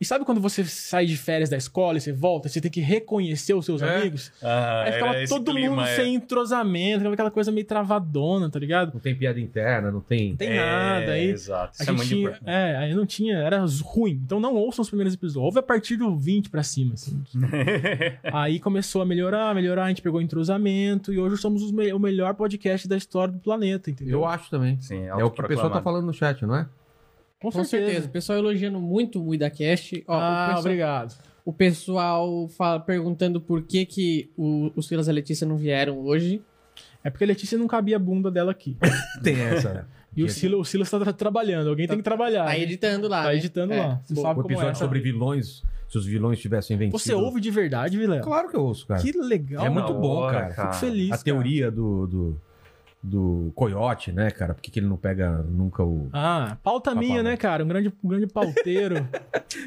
[SPEAKER 4] E sabe quando você sai de férias da escola e você volta, você tem que reconhecer os seus
[SPEAKER 3] É.
[SPEAKER 4] amigos?
[SPEAKER 3] Ah,
[SPEAKER 4] Aí
[SPEAKER 3] era
[SPEAKER 4] ficava
[SPEAKER 3] esse
[SPEAKER 4] todo
[SPEAKER 3] clima,
[SPEAKER 4] mundo
[SPEAKER 3] é.
[SPEAKER 4] sem entrosamento, ficava aquela coisa meio travadona, tá ligado?
[SPEAKER 1] Não tem piada interna, não tem.
[SPEAKER 4] tem
[SPEAKER 1] É,
[SPEAKER 4] nada. Aí,
[SPEAKER 1] exato. Isso
[SPEAKER 4] a
[SPEAKER 1] é
[SPEAKER 4] gente
[SPEAKER 1] muito
[SPEAKER 4] tinha-
[SPEAKER 1] importante.
[SPEAKER 4] é, aí não tinha, era z- ruim. Então não ouçam os primeiros episódios. Ouve a partir do 20 pra cima. assim. aí começou a melhorar, melhorar, a gente pegou entrosamento e hoje somos os me- o melhor podcast da história do planeta, entendeu?
[SPEAKER 1] Eu acho também. é o que o pessoal tá
[SPEAKER 4] autoproclamado.
[SPEAKER 1] falando no chat, não é?
[SPEAKER 4] Com
[SPEAKER 2] Com certeza. O pessoal elogiando muito o IdaCast. Ó,
[SPEAKER 4] Ah,
[SPEAKER 2] o pessoal-
[SPEAKER 4] obrigado.
[SPEAKER 2] O pessoal fala- perguntando por que, que o- os Silas e a Letícia não vieram hoje.
[SPEAKER 4] É porque a Letícia não cabia a bunda dela aqui.
[SPEAKER 1] Tem essa, né?
[SPEAKER 4] E o Silas, o Silas tá tra- trabalhando, alguém tem que trabalhar.
[SPEAKER 2] Tá
[SPEAKER 4] né?
[SPEAKER 2] editando lá,
[SPEAKER 4] Tá
[SPEAKER 2] né?
[SPEAKER 4] editando
[SPEAKER 2] É.
[SPEAKER 4] lá. Você
[SPEAKER 2] Boa.
[SPEAKER 4] sabe
[SPEAKER 1] O
[SPEAKER 4] como
[SPEAKER 1] episódio
[SPEAKER 4] é.
[SPEAKER 1] sobre vilões, se os vilões tivessem vencido.
[SPEAKER 4] Você ouve de verdade, Vilela?
[SPEAKER 1] Claro que eu ouço, cara.
[SPEAKER 4] Que legal.
[SPEAKER 1] É Ah, muito
[SPEAKER 4] Da
[SPEAKER 1] bom,
[SPEAKER 4] hora,
[SPEAKER 1] cara.
[SPEAKER 4] cara. Fico feliz,
[SPEAKER 1] A
[SPEAKER 4] cara.
[SPEAKER 1] teoria do, do, do coiote, né, cara? Por que que ele não pega nunca o.
[SPEAKER 4] Ah, pauta
[SPEAKER 1] Papai.
[SPEAKER 4] minha, né, cara? Um grande, um grande pauteiro.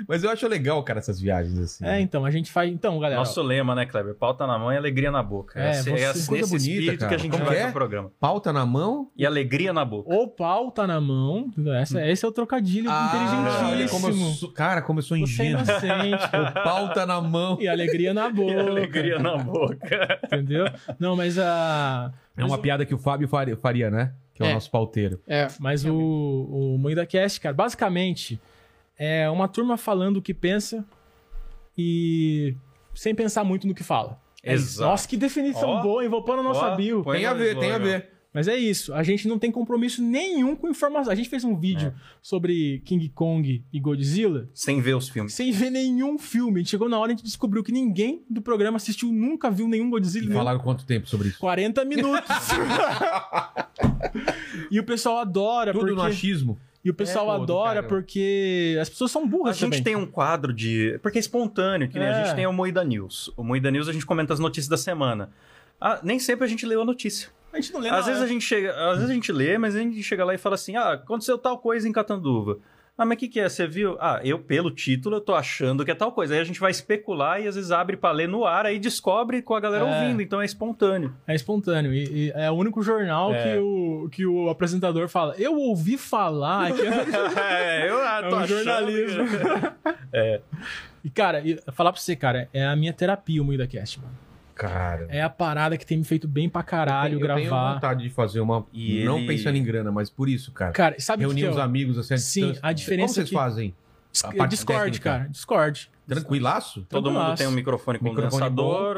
[SPEAKER 1] Mas eu acho legal, cara, essas viagens assim.
[SPEAKER 4] é, então, a gente faz. Então, galera.
[SPEAKER 3] Nosso lema, né, Kleber? Pauta na mão e alegria na boca.
[SPEAKER 4] É,
[SPEAKER 3] É, assim- é
[SPEAKER 4] você-
[SPEAKER 3] assim-
[SPEAKER 4] coisa
[SPEAKER 3] nesse
[SPEAKER 4] bonita,
[SPEAKER 3] espírito
[SPEAKER 4] cara.
[SPEAKER 3] que a gente
[SPEAKER 4] Como
[SPEAKER 3] vai
[SPEAKER 4] que é?
[SPEAKER 3] pro programa.
[SPEAKER 1] Pauta na mão.
[SPEAKER 3] E alegria na boca.
[SPEAKER 4] Ou pau tá na mão. Essa, esse é o trocadilho
[SPEAKER 1] Hum. Ah, Olha como eu
[SPEAKER 4] inteligentíssimo.
[SPEAKER 1] sou- cara, como eu sou
[SPEAKER 4] Você é
[SPEAKER 1] ingênuo.
[SPEAKER 4] inocente.
[SPEAKER 1] o pau tá na mão.
[SPEAKER 4] E alegria na boca.
[SPEAKER 1] E alegria
[SPEAKER 3] na boca.
[SPEAKER 4] Entendeu? Não, mas a.
[SPEAKER 1] É uma piada que o Fábio fari- faria, né? Que é o
[SPEAKER 4] É.
[SPEAKER 1] nosso pauteiro.
[SPEAKER 2] É,
[SPEAKER 4] mas o, o MoidaCast, cara, basicamente é uma turma falando o que pensa e sem pensar muito no que fala. É isso.
[SPEAKER 3] Exato.
[SPEAKER 4] Nossa, que definição
[SPEAKER 3] Ó,
[SPEAKER 4] boa, envolvendo a nossa
[SPEAKER 3] ó,
[SPEAKER 4] bio.
[SPEAKER 3] põe Tem a no ver, tem a slogan. ver.
[SPEAKER 4] Mas é isso, a gente não tem compromisso nenhum com informação. A gente fez um
[SPEAKER 3] É.
[SPEAKER 4] vídeo sobre King Kong e Godzilla
[SPEAKER 3] Sem ver os filmes.
[SPEAKER 4] sem ver nenhum filme. Chegou na hora e a gente descobriu que ninguém do programa assistiu, nunca viu nenhum Godzilla.
[SPEAKER 1] E
[SPEAKER 4] nenhum
[SPEAKER 1] falaram quanto tempo sobre isso?
[SPEAKER 4] 40 minutos. e o pessoal adora
[SPEAKER 1] Tudo
[SPEAKER 4] É porque...
[SPEAKER 1] no achismo.
[SPEAKER 4] E o pessoal
[SPEAKER 1] É, pô, do
[SPEAKER 4] adora
[SPEAKER 1] caramba.
[SPEAKER 4] porque as pessoas são burras
[SPEAKER 3] A gente
[SPEAKER 4] também.
[SPEAKER 3] tem um quadro de. Porque é espontâneo, que nem
[SPEAKER 4] É.
[SPEAKER 3] a gente tem o Moída News. O Moída News a gente comenta as notícias da semana. Ah, nem sempre a gente leu a notícia.
[SPEAKER 1] um-
[SPEAKER 4] A gente não é. lê
[SPEAKER 3] Às
[SPEAKER 4] na
[SPEAKER 3] vezes
[SPEAKER 4] hora.
[SPEAKER 3] a gente chega, às vezes a gente lê, mas a gente chega lá e fala assim: "Ah, aconteceu tal coisa em Catanduva". Ah, mas o que, que é? Você viu? Ah, eu, pelo título, eu tô achando que é tal coisa. Aí a gente vai especular e às vezes abre pra ler no ar, aí descobre com a galera
[SPEAKER 4] É.
[SPEAKER 3] ouvindo. Então é espontâneo.
[SPEAKER 4] É espontâneo. E, e é o único jornal
[SPEAKER 3] É.
[SPEAKER 4] que, o, que o apresentador fala. Eu ouvi falar que.
[SPEAKER 3] É, eu, ah,
[SPEAKER 4] É
[SPEAKER 3] tô
[SPEAKER 4] um
[SPEAKER 3] achando
[SPEAKER 4] jornalismo.
[SPEAKER 3] É.
[SPEAKER 4] E, cara, e, falar pra você, cara, é a minha terapia o MoídaCast, mano.
[SPEAKER 1] Cara.
[SPEAKER 4] É a parada que tem me feito bem pra caralho
[SPEAKER 1] eu
[SPEAKER 4] gravar.
[SPEAKER 1] tenho vontade de fazer uma.
[SPEAKER 4] E
[SPEAKER 1] não
[SPEAKER 4] ele-
[SPEAKER 1] pensando em grana, mas por isso, cara.
[SPEAKER 4] Cara, sabe o que
[SPEAKER 1] Reunir
[SPEAKER 4] que
[SPEAKER 1] os
[SPEAKER 4] eu-
[SPEAKER 1] amigos assim. à
[SPEAKER 4] Sim,
[SPEAKER 1] distância.
[SPEAKER 4] a diferença é
[SPEAKER 1] Como vocês
[SPEAKER 4] que-
[SPEAKER 1] fazem? A parte
[SPEAKER 4] Discord,
[SPEAKER 1] técnica?
[SPEAKER 4] cara. Discord.
[SPEAKER 1] Tranquilaço?
[SPEAKER 3] Todo mundo
[SPEAKER 4] Tranquilaço.
[SPEAKER 3] tem um microfone
[SPEAKER 1] Microfone bom.
[SPEAKER 3] condensador,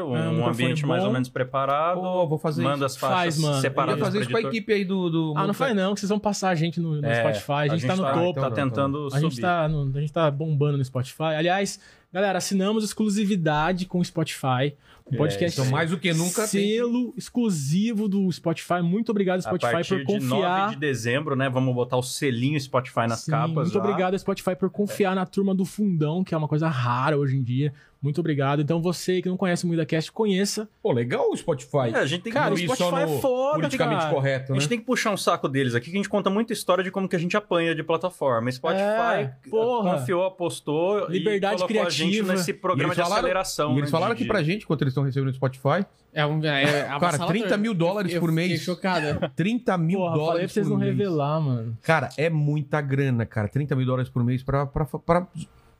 [SPEAKER 1] É, um
[SPEAKER 3] um, um
[SPEAKER 1] microfone
[SPEAKER 3] ambiente mais
[SPEAKER 1] bom.
[SPEAKER 3] ou menos preparado.
[SPEAKER 1] vou fazer
[SPEAKER 3] Manda
[SPEAKER 1] isso.
[SPEAKER 3] as faixas
[SPEAKER 4] Faz, mano.
[SPEAKER 3] separadas.
[SPEAKER 4] Eu ia fazer
[SPEAKER 3] pro
[SPEAKER 4] isso com a
[SPEAKER 3] editor.
[SPEAKER 1] equipe aí do. do
[SPEAKER 4] Ah, não
[SPEAKER 1] mundo-
[SPEAKER 4] faz não, que vocês vão passar a gente no, no
[SPEAKER 3] É,
[SPEAKER 4] Spotify. A gente, tá no topo.
[SPEAKER 3] Tá tentando
[SPEAKER 4] a gente
[SPEAKER 3] subir.
[SPEAKER 4] tá, no- a gente tá bombando no Spotify. Aliás, galera, assinamos exclusividade com o Spotify. O
[SPEAKER 1] É,
[SPEAKER 4] podcast
[SPEAKER 1] então, mais do que nunca tem.
[SPEAKER 4] Selo exclusivo do Spotify. Muito obrigado,
[SPEAKER 3] A
[SPEAKER 4] Spotify,
[SPEAKER 3] partir
[SPEAKER 4] por
[SPEAKER 3] de 9
[SPEAKER 4] confiar.
[SPEAKER 3] de dezembro, né? Vamos botar o selinho Spotify nas
[SPEAKER 4] Sim,
[SPEAKER 3] capas.
[SPEAKER 4] muito
[SPEAKER 3] já.
[SPEAKER 4] obrigado, Spotify, por confiar na turma do fundão, que é uma coisa rara hoje em dia. Muito obrigado. Então, você que não conhece o MuidaCast, conheça.
[SPEAKER 1] Pô, legal o Spotify.
[SPEAKER 3] É, a gente tem que
[SPEAKER 4] Cara, o
[SPEAKER 3] incluir
[SPEAKER 4] Spotify é foda,
[SPEAKER 1] politicamente
[SPEAKER 4] cara.
[SPEAKER 1] correto,
[SPEAKER 3] A
[SPEAKER 1] né?
[SPEAKER 3] gente tem que puxar um saco deles aqui, que a gente conta muita história de como que a gente apanha de plataforma. Spotify
[SPEAKER 4] É, porra.
[SPEAKER 3] confiou, apostou
[SPEAKER 4] Liberdade
[SPEAKER 3] e colocou a gente
[SPEAKER 4] criativa.
[SPEAKER 3] nesse
[SPEAKER 1] E
[SPEAKER 3] programa
[SPEAKER 1] eles
[SPEAKER 3] de
[SPEAKER 1] falaram-
[SPEAKER 3] aceleração.
[SPEAKER 1] E eles
[SPEAKER 3] né,
[SPEAKER 1] falaram
[SPEAKER 3] de-
[SPEAKER 1] que pra gente, quanto eles estão recebendo no Spotify.
[SPEAKER 2] É um. É,
[SPEAKER 1] cara, 30 mil dólares por mês.
[SPEAKER 2] Fiquei chocada.
[SPEAKER 1] 30 mil
[SPEAKER 4] Porra,
[SPEAKER 1] dólares
[SPEAKER 4] falei pra vocês
[SPEAKER 1] por
[SPEAKER 4] não
[SPEAKER 1] mês.
[SPEAKER 4] revelar, mano.
[SPEAKER 1] Cara, é muita grana, cara. 30 mil dólares por mês pra. pra, pra-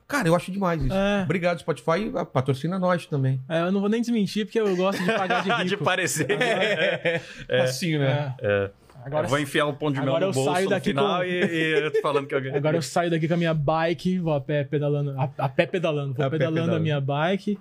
[SPEAKER 1] Cara, eu acho demais isso. Obrigado, Spotify. e, ah, Patrocina nós também.
[SPEAKER 4] É, eu não vou nem desmentir, porque eu gosto de pagar de rico.
[SPEAKER 3] Ah, De parecer.
[SPEAKER 4] É.
[SPEAKER 3] É.
[SPEAKER 4] Assim, né?
[SPEAKER 3] É.
[SPEAKER 4] Agora-
[SPEAKER 3] eu vou enfiar um pão de mel
[SPEAKER 4] agora
[SPEAKER 3] no
[SPEAKER 4] eu
[SPEAKER 3] bolso
[SPEAKER 4] saio
[SPEAKER 3] no
[SPEAKER 4] daqui
[SPEAKER 3] final
[SPEAKER 4] com-
[SPEAKER 3] e, e eu tô falando que eu ganhei.
[SPEAKER 4] Agora eu saio daqui com a minha bike, vou a pé pedalando, a, a pé pedalando, vou
[SPEAKER 3] A pé
[SPEAKER 4] pedalando, a
[SPEAKER 3] pedalando.
[SPEAKER 4] minha bike.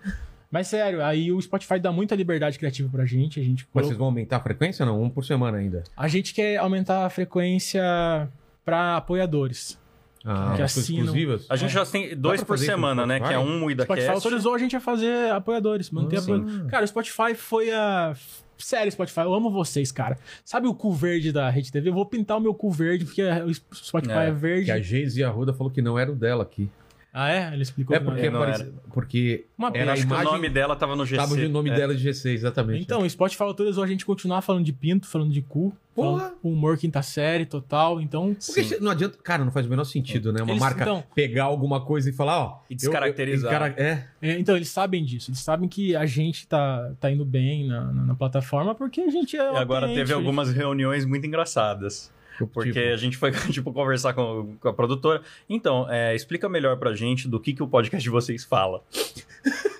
[SPEAKER 4] Mas sério, aí o Spotify dá muita liberdade criativa pra gente, a gente
[SPEAKER 1] Mas
[SPEAKER 4] colocou-
[SPEAKER 1] vocês vão aumentar a frequência ou não? Um por semana ainda.
[SPEAKER 4] A gente quer aumentar a frequência pra apoiadores.
[SPEAKER 1] Ah,
[SPEAKER 4] que
[SPEAKER 1] umas coisas
[SPEAKER 4] assinam.
[SPEAKER 1] exclusivas?
[SPEAKER 3] A gente já tem dois
[SPEAKER 4] É. Dá pra
[SPEAKER 3] por
[SPEAKER 4] fazer isso no
[SPEAKER 3] semana, né? Que é
[SPEAKER 4] Spotify?
[SPEAKER 3] um Muida
[SPEAKER 4] Spotify
[SPEAKER 3] Cast.
[SPEAKER 4] autorizou a gente a fazer apoiadores, manter
[SPEAKER 3] Ah, sim.
[SPEAKER 4] apoiadores. Cara, o Spotify foi a. Sério, Spotify, eu amo vocês, cara. Sabe o cu verde da Rede TV? Eu vou pintar o meu cu verde, porque o Spotify é, verde.
[SPEAKER 1] Que a Geise e a Ruda falou que não era o dela aqui.
[SPEAKER 4] Ah, é? Ele explicou
[SPEAKER 1] É
[SPEAKER 4] que não
[SPEAKER 1] porque,
[SPEAKER 4] era.
[SPEAKER 1] aparece- porque
[SPEAKER 3] É,
[SPEAKER 4] Uma pena.
[SPEAKER 1] era a
[SPEAKER 4] Acho que o
[SPEAKER 1] imagem...
[SPEAKER 3] nome dela tava no
[SPEAKER 1] Tava
[SPEAKER 3] GC,
[SPEAKER 1] o nome
[SPEAKER 3] é.
[SPEAKER 1] dela de GC, exatamente.
[SPEAKER 4] Então, o Spotify autorizou a gente continuar falando de pinto, falando de cu.
[SPEAKER 1] Porra!
[SPEAKER 4] falando Humor é quinta série, total, então...
[SPEAKER 1] Porque cê- não adianta. Cara, não faz o menor sentido, né? Uma
[SPEAKER 4] Eles-
[SPEAKER 1] marca
[SPEAKER 4] então-
[SPEAKER 1] pegar alguma coisa e falar, ó.
[SPEAKER 3] E
[SPEAKER 1] eu-
[SPEAKER 3] descaracterizar.
[SPEAKER 1] eu- eu- cara- é.
[SPEAKER 4] É, então, eles sabem disso. Eles sabem que a gente tá, tá indo bem na, na- na plataforma porque a gente é.
[SPEAKER 3] E agora
[SPEAKER 4] autêntico,
[SPEAKER 3] teve
[SPEAKER 4] a gente-
[SPEAKER 3] algumas reuniões muito engraçadas. Porque a gente foi, tipo, conversar com, com a produtora. Então, é, explica melhor pra gente do que, que o podcast de vocês fala.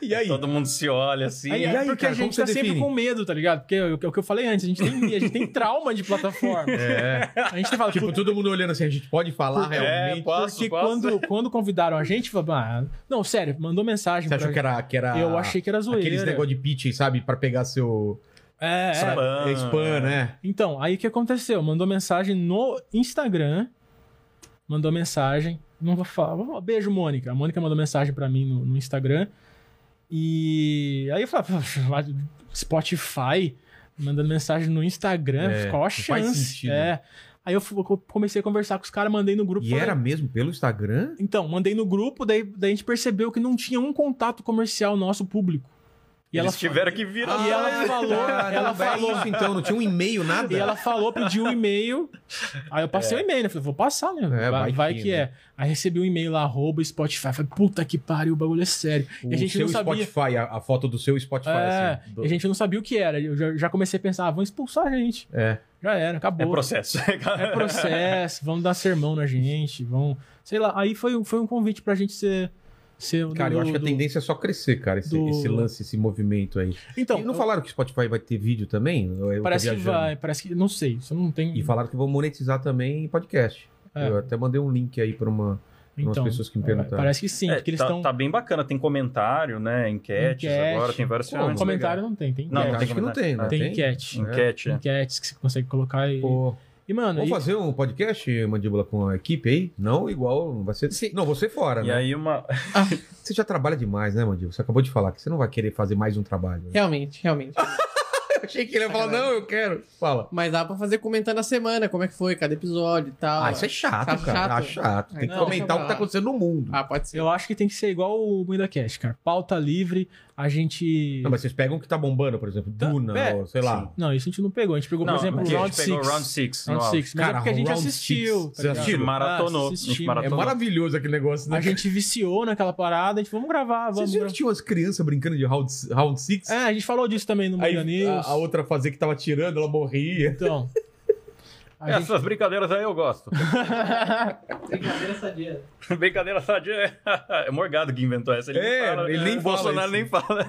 [SPEAKER 1] E aí?
[SPEAKER 3] Todo mundo se olha assim.
[SPEAKER 4] Aí, é porque a gente tá sempre com medo, tá ligado? Porque é o que- é o que eu falei antes, a gente tem, a gente tem trauma de plataforma.
[SPEAKER 1] É.
[SPEAKER 4] A gente fala,
[SPEAKER 1] tipo, todo mundo olhando assim, a gente pode falar
[SPEAKER 4] Porque-
[SPEAKER 1] realmente.
[SPEAKER 4] porque Quando, quando convidaram a gente, falou, ah, não, sério, mandou mensagem.
[SPEAKER 1] Você
[SPEAKER 4] pra
[SPEAKER 1] achou que era, que era.
[SPEAKER 4] Eu achei que era zoeira.
[SPEAKER 1] Aqueles negócio de pitch, sabe? Pra pegar seu.
[SPEAKER 4] É, é.
[SPEAKER 1] Spam. É spam, né?
[SPEAKER 4] Então, aí o que aconteceu? Mandou mensagem no Instagram. Mandou mensagem. Não vou falar. vou falar, Beijo, Mônica. A Mônica mandou mensagem pra mim no, no Instagram. E aí eu falei, "Pô, lá do Spotify mandando mensagem no Instagram.
[SPEAKER 1] É,
[SPEAKER 4] qual
[SPEAKER 1] não
[SPEAKER 4] a
[SPEAKER 1] faz
[SPEAKER 4] chance?
[SPEAKER 1] sentido.
[SPEAKER 4] É. Aí eu fu- comecei a conversar com os caras, mandei no grupo.
[SPEAKER 1] E
[SPEAKER 4] falei,
[SPEAKER 1] era mesmo pelo Instagram?
[SPEAKER 4] Então, mandei no grupo, daí, daí a gente percebeu que não tinha um contato comercial nosso público. E
[SPEAKER 3] Eles
[SPEAKER 4] ela Ah,
[SPEAKER 3] tiveram que vir
[SPEAKER 4] e ela
[SPEAKER 3] atrás.
[SPEAKER 4] falou, ela
[SPEAKER 1] Caramba, é
[SPEAKER 4] falou.
[SPEAKER 1] isso, então, não tinha um e-mail, nada?
[SPEAKER 4] E ela falou, pediu um e-mail. Aí eu passei o e-mail, né? Falei, vou passar, né? vai,
[SPEAKER 1] É. vai
[SPEAKER 4] vai
[SPEAKER 1] que,
[SPEAKER 4] que
[SPEAKER 1] né?
[SPEAKER 4] é. Aí recebi um e-mail lá, arroba Spotify. Falei, puta que pariu, o bagulho é sério.
[SPEAKER 1] O
[SPEAKER 4] e a gente
[SPEAKER 1] seu
[SPEAKER 4] não sabia.
[SPEAKER 1] Spotify, a, a foto do seu Spotify,
[SPEAKER 4] É,
[SPEAKER 1] assim. do-
[SPEAKER 4] e a gente não sabia o que era. Eu já, já comecei a pensar, ah, vão expulsar a gente.
[SPEAKER 1] É.
[SPEAKER 4] Já era, acabou.
[SPEAKER 3] É processo.
[SPEAKER 4] É processo, vão dar sermão na gente, vão. Sei lá, aí foi, um- foi um convite pra gente ser. ser o
[SPEAKER 1] Cara, eu
[SPEAKER 4] do-
[SPEAKER 1] acho que a
[SPEAKER 4] do-
[SPEAKER 1] tendência é só crescer, cara, esse,
[SPEAKER 4] do-
[SPEAKER 1] esse lance, esse movimento aí.
[SPEAKER 4] Então,
[SPEAKER 1] e não
[SPEAKER 4] eu-
[SPEAKER 1] falaram que o Spotify vai ter vídeo também? Ou eu tô
[SPEAKER 4] Parece que
[SPEAKER 1] viajando?
[SPEAKER 4] vai, parece que. Não sei, isso eu não tem.
[SPEAKER 1] E falaram que vão monetizar também podcast.
[SPEAKER 4] É.
[SPEAKER 1] Eu até mandei um link aí pra, uma, pra umas
[SPEAKER 4] Então,
[SPEAKER 1] pessoas que me
[SPEAKER 4] é,
[SPEAKER 1] perguntaram.
[SPEAKER 4] parece que sim,
[SPEAKER 3] É,
[SPEAKER 4] porque eles
[SPEAKER 3] tá,
[SPEAKER 4] estão.
[SPEAKER 3] tá bem bacana. Tem comentário, né? Enquetes
[SPEAKER 4] Enquete.
[SPEAKER 3] agora, tem várias
[SPEAKER 4] Pô,
[SPEAKER 3] ferramentas.
[SPEAKER 4] Comentário não tem, tem
[SPEAKER 3] é, Não,
[SPEAKER 4] enquete.
[SPEAKER 3] não tem
[SPEAKER 1] Acho que não
[SPEAKER 3] comentário.
[SPEAKER 1] tem, né?
[SPEAKER 4] Tem
[SPEAKER 1] Tem?
[SPEAKER 4] enquete.
[SPEAKER 3] Enquete. é.
[SPEAKER 4] Enquetes que você consegue colocar e.
[SPEAKER 1] Pô,
[SPEAKER 4] E, mano,
[SPEAKER 1] vamos
[SPEAKER 4] e-
[SPEAKER 1] fazer um podcast, Mandíbula, com a equipe aí? Não igual, não vai ser... Não, você fora,
[SPEAKER 3] E
[SPEAKER 1] né?
[SPEAKER 3] aí uma.
[SPEAKER 1] Você já trabalha demais, né, Mandíbula? Você acabou de falar que você não vai querer fazer mais um trabalho. né?
[SPEAKER 2] Realmente, realmente.
[SPEAKER 1] Eu achei que ele ia falar, não, eu quero. Fala.
[SPEAKER 2] Mas dá pra fazer comentando a semana, como é que foi, cada episódio e tal.
[SPEAKER 1] Ah, isso é chato,
[SPEAKER 2] Tá
[SPEAKER 1] cara. Ah, Chato.
[SPEAKER 2] Ah,
[SPEAKER 1] Tem que
[SPEAKER 2] então
[SPEAKER 1] comentar o
[SPEAKER 2] deixa
[SPEAKER 1] que tá
[SPEAKER 2] pra lá.
[SPEAKER 1] acontecendo no mundo.
[SPEAKER 2] Ah, pode ser.
[SPEAKER 4] eu acho que tem que ser igual o Muida Cash, cara. Pauta livre, a gente.
[SPEAKER 1] Não, mas vocês pegam o que tá bombando, por exemplo, Duna,
[SPEAKER 4] é,
[SPEAKER 1] ou sei lá.
[SPEAKER 4] Não, isso a gente não pegou. A gente pegou,
[SPEAKER 3] Não,
[SPEAKER 4] por exemplo,
[SPEAKER 3] porque a
[SPEAKER 4] Round
[SPEAKER 3] gente
[SPEAKER 4] 6.
[SPEAKER 3] pegou Round Six,
[SPEAKER 4] Round
[SPEAKER 3] no
[SPEAKER 4] 6. Mas
[SPEAKER 1] Cara,
[SPEAKER 4] é porque a gente
[SPEAKER 1] Round
[SPEAKER 4] assistiu.
[SPEAKER 1] Six.
[SPEAKER 4] tá
[SPEAKER 1] Você
[SPEAKER 4] ligado?
[SPEAKER 1] assistiu?
[SPEAKER 4] Ah,
[SPEAKER 3] Maratonou. A gente
[SPEAKER 4] assistimos.
[SPEAKER 1] É
[SPEAKER 3] maratonou.
[SPEAKER 1] maravilhoso aquele negócio, né?
[SPEAKER 4] A gente viciou naquela parada, a gente, vamos gravar,
[SPEAKER 1] Vocês
[SPEAKER 4] vamos.
[SPEAKER 1] viram que tinha umas crianças brincando de Round round Six?
[SPEAKER 4] gravar. É, a gente falou disso também no Muida
[SPEAKER 1] Aí a,
[SPEAKER 4] News.
[SPEAKER 1] a outra fazia que tava tirando, ela morria.
[SPEAKER 4] Então. a gente-
[SPEAKER 3] Essas brincadeiras aí eu gosto.
[SPEAKER 4] Brincadeira sadia.
[SPEAKER 3] Brincadeira sadia. É Morgado que inventou essa. Ele
[SPEAKER 1] É,
[SPEAKER 3] nem fala.
[SPEAKER 1] ele nem
[SPEAKER 3] o
[SPEAKER 1] fala
[SPEAKER 3] Bolsonaro
[SPEAKER 1] isso.
[SPEAKER 3] nem fala.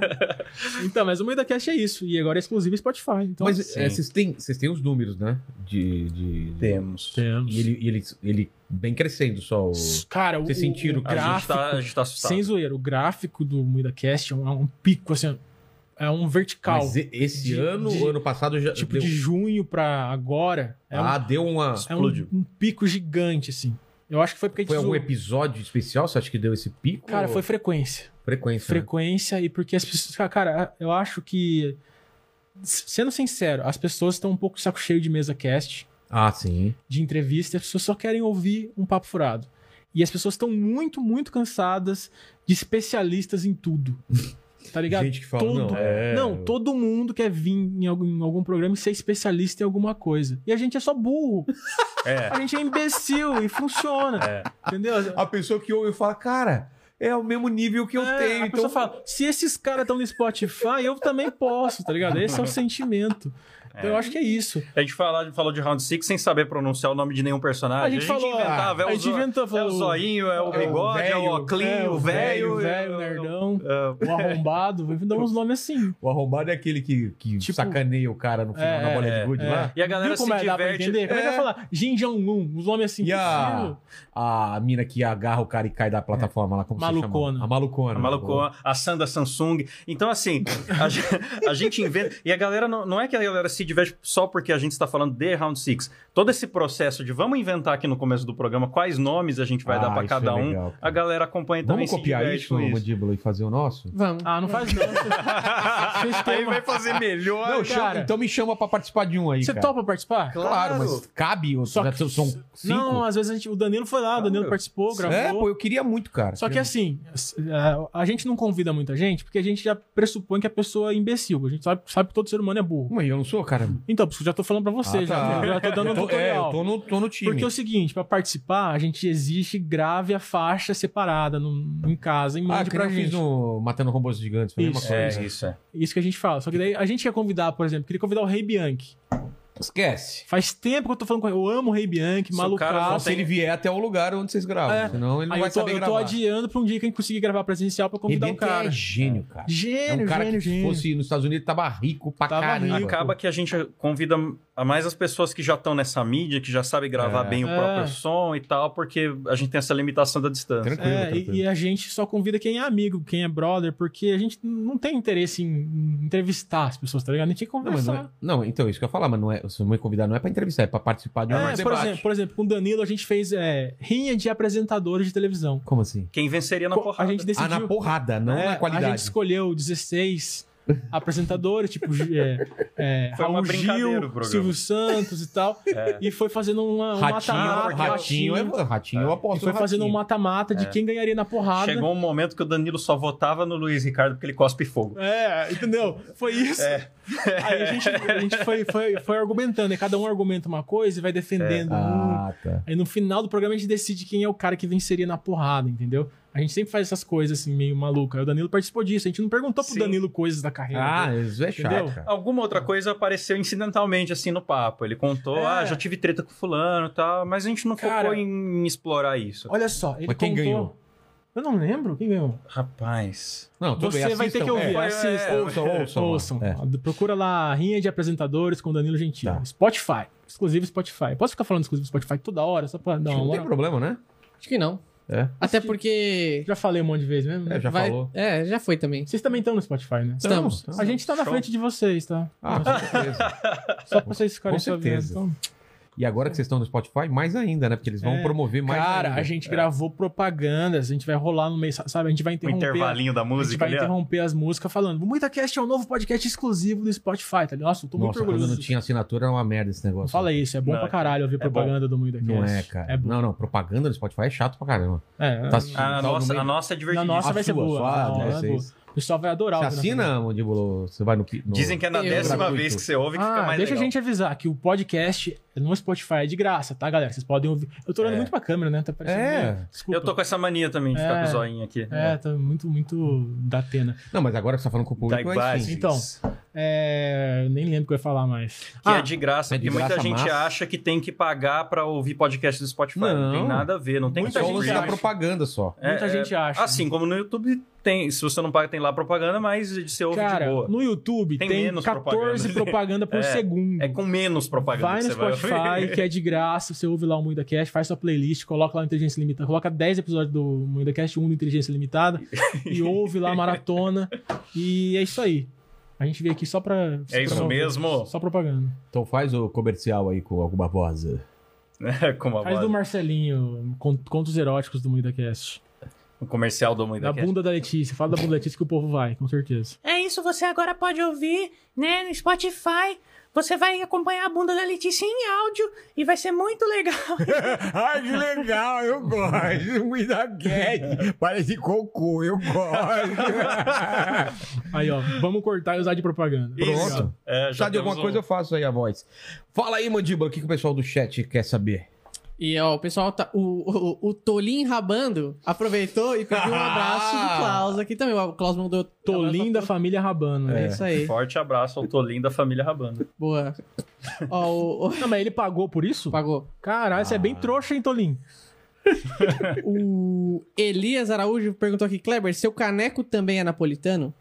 [SPEAKER 4] Então, mas o meio da cast é isso. E agora é exclusivo Spotify. Então,
[SPEAKER 1] Mas é, vocês têm, vocês têm os números, né? De. de...
[SPEAKER 3] Temos.
[SPEAKER 4] temos.
[SPEAKER 1] E ele, e ele, ele vem crescendo só.
[SPEAKER 3] Tipo,
[SPEAKER 1] O...
[SPEAKER 4] Cara, o,
[SPEAKER 1] Vocês sentiram
[SPEAKER 4] o
[SPEAKER 1] que-
[SPEAKER 3] A gente,
[SPEAKER 4] gráfico,
[SPEAKER 3] tá, a gente tá assustado.
[SPEAKER 4] sem zoeira, o gráfico do MuidaCast é um, é um pico, assim, é um vertical.
[SPEAKER 1] Mas e- esse
[SPEAKER 4] De-
[SPEAKER 1] ano,
[SPEAKER 4] de-
[SPEAKER 1] ano passado, já.
[SPEAKER 4] tipo,
[SPEAKER 1] deu...
[SPEAKER 4] de junho pra agora, é, um-
[SPEAKER 1] Ah, deu uma.
[SPEAKER 4] é um,
[SPEAKER 3] explodiu. um
[SPEAKER 4] um pico gigante, assim. Eu acho que foi porque a gente
[SPEAKER 1] Foi algum
[SPEAKER 4] zoou.
[SPEAKER 1] episódio especial? Você acha que deu esse pico?
[SPEAKER 4] Cara,
[SPEAKER 1] Ou-
[SPEAKER 4] foi frequência.
[SPEAKER 3] É.
[SPEAKER 1] frequência. né?
[SPEAKER 4] frequência e porque as pessoas. cara, Cara, eu acho que. s- Sendo sincero, as pessoas estão um pouco de saco cheio de mesa cast,
[SPEAKER 1] Ah, sim.
[SPEAKER 4] de entrevista, as pessoas só querem ouvir um papo furado. E as pessoas estão muito, muito cansadas de especialistas em tudo. Tá ligado?
[SPEAKER 1] Gente que fala, não, é-
[SPEAKER 4] não, todo mundo quer vir em algum, em algum programa e ser especialista em alguma coisa. E a gente é só burro.
[SPEAKER 3] É.
[SPEAKER 4] A gente é imbecil e funciona.
[SPEAKER 1] É.
[SPEAKER 4] Entendeu?
[SPEAKER 1] A pessoa que ouve fala, cara, é o mesmo nível que eu
[SPEAKER 4] É,
[SPEAKER 1] tenho. Então...
[SPEAKER 4] A
[SPEAKER 1] É.
[SPEAKER 4] pessoa fala, se esses caras estão no Spotify, eu também posso, tá ligado? Esse é o sentimento. Então eu acho que é isso.
[SPEAKER 3] A gente fala, falou de Round Six sem saber pronunciar o nome de nenhum personagem.
[SPEAKER 4] A gente falou,
[SPEAKER 3] inventava,
[SPEAKER 4] ah,
[SPEAKER 3] é o
[SPEAKER 4] a gente
[SPEAKER 3] zo-
[SPEAKER 4] inventa,
[SPEAKER 3] É o
[SPEAKER 4] falou-
[SPEAKER 3] zoinho, é o
[SPEAKER 4] é o
[SPEAKER 3] bigode, é o
[SPEAKER 4] velho, é,
[SPEAKER 3] oclinho,
[SPEAKER 4] o
[SPEAKER 3] o
[SPEAKER 4] velho,
[SPEAKER 3] velho.
[SPEAKER 4] velho,
[SPEAKER 3] é o-
[SPEAKER 4] nerdão.
[SPEAKER 3] é,
[SPEAKER 4] O arrombado, vai dar uns nomes assim.
[SPEAKER 1] O arrombado é aquele que, que sacaneia o cara no final
[SPEAKER 4] Tipo- É,
[SPEAKER 1] na bola
[SPEAKER 4] é,
[SPEAKER 1] de gude
[SPEAKER 4] é.
[SPEAKER 1] lá.
[SPEAKER 3] E a galera
[SPEAKER 4] Viu como
[SPEAKER 3] se
[SPEAKER 4] é, dá pra
[SPEAKER 3] diverte.
[SPEAKER 4] entender? Como é que vai falar? Jin Jong Un, os nomes assim.
[SPEAKER 1] E a,
[SPEAKER 4] possível.
[SPEAKER 1] a mina que agarra o cara e cai da plataforma lá, como se
[SPEAKER 4] Malucona.
[SPEAKER 1] chama? A malucona.
[SPEAKER 3] A Malucona, Tá a Sanda Samsung. Então, assim, a, ge- a gente inventa. E a galera não, não é que a galera se diverte só porque a gente está falando de Round Six. Todo esse processo de vamos inventar aqui no começo do programa quais nomes a gente vai dar
[SPEAKER 1] Ah,
[SPEAKER 3] para
[SPEAKER 1] isso
[SPEAKER 3] cada
[SPEAKER 1] é
[SPEAKER 3] um.
[SPEAKER 1] legal, cara.
[SPEAKER 3] a galera acompanha também
[SPEAKER 1] Vamos copiar isso, Mandíbula, e fazer o nosso?
[SPEAKER 2] Vamos.
[SPEAKER 4] Ah, não faz não.
[SPEAKER 3] Aí
[SPEAKER 4] É
[SPEAKER 3] vai fazer melhor.
[SPEAKER 1] Não,
[SPEAKER 4] cara.
[SPEAKER 1] chama- então me chama pra participar de um aí,
[SPEAKER 4] Você
[SPEAKER 1] cara.
[SPEAKER 4] topa participar?
[SPEAKER 1] Claro, mas cabe? ou
[SPEAKER 4] Só
[SPEAKER 1] já
[SPEAKER 4] que-
[SPEAKER 1] são cinco?
[SPEAKER 4] Não, às vezes a gente, o Danilo foi lá, o Danilo participou, gravou.
[SPEAKER 1] É, pô, eu queria muito, cara.
[SPEAKER 4] Só que assim, a- a gente não convida muita gente porque a gente já pressupõe que a pessoa é imbecil. A gente sabe, sabe que todo ser humano é burro.
[SPEAKER 1] Mas eu não sou, cara.
[SPEAKER 4] Então, por isso que eu já tô falando pra você,
[SPEAKER 1] Ah,
[SPEAKER 4] já,
[SPEAKER 1] tá.
[SPEAKER 4] já tô dando
[SPEAKER 1] Eu
[SPEAKER 4] um
[SPEAKER 1] tô-
[SPEAKER 4] tutorial.
[SPEAKER 1] é, eu tô no- tô no time.
[SPEAKER 4] Porque é o seguinte, pra participar, a gente existe grave a faixa separada no, em casa, em
[SPEAKER 1] Ah,
[SPEAKER 4] mande
[SPEAKER 1] que
[SPEAKER 4] pra
[SPEAKER 1] nem eu fiz
[SPEAKER 4] gente.
[SPEAKER 1] no Matando Robôs Gigantes, foi a mesma
[SPEAKER 4] Isso.
[SPEAKER 1] coisa.
[SPEAKER 3] É isso, é.
[SPEAKER 4] Isso que a gente fala. Só que daí a gente ia convidar, por exemplo, queria convidar o Rei Bianchi.
[SPEAKER 1] Esquece.
[SPEAKER 4] Faz tempo que eu tô falando com ele. Eu amo o Rei Bianchi,
[SPEAKER 3] o
[SPEAKER 1] Só
[SPEAKER 4] malucaço.
[SPEAKER 1] se ele vier até o lugar onde vocês gravam,
[SPEAKER 4] É.
[SPEAKER 1] senão ele não
[SPEAKER 4] Aí
[SPEAKER 1] vai
[SPEAKER 4] eu tô,
[SPEAKER 1] saber
[SPEAKER 4] eu tô
[SPEAKER 1] gravar.
[SPEAKER 4] adiando pra um dia que a gente consiga gravar presencial pra convidar o
[SPEAKER 1] Rebenta
[SPEAKER 4] cara.
[SPEAKER 1] é gênio, cara.
[SPEAKER 4] Gênio,
[SPEAKER 1] é um cara
[SPEAKER 4] gênio,
[SPEAKER 1] que
[SPEAKER 4] gênio.
[SPEAKER 1] se fosse nos Estados Unidos, tava rico pra
[SPEAKER 4] Tava
[SPEAKER 1] caramba.
[SPEAKER 4] rico.
[SPEAKER 3] Acaba que a gente convida a mais as pessoas que já estão nessa mídia, que já sabem gravar
[SPEAKER 1] É.
[SPEAKER 3] bem o
[SPEAKER 4] É.
[SPEAKER 3] próprio som e tal, porque a gente tem essa limitação da distância.
[SPEAKER 1] Tranquilo,
[SPEAKER 4] É,
[SPEAKER 1] tranquilo.
[SPEAKER 4] e, e a gente só convida quem é amigo, quem é brother, porque a gente não tem interesse em em entrevistar as pessoas, tá ligado? A gente tem que
[SPEAKER 1] Não, mas
[SPEAKER 4] conversar.
[SPEAKER 1] não, é- não, então, isso que eu ia falar, mas não é, se eu me convidar não é pra entrevistar, é pra participar de um
[SPEAKER 4] É, por,
[SPEAKER 1] debate.
[SPEAKER 4] exemplo, por exemplo, com o Danilo a gente fez é, rinha de apresentadores de televisão.
[SPEAKER 1] Como assim?
[SPEAKER 3] Quem venceria na
[SPEAKER 4] Co-
[SPEAKER 3] porrada.
[SPEAKER 4] A gente
[SPEAKER 1] Ah,
[SPEAKER 4] decidiu.
[SPEAKER 1] na porrada, não
[SPEAKER 4] é,
[SPEAKER 1] na qualidade.
[SPEAKER 4] A gente escolheu 16 apresentadores, tipo é, é,
[SPEAKER 3] Foi uma
[SPEAKER 4] Raul
[SPEAKER 3] brincadeira o
[SPEAKER 4] Gil,
[SPEAKER 3] programa.
[SPEAKER 4] Silvio Santos e tal,
[SPEAKER 3] É.
[SPEAKER 4] e foi fazendo uma, um
[SPEAKER 1] Ratinho,
[SPEAKER 4] mata-mata.
[SPEAKER 1] ratinho, é- ratinho, eu
[SPEAKER 4] E
[SPEAKER 1] aposto
[SPEAKER 4] foi
[SPEAKER 1] no
[SPEAKER 4] fazendo um
[SPEAKER 1] ratinho.
[SPEAKER 4] mata-mata de
[SPEAKER 3] É.
[SPEAKER 4] quem ganharia na porrada.
[SPEAKER 3] Chegou um momento que o Danilo só votava no Luiz Ricardo porque ele cospe fogo.
[SPEAKER 4] É, entendeu? Foi isso.
[SPEAKER 3] É.
[SPEAKER 4] Aí a gente, a gente foi, foi, foi argumentando, e cada um argumenta uma coisa e vai defendendo um.
[SPEAKER 1] Ah, tá.
[SPEAKER 4] Aí no final do programa a gente decide quem é o cara que venceria na porrada, entendeu? A gente sempre faz essas coisas assim, meio maluca. Aí o Danilo participou disso, a gente não perguntou pro
[SPEAKER 3] Sim.
[SPEAKER 4] Danilo coisas da carreira.
[SPEAKER 1] Ah,
[SPEAKER 4] dele.
[SPEAKER 1] isso é chato,
[SPEAKER 4] Entendeu?
[SPEAKER 1] cara.
[SPEAKER 3] Alguma outra coisa apareceu incidentalmente assim no papo. Ele contou,
[SPEAKER 4] É.
[SPEAKER 3] ah, já tive treta com fulano e tal, mas a gente não
[SPEAKER 4] Cara,
[SPEAKER 3] focou em explorar isso.
[SPEAKER 4] Olha só, ele
[SPEAKER 1] Tá. Mas quem
[SPEAKER 4] contou-
[SPEAKER 1] ganhou?
[SPEAKER 4] Eu não lembro quem ganhou.
[SPEAKER 3] Rapaz.
[SPEAKER 1] Não, Tá tudo
[SPEAKER 4] Você
[SPEAKER 1] bem,
[SPEAKER 4] vai ter
[SPEAKER 1] assistam,
[SPEAKER 4] que ouvir,
[SPEAKER 1] é.
[SPEAKER 4] assista.
[SPEAKER 1] Ouçam, ouçam.
[SPEAKER 4] Ouçam.
[SPEAKER 1] É.
[SPEAKER 4] Procura lá Rinha de Apresentadores com Danilo Gentili.
[SPEAKER 1] Tá.
[SPEAKER 4] Spotify. Exclusivo Spotify. Posso ficar falando exclusivo Spotify toda hora? Só pra dar
[SPEAKER 1] Não,
[SPEAKER 4] uma
[SPEAKER 1] não tem
[SPEAKER 4] moral?
[SPEAKER 1] problema, né?
[SPEAKER 2] Acho que não.
[SPEAKER 1] É.
[SPEAKER 2] Até porque.
[SPEAKER 4] Já falei um monte de vezes mesmo. né?
[SPEAKER 1] É, já
[SPEAKER 2] vai-
[SPEAKER 1] falou.
[SPEAKER 2] É, já foi também.
[SPEAKER 4] Vocês também estão no Spotify, né?
[SPEAKER 2] Estamos.
[SPEAKER 1] Então,
[SPEAKER 4] A gente tá na
[SPEAKER 3] Show.
[SPEAKER 4] frente de vocês, tá?
[SPEAKER 1] Ah, com certeza.
[SPEAKER 4] Só pra vocês ficarem
[SPEAKER 1] Com
[SPEAKER 4] sabendo.
[SPEAKER 1] certeza.
[SPEAKER 4] Então,
[SPEAKER 1] E agora que vocês estão no Spotify, mais ainda, né? Porque eles vão
[SPEAKER 4] É.
[SPEAKER 1] promover mais
[SPEAKER 4] cara,
[SPEAKER 1] ainda. É.
[SPEAKER 4] a gente gravou propagandas, a gente vai rolar no meio, sabe? A
[SPEAKER 1] Um
[SPEAKER 4] gente vai
[SPEAKER 3] O
[SPEAKER 4] interromper.
[SPEAKER 3] intervalinho da
[SPEAKER 4] a gente
[SPEAKER 3] música
[SPEAKER 4] vai
[SPEAKER 3] ali. ó.
[SPEAKER 4] interromper as músicas falando. MuitaCast é um novo podcast exclusivo do Spotify, tá ligado? Nossa, eu tô
[SPEAKER 1] Nossa,
[SPEAKER 4] muito
[SPEAKER 1] quando
[SPEAKER 4] orgulhoso.
[SPEAKER 1] não tinha assinatura era uma merda esse negócio.
[SPEAKER 4] Fala isso, é bom
[SPEAKER 3] Não,
[SPEAKER 4] pra caralho ouvir
[SPEAKER 3] é bom.
[SPEAKER 4] propaganda do MuitaCast.
[SPEAKER 1] Não é, cara.
[SPEAKER 4] É bom.
[SPEAKER 1] não, não. Propaganda no Spotify é chato pra caramba.
[SPEAKER 4] É,
[SPEAKER 1] Tá assistindo,
[SPEAKER 3] A
[SPEAKER 1] tá no
[SPEAKER 3] Ah, nossa,
[SPEAKER 1] meio-
[SPEAKER 3] a nossa é
[SPEAKER 4] na
[SPEAKER 3] divertidíssima.
[SPEAKER 4] nossa
[SPEAKER 1] A
[SPEAKER 4] vai ser
[SPEAKER 1] sua, né?
[SPEAKER 4] boa.
[SPEAKER 1] sua,
[SPEAKER 4] na nossa
[SPEAKER 1] deve
[SPEAKER 4] é
[SPEAKER 1] ser
[SPEAKER 4] boa.
[SPEAKER 1] isso.
[SPEAKER 4] O pessoal vai adorar.
[SPEAKER 3] Tá
[SPEAKER 1] Você
[SPEAKER 4] ouvir na frente.
[SPEAKER 1] assina, Mandíbula? Você vai no... no...
[SPEAKER 3] Dizem que é na
[SPEAKER 4] um
[SPEAKER 2] Eu-
[SPEAKER 3] décima
[SPEAKER 1] gratuito.
[SPEAKER 3] vez que você ouve que fica
[SPEAKER 4] Ah,
[SPEAKER 3] mais
[SPEAKER 4] deixa
[SPEAKER 3] legal.
[SPEAKER 4] a gente avisar que o podcast no Spotify é de graça, tá, galera? Vocês podem ouvir. Eu tô olhando
[SPEAKER 3] É.
[SPEAKER 4] muito pra câmera, né? Tá parecendo.
[SPEAKER 1] É.
[SPEAKER 4] meio- Desculpa.
[SPEAKER 3] Eu tô com essa mania também de
[SPEAKER 4] É.
[SPEAKER 3] ficar com o zoinho aqui.
[SPEAKER 4] É, tá muito, muito da Atena.
[SPEAKER 1] Não, mas agora que você tá falando com o público, é
[SPEAKER 3] Daibasis.
[SPEAKER 1] assim.
[SPEAKER 4] Então, É, eu nem lembro o que eu ia falar mais. Ah,
[SPEAKER 3] Que é de graça,
[SPEAKER 1] é de
[SPEAKER 3] porque muita
[SPEAKER 1] graça,
[SPEAKER 3] gente
[SPEAKER 1] mas-
[SPEAKER 3] acha que tem que pagar pra ouvir podcast do Spotify. Não,
[SPEAKER 1] Não.
[SPEAKER 3] tem nada a ver, não tem
[SPEAKER 4] Muita
[SPEAKER 1] Só
[SPEAKER 3] que
[SPEAKER 4] gente
[SPEAKER 3] ouvir.
[SPEAKER 1] lançar
[SPEAKER 4] acha.
[SPEAKER 1] propaganda só.
[SPEAKER 3] É,
[SPEAKER 4] Muita
[SPEAKER 3] é,
[SPEAKER 4] gente acha.
[SPEAKER 3] Assim como no YouTube tem, se você não paga, tem lá propaganda, mas você ouve
[SPEAKER 4] Cara,
[SPEAKER 3] de boa.
[SPEAKER 4] no YouTube tem,
[SPEAKER 3] Tem menos
[SPEAKER 4] 14 propaganda,
[SPEAKER 3] propaganda.
[SPEAKER 4] por
[SPEAKER 3] É,
[SPEAKER 4] segundo.
[SPEAKER 3] É com menos propaganda
[SPEAKER 4] Vai
[SPEAKER 3] que
[SPEAKER 4] no
[SPEAKER 3] você vai
[SPEAKER 4] Spotify,
[SPEAKER 3] ouvir.
[SPEAKER 4] que é de graça, você ouve lá o Muida Cast, faz sua playlist, coloca lá o Inteligência Limitada, coloca 10 episódios do Muida Cast, um do Inteligência Limitada, e ouve lá a maratona. E é isso aí. A gente veio aqui só pra. só
[SPEAKER 3] É isso
[SPEAKER 4] pra-
[SPEAKER 3] mesmo?
[SPEAKER 4] Só propaganda.
[SPEAKER 1] Então faz o comercial aí com alguma voz.
[SPEAKER 3] É, como a
[SPEAKER 4] Faz do
[SPEAKER 3] voz.
[SPEAKER 4] Marcelinho, con- contos eróticos do Muida Cast.
[SPEAKER 3] O comercial do
[SPEAKER 4] Da
[SPEAKER 3] Muita Cast.
[SPEAKER 4] bunda da Letícia. Fala da bunda da Letícia que o povo vai, com certeza.
[SPEAKER 10] É isso, você agora pode ouvir, né, no Spotify. Você vai acompanhar a bunda da Letícia em áudio e vai ser muito legal.
[SPEAKER 1] Ai, que legal, eu gosto. Muita gag. Parece cocô, eu gosto.
[SPEAKER 4] Aí, ó, vamos cortar e usar de propaganda.
[SPEAKER 1] Pronto.
[SPEAKER 3] É, já
[SPEAKER 1] Precisar de alguma
[SPEAKER 3] temos um-
[SPEAKER 1] coisa, eu faço aí a voz. Fala aí, Mandíbula, o que, que o pessoal do chat quer saber?
[SPEAKER 2] E ó, o pessoal tá. O, o, o Tolim Rabando aproveitou e pediu um abraço do Klaus aqui também. O Klaus mandou.
[SPEAKER 4] Ah.
[SPEAKER 2] um
[SPEAKER 4] Tolim da família Rabano. né?
[SPEAKER 2] É isso aí.
[SPEAKER 3] Forte abraço ao Tolim da família Rabano.
[SPEAKER 2] Boa. Ó,
[SPEAKER 4] Não, mas ele pagou por isso?
[SPEAKER 2] Pagou. Ah.
[SPEAKER 4] Caralho, você é bem trouxa, hein, Tolim?
[SPEAKER 2] o Elias Araújo perguntou aqui, Kleber, seu caneco também é napolitano?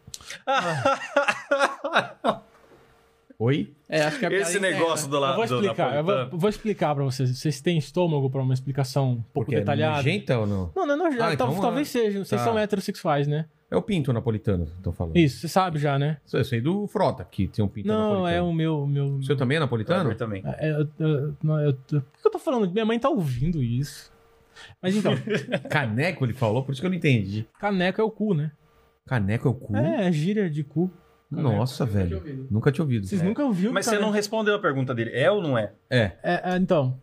[SPEAKER 1] Oi?
[SPEAKER 2] É, acho que a
[SPEAKER 3] Esse
[SPEAKER 2] piada é
[SPEAKER 3] negócio do
[SPEAKER 4] Eu
[SPEAKER 3] lado
[SPEAKER 4] vou
[SPEAKER 3] do
[SPEAKER 4] explicar, eu vou,
[SPEAKER 3] napolitano.
[SPEAKER 4] vou explicar pra vocês. Vocês têm estômago pra uma explicação um pouco
[SPEAKER 1] Porque é
[SPEAKER 4] detalhada?
[SPEAKER 1] nojenta ou não?
[SPEAKER 4] Não, não, não,
[SPEAKER 1] Ah, então,
[SPEAKER 4] tal- talvez
[SPEAKER 1] ah,
[SPEAKER 4] seja. Vocês
[SPEAKER 1] tá.
[SPEAKER 4] são heterossexuais, né?
[SPEAKER 1] É o pinto napolitano que estão falando.
[SPEAKER 4] Isso, você sabe já, né?
[SPEAKER 1] Isso, Eu sei do Frota, que tem um pinto
[SPEAKER 4] não,
[SPEAKER 1] napolitano.
[SPEAKER 4] é o meu. meu...
[SPEAKER 1] O seu também é napolitano?
[SPEAKER 3] Kleber também.
[SPEAKER 4] é, eu- eu- não, eu- eu- Por que eu tô falando? Minha mãe tá ouvindo isso. Mas então,
[SPEAKER 1] Caneco, ele falou, por isso que eu não entendi.
[SPEAKER 4] caneco é o cu, né?
[SPEAKER 1] Caneco é o cu?
[SPEAKER 4] É, gíria de cu.
[SPEAKER 1] Nossa, velho. Nunca tinha ouvido.
[SPEAKER 4] Vocês
[SPEAKER 1] É.
[SPEAKER 4] nunca ouviram
[SPEAKER 3] Mas você não respondeu a pergunta dele. É ou não é?
[SPEAKER 1] É.
[SPEAKER 4] É, é, então.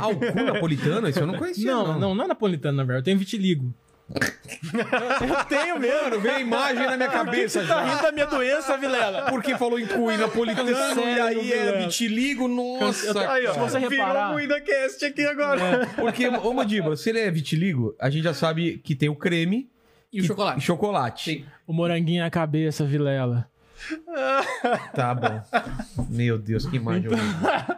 [SPEAKER 1] Ah, o cu napolitano? Isso eu não conhecia,
[SPEAKER 4] Não,
[SPEAKER 1] não. né?
[SPEAKER 4] não, não, é napolitano, na verdade. Eu tenho vitiligo.
[SPEAKER 1] Eu tenho mesmo. Mano, veio a imagem na minha cabeça
[SPEAKER 3] Tá
[SPEAKER 1] já.
[SPEAKER 4] da minha doença, Vilela.
[SPEAKER 1] Porque falou em cu e napolitano, e
[SPEAKER 4] Cancela,
[SPEAKER 1] aí é
[SPEAKER 4] Vilela.
[SPEAKER 1] vitiligo, nossa,
[SPEAKER 3] Aí, ó.
[SPEAKER 1] cara.
[SPEAKER 4] você
[SPEAKER 3] virou
[SPEAKER 4] reparar-
[SPEAKER 3] um IdaCast aqui agora.
[SPEAKER 1] Porque, ô Madiba, se ele é vitiligo, a gente já sabe que tem o creme
[SPEAKER 2] E o chocolate.
[SPEAKER 1] chocolate.
[SPEAKER 2] Sim.
[SPEAKER 4] O moranguinho na cabeça, Vilela.
[SPEAKER 1] Tá bom. Meu Deus, que imagem
[SPEAKER 4] Então.
[SPEAKER 1] horrível.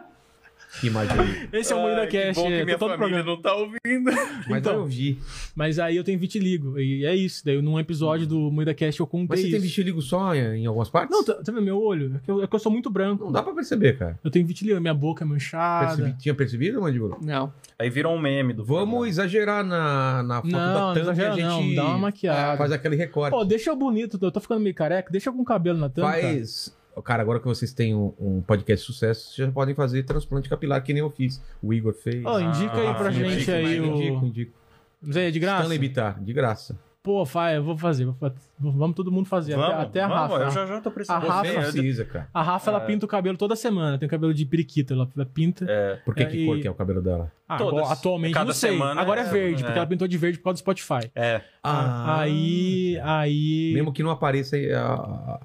[SPEAKER 1] Que imagem horrível.
[SPEAKER 4] Esse é o Moída
[SPEAKER 3] Ai, que
[SPEAKER 4] Cast.
[SPEAKER 3] bom que
[SPEAKER 4] é,
[SPEAKER 3] minha
[SPEAKER 4] todo
[SPEAKER 3] família
[SPEAKER 4] programa.
[SPEAKER 3] não tá ouvindo.
[SPEAKER 1] Mas
[SPEAKER 4] Então.
[SPEAKER 1] eu vi.
[SPEAKER 4] Mas aí eu tenho vitiligo. E é isso. Daí num episódio do Moída Cast eu contei
[SPEAKER 1] Mas você tem
[SPEAKER 4] é isso.
[SPEAKER 1] vitiligo só em em algumas partes?
[SPEAKER 4] Não, tá, tá vendo meu olho? É que, eu, é que eu sou muito branco.
[SPEAKER 1] Não dá pra perceber, cara.
[SPEAKER 4] Eu tenho vitiligo, minha boca é manchada.
[SPEAKER 1] Percebi- Tinha percebido, Mandíbula?
[SPEAKER 2] Não.
[SPEAKER 3] Aí virou um meme do
[SPEAKER 4] Tá
[SPEAKER 1] Vamos exagerar na, na foto
[SPEAKER 4] Não,
[SPEAKER 1] da
[SPEAKER 4] não,
[SPEAKER 1] tampa e a
[SPEAKER 4] exagera
[SPEAKER 1] gente é,
[SPEAKER 4] não, dá uma maquiagem.
[SPEAKER 1] faz aquele recorte.
[SPEAKER 4] Pô, deixa eu bonito, eu tô ficando meio careca, deixa eu com cabelo na tampa.
[SPEAKER 1] Faz. Cara, agora que vocês têm um, um podcast de sucesso, vocês já podem fazer transplante capilar que nem eu fiz. O Igor fez.
[SPEAKER 4] Ó, indica aí pra
[SPEAKER 3] Ah,
[SPEAKER 4] gente
[SPEAKER 1] indico,
[SPEAKER 4] aí
[SPEAKER 1] mas
[SPEAKER 4] o.
[SPEAKER 1] Indico, indico.
[SPEAKER 4] Mas aí, é de graça?
[SPEAKER 1] Stanley Bittar, de graça.
[SPEAKER 4] Pô, faz, eu vou fazer. vou fa- Vamos todo mundo fazer. até, até a
[SPEAKER 3] vamos,
[SPEAKER 4] Rafa.
[SPEAKER 3] Eu já É. já tô precisando.
[SPEAKER 4] A Rafa-
[SPEAKER 1] Você precisa, cara.
[SPEAKER 4] A Rafa, ela pinta o cabelo toda semana. Tem cabelo de periquita, ela ela pinta.
[SPEAKER 3] É,
[SPEAKER 1] Por que,
[SPEAKER 4] É,
[SPEAKER 1] que
[SPEAKER 4] e-
[SPEAKER 1] cor que é o cabelo dela?
[SPEAKER 4] Ah,
[SPEAKER 3] Todas.
[SPEAKER 4] agora- atualmente,
[SPEAKER 3] Cada
[SPEAKER 4] não sei.
[SPEAKER 3] semana
[SPEAKER 4] Agora é
[SPEAKER 3] é-
[SPEAKER 4] verde,
[SPEAKER 3] é.
[SPEAKER 4] porque ela pintou de verde por causa do Spotify. Ah,
[SPEAKER 3] é.
[SPEAKER 4] Aí, aí...
[SPEAKER 1] Mesmo que não apareça aí a, a,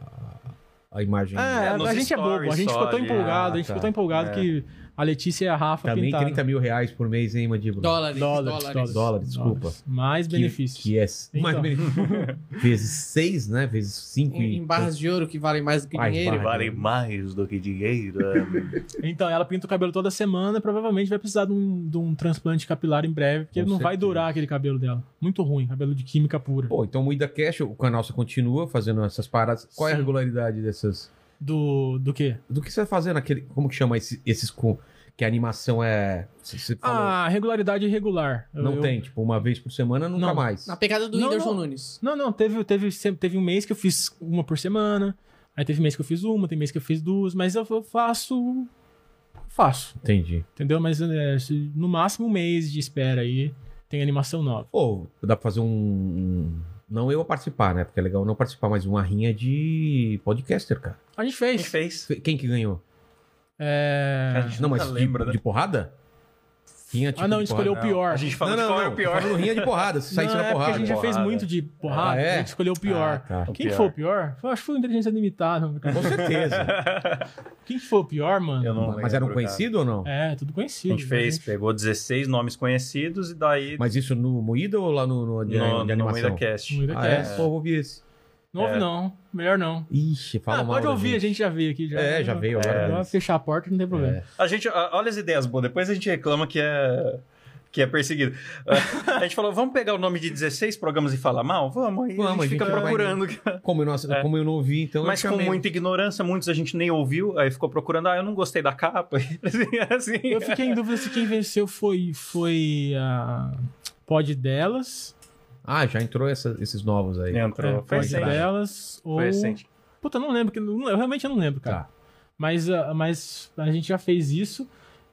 [SPEAKER 1] a imagem.
[SPEAKER 4] É,
[SPEAKER 3] né? nos
[SPEAKER 4] a gente é bobo, a
[SPEAKER 3] stories
[SPEAKER 4] gente ficou
[SPEAKER 3] só
[SPEAKER 4] tão
[SPEAKER 3] ali.
[SPEAKER 4] empolgado,
[SPEAKER 1] Ah,
[SPEAKER 4] a gente ficou
[SPEAKER 1] tá.
[SPEAKER 4] tão empolgado
[SPEAKER 3] É.
[SPEAKER 4] que a Letícia e a Rafa
[SPEAKER 1] Também
[SPEAKER 4] pintaram.
[SPEAKER 1] 30 mil reais por mês, hein, Mandíbula?
[SPEAKER 2] Dólares,
[SPEAKER 4] dólares,
[SPEAKER 2] dólares.
[SPEAKER 4] dólares,
[SPEAKER 1] Dólares, desculpa.
[SPEAKER 4] Mais
[SPEAKER 1] Que-
[SPEAKER 4] benefícios.
[SPEAKER 1] Que é s-
[SPEAKER 4] Então.
[SPEAKER 1] mais benefício. Vezes 6, né? Vezes 5
[SPEAKER 2] Um Em, em barras de ouro que valem mais do que
[SPEAKER 1] Mais
[SPEAKER 2] dinheiro.
[SPEAKER 1] barras.
[SPEAKER 9] Vale mais do que dinheiro. né?"
[SPEAKER 4] Então, ela pinta o cabelo toda semana e provavelmente vai precisar de um, de um transplante capilar em breve, porque
[SPEAKER 1] Com
[SPEAKER 4] não vai
[SPEAKER 1] certeza.
[SPEAKER 4] durar aquele cabelo dela. Muito ruim, cabelo de química pura.
[SPEAKER 1] Pô, então o Ida Cash, o canal só continua fazendo essas paradas. Qual é a
[SPEAKER 4] Sim.
[SPEAKER 1] regularidade dessas?
[SPEAKER 4] Do, do quê?
[SPEAKER 1] Do que você vai fazer naquele. Como que chama esse- esses com. Que a animação é. Você você falou.
[SPEAKER 4] Ah, regularidade irregular. Eu-
[SPEAKER 1] não
[SPEAKER 4] eu-
[SPEAKER 1] tem, tipo, uma vez por semana, nunca
[SPEAKER 4] Não.
[SPEAKER 1] mais.
[SPEAKER 2] Na pegada do
[SPEAKER 4] Não,
[SPEAKER 2] Whindersson
[SPEAKER 4] não.
[SPEAKER 2] Nunes.
[SPEAKER 4] Não, não, teve, teve, sem- teve um mês que eu fiz uma por semana, aí teve mês que eu fiz uma, tem mês que eu fiz duas, mas eu, eu faço. Faço,
[SPEAKER 1] Entendi.
[SPEAKER 4] entendeu? Mas é, se- no máximo um mês de espera aí tem animação nova.
[SPEAKER 1] Pô, dá pra fazer um- um. Não eu a participar, né? Porque é legal não participar, mas uma rinha de podcaster, cara.
[SPEAKER 4] A gente
[SPEAKER 3] A gente
[SPEAKER 4] fez.
[SPEAKER 3] fez.
[SPEAKER 1] Quem que ganhou?
[SPEAKER 4] É...
[SPEAKER 3] A gente
[SPEAKER 1] Não,
[SPEAKER 3] nunca
[SPEAKER 1] mas de,
[SPEAKER 3] lembra, né?
[SPEAKER 1] de porrada? Rinha tipo
[SPEAKER 4] Ah, não, a
[SPEAKER 1] de
[SPEAKER 4] gente escolheu o
[SPEAKER 1] porrada.
[SPEAKER 4] pior.
[SPEAKER 3] A gente
[SPEAKER 1] Não, não,
[SPEAKER 3] falou de qual é
[SPEAKER 1] não.
[SPEAKER 3] o pior.
[SPEAKER 1] Falando rinha de porrada, se saísse
[SPEAKER 4] Não,
[SPEAKER 1] na
[SPEAKER 4] é porque
[SPEAKER 1] porrada.
[SPEAKER 4] a gente já fez
[SPEAKER 3] Porrada.
[SPEAKER 4] muito de porrada,
[SPEAKER 1] Ah, é?
[SPEAKER 4] a gente escolheu o pior.
[SPEAKER 1] Ah, tá.
[SPEAKER 4] Quem
[SPEAKER 3] O
[SPEAKER 4] que foi o pior? Foi- Acho que foi o Inteligência Limitada.
[SPEAKER 1] Com certeza.
[SPEAKER 4] Quem que foi o pior, mano?
[SPEAKER 3] Eu não
[SPEAKER 1] mas era um
[SPEAKER 3] lembro, cara.
[SPEAKER 1] conhecido ou não?
[SPEAKER 4] É, tudo
[SPEAKER 3] A
[SPEAKER 4] conhecido.
[SPEAKER 3] gente fez, pegou 16 nomes conhecidos e daí
[SPEAKER 1] Mas isso no Moída ou lá no, no, de, de
[SPEAKER 3] no, no
[SPEAKER 1] animação?
[SPEAKER 3] MuidaCast.
[SPEAKER 4] Moída
[SPEAKER 1] ah, é? Pô, eu ouvi esse.
[SPEAKER 4] Não ouve, não. Melhor não.
[SPEAKER 1] Ixi, fala
[SPEAKER 4] ah,
[SPEAKER 1] mal.
[SPEAKER 4] pode
[SPEAKER 1] da
[SPEAKER 4] ouvir, a gente já veio aqui. Já,
[SPEAKER 1] É, já veio agora.
[SPEAKER 4] Agora fechar a porta, não tem problema.
[SPEAKER 3] A gente, ó, olha as ideias boas, depois a gente reclama que é que é perseguido. a gente falou, vamos pegar o nome de 16 programas e falar mal? Vamos, aí
[SPEAKER 1] Vamos,
[SPEAKER 3] a gente fica
[SPEAKER 1] vai-
[SPEAKER 3] procurando.
[SPEAKER 1] Como eu não, ass-
[SPEAKER 3] É.
[SPEAKER 1] como eu não ouvi, então. eu
[SPEAKER 3] Mas com
[SPEAKER 1] chamei.
[SPEAKER 3] muita ignorância, muitos a gente nem ouviu, aí ficou procurando, ah, eu não gostei da capa. assim, assim.
[SPEAKER 4] Eu fiquei em dúvida se quem venceu foi, foi a Pod Delas.
[SPEAKER 1] Ah, já entrou essa- esses novos aí.
[SPEAKER 3] Entrou,
[SPEAKER 4] é,
[SPEAKER 3] foi
[SPEAKER 4] Pod
[SPEAKER 3] recente.
[SPEAKER 4] Delas ou...
[SPEAKER 3] Foi recente.
[SPEAKER 4] Puta, eu não lembro, que eu realmente não lembro, cara.
[SPEAKER 1] Tá.
[SPEAKER 4] Mas, ah, mas a gente já fez isso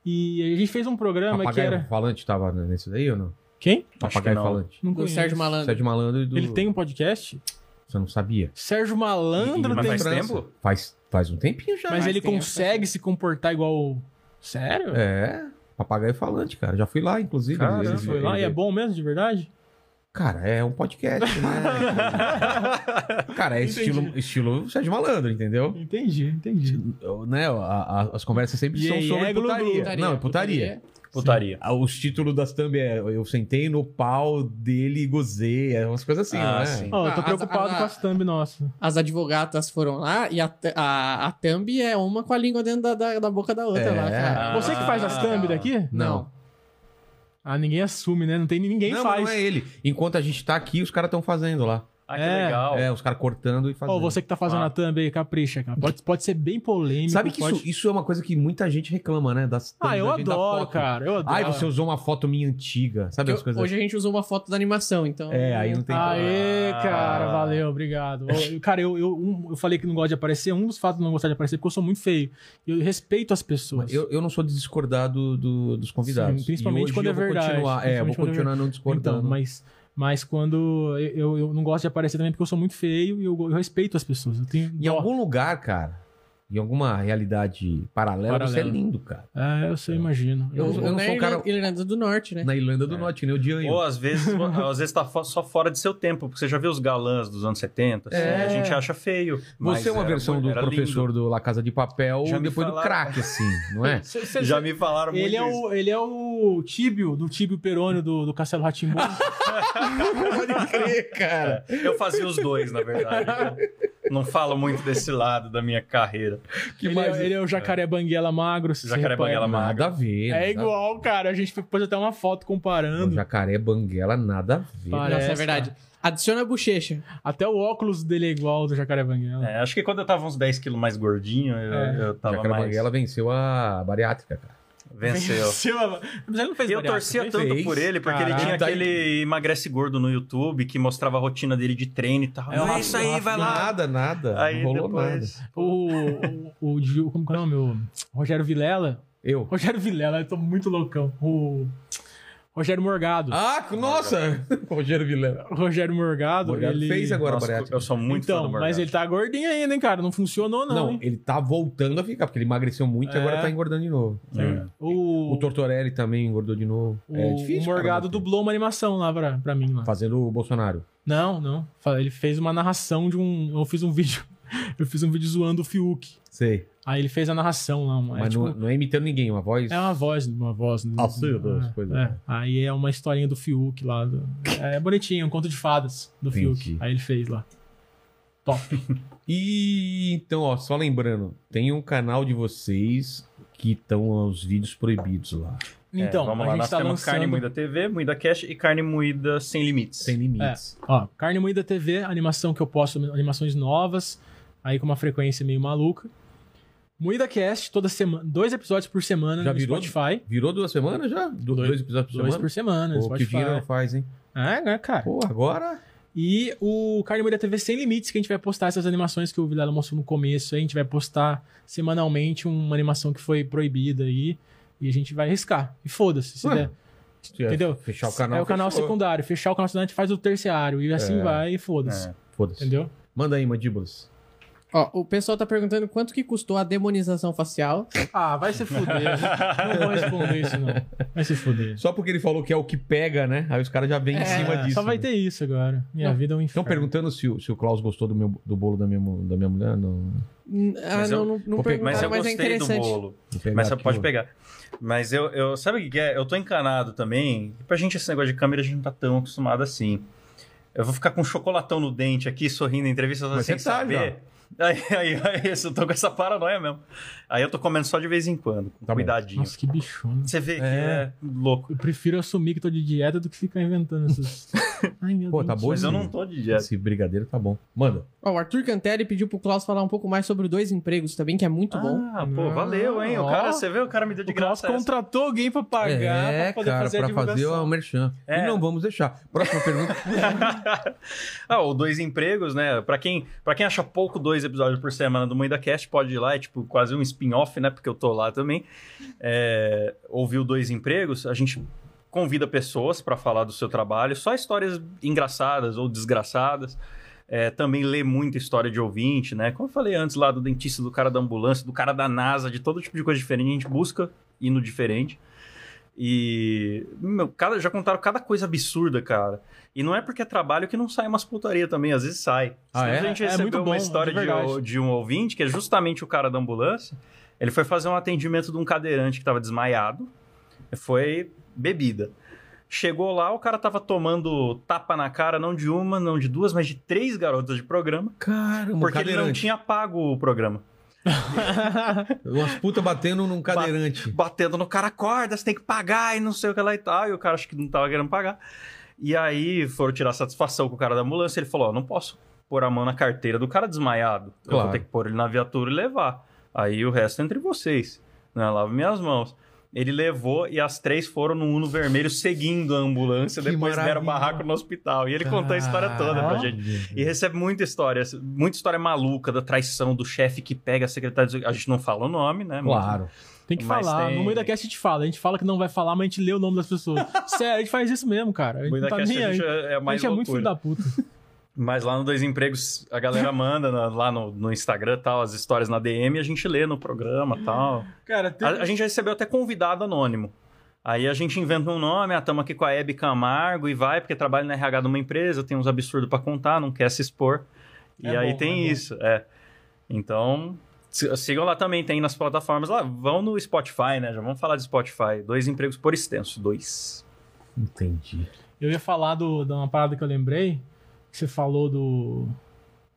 [SPEAKER 4] e a gente fez um programa que
[SPEAKER 1] Papagaio
[SPEAKER 4] era...
[SPEAKER 1] Falante tava nesse daí ou não?
[SPEAKER 4] Quem?
[SPEAKER 1] Papagaio
[SPEAKER 3] não.
[SPEAKER 1] Falante.
[SPEAKER 4] Não
[SPEAKER 2] Do
[SPEAKER 4] conheço.
[SPEAKER 2] Sérgio Malandro.
[SPEAKER 1] Sérgio Malandro e do.
[SPEAKER 4] Ele tem um podcast?
[SPEAKER 1] Você não sabia?
[SPEAKER 4] Sérgio Malandro
[SPEAKER 3] Mas
[SPEAKER 4] tem... um
[SPEAKER 3] faz
[SPEAKER 1] França.
[SPEAKER 3] tempo?
[SPEAKER 1] Faz, faz um tempinho já.
[SPEAKER 4] Mas
[SPEAKER 2] Mas
[SPEAKER 4] ele
[SPEAKER 2] tem,
[SPEAKER 4] consegue se comportar igual... Sério?
[SPEAKER 1] É, Papagaio Falante, cara. Já fui lá, inclusive.
[SPEAKER 3] Caramba.
[SPEAKER 1] Ele-
[SPEAKER 4] Foi lá e é
[SPEAKER 1] ele-
[SPEAKER 4] bom mesmo, de verdade?
[SPEAKER 1] Cara, é um podcast, né? cara, é
[SPEAKER 4] Entendi.
[SPEAKER 1] estilo, estilo Sérgio Malandro, entendeu?
[SPEAKER 4] Entendi, entendi.
[SPEAKER 1] Né, a- a- as conversas sempre
[SPEAKER 4] E
[SPEAKER 1] são
[SPEAKER 4] aí,
[SPEAKER 1] sobre
[SPEAKER 4] é glu-glu.
[SPEAKER 1] putaria. Não, é putaria.
[SPEAKER 3] putaria.
[SPEAKER 1] Ah, Os títulos das thumb é Eu sentei no pau dele e gozei, é umas coisas assim,
[SPEAKER 3] Ah,
[SPEAKER 1] né?
[SPEAKER 3] sim.
[SPEAKER 4] Ó, eu tô
[SPEAKER 2] Ah,
[SPEAKER 4] preocupado
[SPEAKER 2] a- a-
[SPEAKER 4] com as thumb nossa.
[SPEAKER 2] As advogatas foram lá e a, t- a, a thumb é uma com a língua dentro da, da, da boca da outra
[SPEAKER 1] É.
[SPEAKER 2] lá, cara.
[SPEAKER 4] Você que faz as thumb daqui?
[SPEAKER 1] Não.
[SPEAKER 4] Ah, ninguém assume, né? Não tem ninguém
[SPEAKER 1] não, mas
[SPEAKER 4] faz.
[SPEAKER 1] não é ele. Enquanto a gente tá aqui, os caras estão fazendo lá.
[SPEAKER 3] Ah, que
[SPEAKER 4] É.
[SPEAKER 3] legal.
[SPEAKER 1] É, os caras cortando e fazendo.
[SPEAKER 4] Ó, você que tá fazendo
[SPEAKER 3] Ah.
[SPEAKER 4] a thumb aí, capricha, cara. Pode, pode ser bem polêmico.
[SPEAKER 1] Sabe que
[SPEAKER 4] pode...
[SPEAKER 1] isso, isso é uma coisa que muita gente reclama, né? Das thumbs,
[SPEAKER 4] Ah, eu
[SPEAKER 1] da gente, da
[SPEAKER 4] adoro,
[SPEAKER 1] foto.
[SPEAKER 4] cara. Eu adoro.
[SPEAKER 1] Ai, você é um usou uma foto minha antiga. Sabe as
[SPEAKER 2] Porque
[SPEAKER 1] coisas?
[SPEAKER 2] Hoje a gente usou uma foto da animação, então.
[SPEAKER 1] É, aí não tem
[SPEAKER 4] Aê,
[SPEAKER 3] Ah.
[SPEAKER 4] cara, valeu, obrigado. Eu- cara, eu, eu, um- eu falei que não gosto de aparecer. Um dos fatos de não gostar de aparecer é porque eu sou muito feio. Eu respeito as pessoas.
[SPEAKER 1] Eu, eu não sou de discordar do- do- dos convidados.
[SPEAKER 4] Sim, principalmente
[SPEAKER 1] E hoje
[SPEAKER 4] quando é
[SPEAKER 1] eu vou
[SPEAKER 4] verdade,
[SPEAKER 1] Continuar, é, eu vou
[SPEAKER 4] principalmente quando é
[SPEAKER 1] continuar não discordando.
[SPEAKER 4] então, mas, mas quando eu, eu- eu não gosto de aparecer também porque eu sou muito feio e eu, eu respeito as pessoas. Eu tenho
[SPEAKER 1] Em
[SPEAKER 4] dó.
[SPEAKER 1] algum lugar, cara, em alguma realidade paralela,
[SPEAKER 4] Paralela.
[SPEAKER 1] você é lindo, cara.
[SPEAKER 4] É, eu sei, imagino.
[SPEAKER 1] Eu- eu não
[SPEAKER 2] na
[SPEAKER 1] sou um cara-
[SPEAKER 2] Irlanda- Irlanda do Norte, né?
[SPEAKER 1] Na Irlanda do Norte, que nem o Dianho.
[SPEAKER 3] Ou às vezes, às vezes tá fo- só fora de seu tempo, porque você já viu os galãs dos anos 70, assim,
[SPEAKER 1] É.
[SPEAKER 3] a gente acha feio. mas
[SPEAKER 1] Você é uma
[SPEAKER 3] era-
[SPEAKER 1] versão do
[SPEAKER 3] era lindo.
[SPEAKER 1] professor do La Casa de Papel
[SPEAKER 3] Já me
[SPEAKER 1] depois do
[SPEAKER 3] falaram.
[SPEAKER 1] crack, assim, não é?
[SPEAKER 4] Cê- cê-
[SPEAKER 3] Já me falaram muito
[SPEAKER 4] Ele é,
[SPEAKER 3] isso.
[SPEAKER 4] o, ele é o Tíbio, do Tíbio Perônio do, do Castelo Ratimbu.
[SPEAKER 1] Pode crer, cara.
[SPEAKER 3] É, Eu fazia os dois, na verdade. Não falo muito desse lado da minha carreira.
[SPEAKER 4] ele,
[SPEAKER 1] mais-
[SPEAKER 4] é, ele é o Jacaré Banguela Magro. se você
[SPEAKER 3] Jacaré
[SPEAKER 4] repara.
[SPEAKER 3] Banguela magro.
[SPEAKER 1] Nada a ver. nada a
[SPEAKER 4] É
[SPEAKER 1] ver.
[SPEAKER 4] igual, cara. A gente pôs até uma foto
[SPEAKER 1] O
[SPEAKER 4] comparando.
[SPEAKER 1] jacaré banguela, nada a ver.
[SPEAKER 4] Para.
[SPEAKER 2] Nossa,
[SPEAKER 4] Parece,
[SPEAKER 2] é verdade. Adiciona a bochecha.
[SPEAKER 4] Até o óculos dele é igual ao do Jacaré Banguela.
[SPEAKER 3] É, acho que quando eu tava uns 10 quilos mais gordinho, eu,
[SPEAKER 4] É.
[SPEAKER 3] eu
[SPEAKER 1] O
[SPEAKER 3] tava
[SPEAKER 1] jacaré
[SPEAKER 3] mais...
[SPEAKER 1] banguela venceu a bariátrica, cara.
[SPEAKER 3] Venceu.
[SPEAKER 4] é Mas ele não fez
[SPEAKER 3] Eu
[SPEAKER 4] bariátrica,
[SPEAKER 3] torcia
[SPEAKER 4] fez?
[SPEAKER 3] tanto
[SPEAKER 1] fez.
[SPEAKER 3] por ele, porque ele
[SPEAKER 4] Caralho.
[SPEAKER 3] tinha
[SPEAKER 1] Daí-
[SPEAKER 3] aquele emagrece gordo no YouTube que mostrava a rotina dele de treino e tal.
[SPEAKER 4] É, o
[SPEAKER 3] Não,
[SPEAKER 4] Rafa- o Rafa-
[SPEAKER 1] Nada, nada.
[SPEAKER 3] Aí
[SPEAKER 1] não rolou nada.
[SPEAKER 3] depois.
[SPEAKER 4] O, o, o Gil- como que é o nome? O Rogério Vilela.
[SPEAKER 1] Eu.
[SPEAKER 4] Rogério Vilela, eu tô muito loucão. O Rogério Morgado.
[SPEAKER 1] Ah, nossa! Rogério Vilela.
[SPEAKER 4] O Rogério Morgado,
[SPEAKER 1] Morgado
[SPEAKER 4] ele...
[SPEAKER 1] fez agora a
[SPEAKER 3] Nossa,
[SPEAKER 1] bariátrica.
[SPEAKER 3] eu sou muito fã do
[SPEAKER 4] Então,
[SPEAKER 3] Morgado.
[SPEAKER 4] mas ele tá gordinho ainda, hein, cara? Não funcionou, não,
[SPEAKER 1] Não,
[SPEAKER 4] hein?
[SPEAKER 1] ele tá voltando a ficar, porque ele emagreceu muito e
[SPEAKER 4] É.
[SPEAKER 1] agora tá engordando de novo.
[SPEAKER 3] É.
[SPEAKER 1] É.
[SPEAKER 4] O,
[SPEAKER 1] O Tortorelli também engordou de novo.
[SPEAKER 4] o-
[SPEAKER 1] é difícil.
[SPEAKER 4] o
[SPEAKER 1] cara,
[SPEAKER 4] Morgado
[SPEAKER 1] manter.
[SPEAKER 4] dublou uma animação lá pra, pra mim. Lá.
[SPEAKER 1] Fazendo o Bolsonaro.
[SPEAKER 4] Não, não. Fa- Ele fez uma narração de um... Eu fiz um vídeo... Eu fiz um vídeo zoando o Fiuk.
[SPEAKER 1] Sei.
[SPEAKER 4] Aí ele fez a narração lá. Uma, é,
[SPEAKER 1] Mas
[SPEAKER 4] tipo,
[SPEAKER 1] não, não é imitando ninguém, uma voz.
[SPEAKER 4] É uma voz, uma voz. né?
[SPEAKER 1] Ah, sim, das
[SPEAKER 4] É,
[SPEAKER 1] coisas.
[SPEAKER 4] é. Aí é uma historinha do Fiuk lá. do- É bonitinho, um conto de fadas do
[SPEAKER 1] Entendi.
[SPEAKER 4] Fiuk. Aí ele fez lá.
[SPEAKER 1] E então, ó, só lembrando, tem um canal de vocês que estão os vídeos proibidos lá.
[SPEAKER 4] Então,
[SPEAKER 3] É, vamos
[SPEAKER 4] a
[SPEAKER 3] lá,
[SPEAKER 4] gente
[SPEAKER 3] nós
[SPEAKER 4] tá
[SPEAKER 3] temos
[SPEAKER 4] lançando...
[SPEAKER 3] carne moída TV, moída cash e carne moída sem limites.
[SPEAKER 1] Sem limites.
[SPEAKER 4] Ó, Carne Moída TV, animação que eu posto, animações novas, aí com uma frequência meio maluca. Moída Cast, toda semana, dois episódios por semana
[SPEAKER 1] Já
[SPEAKER 4] no
[SPEAKER 1] virou?
[SPEAKER 4] Spotify.
[SPEAKER 1] Virou duas semanas já? Du-
[SPEAKER 4] Dois-
[SPEAKER 1] dois episódios por
[SPEAKER 4] Dois
[SPEAKER 1] semana?
[SPEAKER 4] por semana no
[SPEAKER 1] Pô, que o
[SPEAKER 4] Spotify.
[SPEAKER 1] dinheiro não faz, hein?
[SPEAKER 4] É, né, cara?
[SPEAKER 1] Pô, agora.
[SPEAKER 4] E o Carne Moída TV Sem Limites, que a gente vai postar essas animações que o Vilela mostrou no começo. aí A gente vai postar semanalmente uma animação que foi proibida aí. E a gente vai riscar. E foda-se, se
[SPEAKER 1] Ué,
[SPEAKER 4] der.
[SPEAKER 1] se é
[SPEAKER 4] Entendeu?
[SPEAKER 1] Fechar o canal.
[SPEAKER 4] é o canal
[SPEAKER 1] fechou.
[SPEAKER 4] secundário. Fechar o canal secundário, a gente faz o terciário. E assim
[SPEAKER 1] É.
[SPEAKER 4] vai e foda-se.
[SPEAKER 3] É.
[SPEAKER 1] Foda-se.
[SPEAKER 4] Entendeu?
[SPEAKER 1] Manda aí, mandíbulas.
[SPEAKER 2] Ó, o pessoal tá perguntando quanto que custou a demonização facial.
[SPEAKER 4] Ah, vai se fuder. não vou responder isso, não. Vai se fuder.
[SPEAKER 1] Só porque ele falou que é o que pega, né? Aí os caras já vêm em cima disso.
[SPEAKER 4] É, Só vai
[SPEAKER 1] né?
[SPEAKER 4] ter isso agora. Minha
[SPEAKER 2] Não.
[SPEAKER 4] vida é um
[SPEAKER 1] Estão
[SPEAKER 4] inferno.
[SPEAKER 1] perguntando se o, se o Klaus gostou do, meu, do bolo da minha, mu- da minha mulher? Não,
[SPEAKER 2] Hum, Ah,
[SPEAKER 3] Mas
[SPEAKER 2] não,
[SPEAKER 3] eu-
[SPEAKER 2] não, não
[SPEAKER 1] Vou pegar-
[SPEAKER 3] Mas
[SPEAKER 2] perguntaram,
[SPEAKER 3] eu
[SPEAKER 2] mas, é
[SPEAKER 3] gostei do
[SPEAKER 2] interessante.
[SPEAKER 3] bolo. Mas você pode pegar. Mas eu, eu sabe o que que é? Eu tô encanado também. Pra gente, esse negócio de câmera, a gente não tá tão acostumado assim. Eu vou ficar com um chocolatão no dente aqui, sorrindo em entrevista,
[SPEAKER 1] Mas
[SPEAKER 3] sem
[SPEAKER 1] você tá,
[SPEAKER 3] saber. Aí, aí, aí, eu tô com essa paranoia mesmo. Aí eu tô comendo só de vez em quando, com
[SPEAKER 1] Tá bom.
[SPEAKER 3] cuidadinho.
[SPEAKER 4] Nossa, que bichona.
[SPEAKER 3] Você vê que
[SPEAKER 1] É.
[SPEAKER 3] é louco.
[SPEAKER 4] Eu prefiro assumir que tô de dieta do que ficar inventando essas. Ai, meu
[SPEAKER 1] Pô,
[SPEAKER 4] Deus.
[SPEAKER 1] tá
[SPEAKER 4] do
[SPEAKER 1] bom,
[SPEAKER 4] céu.
[SPEAKER 3] Mas eu
[SPEAKER 1] Sim.
[SPEAKER 3] não tô de dieta.
[SPEAKER 1] Esse brigadeiro tá bom. Manda.
[SPEAKER 2] Ó, o Arthur Cantelli pediu pro Klaus falar um pouco mais sobre os dois empregos também, que é muito bom.
[SPEAKER 3] Ah, pô, valeu, hein? O
[SPEAKER 4] Ó.
[SPEAKER 3] cara, você vê, o cara me deu de
[SPEAKER 4] O Klaus
[SPEAKER 3] graça. essa.
[SPEAKER 4] contratou alguém pra pagar
[SPEAKER 1] é,
[SPEAKER 4] pra poder
[SPEAKER 1] cara,
[SPEAKER 4] fazer a
[SPEAKER 1] pra fazer
[SPEAKER 4] divulgação.
[SPEAKER 1] o merchan. E
[SPEAKER 3] É.
[SPEAKER 1] não vamos deixar. Próxima pergunta.
[SPEAKER 3] ah, ou dois empregos, né? Pra quem, pra quem acha pouco dois episódios por semana do Moída Cast, pode ir lá, é tipo quase um spin-off, né? Porque eu tô lá também. É, ouviu dois empregos, a gente convida pessoas pra falar do seu trabalho, só histórias engraçadas ou desgraçadas. É, também lê muita história de ouvinte, né? Como eu falei antes lá do dentista, do cara da ambulância, do cara da NASA, de todo tipo de coisa diferente. A gente busca ir no diferente. E meu, cada, já contaram cada coisa absurda, cara. E não é porque é trabalho que não sai umas putaria também, às vezes sai.
[SPEAKER 1] Ah,
[SPEAKER 3] Esses
[SPEAKER 1] é?
[SPEAKER 3] dias A gente
[SPEAKER 4] É
[SPEAKER 3] recebeu
[SPEAKER 4] muito bom,
[SPEAKER 3] uma história
[SPEAKER 4] de
[SPEAKER 3] de,
[SPEAKER 4] verdade.
[SPEAKER 3] de um ouvinte, que é justamente o cara da ambulância. Ele foi fazer um atendimento de um cadeirante que estava desmaiado. Foi bebida. Chegou lá, o cara tava tomando tapa na cara, não de uma, não de duas, mas de três garotas de programa.
[SPEAKER 1] Caramba,
[SPEAKER 3] Porque ele não
[SPEAKER 1] cadeirante.
[SPEAKER 3] tinha pago o programa.
[SPEAKER 1] Umas putas batendo num cadeirante.
[SPEAKER 3] batendo no cara, acorda, você tem que pagar e não sei o que lá e tal. E o cara acho que não tava querendo pagar. E aí foram tirar satisfação com o cara da ambulância. Ele falou: Ó, não posso pôr a mão na carteira do cara desmaiado. Eu
[SPEAKER 1] Claro.
[SPEAKER 3] vou ter que pôr ele na viatura e levar. Aí o resto é entre vocês. Né? Lavo minhas mãos. Ele levou e as três foram no Uno Vermelho seguindo a ambulância.
[SPEAKER 1] Que
[SPEAKER 3] depois deram
[SPEAKER 1] maravilha.
[SPEAKER 3] barraco no hospital. E ele contou a história toda pra gente. E recebe muita história, muita história maluca da traição do chefe que pega a secretária. A gente não fala o nome, né?
[SPEAKER 1] Claro.
[SPEAKER 4] Tem que
[SPEAKER 3] Mas
[SPEAKER 4] falar.
[SPEAKER 3] tem-
[SPEAKER 4] No meio da cast a gente fala. A gente fala que não vai falar, mas a gente lê o nome das pessoas. Sério, a gente faz isso mesmo, cara. A gente
[SPEAKER 3] No meio
[SPEAKER 4] não
[SPEAKER 3] da
[SPEAKER 4] tá
[SPEAKER 3] cast
[SPEAKER 4] nem
[SPEAKER 3] a
[SPEAKER 4] aí.
[SPEAKER 3] gente é- é mais
[SPEAKER 4] a gente é muito
[SPEAKER 3] loucura.
[SPEAKER 4] filho da puta.
[SPEAKER 3] Mas lá no Dois Empregos, a galera manda na- lá no, no Instagram e tal, as histórias na DM e a gente lê no programa e tal.
[SPEAKER 4] Cara, tem...
[SPEAKER 3] A, a gente recebeu até convidado anônimo. Aí a gente inventa um nome, ah, tamo aqui com a Hebe Camargo e vai, porque trabalha na RH de uma empresa, tem uns absurdos pra contar, não quer se expor. E
[SPEAKER 4] É
[SPEAKER 3] aí
[SPEAKER 4] bom, é
[SPEAKER 3] tem
[SPEAKER 4] bom.
[SPEAKER 3] isso, é. Então, si- sigam lá também, tem nas plataformas lá. Vão no Spotify, né? Já vamos falar de Spotify. Dois empregos por extenso, dois.
[SPEAKER 1] Entendi.
[SPEAKER 4] Eu ia falar do, de uma parada que eu lembrei. Que você falou do.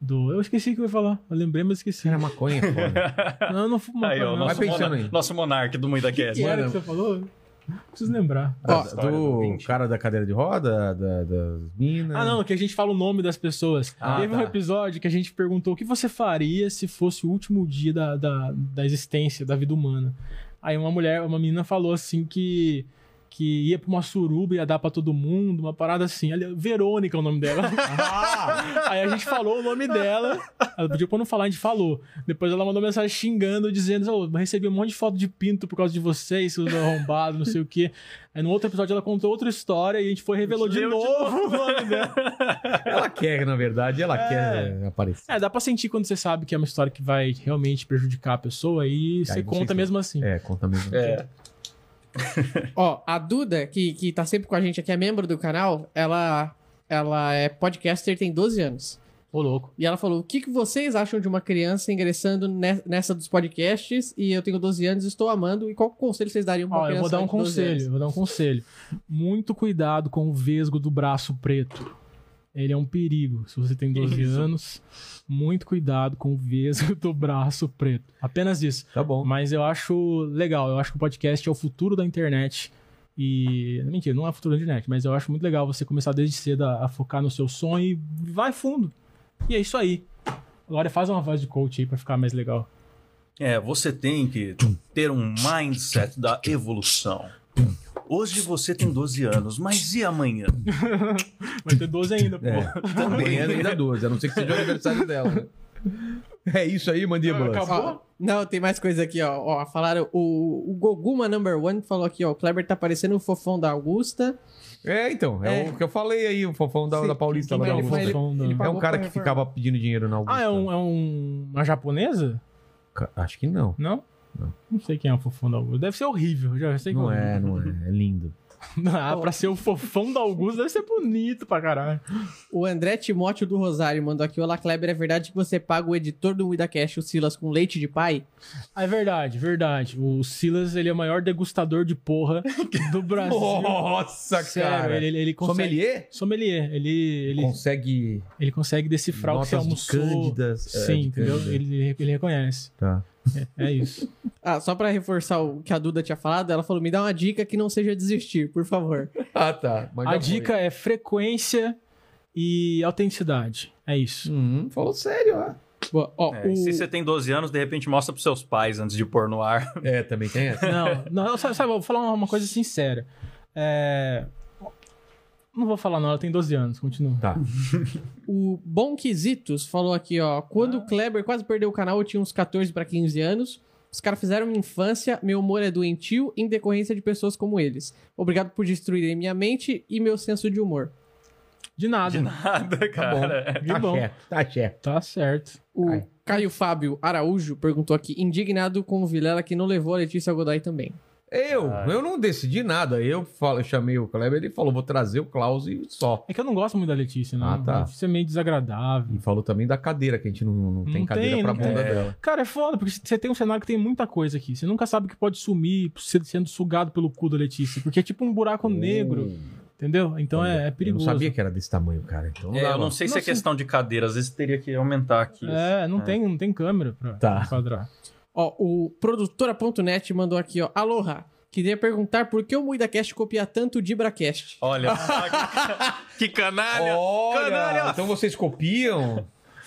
[SPEAKER 4] Do. Eu esqueci o que eu ia falar. Eu lembrei, mas esqueci.
[SPEAKER 1] Era maconha, foda.
[SPEAKER 4] Não, eu não fumo
[SPEAKER 3] Aí, ó,
[SPEAKER 4] maconha, não.
[SPEAKER 1] vai
[SPEAKER 3] nosso,
[SPEAKER 1] pensando
[SPEAKER 3] mona-
[SPEAKER 1] aí. é?
[SPEAKER 3] nosso monarca do Muita Cast.
[SPEAKER 4] Que era que você falou? Preciso lembrar.
[SPEAKER 1] Da-
[SPEAKER 3] história do
[SPEAKER 1] do
[SPEAKER 3] ouvinte.
[SPEAKER 1] cara da cadeira de roda, da- das minas.
[SPEAKER 4] Ah, não, que a gente fala o nome das pessoas.
[SPEAKER 1] Ah,
[SPEAKER 4] Teve um
[SPEAKER 1] tá.
[SPEAKER 4] episódio que a gente perguntou o que você faria se fosse o último dia da, da, da existência, da vida humana. Aí uma mulher, uma menina falou assim que. Que ia pra uma suruba, ia dar pra todo mundo, uma parada assim. Ali- Verônica é o nome dela.
[SPEAKER 1] Ah!
[SPEAKER 4] Aí a gente falou o nome dela. Ela pediu pra não falar, a gente falou. Depois ela mandou mensagem xingando, dizendo: "Ô, recebi um monte de foto de pinto por causa de vocês, seus arrombados, não sei o quê. Aí no outro episódio ela contou outra história e a gente foi e revelou de
[SPEAKER 3] Leu de
[SPEAKER 4] novo o nome
[SPEAKER 1] né?
[SPEAKER 4] dela.
[SPEAKER 1] Ela quer, na verdade, ela quer aparecer.
[SPEAKER 4] É, dá pra sentir quando você sabe que é uma história que vai realmente prejudicar a pessoa e você
[SPEAKER 1] você
[SPEAKER 4] conta
[SPEAKER 1] quer.
[SPEAKER 4] mesmo assim.
[SPEAKER 1] É, conta mesmo.
[SPEAKER 2] Ó, a Duda, que, que tá sempre com a gente aqui, é membro do canal, ela, ela é podcaster, tem 12 anos.
[SPEAKER 4] Ô, louco.
[SPEAKER 2] E ela falou: o que, que vocês acham de uma criança ingressando ne- nessa dos podcasts? E eu tenho 12 anos, estou amando. E qual conselho vocês dariam pra uma
[SPEAKER 4] Ó, eu
[SPEAKER 2] criança?
[SPEAKER 4] vou dar um
[SPEAKER 2] de 12 anos?
[SPEAKER 4] conselho, eu vou dar um conselho. Muito cuidado com o vesgo do braço preto. Ele é um perigo. Se você tem 12 anos, muito cuidado com o vesgo do braço preto. Apenas isso.
[SPEAKER 1] Tá bom.
[SPEAKER 4] Mas eu acho legal. Eu acho que o podcast é o futuro da internet. E. Mentira, não é o futuro da internet, mas eu acho muito legal você começar desde cedo a, a focar no seu sonho e vai fundo. E é isso aí. Agora faz uma voz de coach aí pra ficar mais legal.
[SPEAKER 3] É, você tem que ter um mindset da evolução. Hoje você tem 12 anos, mas e amanhã?
[SPEAKER 4] Vai ter 12 ainda, pô.
[SPEAKER 1] É. Também é ainda 12, a não ser que seja o aniversário dela. né? É isso aí, mandíbula.
[SPEAKER 4] Acabou?
[SPEAKER 2] Ó, não, tem mais coisa aqui, ó. ó falaram, o, o Goguma Number One falou aqui, ó. O Kleber tá parecendo o fofão da Augusta.
[SPEAKER 1] É, então, é,
[SPEAKER 2] É.
[SPEAKER 1] o que eu falei aí, o fofão da,
[SPEAKER 2] Sim,
[SPEAKER 1] da Paulista.
[SPEAKER 4] quem
[SPEAKER 1] lá
[SPEAKER 4] que
[SPEAKER 1] da
[SPEAKER 4] ele
[SPEAKER 1] Augusta.
[SPEAKER 4] foi? Ele- ele
[SPEAKER 1] é um
[SPEAKER 2] pagou
[SPEAKER 1] cara
[SPEAKER 2] pra
[SPEAKER 1] que
[SPEAKER 2] reformar.
[SPEAKER 1] ficava pedindo dinheiro na Augusta.
[SPEAKER 4] Ah, é, um, é um- uma japonesa?
[SPEAKER 1] Ca- Acho que não.
[SPEAKER 4] Não? Não. sei quem é o fofão da Augusta. Deve ser horrível, já sei
[SPEAKER 1] Não
[SPEAKER 4] qual
[SPEAKER 1] é, não é. É lindo.
[SPEAKER 4] Ah, pra ser o fofão da Augusta deve ser bonito pra caralho.
[SPEAKER 2] O André Timóteo do Rosário mandou aqui: Olá, Kleber, é verdade que você paga o editor do WidaCast, o Silas, com leite de pai?
[SPEAKER 4] Ah, é verdade, verdade. O Silas, ele é o maior degustador de porra do Brasil.
[SPEAKER 1] Nossa,
[SPEAKER 4] Sério, ele, ele, ele consegue...
[SPEAKER 1] Sommelier?
[SPEAKER 4] Sommelier. ele, ele,
[SPEAKER 1] Consegue
[SPEAKER 4] ele consegue decifrar o que você
[SPEAKER 1] notas de
[SPEAKER 4] almoçou.
[SPEAKER 1] cândidas. é,
[SPEAKER 4] Sim,
[SPEAKER 1] de
[SPEAKER 4] entendeu?
[SPEAKER 1] cândida.
[SPEAKER 4] Ele, ele reconhece.
[SPEAKER 1] Tá.
[SPEAKER 4] É, é isso.
[SPEAKER 2] Ah, só pra reforçar o que a Duda tinha falado, ela falou: me dá uma dica que não seja desistir, por favor.
[SPEAKER 1] Ah, tá. Mas já
[SPEAKER 4] A
[SPEAKER 1] foi.
[SPEAKER 4] dica é frequência e autenticidade. É isso.
[SPEAKER 1] Hum, falou sério, ó.
[SPEAKER 2] Boa, ó,
[SPEAKER 3] É, e
[SPEAKER 2] o-
[SPEAKER 3] Se você tem 12 anos, de repente mostra pros seus pais antes de pôr no ar.
[SPEAKER 1] É, também tem essa.
[SPEAKER 4] Não, não sabe, sabe, eu vou falar uma coisa sincera. É, Não vou falar, não, ela tem 12 anos, continua.
[SPEAKER 1] Tá.
[SPEAKER 2] O Bonquisitos falou aqui, ó. Quando o Kleber quase perdeu o canal, eu tinha uns 14 pra 15 anos. Os caras fizeram minha infância, meu humor é doentio em decorrência de pessoas como eles. Obrigado por destruírem minha mente e meu senso de humor.
[SPEAKER 4] De nada.
[SPEAKER 3] De nada, cara.
[SPEAKER 4] Que
[SPEAKER 1] Tá
[SPEAKER 4] é bom.
[SPEAKER 1] certo, tá certo.
[SPEAKER 4] Tá certo.
[SPEAKER 2] O
[SPEAKER 1] Ai.
[SPEAKER 2] Caio Fábio Araújo perguntou aqui, indignado com o Vilela que não levou a Letícia Godoy também.
[SPEAKER 1] Eu, eu não decidi nada. Eu, falo, eu chamei o Kleber, ele falou, vou trazer o Klaus e só.
[SPEAKER 4] É que eu não gosto muito da Letícia, né?
[SPEAKER 1] Ah, tá. Hum.
[SPEAKER 4] A Letícia é meio desagradável.
[SPEAKER 1] E falou também da cadeira, que a gente não, não tem cadeira pra
[SPEAKER 4] não
[SPEAKER 1] bunda
[SPEAKER 4] tem.
[SPEAKER 1] dela.
[SPEAKER 4] Cara, é foda, porque você tem um cenário que tem muita coisa aqui. Você nunca sabe o que pode sumir se- sendo sugado pelo cu da Letícia, porque é tipo um buraco negro. Entendeu? Então é, é
[SPEAKER 1] Hum. Eu não
[SPEAKER 4] perigoso.
[SPEAKER 1] sabia que era desse tamanho, cara. Então
[SPEAKER 3] É,
[SPEAKER 1] dava.
[SPEAKER 3] eu não sei se é
[SPEAKER 4] Nossa.
[SPEAKER 3] questão de cadeira, às vezes teria que aumentar aqui.
[SPEAKER 4] É, não, Tem, não tem câmera pra
[SPEAKER 1] Ah. Tá.
[SPEAKER 4] enquadrar.
[SPEAKER 2] Ó, o produtora.net mandou aqui, ó. Aloha. Queria perguntar por que o MuidaCast copia tanto o DibraCast.
[SPEAKER 3] Olha, é que canalha!
[SPEAKER 1] Olha,
[SPEAKER 3] canalha!
[SPEAKER 1] então vocês copiam?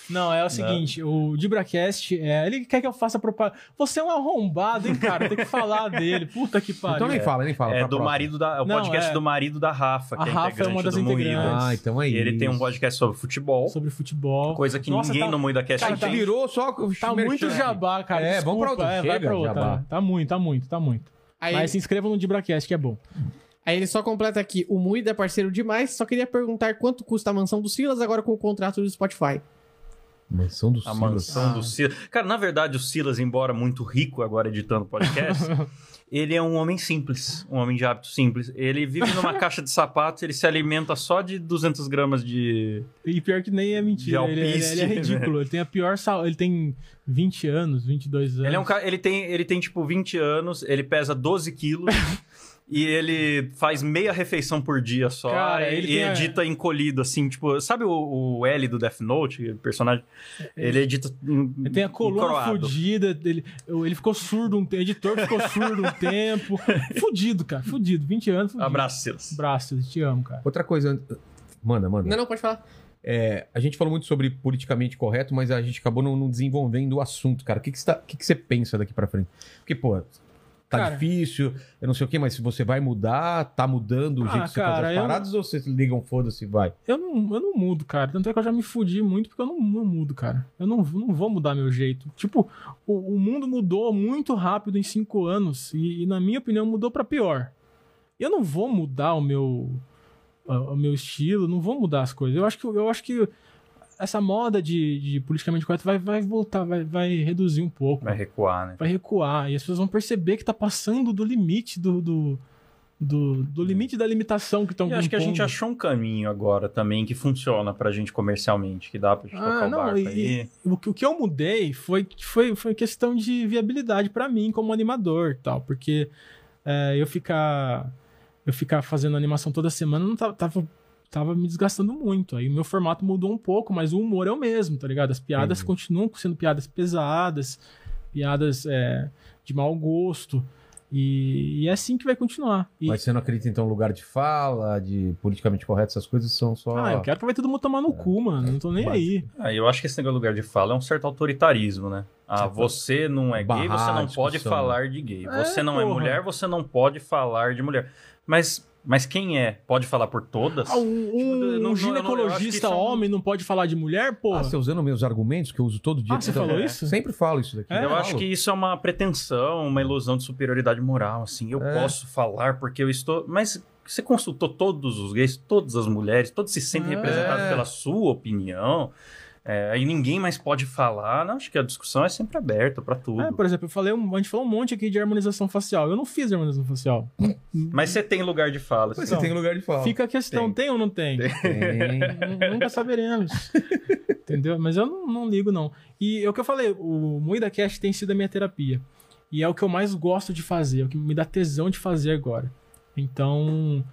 [SPEAKER 4] Não, é o seguinte, o Dibracast, é, ele quer que eu faça propaganda. Você é um arrombado, hein, cara? Tem que falar dele. Puta que pariu.
[SPEAKER 1] Então nem fala, nem fala.
[SPEAKER 3] É
[SPEAKER 1] pra
[SPEAKER 3] do
[SPEAKER 1] próxima.
[SPEAKER 3] marido da. é O
[SPEAKER 4] Não,
[SPEAKER 3] podcast
[SPEAKER 4] é.
[SPEAKER 3] do marido da Rafa, que
[SPEAKER 4] A
[SPEAKER 3] é
[SPEAKER 4] Rafa é
[SPEAKER 3] integrante
[SPEAKER 4] uma das
[SPEAKER 3] do
[SPEAKER 4] integrantes.
[SPEAKER 3] Moída.
[SPEAKER 1] Ah, então é
[SPEAKER 3] E
[SPEAKER 1] isso.
[SPEAKER 3] ele tem um podcast sobre futebol,
[SPEAKER 4] É, Sobre futebol.
[SPEAKER 3] coisa que
[SPEAKER 4] Nossa,
[SPEAKER 3] ninguém
[SPEAKER 4] tá-
[SPEAKER 3] no né? Moída Cast
[SPEAKER 1] A
[SPEAKER 4] Cara,
[SPEAKER 1] gente
[SPEAKER 4] tá-
[SPEAKER 3] tem.
[SPEAKER 1] virou só...
[SPEAKER 4] Tá
[SPEAKER 1] merchan.
[SPEAKER 4] muito jabá, cara.
[SPEAKER 1] É, vamos pra
[SPEAKER 4] Desculpa,
[SPEAKER 1] outra.
[SPEAKER 4] é, vai
[SPEAKER 1] Chega,
[SPEAKER 4] pra outra.
[SPEAKER 1] jabá.
[SPEAKER 4] Tá muito, tá muito, tá muito.
[SPEAKER 2] Aí,
[SPEAKER 4] Mas se inscrevam no Dibracast, que é bom.
[SPEAKER 2] aí ele só completa aqui, o Muida é parceiro demais, só queria perguntar quanto custa a mansão dos Silas agora com o contrato do Spotify.
[SPEAKER 1] Mansão do
[SPEAKER 3] A
[SPEAKER 1] Silas.
[SPEAKER 3] mansão
[SPEAKER 4] Ah.
[SPEAKER 3] do Silas. Cara, na verdade, o Silas, embora muito rico agora editando podcast, ele é um homem simples, um homem de hábito simples. Ele vive numa caixa de sapatos, ele se alimenta só de 200 gramas de.
[SPEAKER 4] E pior que nem é mentira.
[SPEAKER 3] De
[SPEAKER 4] Ele, ele- ele é
[SPEAKER 3] alpiste,
[SPEAKER 4] ridículo. Ele tem a pior saúde. Ele tem 20 anos, 22 anos.
[SPEAKER 3] Ele é um cara. Ele tem, ele tem, tipo, 20 anos, ele pesa 12 quilos. E ele faz meia refeição por dia só
[SPEAKER 4] Cara,
[SPEAKER 3] e-
[SPEAKER 4] ele
[SPEAKER 3] e
[SPEAKER 4] tem a-
[SPEAKER 3] edita encolhido, assim, tipo, sabe o, o L do Death Note, o personagem? Ele edita. em-
[SPEAKER 4] Ele tem a coluna
[SPEAKER 3] encroado.
[SPEAKER 4] fudida, ele, ele ficou surdo um tempo, o editor ficou surdo um tempo. Fudido, cara, fudido, 20 anos. Fudido.
[SPEAKER 3] Abraço, Silas.
[SPEAKER 4] Abraço, eu te amo, cara.
[SPEAKER 1] Outra coisa... Manda, manda.
[SPEAKER 2] Não, não, pode falar.
[SPEAKER 1] É, a gente falou muito sobre politicamente correto, mas a gente acabou não, não desenvolvendo o assunto, cara. O que, que, você tá- o que que você pensa daqui pra frente? Porque, pô, tá
[SPEAKER 4] Cara.
[SPEAKER 1] difícil, eu não sei o quê, mas se você vai mudar, tá mudando o
[SPEAKER 4] Ah,
[SPEAKER 1] jeito que você
[SPEAKER 4] cara,
[SPEAKER 1] faz as
[SPEAKER 4] eu-
[SPEAKER 1] paradas ou vocês ligam, foda-se, vai?
[SPEAKER 4] Eu não, eu não mudo, cara. Tanto é que eu já me fudi muito porque eu não, não mudo, cara. Eu não, não vou mudar meu jeito. Tipo, o, o mundo mudou muito rápido em cinco anos e, e, na minha opinião, mudou pra pior. Eu não vou mudar o meu, o meu estilo, não vou mudar as coisas. Eu acho que, eu acho que essa moda de, de politicamente correto vai, vai voltar, vai, vai reduzir um pouco.
[SPEAKER 3] Vai recuar, né?
[SPEAKER 4] vai recuar e as pessoas vão perceber que tá passando do limite do do, do, do limite da limitação que estão
[SPEAKER 3] Eu É. acho que a gente achou um caminho agora também que funciona pra gente comercialmente, que dá pra gente tocar
[SPEAKER 4] ah,
[SPEAKER 3] o
[SPEAKER 4] não,
[SPEAKER 3] barco
[SPEAKER 4] e,
[SPEAKER 3] aí.
[SPEAKER 4] e o, que- o que eu mudei foi, foi, foi questão de viabilidade pra mim como animador e tal, porque é, eu ficar eu ficar fazendo animação toda semana não tava, tava, tava me desgastando muito. Aí o meu formato mudou um pouco, mas o humor é o mesmo, tá ligado? As piadas
[SPEAKER 1] Entendi.
[SPEAKER 4] continuam sendo piadas pesadas, piadas é, de mau gosto. E, e é assim que vai continuar. E-
[SPEAKER 1] Mas você não acredita, então, em lugar de fala, de politicamente correto, essas coisas são só...
[SPEAKER 4] Ah, eu quero que vai todo mundo tomar no cu, mano. Não tô nem
[SPEAKER 1] Mas-
[SPEAKER 4] aí.
[SPEAKER 3] Ah, eu acho que esse negócio de lugar de fala é um certo autoritarismo, né? Ah,
[SPEAKER 1] Certo.
[SPEAKER 3] você não é gay,
[SPEAKER 1] Barrar
[SPEAKER 3] você
[SPEAKER 1] a
[SPEAKER 3] não
[SPEAKER 1] discussão,
[SPEAKER 3] pode
[SPEAKER 1] né?
[SPEAKER 3] falar de gay.
[SPEAKER 4] Tipo, É,
[SPEAKER 3] Você não é
[SPEAKER 4] porra.
[SPEAKER 3] mulher, você não pode falar de mulher. Mas, mas quem é? Pode falar por todas?
[SPEAKER 4] Ah, um, um-
[SPEAKER 3] eu Tipo, não- eu
[SPEAKER 4] um
[SPEAKER 3] não- eu acho que isso
[SPEAKER 4] ginecologista
[SPEAKER 3] é um-
[SPEAKER 4] homem não pode falar de mulher, porra.
[SPEAKER 1] Ah, você usando meus argumentos, que eu uso todo dia.
[SPEAKER 4] Ah, você
[SPEAKER 1] Então,
[SPEAKER 4] falou
[SPEAKER 1] é.
[SPEAKER 4] isso?
[SPEAKER 1] Sempre falo isso daqui.
[SPEAKER 4] É,
[SPEAKER 3] eu acho
[SPEAKER 1] falo.
[SPEAKER 3] que isso é uma pretensão, uma ilusão de superioridade moral, assim. Eu
[SPEAKER 1] É.
[SPEAKER 3] posso falar porque eu estou... Mas você consultou todos os gays, todas as mulheres, todos se sentem
[SPEAKER 4] É.
[SPEAKER 3] representados pela sua opinião. É, aí ninguém mais pode falar. Não, acho que a discussão é sempre aberta pra tudo.
[SPEAKER 4] É, por exemplo, eu falei, um- a gente falou um monte aqui de harmonização facial. Eu não fiz harmonização facial.
[SPEAKER 3] Mas você tem lugar de fala.
[SPEAKER 1] Mas
[SPEAKER 3] assim.
[SPEAKER 1] você tem lugar de fala.
[SPEAKER 4] então, Fica a questão, tem, ou não tem?
[SPEAKER 1] Tem.
[SPEAKER 4] N- Nunca saberemos. Entendeu? Mas eu não, não ligo, não. E é o que eu falei, o Moída Cast tem sido a minha terapia. E é o que eu mais gosto de fazer, é o que me dá tesão de fazer agora. Então,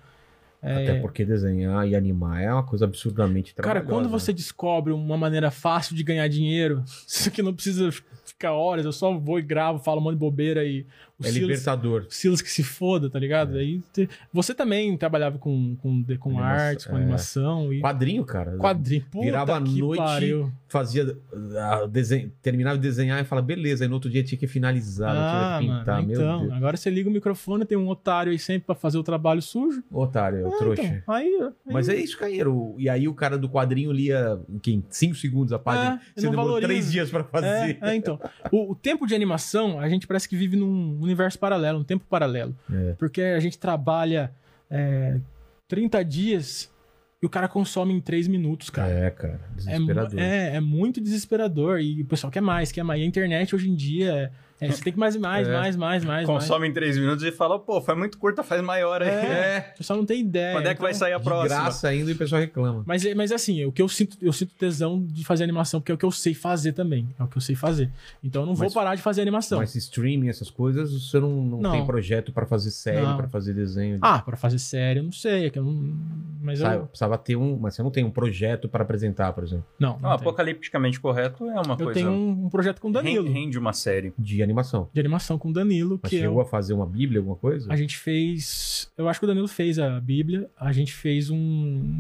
[SPEAKER 1] Até porque desenhar e animar é uma coisa absurdamente
[SPEAKER 4] É. Cara, quando
[SPEAKER 1] trabalhosa, né?
[SPEAKER 4] você descobre uma maneira fácil de ganhar dinheiro, isso que não precisa ficar horas, eu só vou e gravo, falo um monte de bobeira e o
[SPEAKER 1] né? É
[SPEAKER 4] Silas,
[SPEAKER 1] libertador.
[SPEAKER 4] o Silas que se foda, tá ligado?
[SPEAKER 1] É.
[SPEAKER 4] Aí te- você também trabalhava com, com, de- com
[SPEAKER 1] Animação,
[SPEAKER 4] arte, com
[SPEAKER 1] é.
[SPEAKER 4] animação e
[SPEAKER 1] Quadrinho, cara.
[SPEAKER 4] quadrinho. Puta
[SPEAKER 1] Virava à
[SPEAKER 4] que
[SPEAKER 1] noite.
[SPEAKER 4] pariu.
[SPEAKER 1] Fazia. ah, desen- Terminava de desenhar e falava, beleza. Aí no outro dia tinha que finalizar,
[SPEAKER 4] Ah,
[SPEAKER 1] não tinha que pintar.
[SPEAKER 4] mano,
[SPEAKER 1] Meu
[SPEAKER 4] então,
[SPEAKER 1] Deus.
[SPEAKER 4] agora você liga o microfone, tem um otário aí sempre pra fazer o trabalho sujo.
[SPEAKER 1] Otário,
[SPEAKER 4] Ah,
[SPEAKER 1] trouxa.
[SPEAKER 4] então, aí, aí-
[SPEAKER 1] Mas é isso, Caíro. E aí o cara do quadrinho lia em quê? Em cinco segundos a página.
[SPEAKER 4] É, eu
[SPEAKER 1] Você
[SPEAKER 4] não
[SPEAKER 1] demorou
[SPEAKER 4] valorizo.
[SPEAKER 1] três dias pra
[SPEAKER 4] É,
[SPEAKER 1] fazer.
[SPEAKER 4] é, então. O, o tempo de animação, a gente parece que vive num universo paralelo, um tempo paralelo.
[SPEAKER 1] É.
[SPEAKER 4] Porque a gente trabalha é, 30 dias e o cara consome em 3 minutos, cara.
[SPEAKER 1] É, cara.
[SPEAKER 4] É, mu-
[SPEAKER 1] Desesperador.
[SPEAKER 4] é, é muito desesperador. E o pessoal quer mais, quer mais. E a internet hoje em dia É, você tem que mais e mais,
[SPEAKER 3] É.
[SPEAKER 4] mais, mais, mais.
[SPEAKER 3] Consome em três minutos e fala, pô, faz muito curta, faz maior aí.
[SPEAKER 4] mais. É, o pessoal não tem ideia.
[SPEAKER 3] Quando é que vai sair a
[SPEAKER 4] de
[SPEAKER 3] próxima?
[SPEAKER 4] graça
[SPEAKER 1] ainda e o pessoal reclama.
[SPEAKER 4] Mas, é- mas assim, é o que eu sinto, eu sinto tesão de fazer animação, porque é o que eu sei fazer também. É o que eu sei fazer. Então eu não vou
[SPEAKER 1] Mas-
[SPEAKER 4] parar de fazer animação.
[SPEAKER 1] Mas streaming, essas coisas, você não, não,
[SPEAKER 4] Então. Não.
[SPEAKER 1] tem projeto pra fazer série,
[SPEAKER 4] Não.
[SPEAKER 1] pra fazer desenho.
[SPEAKER 4] Ah, pra fazer série, eu não sei. é que eu não- Mas
[SPEAKER 1] Sabe,
[SPEAKER 4] eu.
[SPEAKER 1] precisava ter um, mas você não tem um projeto pra apresentar, por exemplo.
[SPEAKER 4] Não.
[SPEAKER 3] Não, apocalipticamente correto é Ah, uma
[SPEAKER 4] Eu
[SPEAKER 3] coisa.
[SPEAKER 4] tenho um um projeto com o Danilo.
[SPEAKER 3] Ren- Rende uma série.
[SPEAKER 1] De animação.
[SPEAKER 4] De animação com o Danilo,
[SPEAKER 1] Mas
[SPEAKER 4] que é
[SPEAKER 1] chegou
[SPEAKER 4] o-
[SPEAKER 1] a fazer uma bíblia, alguma coisa?
[SPEAKER 4] A gente fez. Eu acho que o Danilo fez a Bíblia. A gente fez um-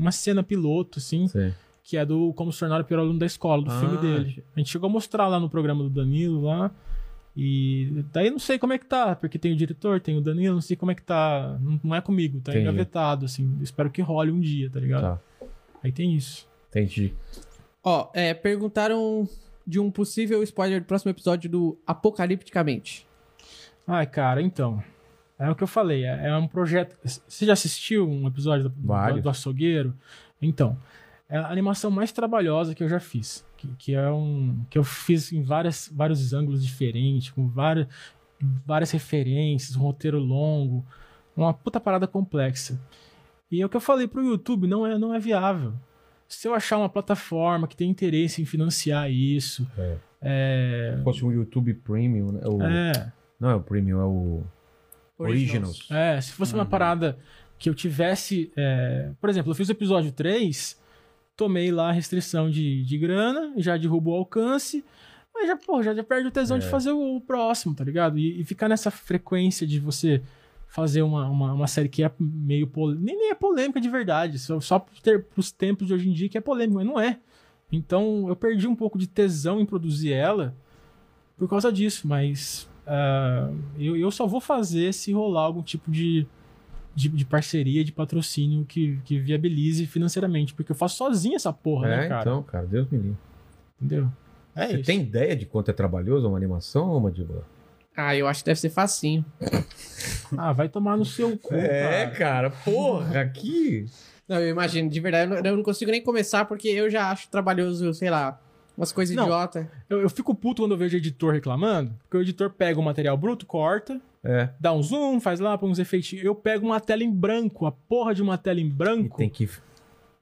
[SPEAKER 4] uma cena piloto, assim.
[SPEAKER 1] Sim.
[SPEAKER 4] Que é do Como Se Tornar o Pior Aluno da Escola, do
[SPEAKER 1] Ah,
[SPEAKER 4] filme dele. A gente chegou a mostrar lá no programa do Danilo lá. E daí eu não sei como é que tá, porque tem o diretor, tem o Danilo, não sei como é que tá. Não, não é comigo, tá
[SPEAKER 1] Entendi.
[SPEAKER 4] engavetado, assim. Eu Espero que role um dia, tá ligado?
[SPEAKER 1] Tá.
[SPEAKER 4] Aí tem isso.
[SPEAKER 1] Entendi.
[SPEAKER 2] Ó, é, perguntaram de um possível spoiler do próximo episódio do Apocalipticamente.
[SPEAKER 4] Ai, cara, então. É o que eu falei. É, é um projeto. Você já assistiu um episódio do, do,
[SPEAKER 1] Vários.
[SPEAKER 4] do Açougueiro? Então, é a animação mais trabalhosa que eu já fiz. Que, que é um. Que eu fiz em várias, vários ângulos diferentes, com várias, várias referências, um roteiro longo. Uma puta parada complexa. E é o que eu falei pro YouTube, não é, não é viável. Se eu achar uma plataforma que tem interesse em financiar isso.
[SPEAKER 1] É.
[SPEAKER 4] é,
[SPEAKER 1] Se fosse um YouTube Premium, né? O-
[SPEAKER 4] É.
[SPEAKER 1] Não é o Premium, é o Originals.
[SPEAKER 4] É, se fosse uma parada que eu tivesse. é, Por exemplo, eu fiz o episódio 3, tomei lá a restrição de, de grana, já derrubo o alcance, mas já, pô, já, já perde o tesão
[SPEAKER 1] É.
[SPEAKER 4] de fazer o, o próximo, tá ligado? E, e ficar nessa frequência de você fazer uma, uma, uma série que é meio polêmica. Nem, nem é polêmica de verdade, só, só por ter, pros tempos de hoje em dia que é polêmica, mas não é. Então eu perdi um pouco de tesão em produzir ela por causa disso, mas ah, eu, eu só vou fazer se rolar algum tipo de, de, de parceria, de patrocínio que, que viabilize financeiramente, porque eu faço sozinho essa porra,
[SPEAKER 1] é,
[SPEAKER 4] né, cara?
[SPEAKER 1] então, cara, Deus me livre.
[SPEAKER 4] Entendeu?
[SPEAKER 1] Você tem ideia de quanto é trabalhoso uma animação, ou Mandíbula?
[SPEAKER 2] Ah, eu acho que deve ser facinho.
[SPEAKER 4] ah, vai tomar no seu cu.
[SPEAKER 1] É, cara, porra, aqui.
[SPEAKER 2] Não, eu imagino, de verdade, eu não, eu não consigo nem começar porque eu já acho trabalhoso, sei lá, umas coisas
[SPEAKER 4] Não.
[SPEAKER 2] idiota.
[SPEAKER 4] Eu, eu fico puto quando eu vejo editor reclamando, porque o editor pega o material bruto, corta,
[SPEAKER 1] É.
[SPEAKER 4] dá um zoom, faz lá, põe uns efeitos. Eu pego uma tela em branco, a porra de uma tela em branco.
[SPEAKER 1] Tem que.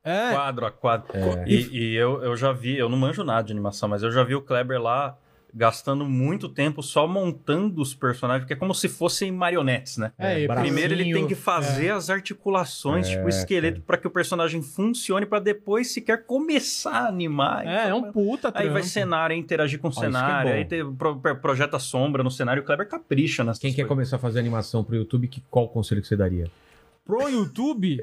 [SPEAKER 4] É.
[SPEAKER 3] Quadro a quadro. E, e eu, eu já vi, eu não manjo nada de animação, mas eu já vi o Kleber lá gastando muito tempo só montando os personagens, porque é como se fossem marionetes, né?
[SPEAKER 4] É, e
[SPEAKER 3] Primeiro ele
[SPEAKER 4] bracinho,
[SPEAKER 3] tem que fazer as articulações,
[SPEAKER 4] É,
[SPEAKER 3] tipo o esqueleto, pra que o personagem funcione, pra depois sequer começar a animar. Então,
[SPEAKER 4] É, é um puta
[SPEAKER 3] Aí vai
[SPEAKER 4] trampo.
[SPEAKER 3] cenário, aí interagir com o
[SPEAKER 4] isso que é
[SPEAKER 3] cenário,
[SPEAKER 4] bom.
[SPEAKER 3] aí tem, pro, pro- projeta sombra no cenário, o Kleber capricha nas
[SPEAKER 1] Quem quer começar a fazer animação pro YouTube, que, qual conselho que você daria?
[SPEAKER 4] Pro YouTube,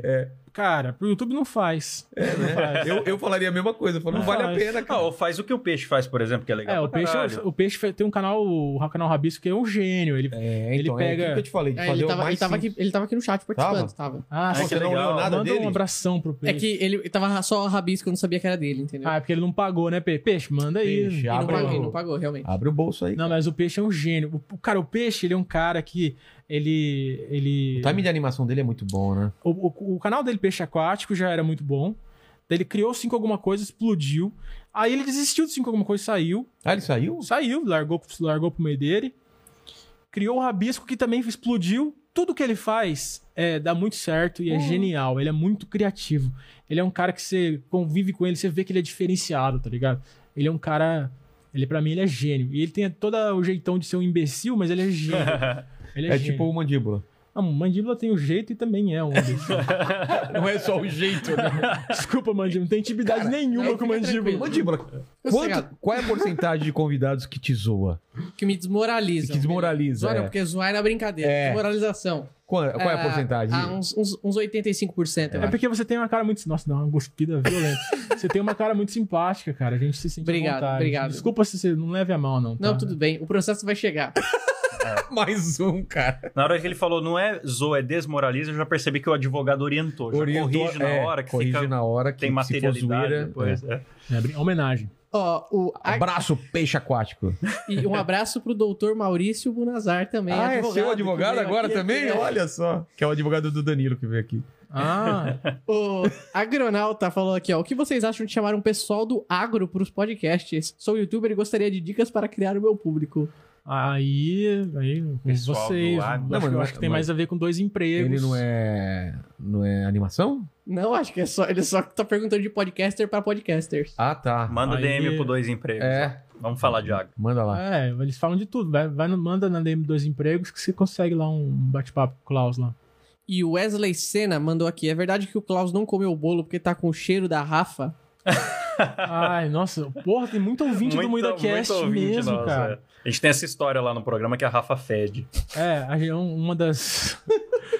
[SPEAKER 4] cara, pro YouTube não faz. Não faz.
[SPEAKER 1] Eu, eu falaria a mesma coisa, eu falo, não
[SPEAKER 4] É.
[SPEAKER 1] vale a
[SPEAKER 4] né? Faz.
[SPEAKER 1] pena,
[SPEAKER 3] Ah, ou faz o que o peixe faz, por exemplo, que é legal.
[SPEAKER 4] É, o
[SPEAKER 3] pra
[SPEAKER 4] peixe,
[SPEAKER 3] caralho.
[SPEAKER 4] o peixe fe- tem um canal, o canal Rabisco, que é um gênio. Ele,
[SPEAKER 1] então, é
[SPEAKER 4] ele pega.
[SPEAKER 1] aquilo que eu te falei, de É, ele fazer o tava- mais ele tava simples.
[SPEAKER 2] Ele tava aqui no chat participando, tava.
[SPEAKER 4] Ah,
[SPEAKER 1] Você não leu nada
[SPEAKER 4] Manda
[SPEAKER 1] dele?
[SPEAKER 4] um abração pro
[SPEAKER 2] É
[SPEAKER 4] peixe.
[SPEAKER 2] que ele tava só rabisco, eu não sabia que era dele, entendeu?
[SPEAKER 4] Ah, é porque ele não pagou, né, Pe- Peixe? Manda aí.
[SPEAKER 2] Ele não pagou, ele não pagou, realmente.
[SPEAKER 1] Abre o bolso aí.
[SPEAKER 4] Não, mas o peixe é um gênio. O, o- cara, o peixe, ele é um cara que. Ele. ele
[SPEAKER 1] O timing de animação dele é muito bom, né?
[SPEAKER 4] O, o- o canal dele, Peixe Aquático, já era muito bom. Daí ele criou o Cinco Alguma Coisa, explodiu. Aí ele desistiu do Cinco Alguma Coisa e saiu.
[SPEAKER 1] Ah, ele saiu?
[SPEAKER 4] Saiu, largou, largou pro meio dele. Criou o Rabisco, que também explodiu. Tudo que ele faz é, dá muito certo e é
[SPEAKER 1] Uhum.
[SPEAKER 4] genial. Ele é muito criativo. Ele é um cara que você convive com ele, você vê que ele é diferenciado, tá ligado? Ele é um cara... Ele, pra mim, ele é gênio. E ele tem todo o jeitão de ser um imbecil, mas ele é gênio. Ele é,
[SPEAKER 1] é tipo o Mandíbula.
[SPEAKER 4] a mandíbula tem o jeito e também é um imbecil.
[SPEAKER 1] Não é só o jeito, né?
[SPEAKER 4] Desculpa, mandíbula. Não tem intimidade nenhuma com mandíbula.
[SPEAKER 1] Mandíbula, quanto, qual é a porcentagem de convidados que te zoa?
[SPEAKER 2] Que me desmoraliza.
[SPEAKER 1] Que desmoraliza,
[SPEAKER 2] Zoar, não,
[SPEAKER 1] é.
[SPEAKER 2] porque zoar é brincadeira.
[SPEAKER 1] É.
[SPEAKER 2] Desmoralização.
[SPEAKER 1] Qual, qual é a
[SPEAKER 2] Ah,
[SPEAKER 1] porcentagem?
[SPEAKER 2] Ah, uns, uns, uns 85%, eu
[SPEAKER 4] É
[SPEAKER 2] acho.
[SPEAKER 4] porque você tem uma cara muito. Nossa, dá uma guspida violenta. você tem uma cara muito simpática, cara. A gente se sente à
[SPEAKER 2] Obrigado,
[SPEAKER 4] vontade.
[SPEAKER 2] obrigado.
[SPEAKER 4] Desculpa se você não leve a mal, não. tá?
[SPEAKER 2] Não, tudo bem. O processo vai chegar.
[SPEAKER 1] Mais um, cara.
[SPEAKER 3] Na hora que ele falou, não é zoa, é desmoraliza, eu já percebi que o advogado orientou. Já
[SPEAKER 1] Orientou,
[SPEAKER 3] corrige na
[SPEAKER 1] é,
[SPEAKER 3] hora que
[SPEAKER 1] corrige
[SPEAKER 3] fica-
[SPEAKER 1] na hora que
[SPEAKER 3] tem
[SPEAKER 1] se for
[SPEAKER 3] materialidade
[SPEAKER 1] zoeira,
[SPEAKER 3] depois.
[SPEAKER 1] é.
[SPEAKER 3] é.
[SPEAKER 4] É, brin- homenagem.
[SPEAKER 2] Ó, o...
[SPEAKER 1] Abraço, peixe aquático.
[SPEAKER 2] E um abraço pro doutor Maurício Bunazar também.
[SPEAKER 1] ah, é seu
[SPEAKER 2] que
[SPEAKER 1] advogado
[SPEAKER 2] veio
[SPEAKER 1] agora
[SPEAKER 2] aqui,
[SPEAKER 1] também?
[SPEAKER 2] é.
[SPEAKER 1] Olha só. Que é o advogado do Danilo que veio aqui.
[SPEAKER 4] Ah.
[SPEAKER 2] O Agronauta falou aqui, ó. O que vocês acham de chamar um pessoal do agro pros podcasts? Sou youtuber e gostaria de dicas para criar o meu público.
[SPEAKER 4] Aí, aí
[SPEAKER 1] pessoal
[SPEAKER 4] vocês.
[SPEAKER 1] do ar-
[SPEAKER 4] acho
[SPEAKER 1] Não,
[SPEAKER 4] que-
[SPEAKER 1] mas
[SPEAKER 4] eu
[SPEAKER 1] não
[SPEAKER 4] acho
[SPEAKER 1] é-
[SPEAKER 4] que tem
[SPEAKER 1] mas-
[SPEAKER 4] mais a ver com dois empregos.
[SPEAKER 1] Ele não é. Não é animação?
[SPEAKER 2] Não, acho que é só. Ele só tá perguntando de podcaster pra podcasters.
[SPEAKER 1] Ah, tá.
[SPEAKER 3] Manda
[SPEAKER 4] Aí-
[SPEAKER 3] DM pro dois empregos.
[SPEAKER 1] É.
[SPEAKER 3] Vamos falar de água.
[SPEAKER 1] Manda lá.
[SPEAKER 4] É, eles falam de tudo. Vai, vai no- manda na DM dois empregos que você consegue lá um bate-papo com o Klaus lá.
[SPEAKER 2] E o Wesley Senna mandou aqui: é verdade que o Klaus não comeu o bolo porque tá com o cheiro da Rafa?
[SPEAKER 4] Ai, nossa, porra, tem muito ouvinte do
[SPEAKER 3] Muita-
[SPEAKER 4] MuidaCast
[SPEAKER 3] muito ouvinte
[SPEAKER 4] mesmo,
[SPEAKER 3] nosso,
[SPEAKER 4] cara.
[SPEAKER 3] é. A gente tem essa história lá no programa que a Rafa fede.
[SPEAKER 4] É, a gente- um- uma das.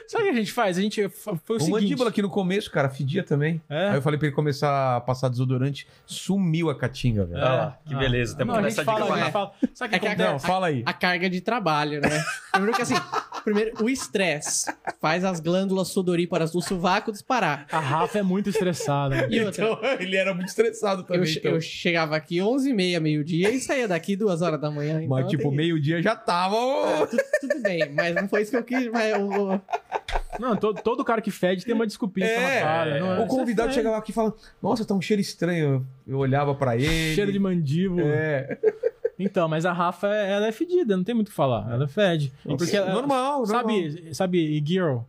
[SPEAKER 4] Sabe o que a gente faz? A gente fa- foi o,
[SPEAKER 1] O
[SPEAKER 4] seguinte. É?
[SPEAKER 1] mandíbula aqui no começo, cara, fedia também. Aí eu falei pra ele começar a passar desodorante, sumiu a caatinga, velho.
[SPEAKER 3] É. Ah lá, que beleza, temos
[SPEAKER 4] tá. Não, a
[SPEAKER 3] que
[SPEAKER 4] gente
[SPEAKER 3] dar essa dica
[SPEAKER 4] fala,
[SPEAKER 3] pra
[SPEAKER 4] a gente
[SPEAKER 3] Rafa.
[SPEAKER 4] fala. Sabe o que,
[SPEAKER 2] É que
[SPEAKER 4] acontece?
[SPEAKER 2] a-
[SPEAKER 1] fala aí.
[SPEAKER 2] A carga de trabalho, né? Primeiro que assim, primeiro, o estresse faz as glândulas sudoríparas do sovaco disparar.
[SPEAKER 4] A Rafa é muito estressada.
[SPEAKER 2] E outra,
[SPEAKER 1] Então, ele era muito estressado
[SPEAKER 2] eu,
[SPEAKER 1] também.
[SPEAKER 2] che-
[SPEAKER 1] então.
[SPEAKER 2] eu chegava aqui 11h30, meio-dia, e saía daqui duas horas da manhã. então
[SPEAKER 1] Mas, tipo,
[SPEAKER 2] tem-
[SPEAKER 1] meio-dia já tava. ô.
[SPEAKER 2] Tudo bem, mas não foi isso que eu quis, mas eu vou.
[SPEAKER 4] Não, todo, todo cara que fede tem uma desculpinha
[SPEAKER 1] É,
[SPEAKER 4] pra cara. Não,
[SPEAKER 1] O convidado
[SPEAKER 4] isso é
[SPEAKER 1] chegava aqui e falava: Nossa, tá um cheiro estranho. Eu olhava pra ele.
[SPEAKER 4] Cheiro de mandíbula.
[SPEAKER 1] É.
[SPEAKER 4] Então, mas a Rafa, ela é fedida, não tem muito o que falar. Ela fede. E porque ela-
[SPEAKER 1] normal, normal.
[SPEAKER 4] Sabe, sabe, e-girl?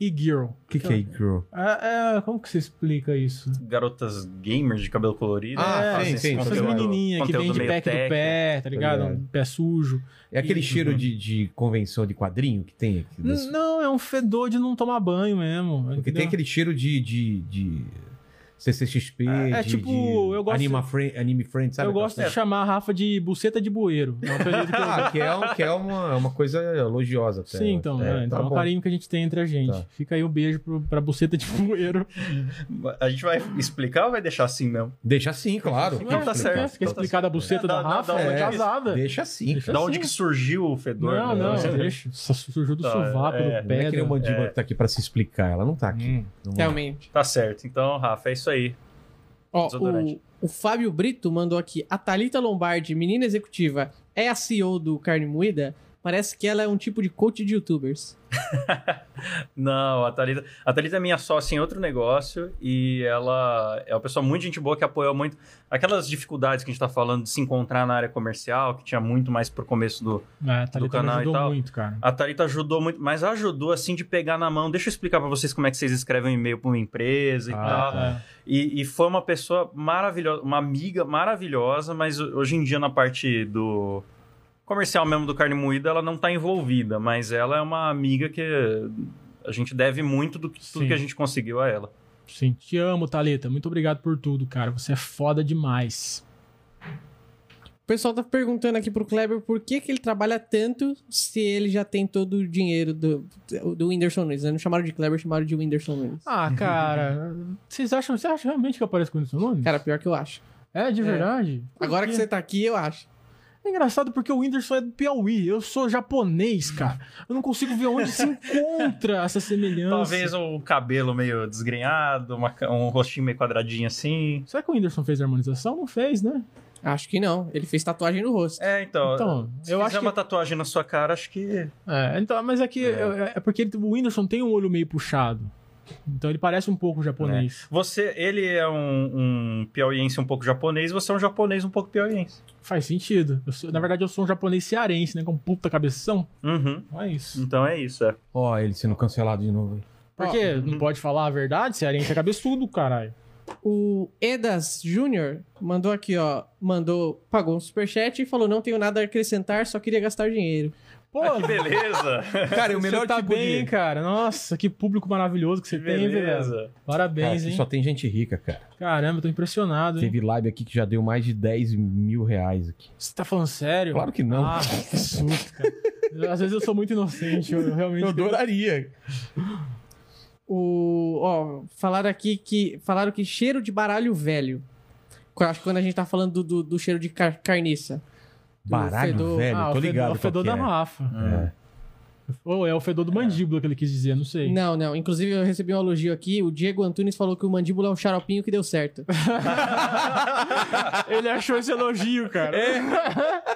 [SPEAKER 4] E-girl.
[SPEAKER 1] O que, que é girl?
[SPEAKER 4] É, é, como que você explica isso?
[SPEAKER 3] Garotas gamers de cabelo colorido.
[SPEAKER 1] Ah, sim,
[SPEAKER 3] né, fazem
[SPEAKER 1] sim,
[SPEAKER 3] esse
[SPEAKER 1] sim.
[SPEAKER 4] Essas
[SPEAKER 3] conteúdo-
[SPEAKER 4] menininhas que
[SPEAKER 3] conteúdo
[SPEAKER 4] vem de
[SPEAKER 3] meio
[SPEAKER 4] pack do
[SPEAKER 3] tech.
[SPEAKER 4] pé, tá ligado?
[SPEAKER 1] ligado.
[SPEAKER 4] Um Pé sujo.
[SPEAKER 1] É aquele
[SPEAKER 4] E-
[SPEAKER 1] cheiro de, de convenção de quadrinho que tem aqui. das-
[SPEAKER 4] Não, é um fedor de não tomar banho mesmo.
[SPEAKER 1] Porque
[SPEAKER 4] entendeu?
[SPEAKER 1] tem aquele cheiro de. de, de CCXP,
[SPEAKER 4] É, é
[SPEAKER 1] de,
[SPEAKER 4] tipo,
[SPEAKER 1] de
[SPEAKER 4] eu gosto-
[SPEAKER 1] anima friend, Anime Friend, sabe?
[SPEAKER 4] Eu
[SPEAKER 1] aquela
[SPEAKER 4] gosto de
[SPEAKER 1] coisa?
[SPEAKER 4] chamar a Rafa de buceta de bueiro. É um apelido que eu-
[SPEAKER 1] Ah, que é, um- que é uma, uma coisa elogiosa. Até, né?
[SPEAKER 4] Sim, então, é, então é um
[SPEAKER 1] Tá, bom.
[SPEAKER 4] carinho que a gente tem entre a gente.
[SPEAKER 1] Tá.
[SPEAKER 4] Fica aí um beijo pro, pra buceta de bueiro.
[SPEAKER 3] A gente vai explicar ou vai deixar assim mesmo?
[SPEAKER 1] Deixa assim, claro.
[SPEAKER 3] Então tá
[SPEAKER 4] Você
[SPEAKER 3] certo,
[SPEAKER 4] Quer, quer
[SPEAKER 3] então tá
[SPEAKER 4] explicar da buceta
[SPEAKER 3] É,
[SPEAKER 4] da
[SPEAKER 3] dá- dá-
[SPEAKER 4] Rafa?
[SPEAKER 3] dá uma
[SPEAKER 4] é
[SPEAKER 3] dica.
[SPEAKER 4] casada.
[SPEAKER 1] Deixa assim.
[SPEAKER 4] Deixa
[SPEAKER 1] Cara.
[SPEAKER 3] Da onde
[SPEAKER 4] assim.
[SPEAKER 3] que surgiu o fedor?
[SPEAKER 4] Não,
[SPEAKER 3] né?
[SPEAKER 4] não,
[SPEAKER 3] Você-
[SPEAKER 4] deixa. Só Surgiu do
[SPEAKER 3] Tá,
[SPEAKER 4] sovaco,
[SPEAKER 3] é,
[SPEAKER 4] do
[SPEAKER 1] Não é que
[SPEAKER 4] pé.
[SPEAKER 1] nem o
[SPEAKER 4] da-
[SPEAKER 1] mandíbula
[SPEAKER 3] é.
[SPEAKER 1] que tá aqui pra se explicar. Ela não tá aqui.
[SPEAKER 4] Hum.
[SPEAKER 1] Não é.
[SPEAKER 2] Realmente.
[SPEAKER 3] Tá certo. Então, Rafa, é isso aí.
[SPEAKER 2] Ó,
[SPEAKER 3] Desodorante.
[SPEAKER 2] o, o Fábio Brito mandou aqui. A Thalita Lombardi, menina executiva, é a CEO do Carne Moída? Parece que ela é um tipo de coach de youtubers.
[SPEAKER 3] Não, a Thalita, a Thalita é minha sócia em outro negócio e ela é uma pessoa muito gente boa que apoiou muito aquelas dificuldades que a gente tá falando de se encontrar na área comercial, que tinha muito mais pro começo do,
[SPEAKER 4] Ah, a Thalita me
[SPEAKER 3] canal e
[SPEAKER 4] ajudou
[SPEAKER 3] tal.
[SPEAKER 4] muito, cara.
[SPEAKER 3] A Thalita ajudou muito, mas ajudou assim de pegar na mão. Deixa eu explicar pra vocês como é que vocês escrevem um e-mail pra uma empresa e
[SPEAKER 1] Ah,
[SPEAKER 3] tal. né?
[SPEAKER 1] tá.
[SPEAKER 4] é.
[SPEAKER 3] E, e foi uma pessoa maravilhosa, uma amiga maravilhosa, mas hoje em dia na parte do comercial mesmo do carne moída, ela não tá envolvida, mas ela é uma amiga que a gente deve muito do que, tudo
[SPEAKER 4] Sim.
[SPEAKER 3] que a gente conseguiu a ela.
[SPEAKER 4] Sim, te amo, Thalita. Muito obrigado por tudo, cara. Você é foda demais.
[SPEAKER 2] O pessoal tá perguntando aqui pro Kleber por que, que ele trabalha tanto se ele já tem todo o dinheiro do, do Whindersson Nunes. né? Não chamaram de Kleber, chamaram de Whindersson Nunes.
[SPEAKER 4] Ah, cara, vocês acham, você acha realmente que eu pareço com o seu nome?
[SPEAKER 2] Cara, pior que eu acho.
[SPEAKER 4] é, de
[SPEAKER 2] é.
[SPEAKER 4] verdade? Por
[SPEAKER 2] Agora
[SPEAKER 4] quê?
[SPEAKER 2] que você tá aqui, eu acho.
[SPEAKER 4] É engraçado porque o Whindersson é do Piauí, eu sou japonês, cara. Eu não consigo ver onde se encontra essa semelhança.
[SPEAKER 3] Talvez um cabelo meio desgrenhado, uma ca- um rostinho meio quadradinho assim.
[SPEAKER 4] Será que o Whindersson fez a harmonização? Não fez, né?
[SPEAKER 2] Acho que não. Ele fez tatuagem no rosto.
[SPEAKER 3] É, então,
[SPEAKER 4] Então,
[SPEAKER 3] se
[SPEAKER 4] eu
[SPEAKER 3] fizer
[SPEAKER 4] acho que-
[SPEAKER 3] uma tatuagem na sua cara, acho que
[SPEAKER 4] É, então, mas é que é, é porque ele- o Whindersson tem um olho meio puxado. Então ele parece um pouco japonês.
[SPEAKER 3] Você, ele é um, um piauiense um pouco japonês, você é um japonês um pouco piauiense.
[SPEAKER 4] Faz sentido. Eu sou- na verdade, eu sou um japonês cearense, né? Com puta cabeção.
[SPEAKER 3] Uhum.
[SPEAKER 4] Não é isso.
[SPEAKER 3] Então é isso, é.
[SPEAKER 1] Ó, ele sendo cancelado de novo. hein?
[SPEAKER 4] Porque não pode falar a verdade, cearense é cabeçudo, caralho.
[SPEAKER 2] O Edas Júnior mandou aqui, ó. Mandou, pagou um superchat e falou: não tenho nada a acrescentar, só queria gastar dinheiro.
[SPEAKER 4] Pô,
[SPEAKER 3] Ah, que beleza!
[SPEAKER 1] Cara, e o melhor
[SPEAKER 4] você tá
[SPEAKER 1] tipo
[SPEAKER 4] bem,
[SPEAKER 1] de...
[SPEAKER 4] cara. Nossa, que público maravilhoso que você tem, velho.
[SPEAKER 3] beleza!
[SPEAKER 4] Parabéns,
[SPEAKER 1] Cara, aqui
[SPEAKER 4] hein?
[SPEAKER 1] só tem gente rica, cara.
[SPEAKER 4] Caramba, eu tô impressionado, hein?
[SPEAKER 1] Teve live aqui que já deu mais de 10 mil reais aqui.
[SPEAKER 4] Você tá falando sério?
[SPEAKER 1] Claro que não.
[SPEAKER 4] Ah, que susto, cara. Eu- Às vezes eu sou muito inocente, eu eu realmente...
[SPEAKER 1] Eu adoraria.
[SPEAKER 2] O. Ó, falaram aqui que. Falaram que cheiro de baralho velho. Eu Acho que quando a gente tá falando do, do, do cheiro de car- carniça.
[SPEAKER 1] Baralho
[SPEAKER 2] fedor-
[SPEAKER 1] velho,
[SPEAKER 4] Ah, o
[SPEAKER 1] tô
[SPEAKER 4] fedor-
[SPEAKER 1] ligado.
[SPEAKER 4] o fedor da
[SPEAKER 1] qual que é.
[SPEAKER 4] Rafa.
[SPEAKER 1] É.
[SPEAKER 4] Ou é o fedor do mandíbula que ele quis dizer, não sei.
[SPEAKER 2] Não, não. Inclusive, eu recebi um elogio aqui. O Diego Antunes falou que o mandíbula é um xaropinho que deu certo.
[SPEAKER 4] Ele achou esse elogio, cara.
[SPEAKER 1] É.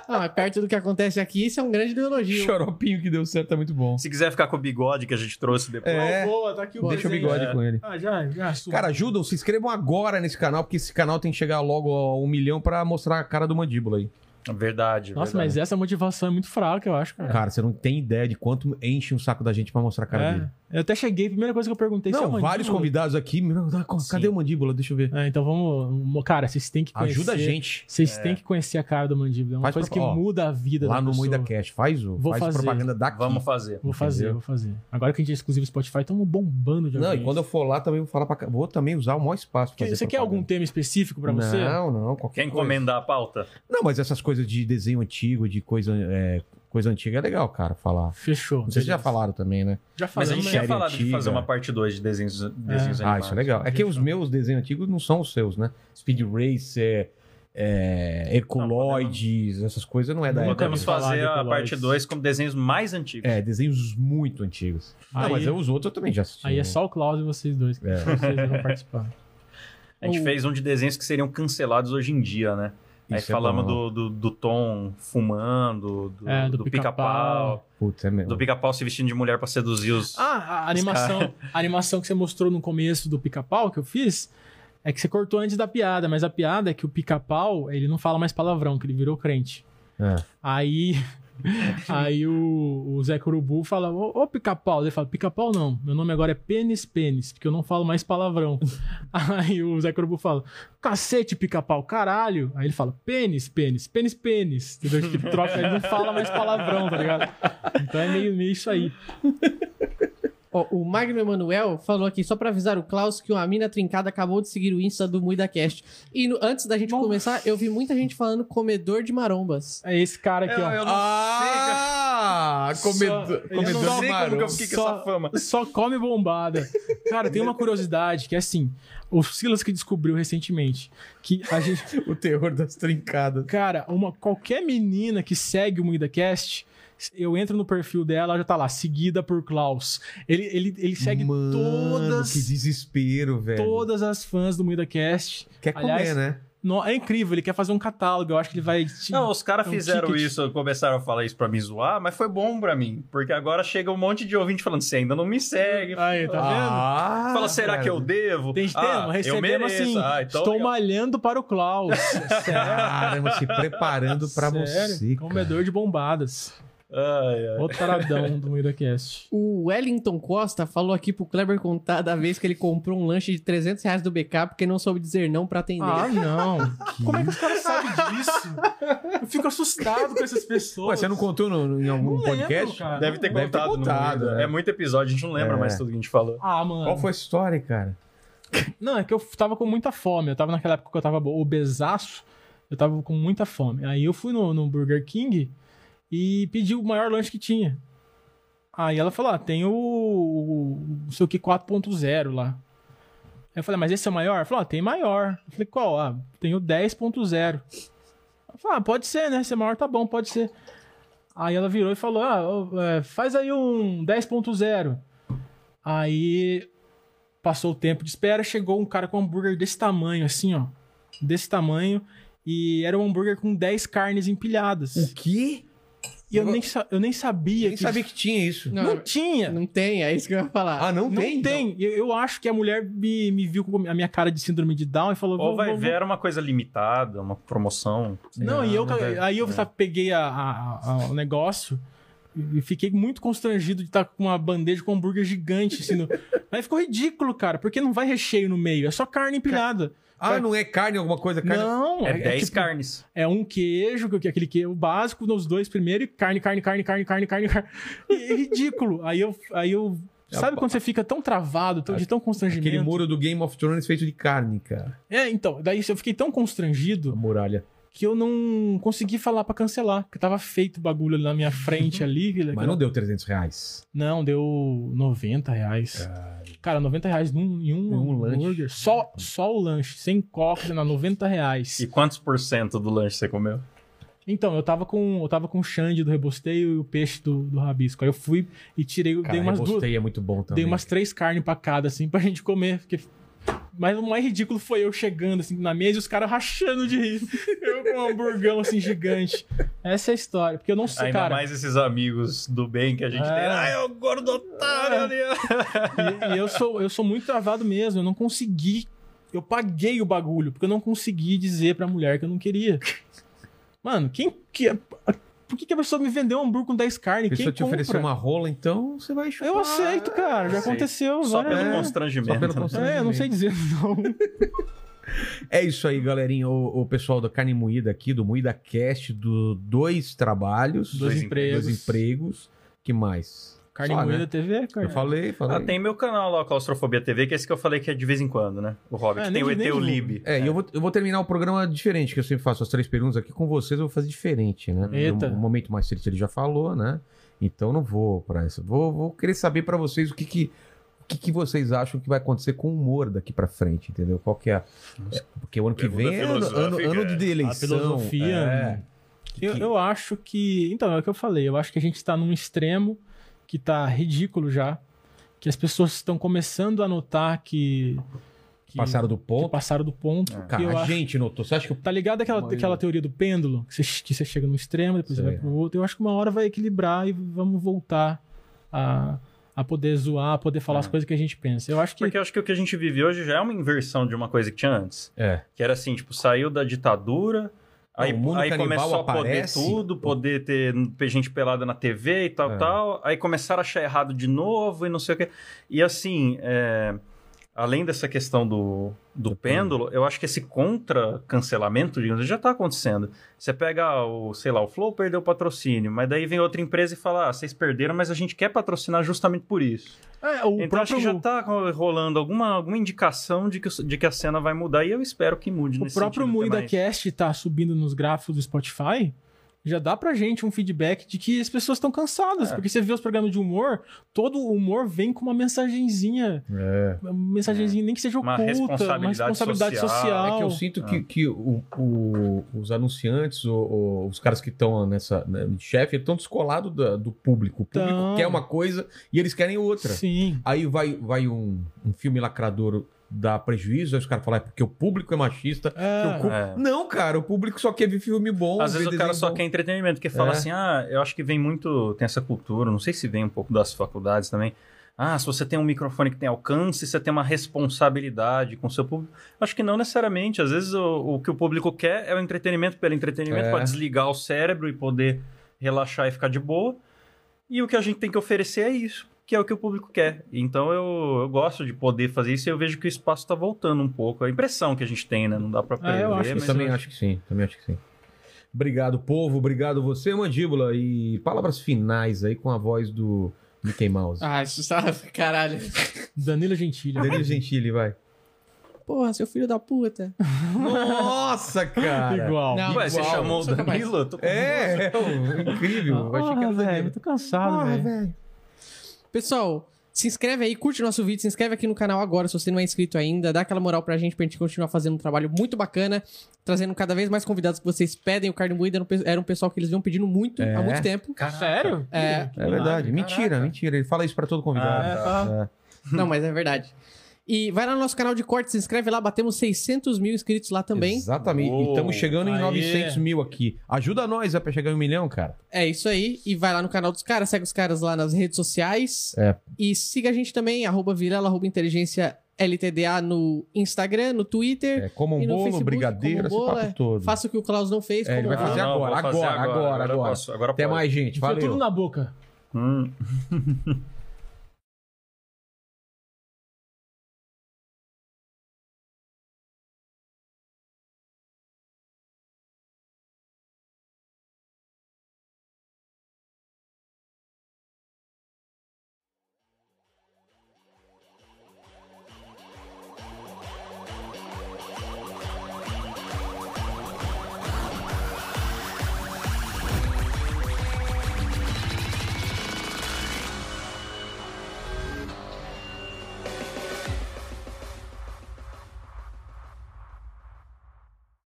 [SPEAKER 2] Ah, mas perto do que acontece aqui, isso é um grande elogio.
[SPEAKER 1] Choropinho que deu certo, tá muito bom.
[SPEAKER 3] Se quiser ficar com o bigode que a gente trouxe depois.
[SPEAKER 1] É.
[SPEAKER 4] Boa, tá aqui o
[SPEAKER 1] Deixa o
[SPEAKER 4] desenho.
[SPEAKER 1] bigode
[SPEAKER 3] é.
[SPEAKER 1] com ele.
[SPEAKER 4] Ah, já, já. subi.
[SPEAKER 1] Cara, ajudam, se inscrevam agora nesse canal, porque esse canal tem que chegar logo a um milhão pra mostrar a cara do mandíbula aí.
[SPEAKER 3] É, Verdade.
[SPEAKER 4] Nossa,
[SPEAKER 3] verdade.
[SPEAKER 4] mas essa motivação é muito fraca, eu acho, cara.
[SPEAKER 1] Cara, você não tem ideia de quanto enche um saco da gente pra mostrar a cara
[SPEAKER 4] É.
[SPEAKER 1] dele.
[SPEAKER 4] Eu até cheguei, a primeira coisa que eu perguntei
[SPEAKER 1] Não,
[SPEAKER 4] "Seu mandíbula?"
[SPEAKER 1] vários convidados aqui. meu, ah, Cadê o mandíbula? Deixa eu ver.
[SPEAKER 4] É, então vamos. Cara, vocês têm que conhecer.
[SPEAKER 1] Ajuda a gente.
[SPEAKER 4] Vocês
[SPEAKER 1] É.
[SPEAKER 4] têm que conhecer a cara do mandíbula. É uma
[SPEAKER 1] Faz
[SPEAKER 4] coisa
[SPEAKER 1] propa- ó,
[SPEAKER 4] que muda a vida
[SPEAKER 1] Lá
[SPEAKER 4] da
[SPEAKER 1] no
[SPEAKER 4] pessoa.
[SPEAKER 1] Moida Cash, faz, o,
[SPEAKER 4] Vou
[SPEAKER 1] faz
[SPEAKER 4] fazer.
[SPEAKER 1] propaganda daqui.
[SPEAKER 3] Vamos fazer.
[SPEAKER 4] Vou fazer,
[SPEAKER 1] Entendeu?
[SPEAKER 4] vou fazer. Agora que a gente é exclusivo Spotify, estamos bombando de
[SPEAKER 1] Não, e
[SPEAKER 4] audiência.
[SPEAKER 1] quando eu for lá também vou falar pra cá. Vou também usar o maior espaço. pra
[SPEAKER 4] Que-
[SPEAKER 1] fazer
[SPEAKER 4] Você quer
[SPEAKER 1] propaganda.
[SPEAKER 4] algum tema específico pra você?
[SPEAKER 1] Não, não. Qualquer
[SPEAKER 3] Quer
[SPEAKER 1] coisa.
[SPEAKER 3] encomendar a pauta?
[SPEAKER 1] Não, mas essas coisas de desenho antigo, de coisa, é, coisa antiga é legal, cara, falar.
[SPEAKER 4] Fechou.
[SPEAKER 1] Vocês já falaram também, né?
[SPEAKER 4] Já
[SPEAKER 3] Mas a
[SPEAKER 4] falamos,
[SPEAKER 3] gente
[SPEAKER 4] né?
[SPEAKER 3] tinha
[SPEAKER 1] série
[SPEAKER 3] falado de
[SPEAKER 1] antiga.
[SPEAKER 3] fazer uma parte 2 de desenhos, desenhos
[SPEAKER 1] Ah, isso é legal. É que os meus desenhos antigos não são os seus, né? Speed Racer, é, Herculoides, essas coisas não é da época.
[SPEAKER 3] Podemos fazer
[SPEAKER 4] falar
[SPEAKER 3] a
[SPEAKER 4] de
[SPEAKER 3] parte
[SPEAKER 4] Coloides.
[SPEAKER 3] 2 com desenhos mais antigos.
[SPEAKER 1] É, desenhos muito antigos.
[SPEAKER 4] Aí-
[SPEAKER 1] não, mas eu, os outros eu também já assisti.
[SPEAKER 4] Aí
[SPEAKER 1] né?
[SPEAKER 4] é só o Klaus e vocês dois.
[SPEAKER 1] É.
[SPEAKER 4] Vocês vão participar.
[SPEAKER 3] A gente
[SPEAKER 4] O-
[SPEAKER 3] fez um de desenhos que seriam cancelados hoje em dia, né? Aí
[SPEAKER 1] Isso é
[SPEAKER 3] falamos
[SPEAKER 1] bom.
[SPEAKER 3] do, do, do Tom fumando, do,
[SPEAKER 4] É, do
[SPEAKER 3] do
[SPEAKER 4] pica-pau.
[SPEAKER 3] pica-pau,
[SPEAKER 1] Putz, é mesmo.
[SPEAKER 3] do pica-pau se vestindo de mulher pra seduzir os.
[SPEAKER 4] Ah, a
[SPEAKER 3] Os
[SPEAKER 4] animação, a animação que você mostrou no começo do pica-pau que eu fiz é que você cortou antes da piada, mas a piada é que o pica-pau ele não fala mais palavrão, que ele virou crente.
[SPEAKER 1] É.
[SPEAKER 4] Aí. Aí o, o Zé Curubu fala, ô, ô, pica-pau. Ele fala, pica-pau não, meu nome agora é Pênis Pênis, porque eu não falo mais palavrão. Aí o Zé Curubu fala, cacete, pica-pau, caralho. Aí ele fala, pênis, pênis, pênis, pênis. Entendeu? Acho que ele troca, ele não fala mais palavrão, tá ligado? Então é meio, meio isso aí.
[SPEAKER 2] Ó, o Magno Emanuel falou aqui, só pra avisar o Klaus, que uma mina trincada acabou de seguir o Insta do MuidaCast. E no- antes da gente começar, eu vi muita gente falando comedor de marombas.
[SPEAKER 4] É esse cara aqui,
[SPEAKER 3] Eu,
[SPEAKER 4] ó.
[SPEAKER 3] eu não
[SPEAKER 1] Ah!
[SPEAKER 4] Só-
[SPEAKER 1] Comedor,
[SPEAKER 4] eu
[SPEAKER 3] sei, eu
[SPEAKER 1] comedor
[SPEAKER 3] não sei como que eu
[SPEAKER 1] amarelo.
[SPEAKER 3] fiquei com
[SPEAKER 4] Só-
[SPEAKER 3] essa fama.
[SPEAKER 4] Só come bombada. Cara, tem uma curiosidade que é assim: o Silas que descobriu recentemente que a gente.
[SPEAKER 1] O terror das trincadas.
[SPEAKER 4] Cara, uma, qualquer menina que segue o MuidaCast, eu entro no perfil dela, ela já tá lá, seguida por Klaus. Ele, ele, ele segue
[SPEAKER 1] Mano,
[SPEAKER 4] todas,
[SPEAKER 1] que desespero, velho.
[SPEAKER 4] todas as fãs do MuidaCast.
[SPEAKER 1] Quer comer,
[SPEAKER 4] Aliás,
[SPEAKER 1] né?
[SPEAKER 4] No- é incrível, ele quer fazer um catálogo, eu acho que ele vai. te-
[SPEAKER 3] Não, os caras
[SPEAKER 4] é um
[SPEAKER 3] fizeram
[SPEAKER 4] ticket.
[SPEAKER 3] isso, começaram a falar isso pra me zoar, mas foi bom pra mim. Porque agora chega um monte de ouvinte falando, você ainda não me segue.
[SPEAKER 4] Aí, tá vendo?
[SPEAKER 1] Ah,
[SPEAKER 3] Fala, será
[SPEAKER 1] cara.
[SPEAKER 3] que eu devo?
[SPEAKER 4] Tem
[SPEAKER 3] ah,
[SPEAKER 4] tema,
[SPEAKER 3] eu
[SPEAKER 4] recebemos
[SPEAKER 3] mereço.
[SPEAKER 4] assim.
[SPEAKER 3] Ah, então
[SPEAKER 4] estou
[SPEAKER 3] legal.
[SPEAKER 4] malhando para o Klaus.
[SPEAKER 1] Caramba, se preparando pra
[SPEAKER 4] Sério,
[SPEAKER 1] você. Cara.
[SPEAKER 4] Comedor de bombadas.
[SPEAKER 3] Ai, ai.
[SPEAKER 4] O taradão do MuidaCast.
[SPEAKER 2] O Wellington Costa falou aqui pro Kleber contar da vez que ele comprou um lanche de 300 reais do BK porque não soube dizer não pra atender.
[SPEAKER 4] Ah, não. Como é que os caras sabem disso? Eu fico assustado com essas pessoas.
[SPEAKER 1] Ué, você não contou no- no- em algum
[SPEAKER 4] É, Não lembro,
[SPEAKER 1] podcast?
[SPEAKER 4] cara.
[SPEAKER 3] Deve ter
[SPEAKER 1] Deve ter
[SPEAKER 3] contado. no
[SPEAKER 1] contado,
[SPEAKER 3] meio, né?
[SPEAKER 1] né?
[SPEAKER 3] É muito episódio, a gente não lembra
[SPEAKER 1] É.
[SPEAKER 3] mais tudo que a gente falou.
[SPEAKER 4] Ah, mano.
[SPEAKER 1] Qual foi a história, cara?
[SPEAKER 4] Não, é que eu tava com muita fome. Eu tava naquela época que eu tava obesaço. Eu tava com muita fome. Aí eu fui no, no Burger King e pedi o maior lanche que tinha. Aí ela falou: ah, tem o, o não sei o que 4.0 lá. Aí eu falei, mas esse é o maior? Ela falou, ah, tem maior. Eu falei, qual? Ah, tem o 10.0. Ela falou, ah, pode ser, né? Se é maior, tá bom, pode ser. Aí ela virou e falou, ah, ô, é, faz aí um 10.0. Aí Passou o tempo de espera, chegou um cara com um hambúrguer desse tamanho, assim, ó. Desse tamanho. E era um hambúrguer com 10 carnes empilhadas.
[SPEAKER 1] quê?
[SPEAKER 4] E eu nem, sa- eu nem sabia
[SPEAKER 1] Nem
[SPEAKER 4] que.
[SPEAKER 1] sabia que tinha isso.
[SPEAKER 4] Não, tinha. Não,
[SPEAKER 2] Não tem, é isso que eu ia falar.
[SPEAKER 1] Ah, não,
[SPEAKER 4] tem. então.
[SPEAKER 1] tem?
[SPEAKER 4] Eu, eu acho que a mulher me, me viu com a minha cara de síndrome de Down e falou:
[SPEAKER 3] Ou
[SPEAKER 4] "Vou-
[SPEAKER 3] vai
[SPEAKER 4] vou- vou-
[SPEAKER 3] ver era uma coisa limitada, uma promoção.
[SPEAKER 4] Não, e eu, aí eu
[SPEAKER 3] É.
[SPEAKER 4] sabe, peguei a, a- a- o negócio e fiquei muito constrangido de estar com uma bandeja com um hambúrguer gigante. Assim, no- Mas ficou ridículo, cara, porque não vai recheio no meio, é só carne empilhada.
[SPEAKER 1] Ah, não é carne, alguma coisa? Carne...
[SPEAKER 4] Não,
[SPEAKER 3] É 10
[SPEAKER 4] tipo,
[SPEAKER 3] carnes.
[SPEAKER 4] É um queijo, que- que- aquele queijo básico nos dois primeiro, e carne, carne, carne, carne, carne, carne, carne. E- É ridículo. Aí eu. Aí eu
[SPEAKER 3] É
[SPEAKER 4] sabe quando você fica tão travado, tão- de tão constrangimento?
[SPEAKER 1] Aquele muro do Game of Thrones feito de carne, cara.
[SPEAKER 4] É, então. Daí eu fiquei tão
[SPEAKER 1] A
[SPEAKER 4] constrangido
[SPEAKER 1] muralha.
[SPEAKER 4] que eu não consegui falar pra cancelar. Porque tava feito o bagulho ali na minha frente ali. que-
[SPEAKER 1] Mas não deu 300 reais.
[SPEAKER 4] Não, deu 90 reais. Cara, 90 reais num, em
[SPEAKER 1] Em
[SPEAKER 4] um,
[SPEAKER 1] um lanche.
[SPEAKER 4] hambúrguer. Só, só o lanche, sem coca, na 90 reais.
[SPEAKER 3] E quantos por cento do lanche você comeu?
[SPEAKER 4] Então, eu tava com, eu tava com o Xande do Rebosteio e o peixe do, do Rabisco. Aí eu fui e tirei, dei
[SPEAKER 1] Cara,
[SPEAKER 4] umas duas,
[SPEAKER 1] gostei, é muito bom também.
[SPEAKER 4] dei umas três carnes pra cada, assim, pra gente comer. Porque... Mas o mais ridículo foi eu chegando, assim, na mesa e os caras rachando de rir. Eu com um hamburgão, assim, gigante. Essa é a história, porque eu não sei,
[SPEAKER 3] Ainda
[SPEAKER 4] cara.
[SPEAKER 3] mais esses amigos do bem que a gente
[SPEAKER 4] É.
[SPEAKER 3] tem. Ah, eu agora do otário ali.
[SPEAKER 4] E, e eu, sou, eu sou muito travado mesmo, eu não consegui... Eu paguei o bagulho, porque eu não consegui dizer pra mulher que eu não queria. Mano, quem que. é, Por que, que a pessoa me vendeu um hambúrguer com 10 carnes?
[SPEAKER 1] Se
[SPEAKER 4] Quem
[SPEAKER 1] eu te oferecer
[SPEAKER 4] compra?
[SPEAKER 1] uma rola, então você vai chupar.
[SPEAKER 4] Eu aceito, cara. Já
[SPEAKER 1] Aceito.
[SPEAKER 4] aconteceu.
[SPEAKER 1] Só
[SPEAKER 4] várias
[SPEAKER 1] pelo né,
[SPEAKER 4] vezes.
[SPEAKER 1] constrangimento. Só pelo
[SPEAKER 3] né?
[SPEAKER 4] É, eu não sei
[SPEAKER 1] constrangimento.
[SPEAKER 4] dizer, não.
[SPEAKER 1] É isso aí, galerinha. O, o pessoal da Carne Moída aqui, do Moída Cast, do Dois Trabalhos.
[SPEAKER 4] Dois empregos.
[SPEAKER 1] Dois empregos. Que mais?
[SPEAKER 4] Carne
[SPEAKER 1] Só, né?
[SPEAKER 4] Moída TV, cara.
[SPEAKER 1] Eu falei, falei.
[SPEAKER 3] Ah, tem meu canal lá, Claustrofobia TV, que é esse que eu falei que é de vez em quando, né? O Hobbit.
[SPEAKER 1] É,
[SPEAKER 3] tem
[SPEAKER 1] nem-
[SPEAKER 3] o ET
[SPEAKER 1] nem
[SPEAKER 3] o
[SPEAKER 1] divulga.
[SPEAKER 3] Lib.
[SPEAKER 1] É, e eu vou, eu vou terminar o programa diferente, que eu sempre faço as três perguntas aqui com vocês, eu vou fazer diferente, né?
[SPEAKER 4] Eita.
[SPEAKER 1] O momento mais triste ele já falou, né? Então não vou pra essa. Vou, vou querer saber pra vocês o que que, o que que vocês acham que vai acontecer com o humor daqui pra frente, entendeu? Qual que é? a- é, porque o ano que
[SPEAKER 4] Pergunta
[SPEAKER 1] vem é ano, ano,
[SPEAKER 4] filosófica. é.
[SPEAKER 1] ano de
[SPEAKER 4] A
[SPEAKER 1] eleição.
[SPEAKER 4] filosofia,
[SPEAKER 1] É.
[SPEAKER 4] né? Eu, eu acho que. Então, é o que eu falei. Eu acho que a gente tá num extremo que tá ridículo já. Que as pessoas estão começando a notar que. que-
[SPEAKER 1] Passaram do ponto.
[SPEAKER 4] Que passaram do ponto.
[SPEAKER 1] Cara,
[SPEAKER 4] E eu
[SPEAKER 1] a
[SPEAKER 4] acho-
[SPEAKER 1] gente notou. Você acha que eu
[SPEAKER 4] Tá ligado aquela,
[SPEAKER 1] Maioria.
[SPEAKER 4] aquela teoria do pêndulo? Que você, que você chega num extremo, depois
[SPEAKER 1] Sei.
[SPEAKER 4] você vai pro outro. Eu acho que uma hora vai equilibrar e vamos voltar a, a poder zoar, a poder
[SPEAKER 1] É.
[SPEAKER 4] falar as coisas que a gente pensa. Eu acho que.
[SPEAKER 3] Porque eu acho que o que a gente vive hoje já é uma inversão de uma coisa que tinha antes.
[SPEAKER 1] É.
[SPEAKER 3] Que era assim, tipo, saiu da ditadura, aí,
[SPEAKER 1] o mundo
[SPEAKER 3] aí
[SPEAKER 1] canibal
[SPEAKER 3] começou a poder
[SPEAKER 1] aparece.
[SPEAKER 3] tudo, poder ter ter gente pelada na TV e tal,
[SPEAKER 1] É.
[SPEAKER 3] tal. Aí começaram a achar errado de novo e não sei o quê. E assim, é, além dessa questão do, do pêndulo, eu acho que esse contra-cancelamento, digamos, já tá acontecendo. Você pega o, sei lá, o Flow perdeu o patrocínio, mas daí vem outra empresa e fala, ah, vocês perderam, mas a gente quer patrocinar justamente por isso.
[SPEAKER 4] É, o
[SPEAKER 3] então acho
[SPEAKER 4] próprio-
[SPEAKER 3] que já tá rolando alguma, alguma indicação de que, o- de que a cena vai mudar e eu espero que mude.
[SPEAKER 4] O
[SPEAKER 3] nesse
[SPEAKER 4] próprio
[SPEAKER 3] sentido, até
[SPEAKER 4] Moída
[SPEAKER 3] mais.
[SPEAKER 4] Cast tá subindo nos gráficos do Spotify. Já dá pra gente um feedback de que as pessoas estão cansadas.
[SPEAKER 3] É.
[SPEAKER 4] Porque você vê os programas de humor, todo o humor vem com uma mensagenzinha.
[SPEAKER 1] É.
[SPEAKER 4] Uma mensagenzinha, nem que seja
[SPEAKER 3] Uma
[SPEAKER 4] oculta, uma
[SPEAKER 3] responsabilidade
[SPEAKER 4] responsabilidade social.
[SPEAKER 1] É que eu sinto
[SPEAKER 3] Ah.
[SPEAKER 1] que, que o- o- os anunciantes, o- o- os caras que estão nessa né, de chefe, estão descolados da- do público. O público
[SPEAKER 4] Tão.
[SPEAKER 1] quer uma coisa e eles querem outra.
[SPEAKER 4] Sim.
[SPEAKER 1] Aí vai, vai um, um filme lacrador dá prejuízo, aí os caras falam, é porque o público é machista. que o cu-
[SPEAKER 3] É.
[SPEAKER 1] Não, cara, o público só quer ver filme bom.
[SPEAKER 3] Às
[SPEAKER 1] ver
[SPEAKER 3] vezes o
[SPEAKER 1] desenho
[SPEAKER 3] cara só
[SPEAKER 1] bom.
[SPEAKER 3] quer entretenimento, porque fala
[SPEAKER 1] É.
[SPEAKER 3] assim, ah, eu acho que vem muito, tem essa cultura, não sei se vem um pouco das faculdades também. Ah, se você tem um microfone que tem alcance, você tem uma responsabilidade com o seu público. Acho que não necessariamente. Às vezes o, o que o público quer é o entretenimento pelo entretenimento,
[SPEAKER 1] É.
[SPEAKER 3] para desligar o cérebro e poder relaxar e ficar de boa. E o que a gente tem que oferecer é isso, que é o que o público quer. Então eu, eu gosto de poder fazer isso e eu vejo que o espaço está voltando um pouco. É a impressão que a gente tem, né? Não dá pra prever.
[SPEAKER 1] Ah, eu também acho... que sim, também acho que sim. Obrigado, povo. Obrigado você, Mandíbula. E palavras finais aí com a voz do Mickey Mouse.
[SPEAKER 2] Ah, isso tá. Caralho.
[SPEAKER 4] Danilo Gentili.
[SPEAKER 1] Danilo Gentili, vai.
[SPEAKER 2] Porra, seu filho da puta.
[SPEAKER 1] Nossa, cara!
[SPEAKER 4] Igual.
[SPEAKER 2] Não,
[SPEAKER 3] Ué, você
[SPEAKER 2] igual.
[SPEAKER 3] chamou o
[SPEAKER 2] Sou capaz.
[SPEAKER 3] Danilo? Eu tô com
[SPEAKER 1] É, é um- incrível. Eu achei que
[SPEAKER 4] Porra,
[SPEAKER 1] era
[SPEAKER 4] Ah, velho, eu
[SPEAKER 1] Danilo. Ah,
[SPEAKER 4] tô cansado, velho.
[SPEAKER 2] Pessoal, se inscreve aí, curte o nosso vídeo, se inscreve aqui no canal agora se você não é inscrito ainda, dá aquela moral pra gente pra gente continuar fazendo um trabalho muito bacana, trazendo cada vez mais convidados que vocês pedem. O Carne Moída era um pe- era um pessoal que eles vinham pedindo muito
[SPEAKER 1] É?
[SPEAKER 2] há muito tempo.
[SPEAKER 4] Sério?
[SPEAKER 2] É.
[SPEAKER 4] Que- que
[SPEAKER 1] É verdade.
[SPEAKER 4] milagre,
[SPEAKER 1] Mentira,
[SPEAKER 4] caraca.
[SPEAKER 1] mentira. Ele fala isso pra todo
[SPEAKER 4] Ah, é,
[SPEAKER 1] convidado.
[SPEAKER 4] tá.
[SPEAKER 1] É.
[SPEAKER 2] Não, mas é verdade. E vai lá no nosso canal de corte, se inscreve lá, batemos 600 mil inscritos lá também.
[SPEAKER 1] Exatamente. E
[SPEAKER 3] Uou.
[SPEAKER 1] estamos chegando em
[SPEAKER 4] Aê.
[SPEAKER 1] 900 mil aqui. Ajuda nós a chegar em um milhão, cara.
[SPEAKER 2] É isso aí. E vai lá no canal dos caras, segue os caras lá nas redes sociais.
[SPEAKER 1] É.
[SPEAKER 2] E siga a gente também, arroba Vilela, arroba Inteligência LTDA no Instagram, no Twitter.
[SPEAKER 1] É, como um
[SPEAKER 2] e no
[SPEAKER 1] bolo,
[SPEAKER 2] Facebook,
[SPEAKER 1] brigadeira,
[SPEAKER 2] como um bolo,
[SPEAKER 1] esse papo
[SPEAKER 2] é.
[SPEAKER 1] todo.
[SPEAKER 2] Faça o que o Klaus não fez.
[SPEAKER 1] É, ele
[SPEAKER 2] como
[SPEAKER 1] vai
[SPEAKER 2] um bolo.
[SPEAKER 1] fazer
[SPEAKER 3] Ah, Não,
[SPEAKER 1] agora,
[SPEAKER 3] vou fazer
[SPEAKER 1] agora, agora,
[SPEAKER 3] agora.
[SPEAKER 1] agora.
[SPEAKER 3] posso, agora
[SPEAKER 1] Até
[SPEAKER 3] pode.
[SPEAKER 1] mais, gente.
[SPEAKER 4] Foi
[SPEAKER 1] Valeu.
[SPEAKER 4] tudo na boca.
[SPEAKER 3] Hum.